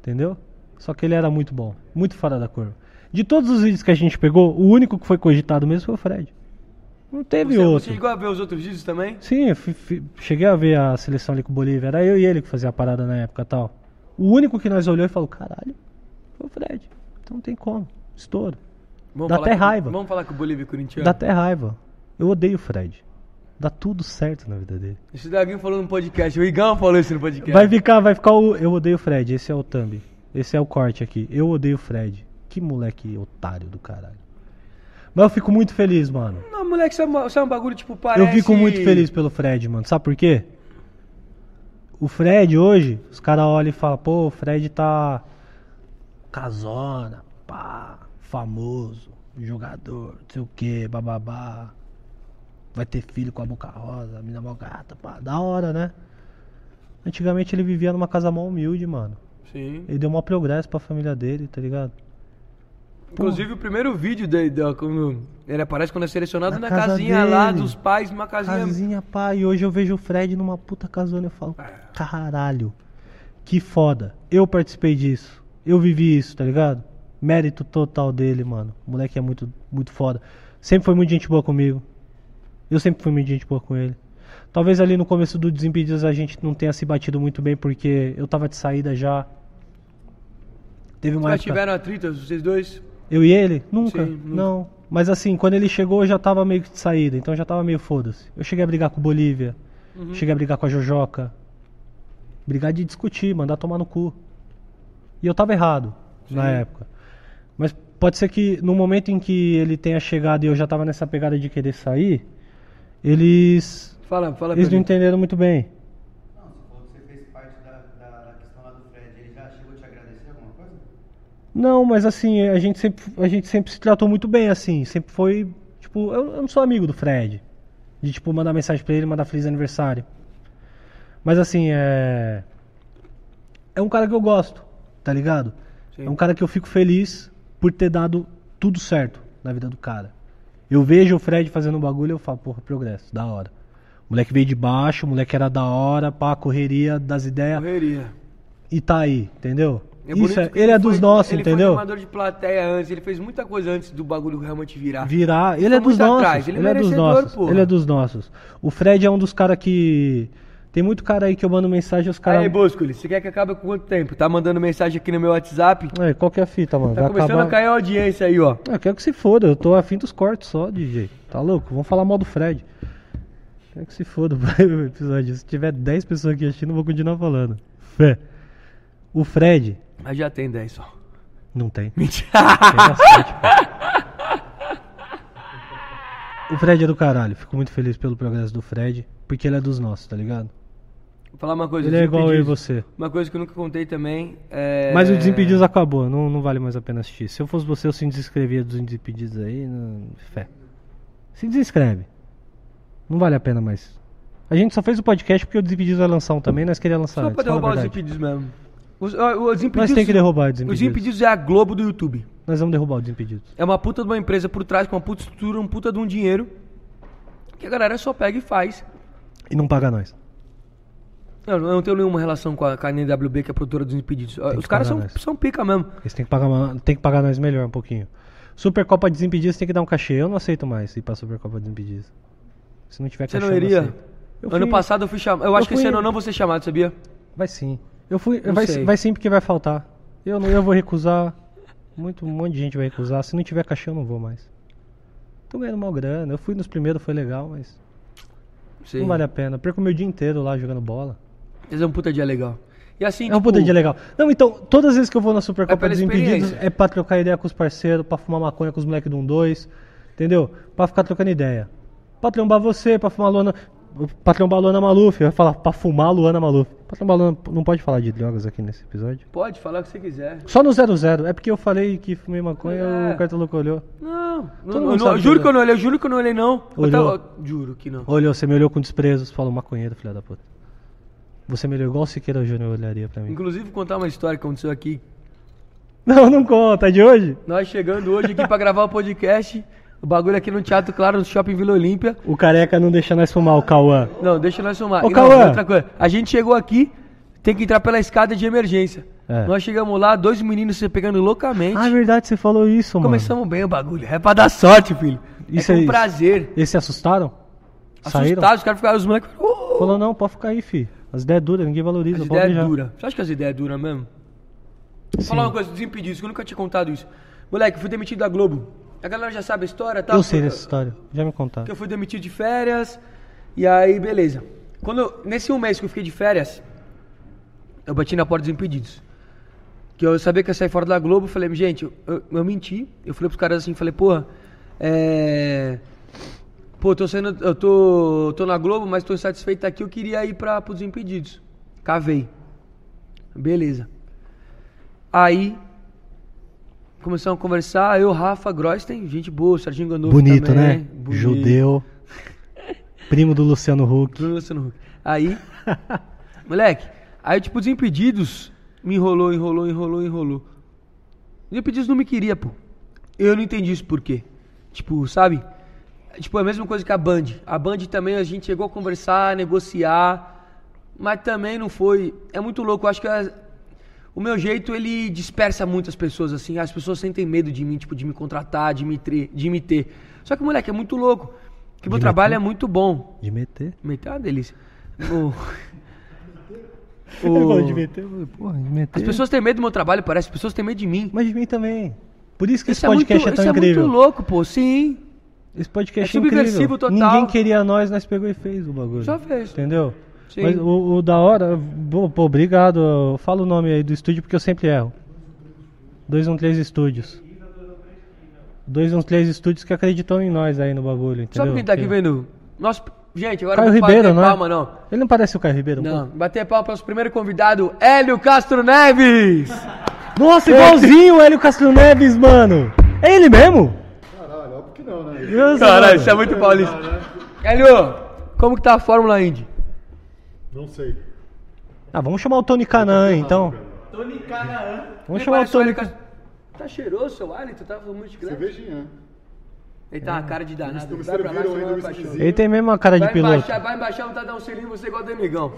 B: Entendeu? Só que ele era muito bom. Muito fora da curva. De todos os vídeos que a gente pegou, o único que foi cogitado mesmo foi o Fred. Não teve
E: Você, é
B: outro.
E: você chegou a ver os outros vídeos também?
B: Sim, eu fi- fi- cheguei a ver a seleção ali com o Bolívia. Era eu e ele que fazia a parada na época e tal. O único que nós olhou e falou, caralho, foi o Fred. Então não tem como. Estouro.
E: Vamos
B: Dá
E: falar
B: até
E: com-
B: raiva.
E: Vamos falar com o Bolívia e Corintiano.
B: Dá até raiva. Eu odeio o Fred. Dá tudo certo na vida dele.
E: Esse Daguinho falou no podcast. O Igão falou isso no podcast.
B: Vai ficar, vai ficar o. Eu odeio o Fred, esse é o thumb. Esse é o corte aqui. Eu odeio o Fred. Que moleque otário do caralho. Mas eu fico muito feliz, mano.
E: Não, moleque, isso é, uma- isso é um bagulho tipo parece...
B: Eu fico muito feliz pelo Fred, mano. Sabe por quê? O Fred hoje, os caras olham e falam, pô, o Fred tá. Casona, pá, famoso, jogador, não sei o que, bababá. Vai ter filho com a boca rosa, a mina mó gata, pá, da hora, né? Antigamente ele vivia numa casa mó humilde, mano.
E: Sim.
B: Ele deu maior progresso pra família dele, tá ligado?
E: Inclusive o primeiro vídeo dele, da- quando ele aparece quando é selecionado
B: Na
E: na,
B: casa
E: casinha lá
B: dele.
E: dos pais, uma casinha... É.
B: Casinha, pá, e hoje eu vejo o Fred numa puta casona e eu falo, caralho, que foda. Eu participei disso. Eu vivi isso, tá ligado? Mérito total dele, mano. O moleque é muito, muito foda. Sempre foi muito gente boa comigo. Eu sempre fui muito gente boa com ele. Talvez ali no começo do Desimpedidos a gente não tenha se batido muito bem porque eu tava de saída já. Teve uma
E: Mas
B: época...
E: tiveram atritos, vocês dois?
B: Eu e ele? Nunca.
E: Sim, nunca.
B: Não. Mas assim, quando ele chegou, eu já tava meio que de saída, então eu já tava meio foda-se. Eu cheguei a brigar com o Bolívia,
E: Uhum.
B: cheguei a brigar com a Jojoca. Brigar de discutir, mandar tomar no cu. E eu tava errado na época. Mas pode ser que no momento em que ele tenha chegado e eu já tava nessa pegada de querer sair, eles.
E: Fala, fala
B: Eles
E: pra
B: não
E: mim.
B: entenderam muito bem.
F: Não, você falou que você fez parte da, da, da questão lá do Fred. Ele já chegou a te agradecer alguma coisa?
B: Não, mas assim, a gente sempre, a gente sempre se tratou muito bem, assim. Sempre foi. Tipo, eu, eu não sou amigo do Fred. De, tipo, mandar mensagem pra ele, mandar feliz aniversário. Mas assim, é. É um cara que eu gosto, tá ligado?
E: Sim.
B: É um cara que eu fico feliz por ter dado tudo certo na vida do cara. Eu vejo o Fred fazendo um bagulho e eu falo, porra, progresso, da hora. O moleque veio de baixo, o moleque era da hora, pá, correria das ideias
E: Correria.
B: e tá aí, entendeu? Isso
E: bonito
B: é,
E: que
B: ele é dos
E: foi-
B: nossos,
E: Ele foi
B: entendeu?
E: animador de plateia antes, ele fez muita coisa antes do bagulho realmente virar.
B: Virar, ele
E: Ficou
B: é dos
E: muito
B: nossos,
E: atrás, ele
B: ele, é dos
E: merecedor,
B: nossos,
E: porra.
B: ele é dos nossos. O Fred é um dos caras que tem muito cara aí que eu mando mensagem os
E: Aí,
B: caras
E: Boscoli, você quer que acabe com quanto tempo? Tá mandando mensagem aqui no meu WhatsApp?
B: Aí, qual que é a fita, mano?
E: Tá
B: Vai
E: começando
B: acabar...
E: a cair a audiência aí, ó.
B: Eu quero que se foda, eu tô afim dos cortes só, DJ. Tá louco? Vamos falar mal do Fred. Quero que se foda vai, o (laughs) episódio. Se tiver 10 pessoas aqui assistindo, eu vou continuar falando. Fé. O Fred
E: Mas já tem 10 só. (laughs)
B: não tem.
E: Mentira.
B: Tem bastante, pô. o Fred é do caralho. Fico muito feliz pelo progresso do Fred, porque ele é dos nossos, tá ligado?
E: Vou falar uma coisa.
B: Ele é igual eu e
E: Desimpedidos.
B: você.
E: Uma coisa que eu nunca contei também é...
B: Mas o Desimpedidos acabou, não, não vale mais a pena assistir. Se eu fosse você, eu se desinscrevia dos Desimpedidos aí, não- fé. Se desinscreve. Não vale a pena mais. A gente só fez o podcast porque o Desimpedidos vai lançar um também, nós queríamos lançar
E: Só
B: antes,
E: pra
B: fala a
E: derrubar os
B: verdade.
E: impedidos mesmo. Os, ó, os impedidos...
B: Nós tem que derrubar o
E: Os
B: Desimpedidos.
E: impedidos é a Globo do YouTube.
B: Nós vamos derrubar o Desimpedidos.
E: É uma puta de uma empresa por trás, com uma puta estrutura, um puta de um dinheiro. Que a galera só pega e faz.
B: E não paga nós.
E: Eu não eu não tenho nenhuma relação com a, com a NWB, que é a produtora dos Impedidos. Os
B: que Tá
E: caras
B: pagar
E: são,
B: nós.
E: são pica mesmo.
B: Eles têm que pagar, ma- tem que pagar nós melhor um pouquinho. Supercopa Desimpedidos tem que dar um cachê. Eu não aceito mais ir pra Supercopa Desimpedidos. Se não tiver
E: Você
B: cachê,
E: não
B: assim. eu
E: iria?
B: aceito.
E: ano
B: fui-
E: passado eu fui chamado. Eu acho
B: eu
E: que esse
B: fui-
E: ano eu não vou ser chamado, sabia?
B: Vai sim. Eu fui.
E: Não
B: vai,
E: sei.
B: vai sim porque vai faltar. Eu não, eu vou recusar. Muito, um monte de gente vai recusar. Se não tiver cachê, eu não vou mais. Tô ganhando mal grana. Eu fui nos primeiros, foi legal, mas
E: Sim.
B: não vale a pena. Perco meu dia inteiro lá jogando bola.
E: Mas é um puta dia legal. E assim,
B: É um poder de legal. Não, então, todas as vezes que eu vou na Supercopa
E: pela
B: dos Impedidos
E: experiência.
B: é pra trocar ideia com os parceiros, pra fumar maconha com os moleques do 1-2, entendeu? Pra ficar trocando ideia. Pra trombar você, pra fumar lona. Pra trombar Luana Maluf, vai falar pra fumar Luana Maluf. Pra trombar Luana. Não pode falar de drogas aqui nesse episódio.
E: pode falar o que você quiser.
B: Só no 00. É porque eu falei que fumei maconha e
E: É.
B: o cartoloco olhou.
E: Não, não,
B: mundo
E: não-
B: sabe
E: juro
B: que
E: que eu não olhei, juro que eu não olhei, não. Eu
B: Olhou.
E: tava- juro que não.
B: Olhou, você me olhou com desprezo. Você falou maconheiro, filha da puta. Você me olhou igual o Siqueira Júnior olharia pra mim. (laughs)
E: Inclusive, contar uma história que aconteceu aqui.
B: Não, não conta. É de hoje?
E: Nós chegando hoje aqui pra gravar o podcast. O bagulho aqui no Teatro Claro, no Shopping Vila Olímpia.
B: O careca não deixa nós fumar, o Cauã.
E: Não, deixa nós somar.
B: Ô,
E: E não,
B: Cauã.
E: outra coisa. A gente chegou aqui, tem que entrar pela escada de emergência.
B: É.
E: Nós chegamos lá, dois meninos se pegando loucamente.
B: Ah, é verdade, você falou isso, mano.
E: Começamos bem o bagulho. É pra dar sorte, filho.
B: Isso
E: é com
B: aí.
E: prazer.
B: Eles se assustaram? Saíram?
E: Assustados, os caras ficaram, os moleques. "Oh!"
B: Falou, não, pode ficar aí, fi. As ideias é dura, ninguém valoriza.
E: As
B: pode
E: ideias
B: beijar.
E: duras. Você acha que as ideias duras mesmo? Vou
B: Sim.
E: falar uma coisa, desimpedidos, que eu nunca tinha contado isso. Moleque, fui demitido da Globo. A galera já sabe a história, tá?
B: Eu sei
E: Porque-
B: dessa história, já me
E: que
B: contaram.
E: eu fui demitido de férias. E aí, beleza. Quando eu- nesse um mês que eu fiquei de férias, eu bati na porta dos impedidos. Que eu sabia que ia sair fora da Globo, eu falei, gente, eu, eu- eu menti. Eu falei pros caras assim, falei, porra, é. Pô, eu tô saindo. Eu tô, tô na Globo, mas tô insatisfeito aqui, eu queria ir pra, pros impedidos. Cavei. Beleza. Aí. Começamos a conversar, eu, Rafa, Grosten, gente boa, Serginho Gandolfo
B: Bonito,
E: também,
B: né?
E: bonito. (laughs)
B: Judeu. Primo do Luciano Huck.
E: Bruno Luciano Huck. Aí, moleque, aí tipo, Desimpedidos me enrolou, enrolou, enrolou, enrolou. Desimpedidos não me queria, pô. Eu não entendi isso por quê. Tipo, sabe? Tipo, é a mesma coisa que a Band. A Band também a gente chegou a conversar, negociar, mas também não foi. É muito louco, eu acho que é- o meu jeito ele dispersa muitas pessoas assim, as pessoas sentem medo de mim, tipo, de me contratar, de me, tre- de me ter. Só que, moleque, é muito louco. Que meu
B: me
E: trabalho
B: ter?
E: é muito bom.
B: De meter.
E: Meter é
B: (laughs)
E: uma delícia. O-
B: Ele
E: o-
B: falou de meter, eu falei, porra, de meter.
E: As pessoas têm medo do meu trabalho, parece. As pessoas têm medo de mim.
B: Mas de mim também. Por isso que esse
E: Isso
B: podcast é,
E: muito,
B: tão
E: isso
B: incrível.
E: muito louco, pô. Sim.
B: Esse podcast
E: É
B: é, incrível.
E: subversivo total.
B: Ninguém queria nós, nós pegou e fez o bagulho.
E: Já fez.
B: Entendeu?
E: Sim.
B: Mas o, o da hora, pô, pô, obrigado. Eu falo o nome aí do estúdio porque eu sempre erro. 213 Estúdios. 213 Estúdios que acreditou em nós aí no bagulho, entendeu?
E: Sabe quem tá aqui
B: Que-
E: vendo? Nosso... Gente, agora
B: Caio
E: não
B: Ribeiro,
E: bater
B: não é?
E: palma, não.
B: Ele não parece o Caio Ribeiro? um
E: Não, bater palma para o primeiro convidado, Hélio Castro Neves.
B: pouco? Nossa, igualzinho o Hélio Castro Neves, mano. É ele mesmo?
G: Caralho, óbvio que não, né?
B: Deus,
E: Caralho,
B: mano.
E: isso é muito paulista. Hélio, como que tá a Fórmula Indy?
G: Não sei.
B: Ah, vamos chamar o Tony Canaan, então. Tony Canaan. Vamos chamar o
E: Parece o
B: Tony
E: Hélio Castro- Tá cheiroso seu hálito? Tá muito de grande.
G: Cervejinha, né?
E: Ele tá uma cara de danado.
G: Eles
E: Vai pra baixo,
G: serviram ainda
E: vai
G: um
E: pra baixo.
G: esquisinho.
B: Ele tem mesmo uma cara de
E: Vai
B: piloto.
E: embaixar, vai embaixar, vontade de dar um selinho em você igual o Demigão.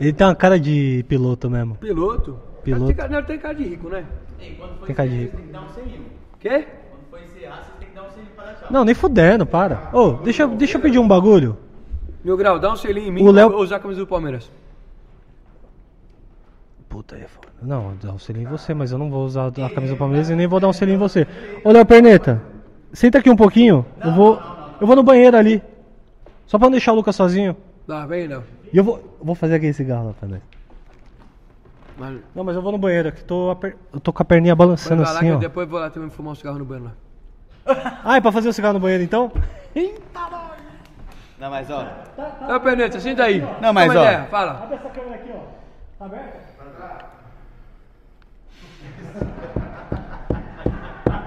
B: Ele tem uma cara de piloto mesmo.
E: Piloto?
B: Piloto.
E: Tem cara, não, tem cara de rico, né?
B: Tem cara de rico.
E: Quê?
B: Não, nem fudendo, para. Ô, deixa, eu- deixa eu pedir um bagulho.
E: Meu grau, dá um selinho em mim
B: O Léo-
E: ou usar a camisa do Palmeiras.
B: Puta, é foda. Não, eu dou um selinho em você, mas eu não vou usar a camisa do Palmeiras e nem vou dar um selinho em você. Ô, Léo Perneta, senta aqui um pouquinho. Eu vou, eu vou no banheiro ali. Só pra não deixar o Lucas sozinho.
E: Dá, vem Léo.
B: E eu vou, eu vou fazer aquele cigarro lá pra nós.
E: Mas
B: Não, mas eu vou no banheiro aqui. Tô, aper- eu tô com a perninha balançando
E: vai lá
B: assim,
E: que eu
B: ó.
E: depois vou lá também fumar um cigarro no banho lá.
B: Ah, é pra fazer o cigarro no banheiro então?
D: Não, mas ó.
E: Ô, Perneta, senta aí.
D: Não, mas,
E: Toma
D: ó.
E: ideia, fala.
B: Abre essa câmera aqui, ó. Tá aberta?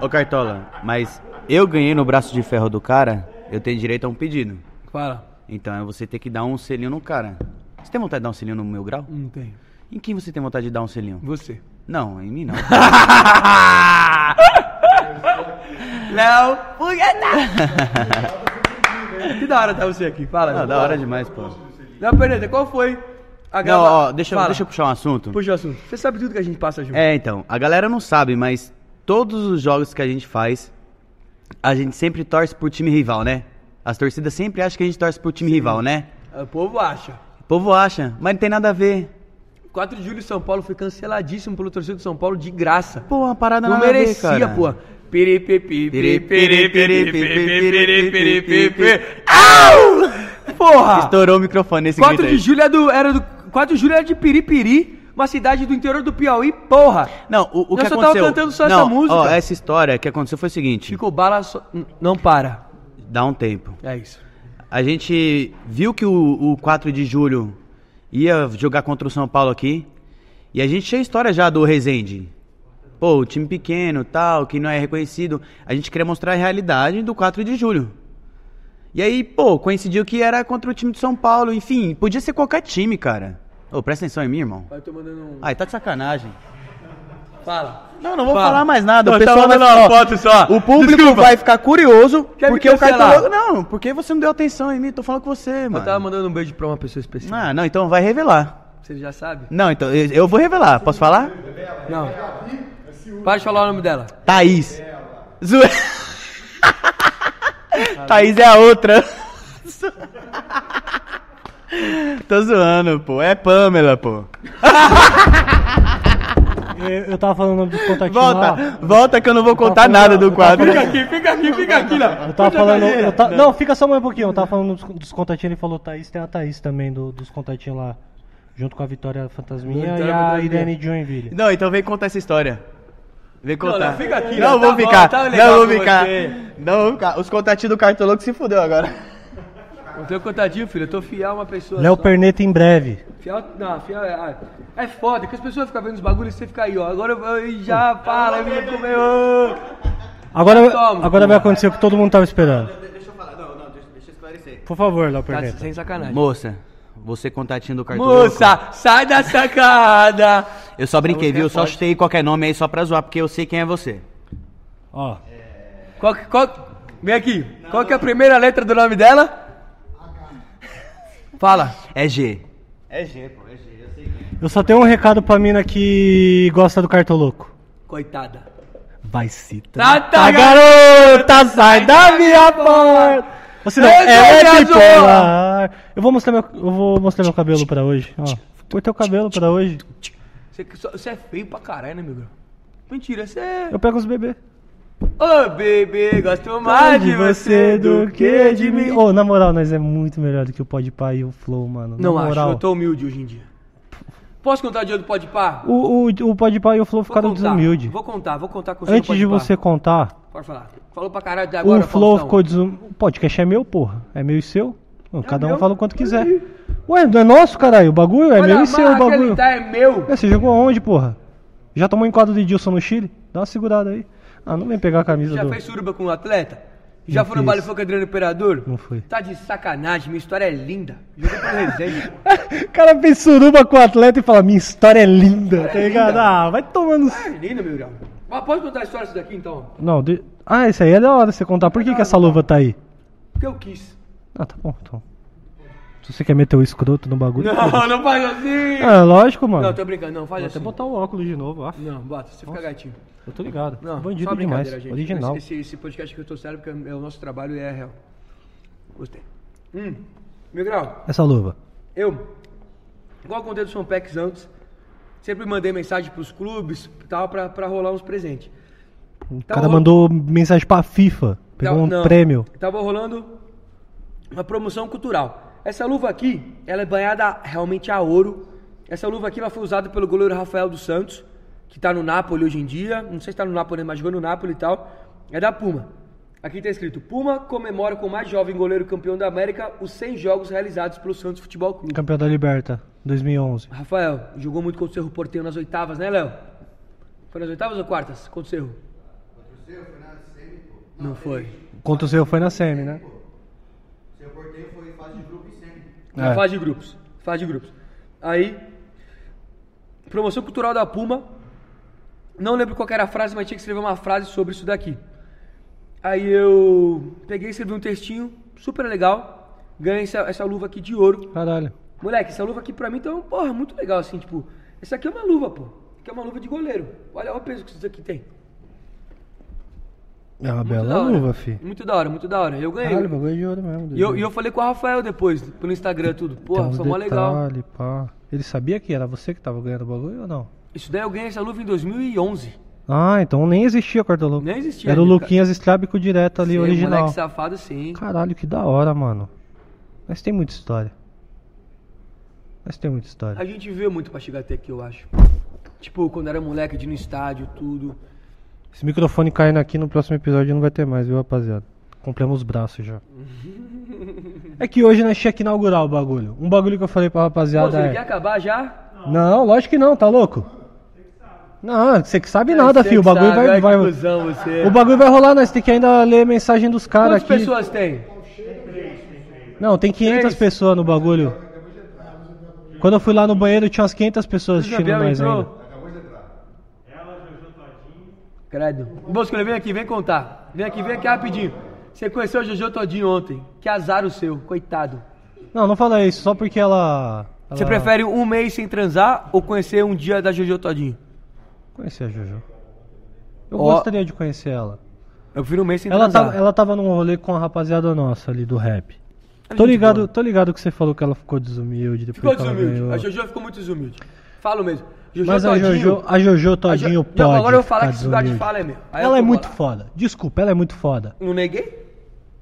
D: Ô Cartola, mas eu ganhei no braço de ferro do cara, eu tenho direito a um pedido.
E: Fala.
D: Então é você ter que dar um selinho no cara. Você tem vontade de dar um selinho no meu grau?
E: Não Hum, tem.
D: Em quem você tem vontade de dar um selinho?
E: Você.
D: Não, em (laughs) mim não. não, porque não.
E: Que da hora tá você aqui, fala.
D: Não,
E: Léo.
D: Ah, da hora demais, pô.
E: Léo Perneta, qual foi a
D: Não,
E: gala-
D: ó, deixa, eu-
E: Fala.
D: deixa eu puxar um assunto.
E: Puxa o assunto. Você sabe tudo que a gente passa junto.
D: É, então, a galera não sabe, mas todos os jogos que a gente faz, a gente sempre torce pro time rival, né? As torcidas sempre acham que a gente torce pro time rival, né?
E: O povo acha.
D: O povo acha, mas não tem nada a ver.
E: 4 de julho São Paulo foi canceladíssimo pelo torcedor de São Paulo de graça.
D: Pô, uma parada
E: Não
D: nada a ver,
E: merecia,
D: cara.
E: pô. Piri, pi, pi, pi, piri, piri, piri, piri, piri, pi, pi. Au! Porra!
D: Estourou o microfone esse
E: 4
D: grito
E: de
D: aí.
E: julho é do, era do. 4 de julho era de Piripiri, uma cidade do interior do Piauí, porra!
D: Não, o, o
E: Nós
D: que
E: só
D: aconteceu...
E: tava cantando só
D: não,
E: essa música.
D: Ó, essa história que aconteceu foi o seguinte.
E: Chico Bala só- n- não para.
D: Dá um tempo.
E: É isso.
D: A gente viu que o, o 4 de julho ia jogar contra o São Paulo aqui. E a gente tinha história já do Rezende. Pô, o time pequeno, tal, que não é reconhecido. A gente queria mostrar a realidade do 4 de julho. E aí, pô, coincidiu que era contra o time de São Paulo. Enfim, podia ser qualquer time, cara. Ô, presta atenção em mim, irmão.
E: Vai tomando um.
D: Ai, tá de sacanagem.
E: Fala.
D: Não, não vou
E: Fala.
D: falar mais nada.
E: Não,
D: o pessoal
E: tá
D: vai
E: mandando uma
D: ficar,
E: foto só.
D: O público
E: Desculpa.
D: vai ficar curioso
E: Quer me
D: porque o
E: cancelar?
D: cartão. Não, porque você não deu atenção em mim. Tô falando com você,
E: Eu
D: mano.
E: tava mandando um beijo pra uma pessoa especial.
D: Ah, não, então vai revelar.
E: Você já sabe?
D: Não, então eu, eu vou revelar. Posso falar?
E: Não. Para de falar o nome dela.
D: Thaís. Zu... (laughs) Thaís é a outra. (laughs) Tô zoando, pô. É Pamela, pô.
B: Eu, eu tava falando o nome dos contatinhos lá.
D: Volta, volta que eu não vou contar
B: falando-
D: nada do
B: eu tava
D: quadro.
B: falando-
E: fica aqui, fica aqui, Léo.
B: Eu tava falando. eu ta- Não, fica só mais um pouquinho. Eu tava falando dos, dos contatinhos, ele falou Thaís, tem a Thaís também do- dos contatinhos lá. Junto com a Vitória Fantasminha
E: Vitória
B: e a
E: Fantasminha.
B: Irene Joinville.
D: Não, então vem contar essa história. Vem contar.
E: não, fica aqui,
D: Não
E: não,
D: vou
E: tá bom,
D: ficar.
E: tá legal
D: não vou
E: com
D: ficar.
E: você.
D: Não vou ficar. Os contatinhos do cartoloco se fudeu agora.
E: Não tenho contadinho, filho. Eu tô fiel a uma pessoa.
B: Léo
E: só.
B: Perneta em breve.
E: Fiel, não, fiel é. ah, É foda, que as pessoas ficam vendo os bagulhos e você fica aí, ó. Agora eu, eu já para, eu vou comer. ô.
B: Agora,
E: Toma.
B: agora vai acontecer o que todo mundo tava esperando.
F: Deixa eu falar, não, não, deixa, deixa eu esclarecer.
B: Por favor, Léo
E: Tá
B: Perneta.
E: sem sacanagem.
D: Moça, você contatinho do cartoloco.
E: Moça, sai da sacada!
D: Eu só brinquei,
E: Essa
D: viu?
E: música é
D: Só
E: forte.
D: chutei qualquer nome aí só pra zoar, porque eu sei quem é você.
B: Ó,
E: Qual, que- qual, vem aqui. Qual que é a primeira letra do nome dela? Fala.
D: É G.
B: eu só tenho um recado pra mina que gosta do cartoloco.
E: Coitada. Tá,
B: Vai se tratar,
E: Trata,
D: tá
B: garota, sai da minha porta. Ou se não,
E: Esse é
B: ela é
E: azul.
B: bipolar. Eu vou mostrar meu, eu vou mostrar meu cabelo pra hoje. Ó, cortei o cabelo pra hoje.
E: Você, que só- você é feio pra caralho, né, meu bro? Mentira, você é.
B: Eu pego os bebês.
E: Ô, bebê, gosto mais de Tá você do que de mim.
B: Ô, na moral, nós é muito melhor do que o Podpah e o Flow, mano.
E: Não
B: na
E: acho,
B: moral.
E: eu tô humilde hoje em dia. Posso contar de onde pode par?
B: O, o, o Podpah e o Flow ficaram desumildes.
E: Vou contar, vou contar com o
B: Antes
E: senhor
B: de
E: Podpah.
B: você contar,
E: Pode falar. Falou pra caralho até agora,
B: o Flow
E: Faustão.
B: ficou desumilde. O podcast é meu, porra. É meu e seu. Ô, Cada
E: meu.
B: um fala o quanto quiser. Ué, não é nosso, caralho. O bagulho é
E: Olha,
B: meu
E: a
B: e seu, o
E: marca que
B: bagulho.
E: ele tá é meu.
B: É, você jogou onde, porra? Já tomou enquadro de Dilson no Chile? Dá uma segurada aí. Ah, não vem pegar a camisa
E: Já
B: do.
E: fez suruba com um atleta? Já
B: Não
E: foi no
B: fiz.
E: baile funk Adriano Imperador?
B: Não fui.
E: Tá de sacanagem, minha história é linda. Joguei pra resenha.
B: (laughs) O cara fez suruba com o atleta e fala: Minha história é linda, tá ligado? Ah, vai tomando.
E: é linda, meu irmão. Ah, pode contar a história disso daqui então?
B: Não, de- Ah, isso aí é da hora você contar. Por que, que essa luva tá aí?
E: Porque eu quis.
B: Ah, tá bom, então. Se você quer meter o escroto no bagulho.
E: Não, não faz assim!
B: É, lógico, mano.
E: Não, tô brincando, não, faz
B: Vou
E: assim.
B: até botar o óculos de novo, ó.
E: Não, bota, você fica gatinho.
B: Eu tô ligado.
E: Não, só
B: Bandido
E: brincadeira,
B: demais.
E: gente.
B: Original.
E: Esse, esse podcast que eu tô sério porque é o nosso trabalho e é real. Gostei. Hum, meu grau.
B: Essa luva.
E: Eu, igual eu contei do São Pex antes, sempre mandei mensagem pros clubes e tal pra, pra rolar uns presentes.
B: O
E: Tá
B: cara
E: ro-
B: mandou mensagem pra FIFA. Pegou
E: Tava-
B: um
E: não,
B: prêmio.
E: Tava rolando uma promoção cultural. Essa luva aqui, ela é banhada realmente a ouro. Essa luva aqui ela foi usada pelo goleiro Rafael dos Santos, que tá no Napoli hoje em dia. Não sei se tá no Napoli, mas jogou no Napoli e tal. É da Puma. Aqui tá escrito: Puma comemora com o mais jovem goleiro campeão da América os 100 jogos realizados pelo Santos Futebol Clube.
B: Campeão da Liberta, 2011.
E: Rafael, jogou muito contra o Cerro Porteiro nas oitavas, né, Léo? Foi nas oitavas ou quartas? Contra o Cerro?
F: Contra o seu, foi na semi, pô.
E: Não foi.
B: Contra o seu foi na Semi, né?
F: Seu porteiro foi em fase de grupo e semi.
E: Na
B: É.
E: fase de grupos. Fase de grupos. Aí, promoção cultural da Puma. Não lembro qual que era a frase, mas tinha que escrever uma frase sobre isso daqui. Aí eu peguei e escrevi um textinho super legal. Ganhei essa, essa luva aqui de ouro.
B: Caralho.
E: Moleque, essa luva aqui pra mim então, porra, muito legal assim, tipo, essa aqui é uma luva, pô. Aqui é uma luva de goleiro. Olha, olha o peso que isso aqui tem.
B: É uma
E: Muito
B: bela
E: da hora.
B: luva, fi.
E: Muito da hora, muito da hora. Eu ganhei.
B: Caralho, bagulho é de ouro mesmo.
E: E eu, e eu falei com o Rafael depois, pelo Instagram tudo. Porra, foi mó legal.
B: um detalhe, pá. Ele sabia que era você que tava ganhando o bagulho ou não?
E: Isso daí eu ganhei essa luva em 2011.
B: Ah, então nem existia o quarto louco.
E: Nem existia
B: Era o
E: ainda,
B: Luquinhas Estrábico direto ali,
E: Sim,
B: original.
E: Moleque safado, sim.
B: Caralho, que da hora, mano. Mas tem muita história. Mas tem muita história.
E: A gente vê muito pra chegar até aqui, eu acho. Tipo, quando era moleque, de ir no estádio, tudo.
B: Esse microfone caindo aqui no próximo episódio não vai ter mais, viu, rapaziada? Compramos os braços já. é que hoje nós tinha que inaugurar o bagulho. Um bagulho que eu falei pra
E: Pô,
B: rapaziada
E: você quer
B: é...
E: acabar já?
B: Não, lógico que não, tá louco? Não, você que sabe nada,
E: É, Você
B: filho. O
E: que
B: bagulho
E: sabe,
B: vai,
E: olha que
B: vai-
E: cuzão você.
B: O bagulho vai rolar, nós tem que ainda ler a mensagem dos caras
E: Quantas
B: aqui.
E: pessoas tem?
B: Não, tem 500
E: Três?
B: pessoas no bagulho. Quando eu fui lá no banheiro, tinha umas 500 pessoas assistindo
E: Isabel
B: nós ainda.
E: entrou? Credo. Bosco, vem aqui, vem contar. Vem aqui, vem aqui rapidinho. Você conheceu o Jojo Todinho ontem. Que azar o seu, coitado.
B: Não, não fala isso, só porque ela. ela...
E: Você prefere um mês sem transar ou conhecer um dia da Jojo Todinho?
B: Conhecer a Jojo. Eu
E: Ó.
B: gostaria de conhecer ela.
E: Eu prefiro um mês sem
B: Ela
E: transar.
B: tava, ela tava num rolê com a rapaziada nossa ali do rap.
E: Ela
B: Tô
E: é gente
B: ligado,
E: boa.
B: tô ligado que você falou que ela ficou desumilde depois
E: Ficou
B: que ela
E: desumilde.
B: ganhou.
E: A Jojo ficou muito desumilde. Falo mesmo. Jojo
B: Mas a Jojo, a Jojo
E: a Jo-
B: todinho
E: Não,
B: pode.
E: agora eu vou falar
B: ficar
E: que esse lugar de
B: desumilde.
E: fala é meu. Aí eu
B: Ela é
E: vou
B: muito
E: falar.
B: foda. Desculpa, ela é muito foda.
E: Não neguei?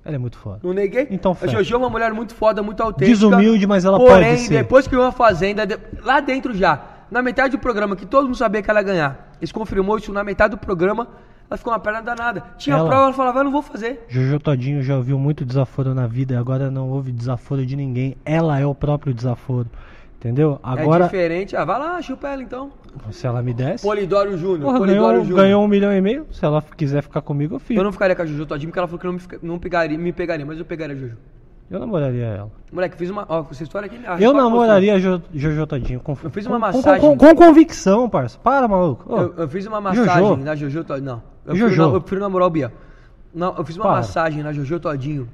B: Ela é muito foda.
E: Não neguei?
B: Então,
E: A
B: Fred.
E: Jojo é uma mulher muito foda, muito autêntica.
B: Desumilde, mas ela
E: porém,
B: pode ser.
E: depois que ganhou a Fazenda, de- lá dentro já, na metade do programa, que todo mundo sabia que ela ia ganhar, eles confirmou isso na metade do programa, ela ficou uma perna danada. Tinha
B: Ela-
E: prova, ela falava, eu não vou fazer.
B: Jojo Todinho já ouviu muito desaforo na vida e agora não houve desaforo de ninguém. Ela é o próprio desaforo. Entendeu?
E: É
B: Agora,
E: diferente. Ah, vai lá, chupa ela então.
B: se ela me desse.
E: Polidoro Júnior.
B: Porra,
E: Polidoro
B: ganhou,
E: Júnior.
B: ganhou um milhão e meio. Se ela f- quiser ficar comigo, eu fico.
E: Eu
B: Eu,
E: não ficaria com a Jojo Todinho, porque ela falou que não me, fica- não pegaria, me pegaria, mas eu pegaria a Jojo.
B: namoraria ela.
E: Moleque, fiz uma. Ó, essa história aqui. ah,
B: eu
E: repara,
B: namoraria Jo- Jojo Todinho. Com,
E: Eu fiz uma
B: com- com-
E: massagem.
B: Com, com convicção, parça. Para, maluco. Ô,
E: Eu, eu fiz uma massagem
B: Jojo.
E: na Jojo Todinho. Não. Eu
B: Jojo.
E: Prefiro, na- eu prefiro namorar o Bia. Não, eu fiz uma
B: Para.
E: massagem na Jojo Todinho,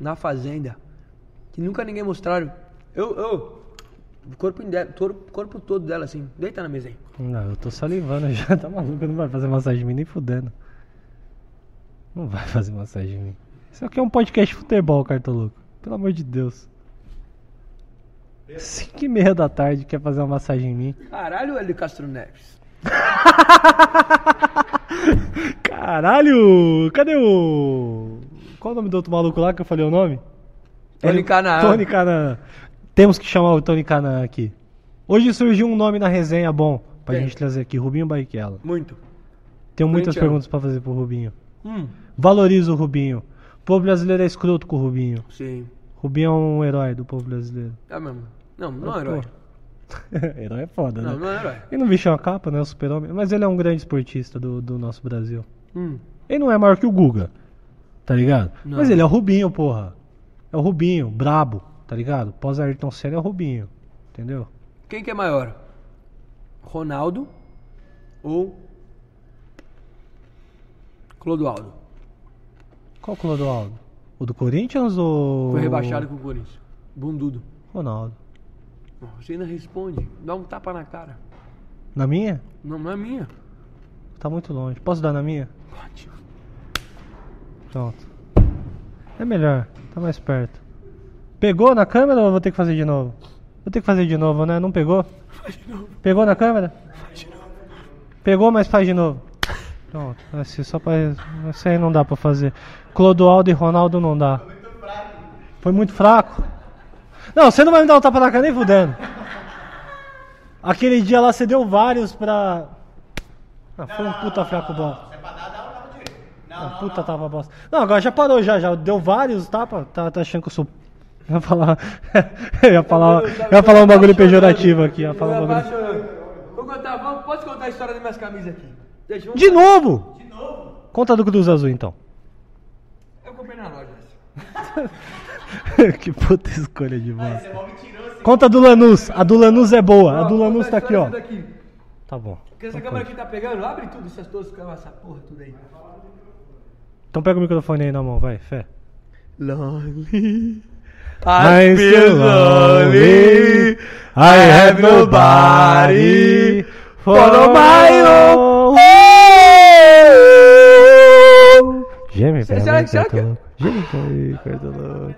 E: na fazenda, que nunca ninguém mostraram. Eu, eu, o corpo, inde- todo- corpo todo dela, assim, deita na mesa aí.
B: Não, eu tô salivando já. Tá maluco? Não vai fazer massagem em mim nem fudendo. Não vai fazer massagem em mim. Isso aqui é um podcast de futebol, cartoluco. Pelo amor de Deus. 5 e meia da tarde quer fazer uma massagem em mim.
E: Caralho, Hélio Castro Neves.
B: Caralho! Cadê o. Qual o nome do outro maluco lá que eu falei o nome?
E: Tony
B: Ele-
E: Canaan.
B: É, Tony Canaan. Temos que chamar o Tony Canaan aqui. Hoje surgiu um nome na resenha bom pra
E: Quem?
B: gente trazer aqui, Rubinho Barrichello.
E: Muito.
B: Tenho muitas
E: Corintiano.
B: perguntas pra fazer pro Rubinho.
E: Hum,
B: Valorizo o Rubinho. O povo brasileiro é escroto com o Rubinho.
E: sim.
B: Rubinho é um herói do povo brasileiro.
E: É mesmo. Não, não é um herói.
B: (laughs) herói é foda,
E: Não,
B: né?
E: não é um herói.
B: Ele não vestiu a capa, né? O super-homem. Mas ele é um grande esportista do, do nosso Brasil.
E: Hum.
B: Ele não é maior que o Guga, tá ligado?
E: Não.
B: Mas ele é o Rubinho, porra. É o Rubinho, brabo, tá ligado? Pós-Ayrton Senna é o Rubinho, entendeu?
E: Quem que é maior? Ronaldo ou Clodoaldo.
B: Qual o Clodoaldo? O do Corinthians ou.
E: Foi rebaixado com o Corinthians. Bundudo.
B: Ronaldo.
E: Ó, Você ainda responde. Dá um tapa na cara.
B: Na minha?
E: Não, não é minha.
B: Tá muito longe. Posso dar na minha?
E: Pode.
B: Pronto. É melhor, tá mais perto. Pegou na câmera ou eu vou ter que fazer de novo? Vou ter que fazer de novo, né? Não pegou? Pegou na câmera? Pegou, mas faz de novo. Pronto, assim, só pra. Isso aí não dá pra fazer. Clodoaldo e Ronaldo não dá. Foi muito fraco. Não, você não vai me dar um tapa na cara nem fudendo. Aquele dia lá você deu vários pra. Ah, foi um puta fraco bom. Ah, puta tapa bosta. Não, agora já parou, já, já. Deu vários tapas. Tá, tá achando que eu sou. Eu ia falar. (laughs) eu ia falar, eu ia falar um bagulho pejorativo aqui. Eu ia falar um bagulho...
E: Vou contar, vamos- posso contar a história das minhas camisas aqui? Deixa eu...
B: De novo! De novo! Conta do Cruz Azul então. (laughs)
E: Eu comprei na loja. essa.
B: que puta escolha de
E: é
B: bosta. Conta do Lanús. A do Lanús é boa. A do
E: Ó,
B: Lanús tá
E: conta
B: aqui,
E: a história
B: ó.
E: dessa daqui.
B: Tá bom.
E: Porque essa
B: Então
E: câmera
B: pode.
E: aqui tá pegando, abre tudo, essas todas, essa porra, tudo aí.
B: Então pega o microfone aí na mão, vai, fé.
E: Lonely.
B: I feel lonely. I have nobody for my own home. Geme, velho.
E: será que- será que-
B: Geme, velho, coisa louca.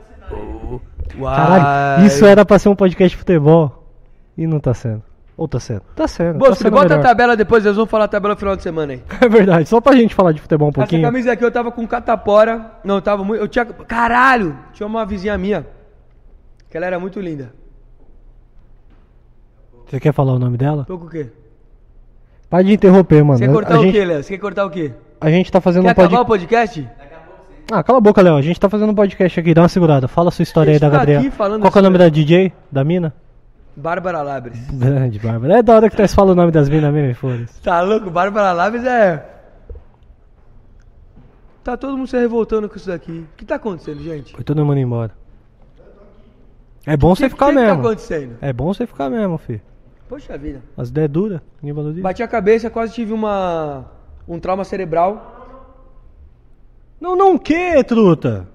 B: Oh, Caralho, isso era pra ser um podcast de futebol. E não tá sendo. Ou tá sendo. Tá sendo. tá
E: Você
B: sendo
E: bota a
B: melhor.
E: tabela depois, eles vão falar a tabela no final de semana aí.
B: (laughs) É verdade, só pra gente falar de futebol um
E: Essa
B: pouquinho.
E: camisa aqui eu tava com catapora. Não, eu tava muito. Eu tinha. Caralho! Tinha uma vizinha minha. Que ela era muito linda.
B: Você quer falar o nome dela?
E: Tô com o quê?
B: Para de interromper, mano.
E: Você quer cortar
B: Né? a,
E: o
B: gente,
E: quê, Léo? Você quer cortar o quê?
B: a gente tá fazendo
E: Quer
B: um podcast.
E: acabar o podcast?
B: Ah, cala a boca, Léo. A gente tá fazendo um podcast aqui, dá uma segurada. Fala a sua história
E: A
B: aí
E: gente
B: da
E: tá
B: Gabriela.
E: aqui falando
B: Qual que é o
E: assim,
B: nome da DJ? Da mina? (laughs)
E: Bárbara Labres.
B: Grande, Bárbara. É da hora que tu fala o nome das minas mesmo, foda-se.
E: Tá louco? Bárbara Labres é. Tá todo mundo se revoltando com isso daqui. O que tá acontecendo, gente?
B: Foi todo mundo embora. É bom você
E: que,
B: ficar
E: que que tá
B: mesmo.
E: acontecendo?
B: É bom você ficar mesmo, filho.
E: Poxa vida.
B: As ideias duras, ninguém valoriza.
E: Bati a cabeça, quase tive uma. um trauma cerebral.
B: Não, não o quê, truta?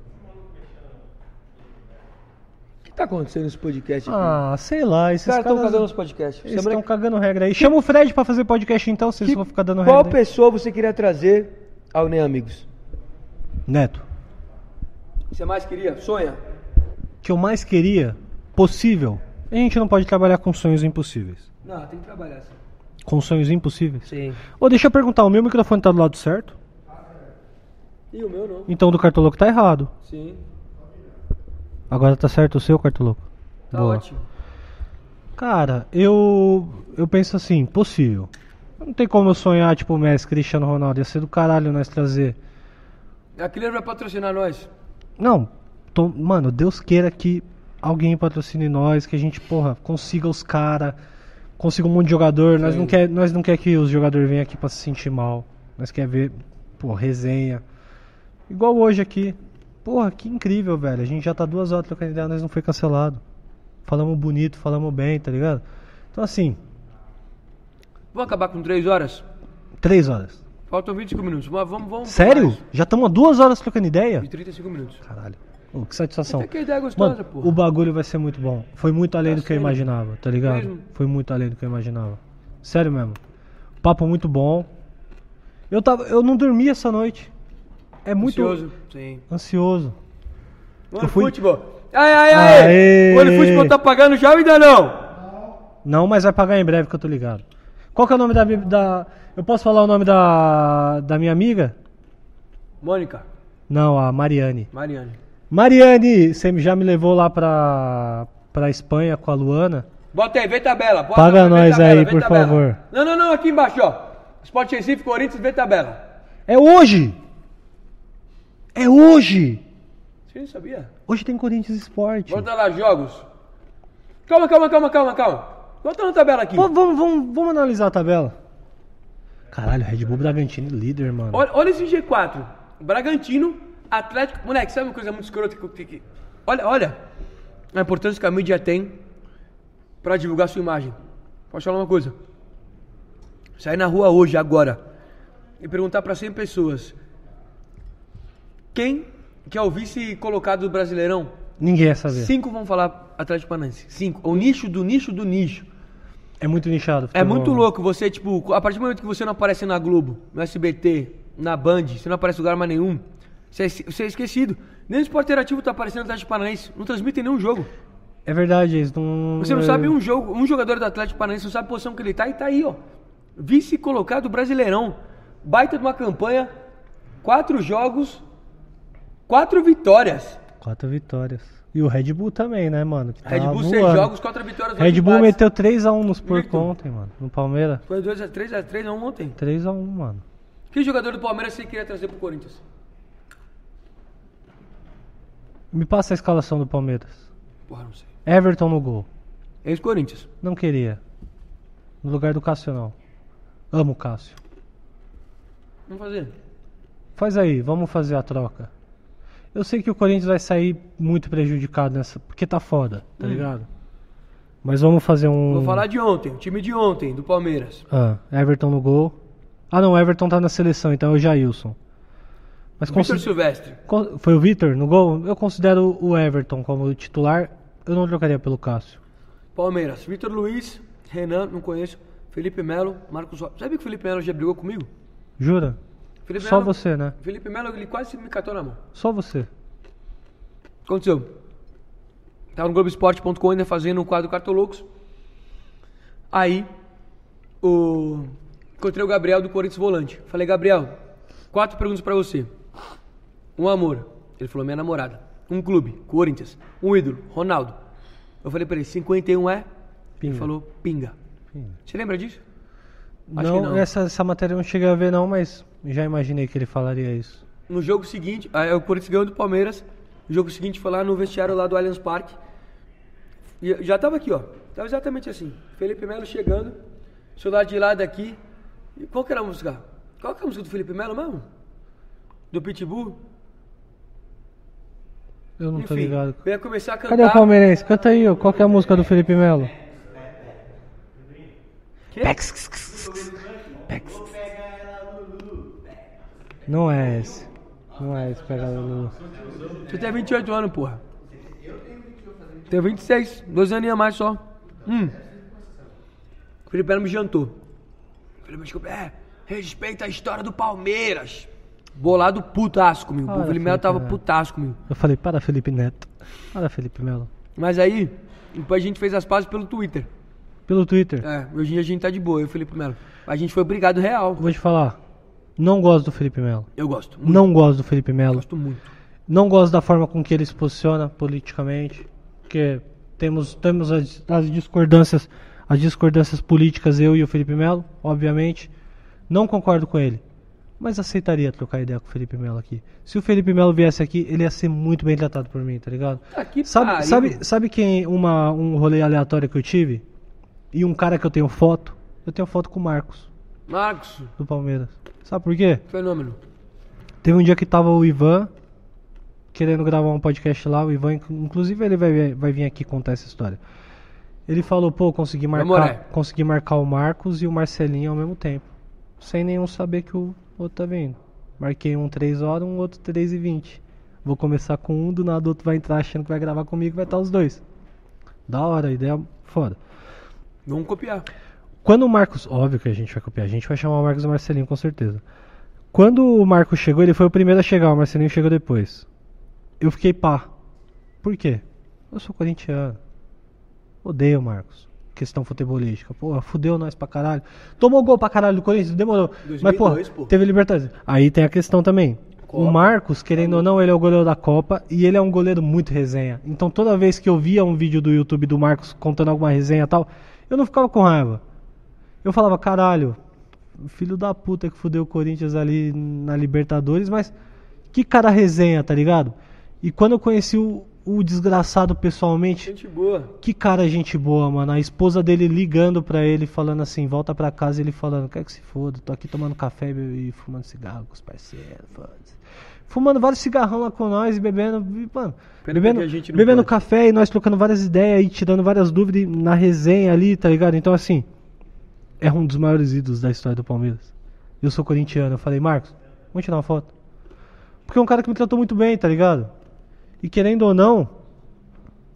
E: O que tá acontecendo nesse podcast aqui?
B: Ah, sei lá. Esses
E: Os caras
B: caras
E: estão cagando os podcasts.
B: Eles
E: Semana
B: estão cagando regra aí. Chama o Fred pra fazer podcast então, vocês
E: que-
B: vão ficar dando
E: Qual
B: regra. aí.
E: pessoa você queria trazer ao Nem Amigos?
B: Neto.
E: Você mais queria? Sonha?
B: que eu mais queria possível. A gente não pode trabalhar com sonhos impossíveis.
E: Não, tem que trabalhar assim.
B: Com sonhos impossíveis?
E: Sim.
B: Ô, deixa eu perguntar, o meu microfone tá do lado certo?
E: E o meu não?
B: Então o do cartoloco tá errado.
E: Sim.
B: Agora tá certo o seu, cartoloco?
E: Tá
B: Boa.
E: ótimo.
B: Cara, eu eu penso assim, possível. Não tem como eu sonhar, tipo, o Messi, Cristiano Ronaldo. Ia ser do caralho nós trazer.
E: A Clear vai patrocinar nós.
B: Não, tô- mano, Deus queira que alguém patrocine nós, que a gente, porra, consiga os caras, consiga um monte de jogador. Nós não, quer, nós não quer que os jogadores venham aqui pra se sentir mal. Nós quer ver, pô, resenha. Igual hoje aqui. Porra, que incrível, velho. A gente já tá duas horas trocando ideia, nós não foi cancelado. Falamos bonito, falamos bem, tá ligado? Então assim,
E: Vamos acabar com três horas?
B: três horas.
E: Faltam 25 minutos. Mas vamos, vamos.
B: Sério?
E: mais.
B: Já estamos há duas horas trocando ideia?
E: De 35 minutos.
B: Caralho. Ô, que satisfação.
E: Até que ideia é gostosa,
B: Mano,
E: porra.
B: O bagulho é vai ser muito bom. Foi muito além do que eu
E: sendo.
B: imaginava, tá ligado?
E: Mesmo?
B: Foi muito além do que eu imaginava. Sério mesmo. Papo muito bom. Eu, tava, eu não dormi essa noite. É muito
E: Ansioso. Sim.
B: ansioso.
E: Mano,
B: fui-
E: futebol. Ai, ai, ai.
B: Aê.
E: Mano, futebol tá pagando já ou ainda não?
B: Não, mas vai pagar em breve que eu tô ligado. Qual que é o nome da. bi- da eu posso falar o nome da, da minha amiga?
E: Mônica,
B: Não, a Mariane.
E: Mariane.
B: Mariane, você já me levou lá pra, pra Espanha com a Luana.
E: Bota aí, vê tabela. Bota,
B: Paga
E: vê
B: nós
E: tabela,
B: aí,
E: vê
B: por
E: tabela.
B: favor.
E: Não, não, não, aqui embaixo, ó. Sport Recife, Corinthians, vê tabela.
B: É hoje! É hoje!
E: Você não sabia?
B: Hoje tem Corinthians Sport.
E: Bota lá, jogos. Calma, calma, calma, calma, calma. Bota na tabela aqui.
B: Vamos, vamos, vamos, vamos analisar a tabela. Caralho, Red Bull Bragantino líder, mano.
E: Olha, olha esse G4. Bragantino, Atlético. Moleque, sabe uma coisa muito escrota que eu tenho que. Olha, olha. A importância que a mídia tem pra divulgar sua imagem. Posso falar uma coisa? Sair na rua hoje, agora, e perguntar pra 100 pessoas Quem que é o vice colocado do Brasileirão?
B: Ninguém ia saber.
E: Cinco vão falar Atlético Paranaense. Cinco. O nicho do nicho do nicho.
B: É muito nichado.
E: É
B: futebol,
E: muito
B: né?
E: louco você, tipo, a partir do momento que você não aparece na Globo, no SBT, na Band, você não aparece em lugar mais nenhum, você é, você é esquecido. Nem no esporte interativo tá aparecendo no Atlético Paranaense, não transmitem nenhum jogo.
B: É verdade, eles não.
E: Você não
B: é-
E: sabe um jogo, um jogador do Atlético Paranaense, não sabe a posição que ele tá e tá aí, ó. Vice colocado Brasileirão. Baita de uma campanha, quatro jogos, quatro vitórias.
B: Quatro vitórias. E o Red Bull também, né, mano? Que
E: Red
B: tá
E: Bull, seis
B: voando.
E: jogos, quatro vitórias, dois
B: Red Bull
E: empates.
B: meteu 3x1 nos porcos
E: Invicto.
B: ontem, mano. No Palmeiras.
E: Foi 2x3x3 um ontem.
B: 3x1, mano.
E: Que jogador do Palmeiras você queria trazer pro Corinthians?
B: Me passa a escalação do Palmeiras.
E: Porra, não sei. É
B: Everton no gol.
E: Ex-Corinthians.
B: Não queria. No lugar do Cássio, não. Amo o Cássio.
E: Vamos fazer.
B: Faz aí, vamos fazer a troca. Eu sei que o Corinthians vai sair muito prejudicado nessa. Porque tá foda, tá ligado? Mas vamos fazer um.
E: Hum. Vou falar de ontem, o time de ontem, do Palmeiras.
B: Ah, Everton no gol. Ah, não, Everton tá na seleção, então é o Jailson. Mas
E: Vitor
B: consi-
E: Silvestre.
B: con- foi o Vitor no gol? Eu considero o Everton como titular. Eu não trocaria pelo Cássio.
E: Palmeiras. Vitor Luiz, Renan, não conheço. Felipe Melo, Marcos Rocha. Sabe que o Felipe Melo já brigou comigo?
B: Jura?
E: Felipe
B: Só
E: Melo-
B: você, né?
E: Felipe Melo, ele quase me catou na mão.
B: Só você.
E: Aconteceu. Tava no Globoesporte.com ainda fazendo um quadro Cartoloucos. Aí, o... encontrei o Gabriel do Corinthians Volante. Falei, Gabriel, quatro perguntas pra você. Um amor. Ele falou, minha namorada. Um clube, Corinthians. Um ídolo, Ronaldo. Eu falei pra ele, 51 é? Ele
B: Pinga.
E: falou, pinga.
B: Pinga.
E: Você lembra disso? Acho
B: Não, é
E: que não.
B: Essa, essa matéria eu não cheguei a ver, não, mas já imaginei que ele falaria isso.
E: No jogo seguinte, aí o Corinthians ganhou do Palmeiras. No jogo seguinte foi lá no vestiário lá do Allianz Parque. E eu já tava aqui, ó. Tava exatamente assim. Felipe Melo chegando, celular de lado aqui. E qual que era a música? Qual que é a música do Felipe Melo mesmo? Do Pitbull?
B: Eu não tô
E: Enfim,
B: ligado.
E: eu ia começar a cantar.
B: Cadê o palmeirense? Canta aí, ó. qual que é a música do Felipe Melo? Não é esse. Não é esse, pega Lulu.
E: Tu tem 28 anos, porra. Eu tenho 26, 12 aninhos a mais só. Hum. O Felipe Melo me jantou. O Felipe Melo é, respeita a história do Palmeiras. Bolado putaço comigo.
B: Olha,
E: o Felipe Melo
B: Felipe é.
E: tava
B: Melo.
E: putaço comigo.
B: Eu falei, para Felipe Neto. Para Felipe Melo.
E: Mas aí, depois a gente fez as pazes pelo Twitter.
B: Pelo Twitter,
E: É, hoje em dia a gente tá de boa, eu e o Felipe Melo. A gente foi obrigado real.
B: vou te falar. Não gosto do Felipe Melo.
E: Eu gosto. Muito,
B: Não gosto do Felipe Melo.
E: gosto muito.
B: Não gosto da forma com que ele se posiciona politicamente, porque temos, temos as, as discordâncias, as discordâncias políticas eu e o Felipe Melo, obviamente. Não concordo com ele, mas aceitaria trocar ideia com o Felipe Melo aqui. Se o Felipe Melo viesse aqui, ele ia ser muito bem tratado por mim, tá ligado?
E: Tá que
B: Sabe,
E: pariu.
B: sabe, sabe quem uma um rolê aleatório que eu tive e um cara que eu tenho foto? Eu tenho foto com o Marcos
E: Marcos,
B: do Palmeiras. Sabe por quê?
E: fenômeno.
B: Teve um dia que tava o Ivan querendo gravar um podcast lá. O Ivan, inc- inclusive, ele vai, vai vir aqui contar essa história. Ele falou, pô, consegui
E: morar.
B: marcar, consegui marcar o Marcos e o Marcelinho ao mesmo tempo. Sem nenhum saber que o outro tá vindo. Marquei um 3 horas, um outro 3 e 20. Vou começar com um, do nada o outro vai entrar achando que vai gravar comigo, vai estar os dois. Da hora, ideia foda.
E: Vamos copiar.
B: Quando o Marcos. Óbvio que a gente vai copiar, a gente vai chamar o Marcos e o Marcelinho com certeza. Quando o Marcos chegou, ele foi o primeiro a chegar, o Marcelinho chegou depois. Eu fiquei pá. Por quê? Eu sou corintiano. Odeio o Marcos. Questão futebolística. Porra, fudeu nós pra caralho. Tomou gol pra caralho do Corinthians, demorou. Mas, porra,
E: 2002, pô.
B: teve Libertadores. Aí tem a questão também. O Marcos, querendo ou não, ele é o goleiro da Copa e ele é um goleiro muito resenha. Então toda vez que eu via um vídeo do YouTube do Marcos contando alguma resenha e tal, eu não ficava com raiva. Eu falava, caralho, filho da puta que fudeu o Corinthians ali na Libertadores, mas que cara resenha, tá ligado? E quando eu conheci o, o desgraçado pessoalmente,
E: Gente boa.
B: que cara gente boa, mano. A esposa dele ligando pra ele, falando assim, volta pra casa, e ele falando, quer que se foda, tô aqui tomando café e e fumando cigarro com os parceiros, foda-se. Fumando vários cigarrão lá com nós e bebendo, e, mano,
E: Pena
B: bebendo,
E: que a gente não
B: bebendo
E: pode.
B: café e nós trocando várias ideias e tirando várias dúvidas e na resenha ali, tá ligado? Então, assim, é um dos maiores ídolos da história do Palmeiras. Eu sou corintiano. Eu falei, Marcos, vamos tirar uma foto? Porque é um cara que me tratou muito bem, tá ligado? E querendo ou não,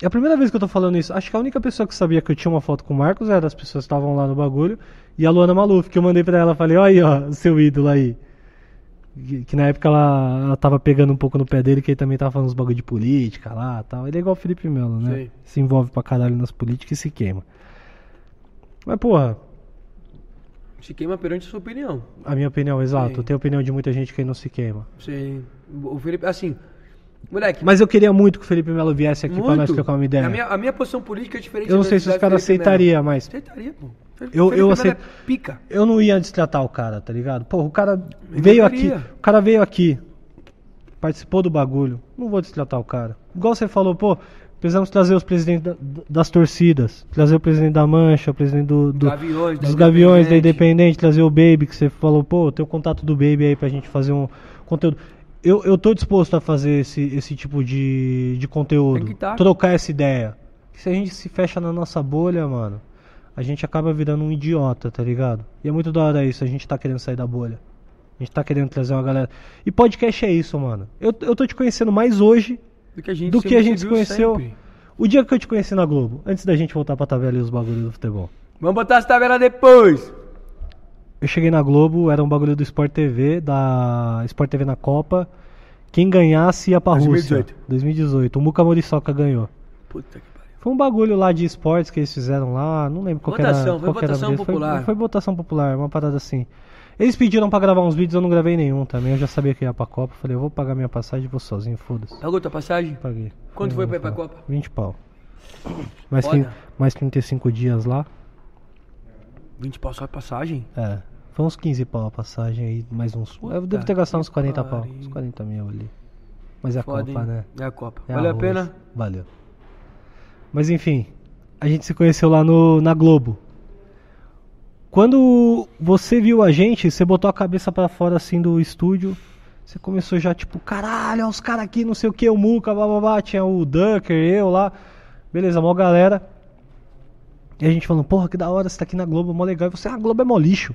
B: é a primeira vez que eu tô falando isso. Acho que a única pessoa que sabia que eu tinha uma foto com o Marcos era as pessoas que estavam lá no bagulho. E a Luana Maluf, que eu mandei pra ela, falei, ó aí, ó, o seu ídolo aí. Que, que na época ela, ela tava pegando um pouco no pé dele, que ele também tava falando uns bagulho de política lá e tal. Ele é igual o Felipe Melo, né?
E: Sei.
B: Se envolve pra caralho nas políticas e se queima. Mas, porra,
E: Se queima perante a sua opinião.
B: a minha opinião, exato.
E: Sim.
B: Tem a opinião de muita gente que não se queima.
E: Você, o Felipe, assim, moleque,
B: Mas eu queria muito que o Felipe Melo viesse aqui pra nós trocar uma ideia.
E: A minha, a minha posição política é diferente.
B: Eu não
E: da-
B: sei se
E: da
B: os caras
E: Felipe
B: aceitaria,
E: Melo.
B: mas-
E: Aceitaria, pô. Felipe-
B: Eu-
E: Felipe
B: eu
E: Melo
B: aceito-
E: é Pica.
B: Eu não ia destratar o cara, tá ligado? Pô, o cara
E: Eu
B: veio aqui.
E: queria.
B: O cara veio aqui. Participou do bagulho. Não vou destratar o cara. Igual você falou, pô, precisamos trazer os presidentes da- das torcidas. Trazer o presidente da Mancha, o presidente do, do-
E: Gaviões, da
B: dos Gaviões, da
E: Independente.
B: Independente, trazer o Baby, que você falou, pô, tem o contato do Baby aí pra gente fazer um conteúdo. Eu, eu tô disposto a fazer esse, esse tipo de, de conteúdo.
E: Tem que tá.
B: Trocar essa ideia. Porque se a gente se fecha na nossa bolha, mano, a gente acaba virando um idiota, tá ligado? E é muito da hora isso, a gente tá querendo sair da bolha. A gente tá querendo trazer uma galera. E podcast é isso, mano. Eu, eu tô te conhecendo mais hoje
E: Do que a gente,
B: do que a gente se
E: viu
B: conheceu.
E: sempre.
B: O dia que eu te conheci na Globo, antes da gente voltar pra tabela e os bagulhos do futebol.
E: Vamos botar as tabelas depois.
B: Eu cheguei na Globo, era um bagulho do Sport TV, da Sport TV na Copa. Quem ganhasse ia pra
E: 2018.
B: Rússia. 2018. O Muca Moriçoca ganhou.
E: Puta que pariu.
B: Foi um bagulho lá de esportes que eles fizeram lá, não lembro qual que
E: Votação,
B: era.
E: foi
B: qual que era a
E: votação
B: brisa. Foi-
E: popular.
B: Foi, votação popular, uma parada assim. Eles pediram pra gravar uns vídeos, eu não gravei nenhum também. Eu já sabia que ia pra Copa. Falei, eu vou pagar minha passagem, vou sozinho, foda-se.
E: Pagou tua passagem?
B: Paguei.
E: Quanto
B: Eu
E: foi
B: vou
E: pra ir pra
B: falar.
E: Copa?
B: 20 pau. Mais,
E: Foda.
B: trin- mais 35 dias lá.
E: 20 pau só de passagem?
B: É. Foi uns 15 pau a passagem aí, mais uns. eu
E: Puta
B: devo ter gastado uns 40 pau.
E: pariu.
B: Uns 40 mil ali. Mas é a
E: Foda,
B: Copa,
E: hein?
B: né?
E: É a Copa.
B: É
E: Valeu a
B: arroz.
E: pena?
B: Valeu. Mas enfim, a gente se conheceu lá no, na Globo. Quando você viu a gente, você botou a cabeça pra fora assim do estúdio. Você começou já tipo, caralho, olha os caras aqui, não sei o que, o Muca, blá blá blá. Tinha o Dunker, eu lá. Beleza, mó galera. E a gente falando, porra, que da hora, você tá aqui na Globo, mó legal. E você, ah, a Globo é mó lixo.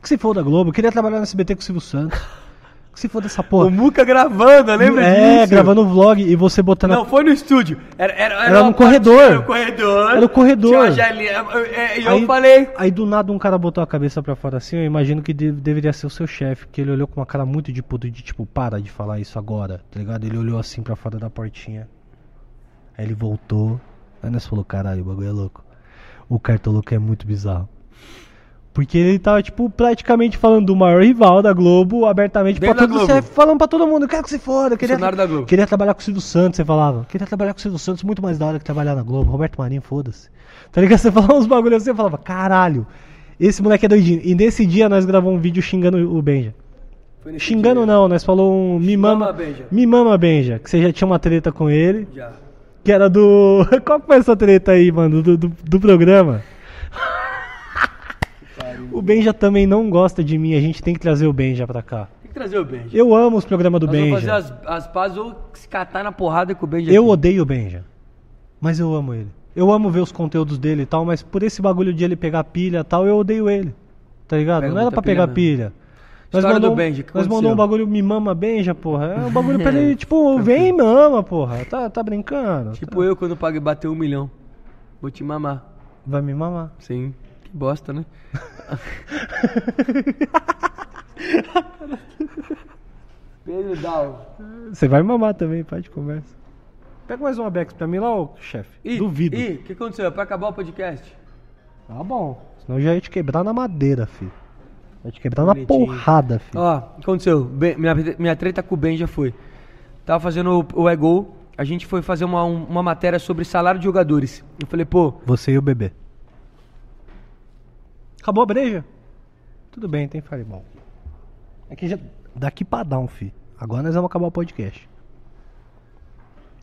B: Que se for da Globo, eu queria trabalhar no SBT com o Silvio Santos. Que se for dessa
E: (laughs) O
B: porra.
E: Muca gravando, lembra
B: é,
E: disso?
B: gravando vlog e você botando a
E: Não, foi no estúdio. Era, era, era,
B: Era
E: uma
B: no
E: parte-
B: corredor.
E: Era no corredor.
B: Era no corredor.
E: Tinha uma janelinha, eu- eu- eu falei.
B: Aí do nada um cara botou a cabeça pra fora assim, eu imagino que de- deveria ser o seu chefe, porque ele olhou com uma cara muito de puto, de tipo, para de falar isso agora, tá ligado? Ele olhou assim pra fora da portinha. Aí ele voltou. Aí nós falou, caralho, o bagulho é louco. O Cartoloco é muito bizarro. Porque ele tava, tipo, praticamente falando do maior rival da Globo, abertamente, pra
E: Dentro da
B: todo,
E: Globo.
B: você- é falando pra todo mundo, eu quero que se foda, eu queria,
E: Funcionário da Globo.
B: queria trabalhar com o Silvio Santos, você falava. Queria trabalhar com o Silvio Santos, muito mais da hora que trabalhar na Globo, Roberto Marinho, foda-se. Tá ligado? Você falava uns bagulho assim, eu falava, caralho, esse moleque é doidinho. E nesse dia nós gravamos um vídeo xingando o Benja.
E: Foi nesse
B: Xingando
E: dia.
B: não, nós falou um me
E: Mama
B: mama,
E: Benja.
B: me mama Benja, que você já tinha uma treta com ele.
E: Já.
B: Que era do. (laughs) Qual que foi essa treta aí, mano? Do, do, do programa? o Benja também não gosta de mim, a gente tem que trazer o Benja pra cá.
E: Tem que trazer o Benja.
B: Eu amo os programas do
E: Nós vamos fazer
B: Benja.
E: as, as pazes ou se catar na porrada com o Benja.
B: Eu
E: aqui.
B: odeio o Benja. Mas eu amo ele. Eu amo ver os conteúdos dele e tal, mas por esse bagulho de ele pegar pilha e tal, eu odeio ele. Tá ligado?
E: Pega
B: não era pra
E: muita
B: pegar
E: pilha
B: pilha. Nós
E: História
B: mandou,
E: do
B: um-
E: Benja, que
B: nós mandou
E: aconteceu?
B: um bagulho me mama Benja, porra. É um bagulho
E: (laughs)
B: pra ele, tipo, vem e mama, porra. Tá, tá brincando?
E: Tipo eu quando paguei bater um milhão. Vou te mamar.
B: Vai me mamar.
E: Sim. Que bosta, (laughs) né? Pedro Dal.
B: Você vai mamar também, pai de conversa. Pega
E: um
B: mais uma Bex pra mim lá, ô chefe. Duvido.
E: Ih, o que aconteceu? É pra acabar o podcast?
B: Tá bom. Senão eu já ia te quebrar na madeira, fi. Ia te quebrar na
E: Bonitinho.
B: porrada, fi.
E: Ó, o que aconteceu? Ben- minha, minha treta com o Ben já foi. Tava fazendo o, o Egol, a gente foi fazer uma, um- uma matéria sobre salário de jogadores. Eu falei, pô,
B: Você e o bebê. Acabou a breja? Tudo bem, tem fireball. Aqui já... Daqui pra dar um, fi. Agora nós vamos acabar o podcast.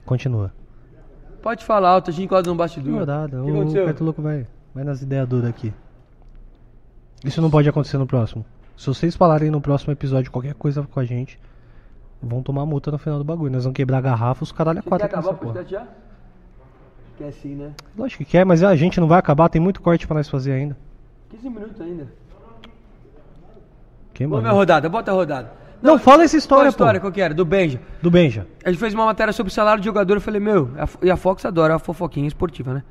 B: Continua.
E: pode falar alto, a gente encosta no
B: Não
E: bastidor.
B: é nada,
E: O que
B: o
E: aconteceu?
B: Preto Louco vai, vai nas ideias duras aqui. Isso não pode acontecer no próximo. Se vocês falarem no próximo episódio qualquer coisa com a gente, vão tomar multa no final do bagulho. Nós vamos quebrar a garrafa, os caralho é
E: Você quer
B: quatro. aqui
E: acabar
B: nessa
E: o
B: porra.
E: podcast já?
B: é
E: Quer
B: assim,
E: sim, né?
B: Lógico que quer, mas ah, a gente não vai acabar, tem muito corte pra nós fazer ainda.
E: 15 minutos ainda.
B: Quem
E: Vamos ver a
B: mano?
E: rodada, bota a rodada.
B: Não, fala essa história, Então,
E: Qual a
B: né, pô.
E: história, qual que era? Do Benja.
B: Do Benja.
E: A gente fez uma matéria sobre o salário de jogador. Eu falei, meu, a F- e a Fox adora a fofoquinha esportiva, né?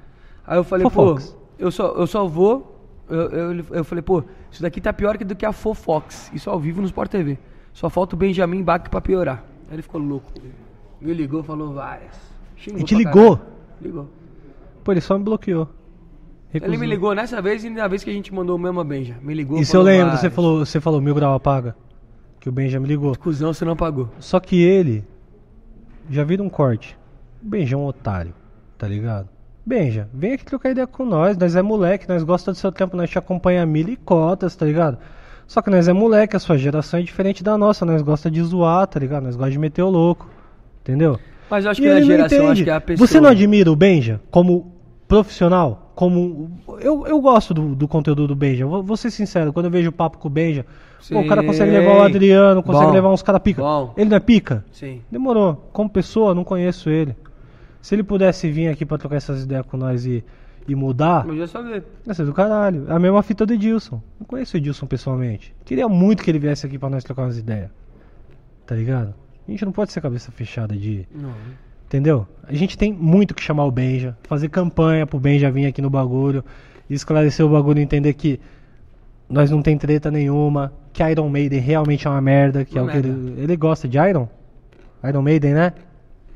E: Aí eu falei,
B: Fofox.
E: pô, eu só, eu só vou. Eu, eu, eu falei, pô, isso daqui tá pior que do que a Fofox. Isso ao vivo no Sport TV. Só falta o Benjamin Bach pra piorar. Aí ele ficou louco. Me ligou, falou várias. Xingou
B: E te
E: pra
B: ligou?
E: caralho. Ligou.
B: Pô, ele só me bloqueou.
E: Ele
B: Recusou.
E: me ligou nessa vez e na vez que a gente mandou o mesmo a Benja. Me ligou.
B: Isso eu
E: falou
B: lembro, você
E: várias.
B: falou, você falou, mil grau apaga. Que o Benja me ligou.
E: Cusão, você não pagou.
B: Só que ele já vira um corte. O Benja é um otário, tá ligado? Benja, vem aqui trocar ideia com nós. Nós é moleque, nós gosta do seu tempo, nós te acompanha a milha e cotas, tá ligado? Só que nós é moleque, a sua geração é diferente da nossa, nós gosta de zoar, tá ligado? Nós gosta de meter o louco, entendeu?
E: Mas eu
B: E
E: acho que na
B: ele não
E: geração, acho
B: entende.
E: que é a pessoa.
B: Você não admira o Benja como profissional? Como. Eu, eu gosto do, do conteúdo do Benja. Vou, vou ser sincero, quando eu vejo o papo com o Benja, pô, o cara
E: Sim.
B: consegue levar o Adriano, consegue
E: Bom.
B: levar uns caras pica.
E: Bom.
B: Ele não é pica?
E: Sim.
B: Demorou. Como pessoa, não conheço ele. Se ele pudesse vir aqui pra trocar essas ideias com nós e, e mudar,
E: Mas eu só ver.
B: ia ser do caralho. É a mesma fita do Edilson. Não conheço o Edilson pessoalmente. Queria muito que ele viesse aqui pra nós trocar umas ideias. Tá ligado? A gente não pode ser cabeça fechada de.
E: Não.
B: Entendeu? A gente tem muito que chamar o Benja, fazer campanha pro Benja vir aqui no bagulho, esclarecer o bagulho, e entender que nós não tem treta nenhuma, que Iron Maiden realmente é uma merda, que
E: Uma
B: é o que ele,
E: merda.
B: ele gosta de Iron? Iron Maiden, né?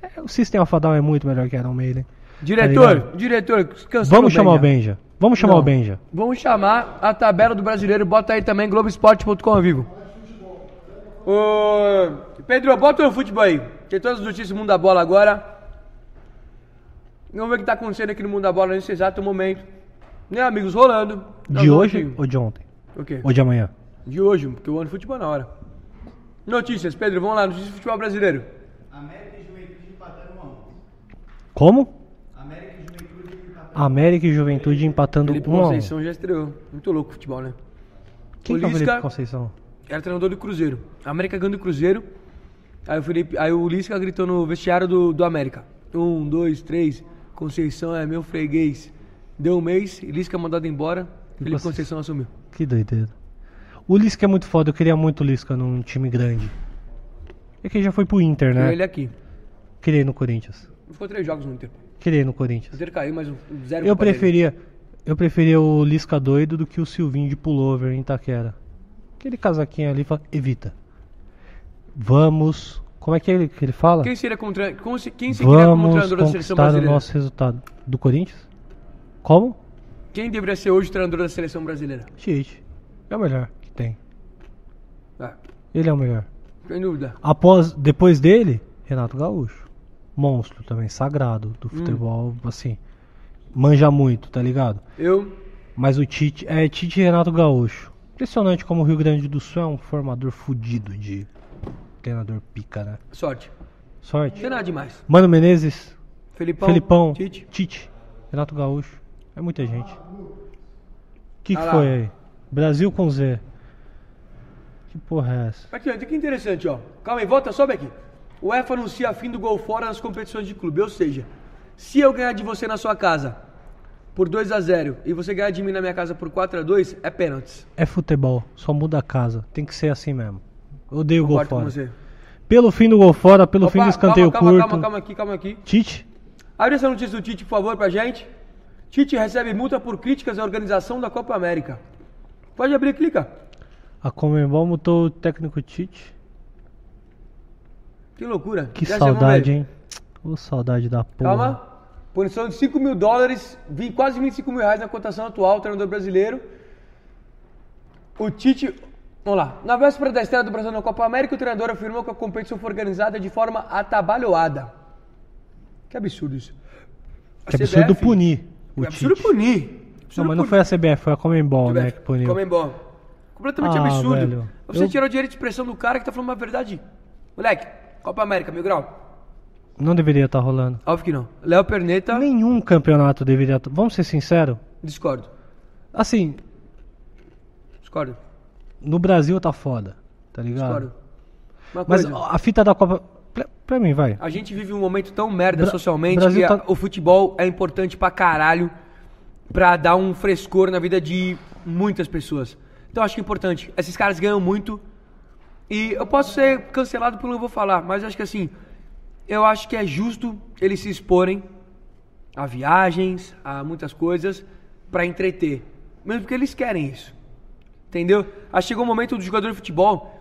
B: É, o System Alpha Down é muito melhor que Iron Maiden.
E: Diretor,
B: Tá ligado?
E: diretor, cansou.
B: Vamos chamar o Benja. Vamos chamar o Benja.
E: Vamos chamar a tabela do brasileiro. Bota aí também Globoesporte.com ao vivo. Ô, Pedro, bota o futebol aí. Tem todas as notícias do mundo da bola agora. Vamos ver o que tá acontecendo aqui no mundo da bola nesse exato momento. Né, amigos? Rolando. Nós
B: De
E: vamos
B: hoje
E: aqui.
B: ou de ontem?
E: O quê?
B: Ou de amanhã?
E: De hoje, porque eu ando futebol é na hora. Notícias, Pedro, vamos lá. Notícias do futebol brasileiro.
F: América e Juventude empataram 1 a
B: Como?
F: 1. América e Juventude empataram
B: América e Juventude empatando
E: Felipe
B: 1 a 1.
E: Conceição já estreou. Muito louco o futebol, né?
B: Quem que é o Felipe
E: Olisca-
B: Conceição?
E: era treinador do Cruzeiro. A América ganhou do Cruzeiro. Aí o Felipe, aí o Lisca gritou no vestiário do, do América. Um, dois, três. Conceição é meu freguês. Deu um mês, Lisca mandado embora. Felipe
B: Nossa.
E: Conceição assumiu.
B: Que doideira. O Lisca é muito foda, eu queria muito o Lisca num time grande. É que ele já foi pro Inter,
E: Tirou
B: né?
E: Ele é- aqui.
B: Queria ir no Corinthians.
E: Ficou três jogos no Inter.
B: Queria ir no
E: O
B: Corinthians.
E: Inter caiu, mas o zero.
B: Eu
E: culpa dele.
B: preferia, eu preferia o Lisca doido do que o Silvinho de pullover em Itaquera. Aquele casaquinho ali fala, evita. Vamos. Como é que ele, que ele fala?
E: Quem seria como tre- como se- quem seguiria como
B: Vamos
E: treinador da seleção
B: conquistar o
E: brasileira?
B: nosso resultado. Do Corinthians? Como?
E: Quem deveria ser hoje o treinador da seleção brasileira?
B: Tite. É o melhor que tem.
E: Ah,
B: Ele é o melhor.
E: sem dúvida.
B: Após, depois dele, Renato Gaúcho. Monstro também, sagrado
E: Hum.
B: do futebol, assim. Manja muito, tá ligado?
E: Eu,
B: Mas o Tite é Tite e Renato Gaúcho. Impressionante como o Rio Grande do Sul é um formador fudido de treinador pica, né?
E: sorte. Não
B: Sorte.
E: tem nada demais.
B: Mano Menezes,
E: Felipão,
B: Felipão,
E: Tite.
B: Tite, Renato Gaúcho. É muita gente. O que,
E: Ah
B: que
E: lá.
B: foi aí? Brasil com Z. Que porra é essa?
E: Aqui, olha que interessante, ó. Calma aí, volta, sobe aqui. O UEFA anuncia fim do gol fora nas competições de clube. Ou seja, se eu ganhar de você na sua casa por 2 a 0 e você ganhar de mim na minha casa por 4 a 2 é pênaltis.
B: É futebol, só muda a casa. Tem que ser assim mesmo. Odeio gol
E: Concordo
B: fora.
E: com você.
B: Pelo fim do gol fora, pelo
E: Opa,
B: fim do escanteio
E: calma,
B: curto.
E: Calma, calma, calma aqui, calma aqui.
B: Tite,
E: Abre essa notícia do Tite, por favor, pra gente. Tite recebe multa por críticas à organização da Copa América. Pode abrir, clica.
B: a Comembol mutou o técnico Tite.
E: Que loucura.
B: Que
E: Desce, vamos
B: saudade,
E: ver.
B: hein? Ô, saudade da porra.
E: Calma. Punição de 5 mil dólares, vi- quase 25 mil reais na cotação atual, treinador brasileiro. O Tite. Vamos lá. Na véspera da estreia do Brasil na Copa América, o treinador afirmou que a competição foi organizada de forma atabalhoada. Que absurdo isso. A
B: Que absurdo
E: CBF
B: punir o
E: É absurdo
B: Tite.
E: punir.
B: Não,
E: Absurdo
B: mas não
E: punir.
B: foi a CBF, foi a Comembol, né, que
E: CBF,
B: puniu.
E: Comembol. Completamente
B: Ah,
E: absurdo.
B: velho.
E: Você
B: Eu-
E: tirou o direito de expressão do cara que tá falando uma verdade. Moleque, Copa América, mil grau.
B: Não deveria estar rolando.
E: Óbvio que não. Léo Perneta,
B: Nenhum campeonato deveria estar... Vamos ser sinceros?
E: discordo.
B: Assim,
E: Discordo.
B: no Brasil tá foda, tá ligado?
E: Discordo. Uma
B: Ah. Mas
E: coisa,
B: a fita da Copa... Pra, pra mim, vai.
E: a gente vive um momento tão merda
B: Bra-
E: socialmente
B: Brasil
E: que a-
B: tá-
E: o futebol é importante pra caralho pra dar um frescor na vida de muitas pessoas. Então eu acho que é importante. Esses caras ganham muito. E eu posso ser cancelado pelo que eu vou falar, mas acho que assim, eu acho que é justo eles se exporem a viagens, a muitas coisas, pra entreter. Mesmo porque eles querem isso. Entendeu? Aí chegou o momento do jogador de futebol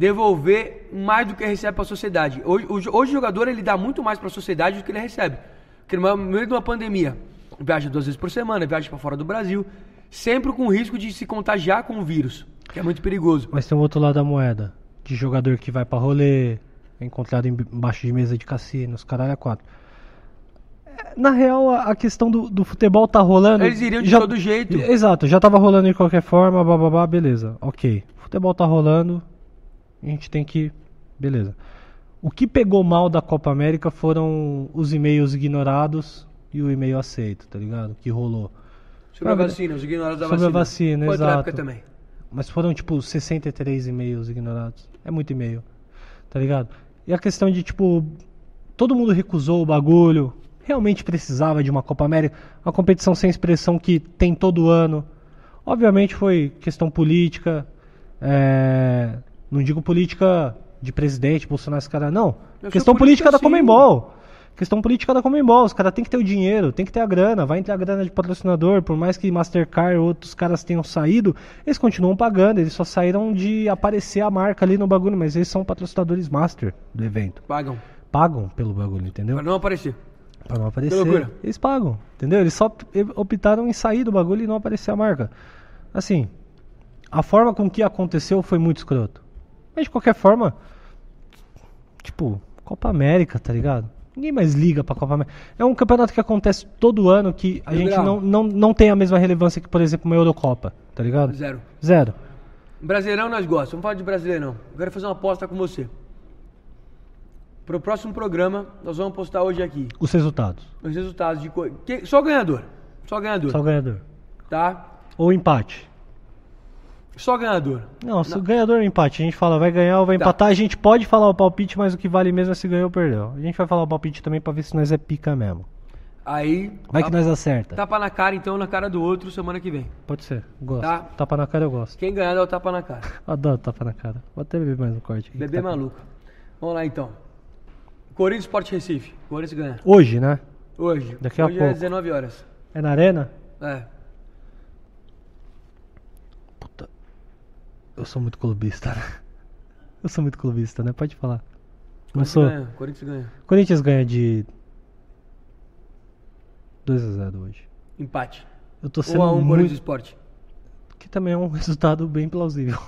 E: devolver mais do que recebe pra sociedade. Hoje, hoje, hoje o jogador ele dá muito mais pra sociedade do que ele recebe. Porque no meio de uma pandemia, viaja duas vezes por semana, viaja pra fora do Brasil, sempre com o risco de se contagiar com o vírus, que é muito perigoso.
B: Mas tem um outro lado da moeda. De jogador que vai pra rolê, é encontrado em- embaixo de mesa de cassino, os caralho a quatro. É, Na real, a a questão do, do futebol tá rolando.
E: Eles iriam de todo jeito.
B: Exato, já tava rolando de qualquer forma, bababá, beleza. Ok. Futebol tá rolando, a gente tem que. Beleza. O que pegou mal da Copa América foram os e-mails ignorados e o e-mail aceito, tá ligado? Que rolou.
E: Sobre a
B: Sobre-
E: vacina, os ignorados da
B: sobre a
E: vacina.
B: vacina,
E: Foi outra
B: exato.
E: época também.
B: Mas foram tipo 63 e-mails ignorados. É muito e-mail. Tá ligado? E a questão de tipo todo mundo recusou o bagulho. Realmente precisava de uma Copa América, uma competição sem expressão que tem todo ano. Obviamente foi questão política. é, Não digo política de presidente, Bolsonaro, esse cara, não.
E: Deve ser
B: questão política,
E: política
B: da
E: sim.
B: Comembol. Questão política da Comembol. Os caras têm que ter o dinheiro, tem que ter a grana. Vai entrar a grana de patrocinador. Por mais que Mastercard e outros caras tenham saído, eles continuam pagando. Eles só saíram de aparecer a marca ali no bagulho, mas eles são patrocinadores master do evento
E: Pagam.
B: pagam pelo bagulho, entendeu?
E: Pra não aparecer.
B: Pra não aparecer.
E: loucura.
B: Eles pagam, entendeu? Eles só p- optaram em sair do bagulho e não aparecer a marca. Assim, a forma com que aconteceu foi muito escroto. Mas de qualquer forma, tipo, Copa América, tá ligado? Ninguém mais liga pra Copa América. É um campeonato que acontece todo ano que a
E: Meu
B: gente
E: É grau.
B: não, não, não tem a mesma relevância que, por exemplo, uma Eurocopa, tá ligado?
E: Zero.
B: Zero.
E: Brasileirão nós gostamos. Vamos falar de Brasileirão. Eu quero fazer uma aposta com você. Pro próximo programa, nós vamos postar hoje aqui
B: Os resultados.
E: os resultados de... co- que- Só ganhador. Só ganhador.
B: Só o ganhador.
E: Tá?
B: Ou empate.
E: Só ganhador.
B: Não, se o ganhador é empate, a gente fala vai ganhar ou vai
E: Tá.
B: empatar, a gente pode falar o palpite, mas o que vale mesmo é se ganhou ou perdeu. A gente vai falar o palpite também pra ver se nós é pica mesmo.
E: Aí...
B: Vai que
E: tapa-
B: nós acerta.
E: Tapa na cara, então, na cara do outro, semana que vem.
B: Pode ser, gosto.
E: Tá.
B: Tapa na cara eu gosto.
E: Quem ganhar dá o tapa
B: (laughs)
E: na cara.
B: Adoro tapa na cara. Vou até beber mais um corte aqui.
E: Bebê
B: Tá-
E: maluco. Vamos lá, então. Corinthians Sport Recife. Corinthians ganha.
B: Hoje, né?
E: Hoje.
B: Daqui a
E: Hoje é
B: pouco.
E: 19 horas.
B: É na arena?
E: É.
B: Puta. Eu sou muito clubista, né? (laughs) Eu sou muito clubista, né? Pode falar. Não
E: Corinthians
B: sou.
E: ganha. Corinthians ganha.
B: Corinthians ganha de 2 a 0 hoje.
E: Empate.
B: Eu tô sendo
E: 1x1
B: é muito
E: Corinthians Esporte.
B: Que também é um (laughs) resultado bem
E: (laughs)
B: plausível.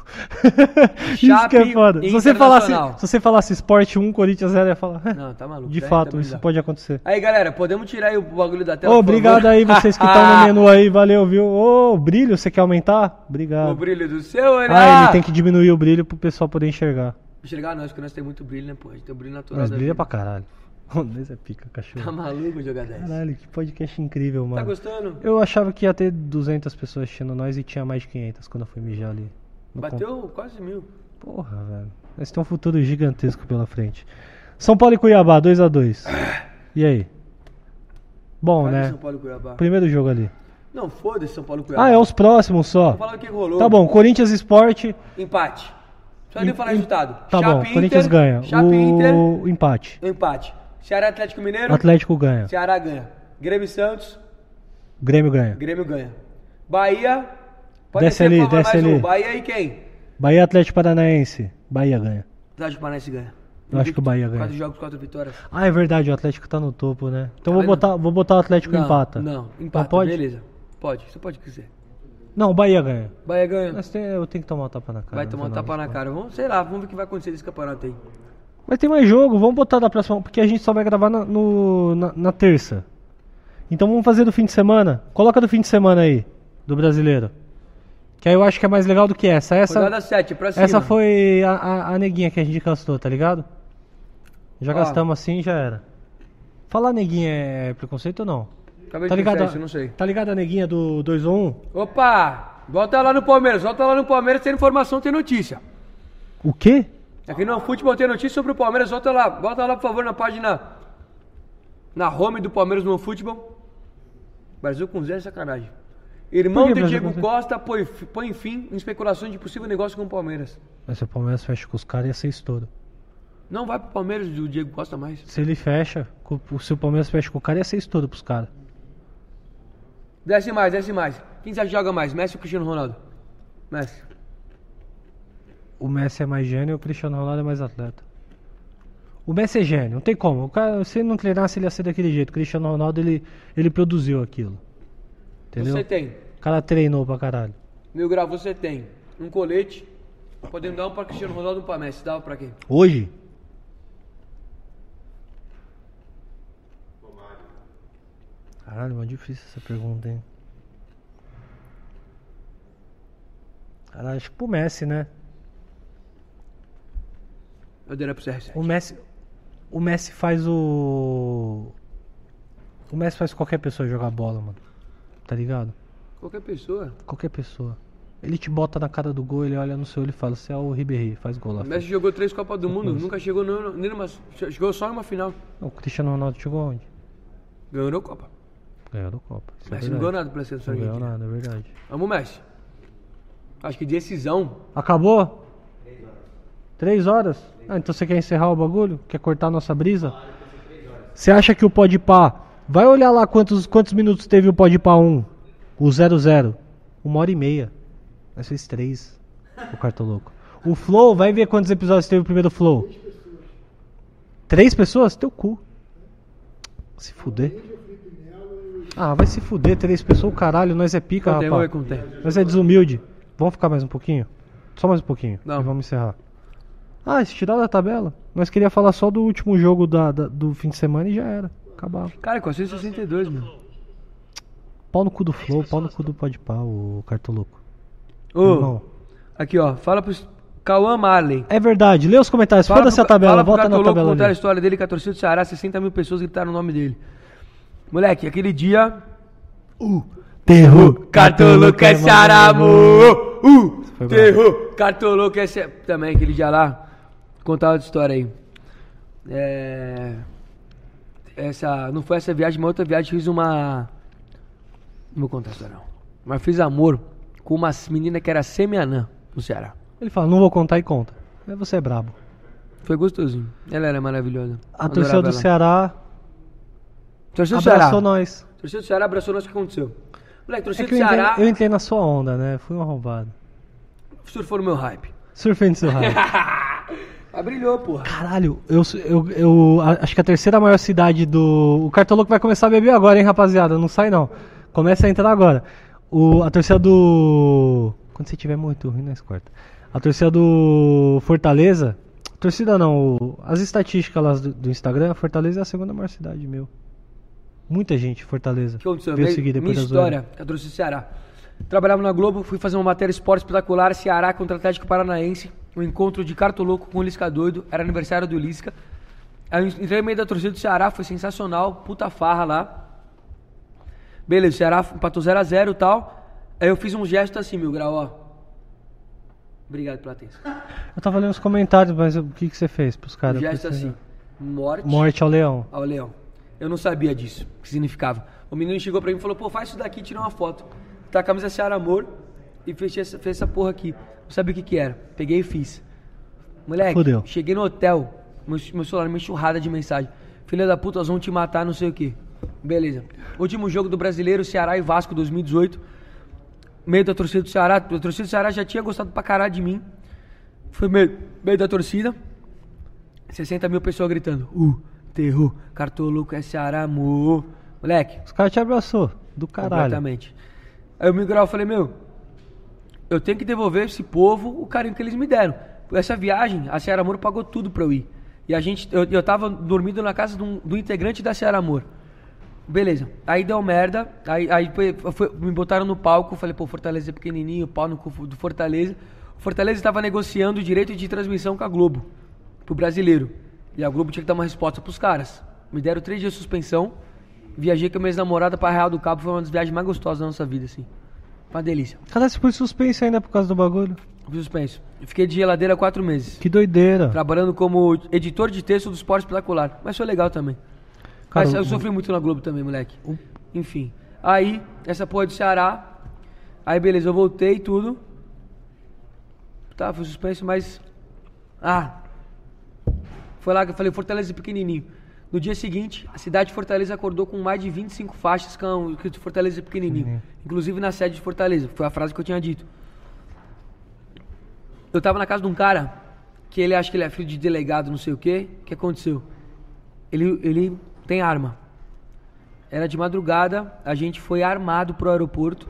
B: isso
E: Chape
B: que é foda. Se você, falasse,
E: Internacional.
B: se você falasse esporte 1, Corinthians 0, eu ia falar. (laughs) "É,
E: Não, tá maluco.
B: de
E: Daí
B: fato,
E: também
B: isso
E: dá.
B: pode acontecer.
E: Aí, galera, podemos tirar aí o bagulho da tela?
B: Ô,
E: por
B: obrigado
E: favor? (laughs)
B: aí vocês que estão no menu aí. Valeu, viu? Ô, brilho, você quer aumentar? Obrigado.
E: O brilho do seu né?
B: ah,
E: olhar.
B: ele tem que diminuir o brilho pro pessoal poder enxergar.
E: Enxergar nós, porque nós temos muito brilho, né, pô? A gente tem um brilho natural.
B: Mas
E: da
B: brilha
E: vida.
B: pra caralho. (laughs) Ô, Deus é pica,
E: Tá
B: cachorro.
E: maluco jogar 10.
B: Caralho, que podcast incrível,
E: Tá
B: mano.
E: gostando?
B: Eu achava que ia ter 200 pessoas assistindo nós e tinha mais de 500 quando eu fui mijar ali. no
E: Bateu quase mil.
B: Porra, velho. Nós temos um futuro gigantesco pela frente. São Paulo e Cuiabá, 2x2. E aí? Bom,
E: Cadê
B: né?
E: São Paulo e Cuiabá.
B: Primeiro jogo ali.
E: Não, foda-se São Paulo e Cuiabá.
B: Ah, é os próximos só.
E: Vamos falar o que rolou.
B: Tá bom, Corinthians Esporte.
E: Empate. Só nem
B: Em-
E: falar
B: em-
E: resultado.
B: Tá
E: Chape
B: bom,
E: Inter,
B: Corinthians ganha.
E: Chape Inter,
B: O empate.
E: empate. Ceará e Atlético Mineiro.
B: Atlético ganha.
E: Ceará ganha. Grêmio e Santos.
B: Grêmio ganha.
E: Grêmio ganha. Bahia.
B: Desce
E: ser,
B: ali,
E: por favor,
B: desce
E: mais
B: ali.
E: Um. Bahia e quem?
B: Bahia Atlético Paranaense. Bahia ganha.
E: Atlético Paranaense ganha.
B: Eu acho que o Bahia ganha.
E: Quatro jogos, quatro vitórias.
B: Ah, é verdade, o Atlético tá no topo, né? Então vou
E: vendo?
B: botar, vou botar o Atlético
E: não,
B: empata.
E: Não,
B: Então
E: empata.
B: pode?
E: Beleza. Pode, você pode quiser.
B: Não, o Bahia ganha.
E: Bahia ganha.
B: Mas tem- eu tenho que tomar o tapa na cara.
E: vai
B: no
E: tomar um
B: final
E: tapa
B: das
E: na
B: contas.
E: cara. Vamos, sei lá, vamos ver o que vai acontecer nesse campeonato aí.
B: Mas tem mais jogo, vamos botar da próxima, porque a gente só vai gravar na, no- na- na terça. Então vamos fazer do fim de semana. Coloca do fim de semana aí, do brasileiro. Que aí eu acho que é mais legal do que essa.
E: Rodada
B: Essa,
E: 7, é pra cima.
B: essa foi a, a- a neguinha que a gente gastou, tá ligado? Já
E: Ó.
B: gastamos assim já era. Falar neguinha é preconceito ou não?
E: Acabei
B: Tá
E: de pensar
B: ligado?
E: isso, eu não sei.
B: Tá ligado a neguinha do um 2 ou 1?
E: Opa! Volta lá no Palmeiras, volta lá no Palmeiras, tem informação, tem notícia.
B: O quê?
E: Aqui no futebol tem notícia sobre o Palmeiras, volta lá, volta lá por favor na página na home do Palmeiras no futebol. Brasil com zero é sacanagem. Irmão
B: Por que
E: do
B: Brasil
E: Diego
B: consegue?
E: Costa põe, fi- põe fim em especulações de possível negócio com o Palmeiras.
B: Mas se o Palmeiras fecha com os caras, ia ser estouro.
E: Não vai pro Palmeiras o Diego Costa mais.
B: Se ele fecha, com- se o Palmeiras fecha com o cara, ia ser estouro pros caras.
E: Desce mais, desce mais. Quem você acha que joga mais, Messi ou Cristiano Ronaldo? Messi.
B: O Messi é mais gênio e o Cristiano Ronaldo é mais atleta. O Messi é gênio, não tem como. O cara, se ele não treinasse, ele ia ser daquele jeito. O Cristiano Ronaldo, ele, ele produziu aquilo. Entendeu?
E: Você tem.
B: O cara treinou pra caralho.
E: Mil grau, você tem. Um colete. Podemos dar um pra Cristiano Ronaldo e um pra Messi. Dava pra quem?
B: Hoje? Caralho, mas difícil essa pergunta, hein? Caralho, acho que pro Messi, né?
E: Eu daria pro CR7.
B: O Messi. O Messi faz o. O Messi faz qualquer pessoa jogar bola, mano. Tá ligado?
E: Qualquer pessoa.
B: Qualquer pessoa. Ele te bota na cara do gol, ele olha no seu olho e fala: Você é o Ribéry, faz gol lá.
E: O
B: filho."
E: Messi jogou três Copas do Mundo, nunca chegou no- nem numa. Chegou só em uma final.
B: O Cristiano Ronaldo chegou onde?
E: Ganhou a Copa.
B: Ganhou do Copa. Isso é
E: Messi
B: verdade.
E: não ganhou nada pela seleção
B: Não ganhou
E: argentina.
B: nada, é verdade.
E: Vamos, Messi. Acho que decisão.
B: Acabou? Três horas. Ah, então você quer encerrar o bagulho? Quer cortar a nossa brisa? Você acha que o Podpah... Vai olhar lá quantos, quantos minutos teve o Podpah 1. O 00. Uma hora e meia. Nós fez três. O cartoloco. O Flow, vai ver quantos episódios teve o primeiro Flow. Três pessoas? Teu cu. Se fuder. Ah, vai se fuder, três pessoas, caralho, nós é pica,
E: Contém, vamos ver
B: rapaz.
E: quanto tem. um
B: Mas é desumilde. Vamos ficar mais um pouquinho? Só mais um pouquinho.
E: Não.
B: E vamos encerrar. Ah, se tirar da tabela? Nós queria falar só do último jogo da, da- do fim de semana e já era. Acabava.
E: Cara, 462, mano.
B: Pau no cu do Flow, pau no cu do pó de pau, o cartoloco.
E: Ô,
B: Irmão.
E: aqui ó, fala pro Cauã Marley.
B: É verdade, lê os comentários, foda-se a tabela,
E: fala pro
B: volta na
E: Cartoloco
B: tabela.
E: contar a
B: ali.
E: história dele que a torcida do Ceará, 60 mil pessoas gritaram o nome dele. Moleque, aquele dia. Uh, terror, Cartoloco é Ceará, amor. Uh,
B: foi brabo.
E: terror, Cartoloco é Ceará. Também aquele dia lá. Contar outra história aí. É. Essa, não foi essa viagem, mas outra viagem fiz uma. Não vou contar a história, não. Mas fiz amor com uma menina que era semi-anã no Ceará.
B: Ele fala, não vou contar e conta. Aí você é brabo.
E: Foi gostosinho. Ela era maravilhosa.
B: A torcida do Ceará
E: Torcida né? do Ceará.
B: abraçou nós.
E: Torcida do Ceará abraçou nós o que aconteceu. Moleque,
B: É
E: torcida
B: que
E: do
B: eu
E: Ceará
B: entrei, eu entrei na sua onda, né? Fui um arrombado.
E: surfou no meu hype.
B: Surfei no seu raio.
E: Mas brilhou, porra.
B: Caralho, eu, eu, eu a- acho que a terceira maior cidade do. O Cartoloco vai começar a beber agora, hein, rapaziada? Não sai não. Começa a entrar agora. O, a torcida do. Quando você tiver muito ruim, nós corta. A torcida do Fortaleza. Torcida não, o- as estatísticas lá do, do Instagram, Fortaleza é a segunda maior cidade, meu. Muita gente, em Fortaleza.
E: O que aconteceu?
B: Veio
E: Minha-
B: seguir depois
E: minha
B: da zoeira.
E: história, a torcida do Ceará. Trabalhava na Globo, fui fazer uma matéria esporte espetacular, Ceará contra Atlético Paranaense, um encontro de cartoloco com o Lisca doido, era aniversário do Lisca. Aí eu entrei no meio da torcida do Ceará, foi sensacional, puta farra lá. Beleza, o Ceará empatou 0x0 e tal. Aí eu fiz um gesto assim, meu grau, ó. Obrigado pela atenção.
B: Eu tava lendo os comentários, mas o que, que você fez pros
E: O
B: caras?
E: gesto
B: Porque você-
E: assim, morte,
B: Morte ao leão.
E: ao leão. Eu não sabia disso, o que significava. O menino chegou pra mim e falou, pô, faz isso daqui e tira uma foto. Tá a camisa Seara Amor e fez essa, fez essa porra aqui. Não sabia o que que era. Peguei e fiz. Moleque,
B: Fudeu.
E: cheguei no hotel, meu, meu celular, uma enxurrada de mensagem. Filha da puta, nós vamos te matar, não sei o quê. Beleza. Último jogo do Brasileiro, Ceará e Vasco, 2018. Meio da torcida do Ceará. A torcida do Ceará já tinha gostado pra caralho de mim. Foi meio, meio da torcida. 60 mil pessoas gritando. Uh, terror, cartoloco é Ceará, amor. Moleque,
B: Os caras te abraçou. Do caralho.
E: completamente. Aí o Miguel falei, meu, eu tenho que devolver esse povo o carinho que eles me deram. Essa viagem, a Ceará Amor pagou tudo pra eu ir. E a gente, eu, eu tava dormindo na casa de um- do integrante da Ceará Amor. Beleza, aí deu merda, aí, aí foi- foi- me botaram no palco, falei, pô, Fortaleza é pequenininho, pau no cu do Fortaleza. O Fortaleza estava negociando o direito de transmissão com a Globo, pro brasileiro. E a Globo tinha que dar uma resposta pros caras. Me deram três dias de suspensão, viajei com a minha ex-namorada pra Real do Cabo, foi uma das viagens mais gostosas da nossa vida, assim. Uma delícia.
B: Caralho, você foi suspenso ainda por causa do bagulho.
E: Fui suspenso. Eu Fiquei de geladeira quatro meses.
B: Que doideira.
E: Trabalhando como editor de texto do Esporte Espetacular. Mas foi legal também.
B: Cara,
E: Mas eu
B: o-
E: sofri muito na Globo também, moleque.
B: o-
E: Enfim. Aí, essa porra do Ceará, Aí beleza, eu voltei e tudo. Tá, foi suspenso, mas. Ah! Foi lá que eu falei, Fortaleza é pequenininho. No dia seguinte, a cidade de Fortaleza acordou com mais de 25 faixas com escrito Fortaleza é pequenininho. Inclusive na sede de Fortaleza, foi a frase que eu tinha dito. Eu tava na casa de um cara, que ele acha que ele é filho de delegado, não sei o quê. O que aconteceu? Ele, ele tem arma. Era de madrugada, a gente foi armado pro aeroporto,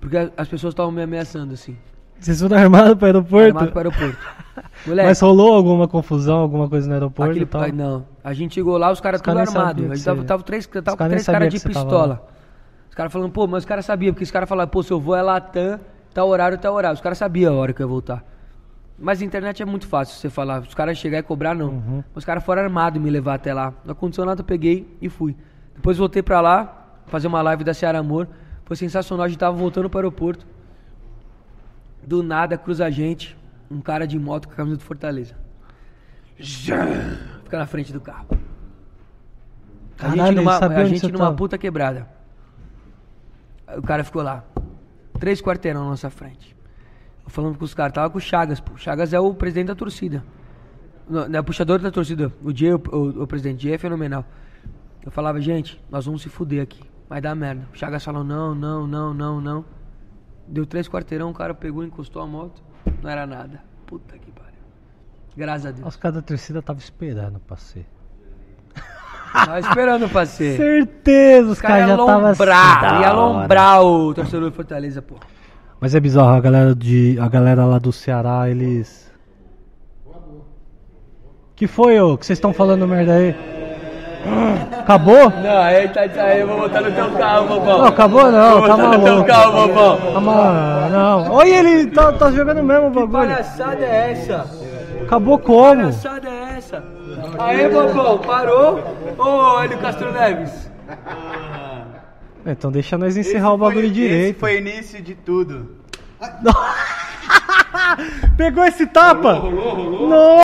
E: porque a- as pessoas estavam me ameaçando, assim.
B: Vocês foram armados pro aeroporto? é.
E: Armado pro aeroporto. Moleque,
B: Mas rolou alguma confusão, alguma coisa no aeroporto
E: aquele
B: e tal?
E: pai- não. A gente chegou lá, os caras
B: Os
E: tudo
B: caras nem
E: armado.
B: sabiam
E: A gente
B: que
E: tava,
B: você-
E: tava três, tava
B: os caras
E: com
B: nem
E: três caras
B: sabiam
E: de
B: que você tava
E: pistola. Os caras falando, pô, mas os caras sabiam, porque os caras falavam, pô, seu voo é Latam, tal horário, tal horário. Os caras sabiam a hora que eu ia voltar. Mas a internet é muito fácil você falar. Os caras chegar e cobrar, não.
B: Uhum.
E: Os caras foram armados e me levar até lá. Não aconteceu nada, eu peguei e fui. Depois voltei pra lá, fazer uma live da Seara Amor. Foi sensacional, a gente tava voltando pro aeroporto. Do nada cruza a gente, um cara de moto com a camisa do Fortaleza. Fica na frente do carro. A
B: Caralho,
E: gente numa,
B: eles sabiam
E: a
B: onde
E: gente
B: você
E: numa
B: tava.
E: puta quebrada. Aí O cara ficou lá. Três quarteirão na nossa frente. Eu falando com os caras, tava com o Chagas, pô. O Chagas é o presidente da torcida. Não, não é puxador da torcida. O Jay, o, o- o presidente Jay é fenomenal. Eu falava, gente, nós vamos se fuder aqui. Vai dar merda. O Chagas falou, não, não, não, não, não. Deu três quarteirão, o cara pegou, encostou a moto. Não era nada. Puta que pariu. Graças a Deus.
B: Os caras da torcida estavam esperando pra ser.
E: Tava esperando pra ser.
B: Certeza, É. os
E: Os
B: caras
E: caras assim. iam
B: já assim. estavam
E: alombrar, ia alombrar o torcedor do Fortaleza, pô.
B: Mas é bizarro, a galera, de, a galera lá do Ceará, eles. Que foi, ô? Que vocês estão falando merda aí? (gasps) Hum, Acabou?
E: Não, aí tá aí, eu vou botar no teu carro,
B: Não,
E: bobão.
B: acabou (laughs) não, tá maluco.
E: bobão.
B: Tá maluco, não. Olha ele, tá, tá jogando mesmo o bagulho.
E: Palhaçada é essa?
B: Acabou como?
E: Palhaçada é essa? Aí, bobão, parou? Ô, olha o Castro Neves.
B: Então deixa nós encerrar o bagulho direito.
D: Esse foi o início de tudo.
B: Pegou esse tapa? Rolou, rolou.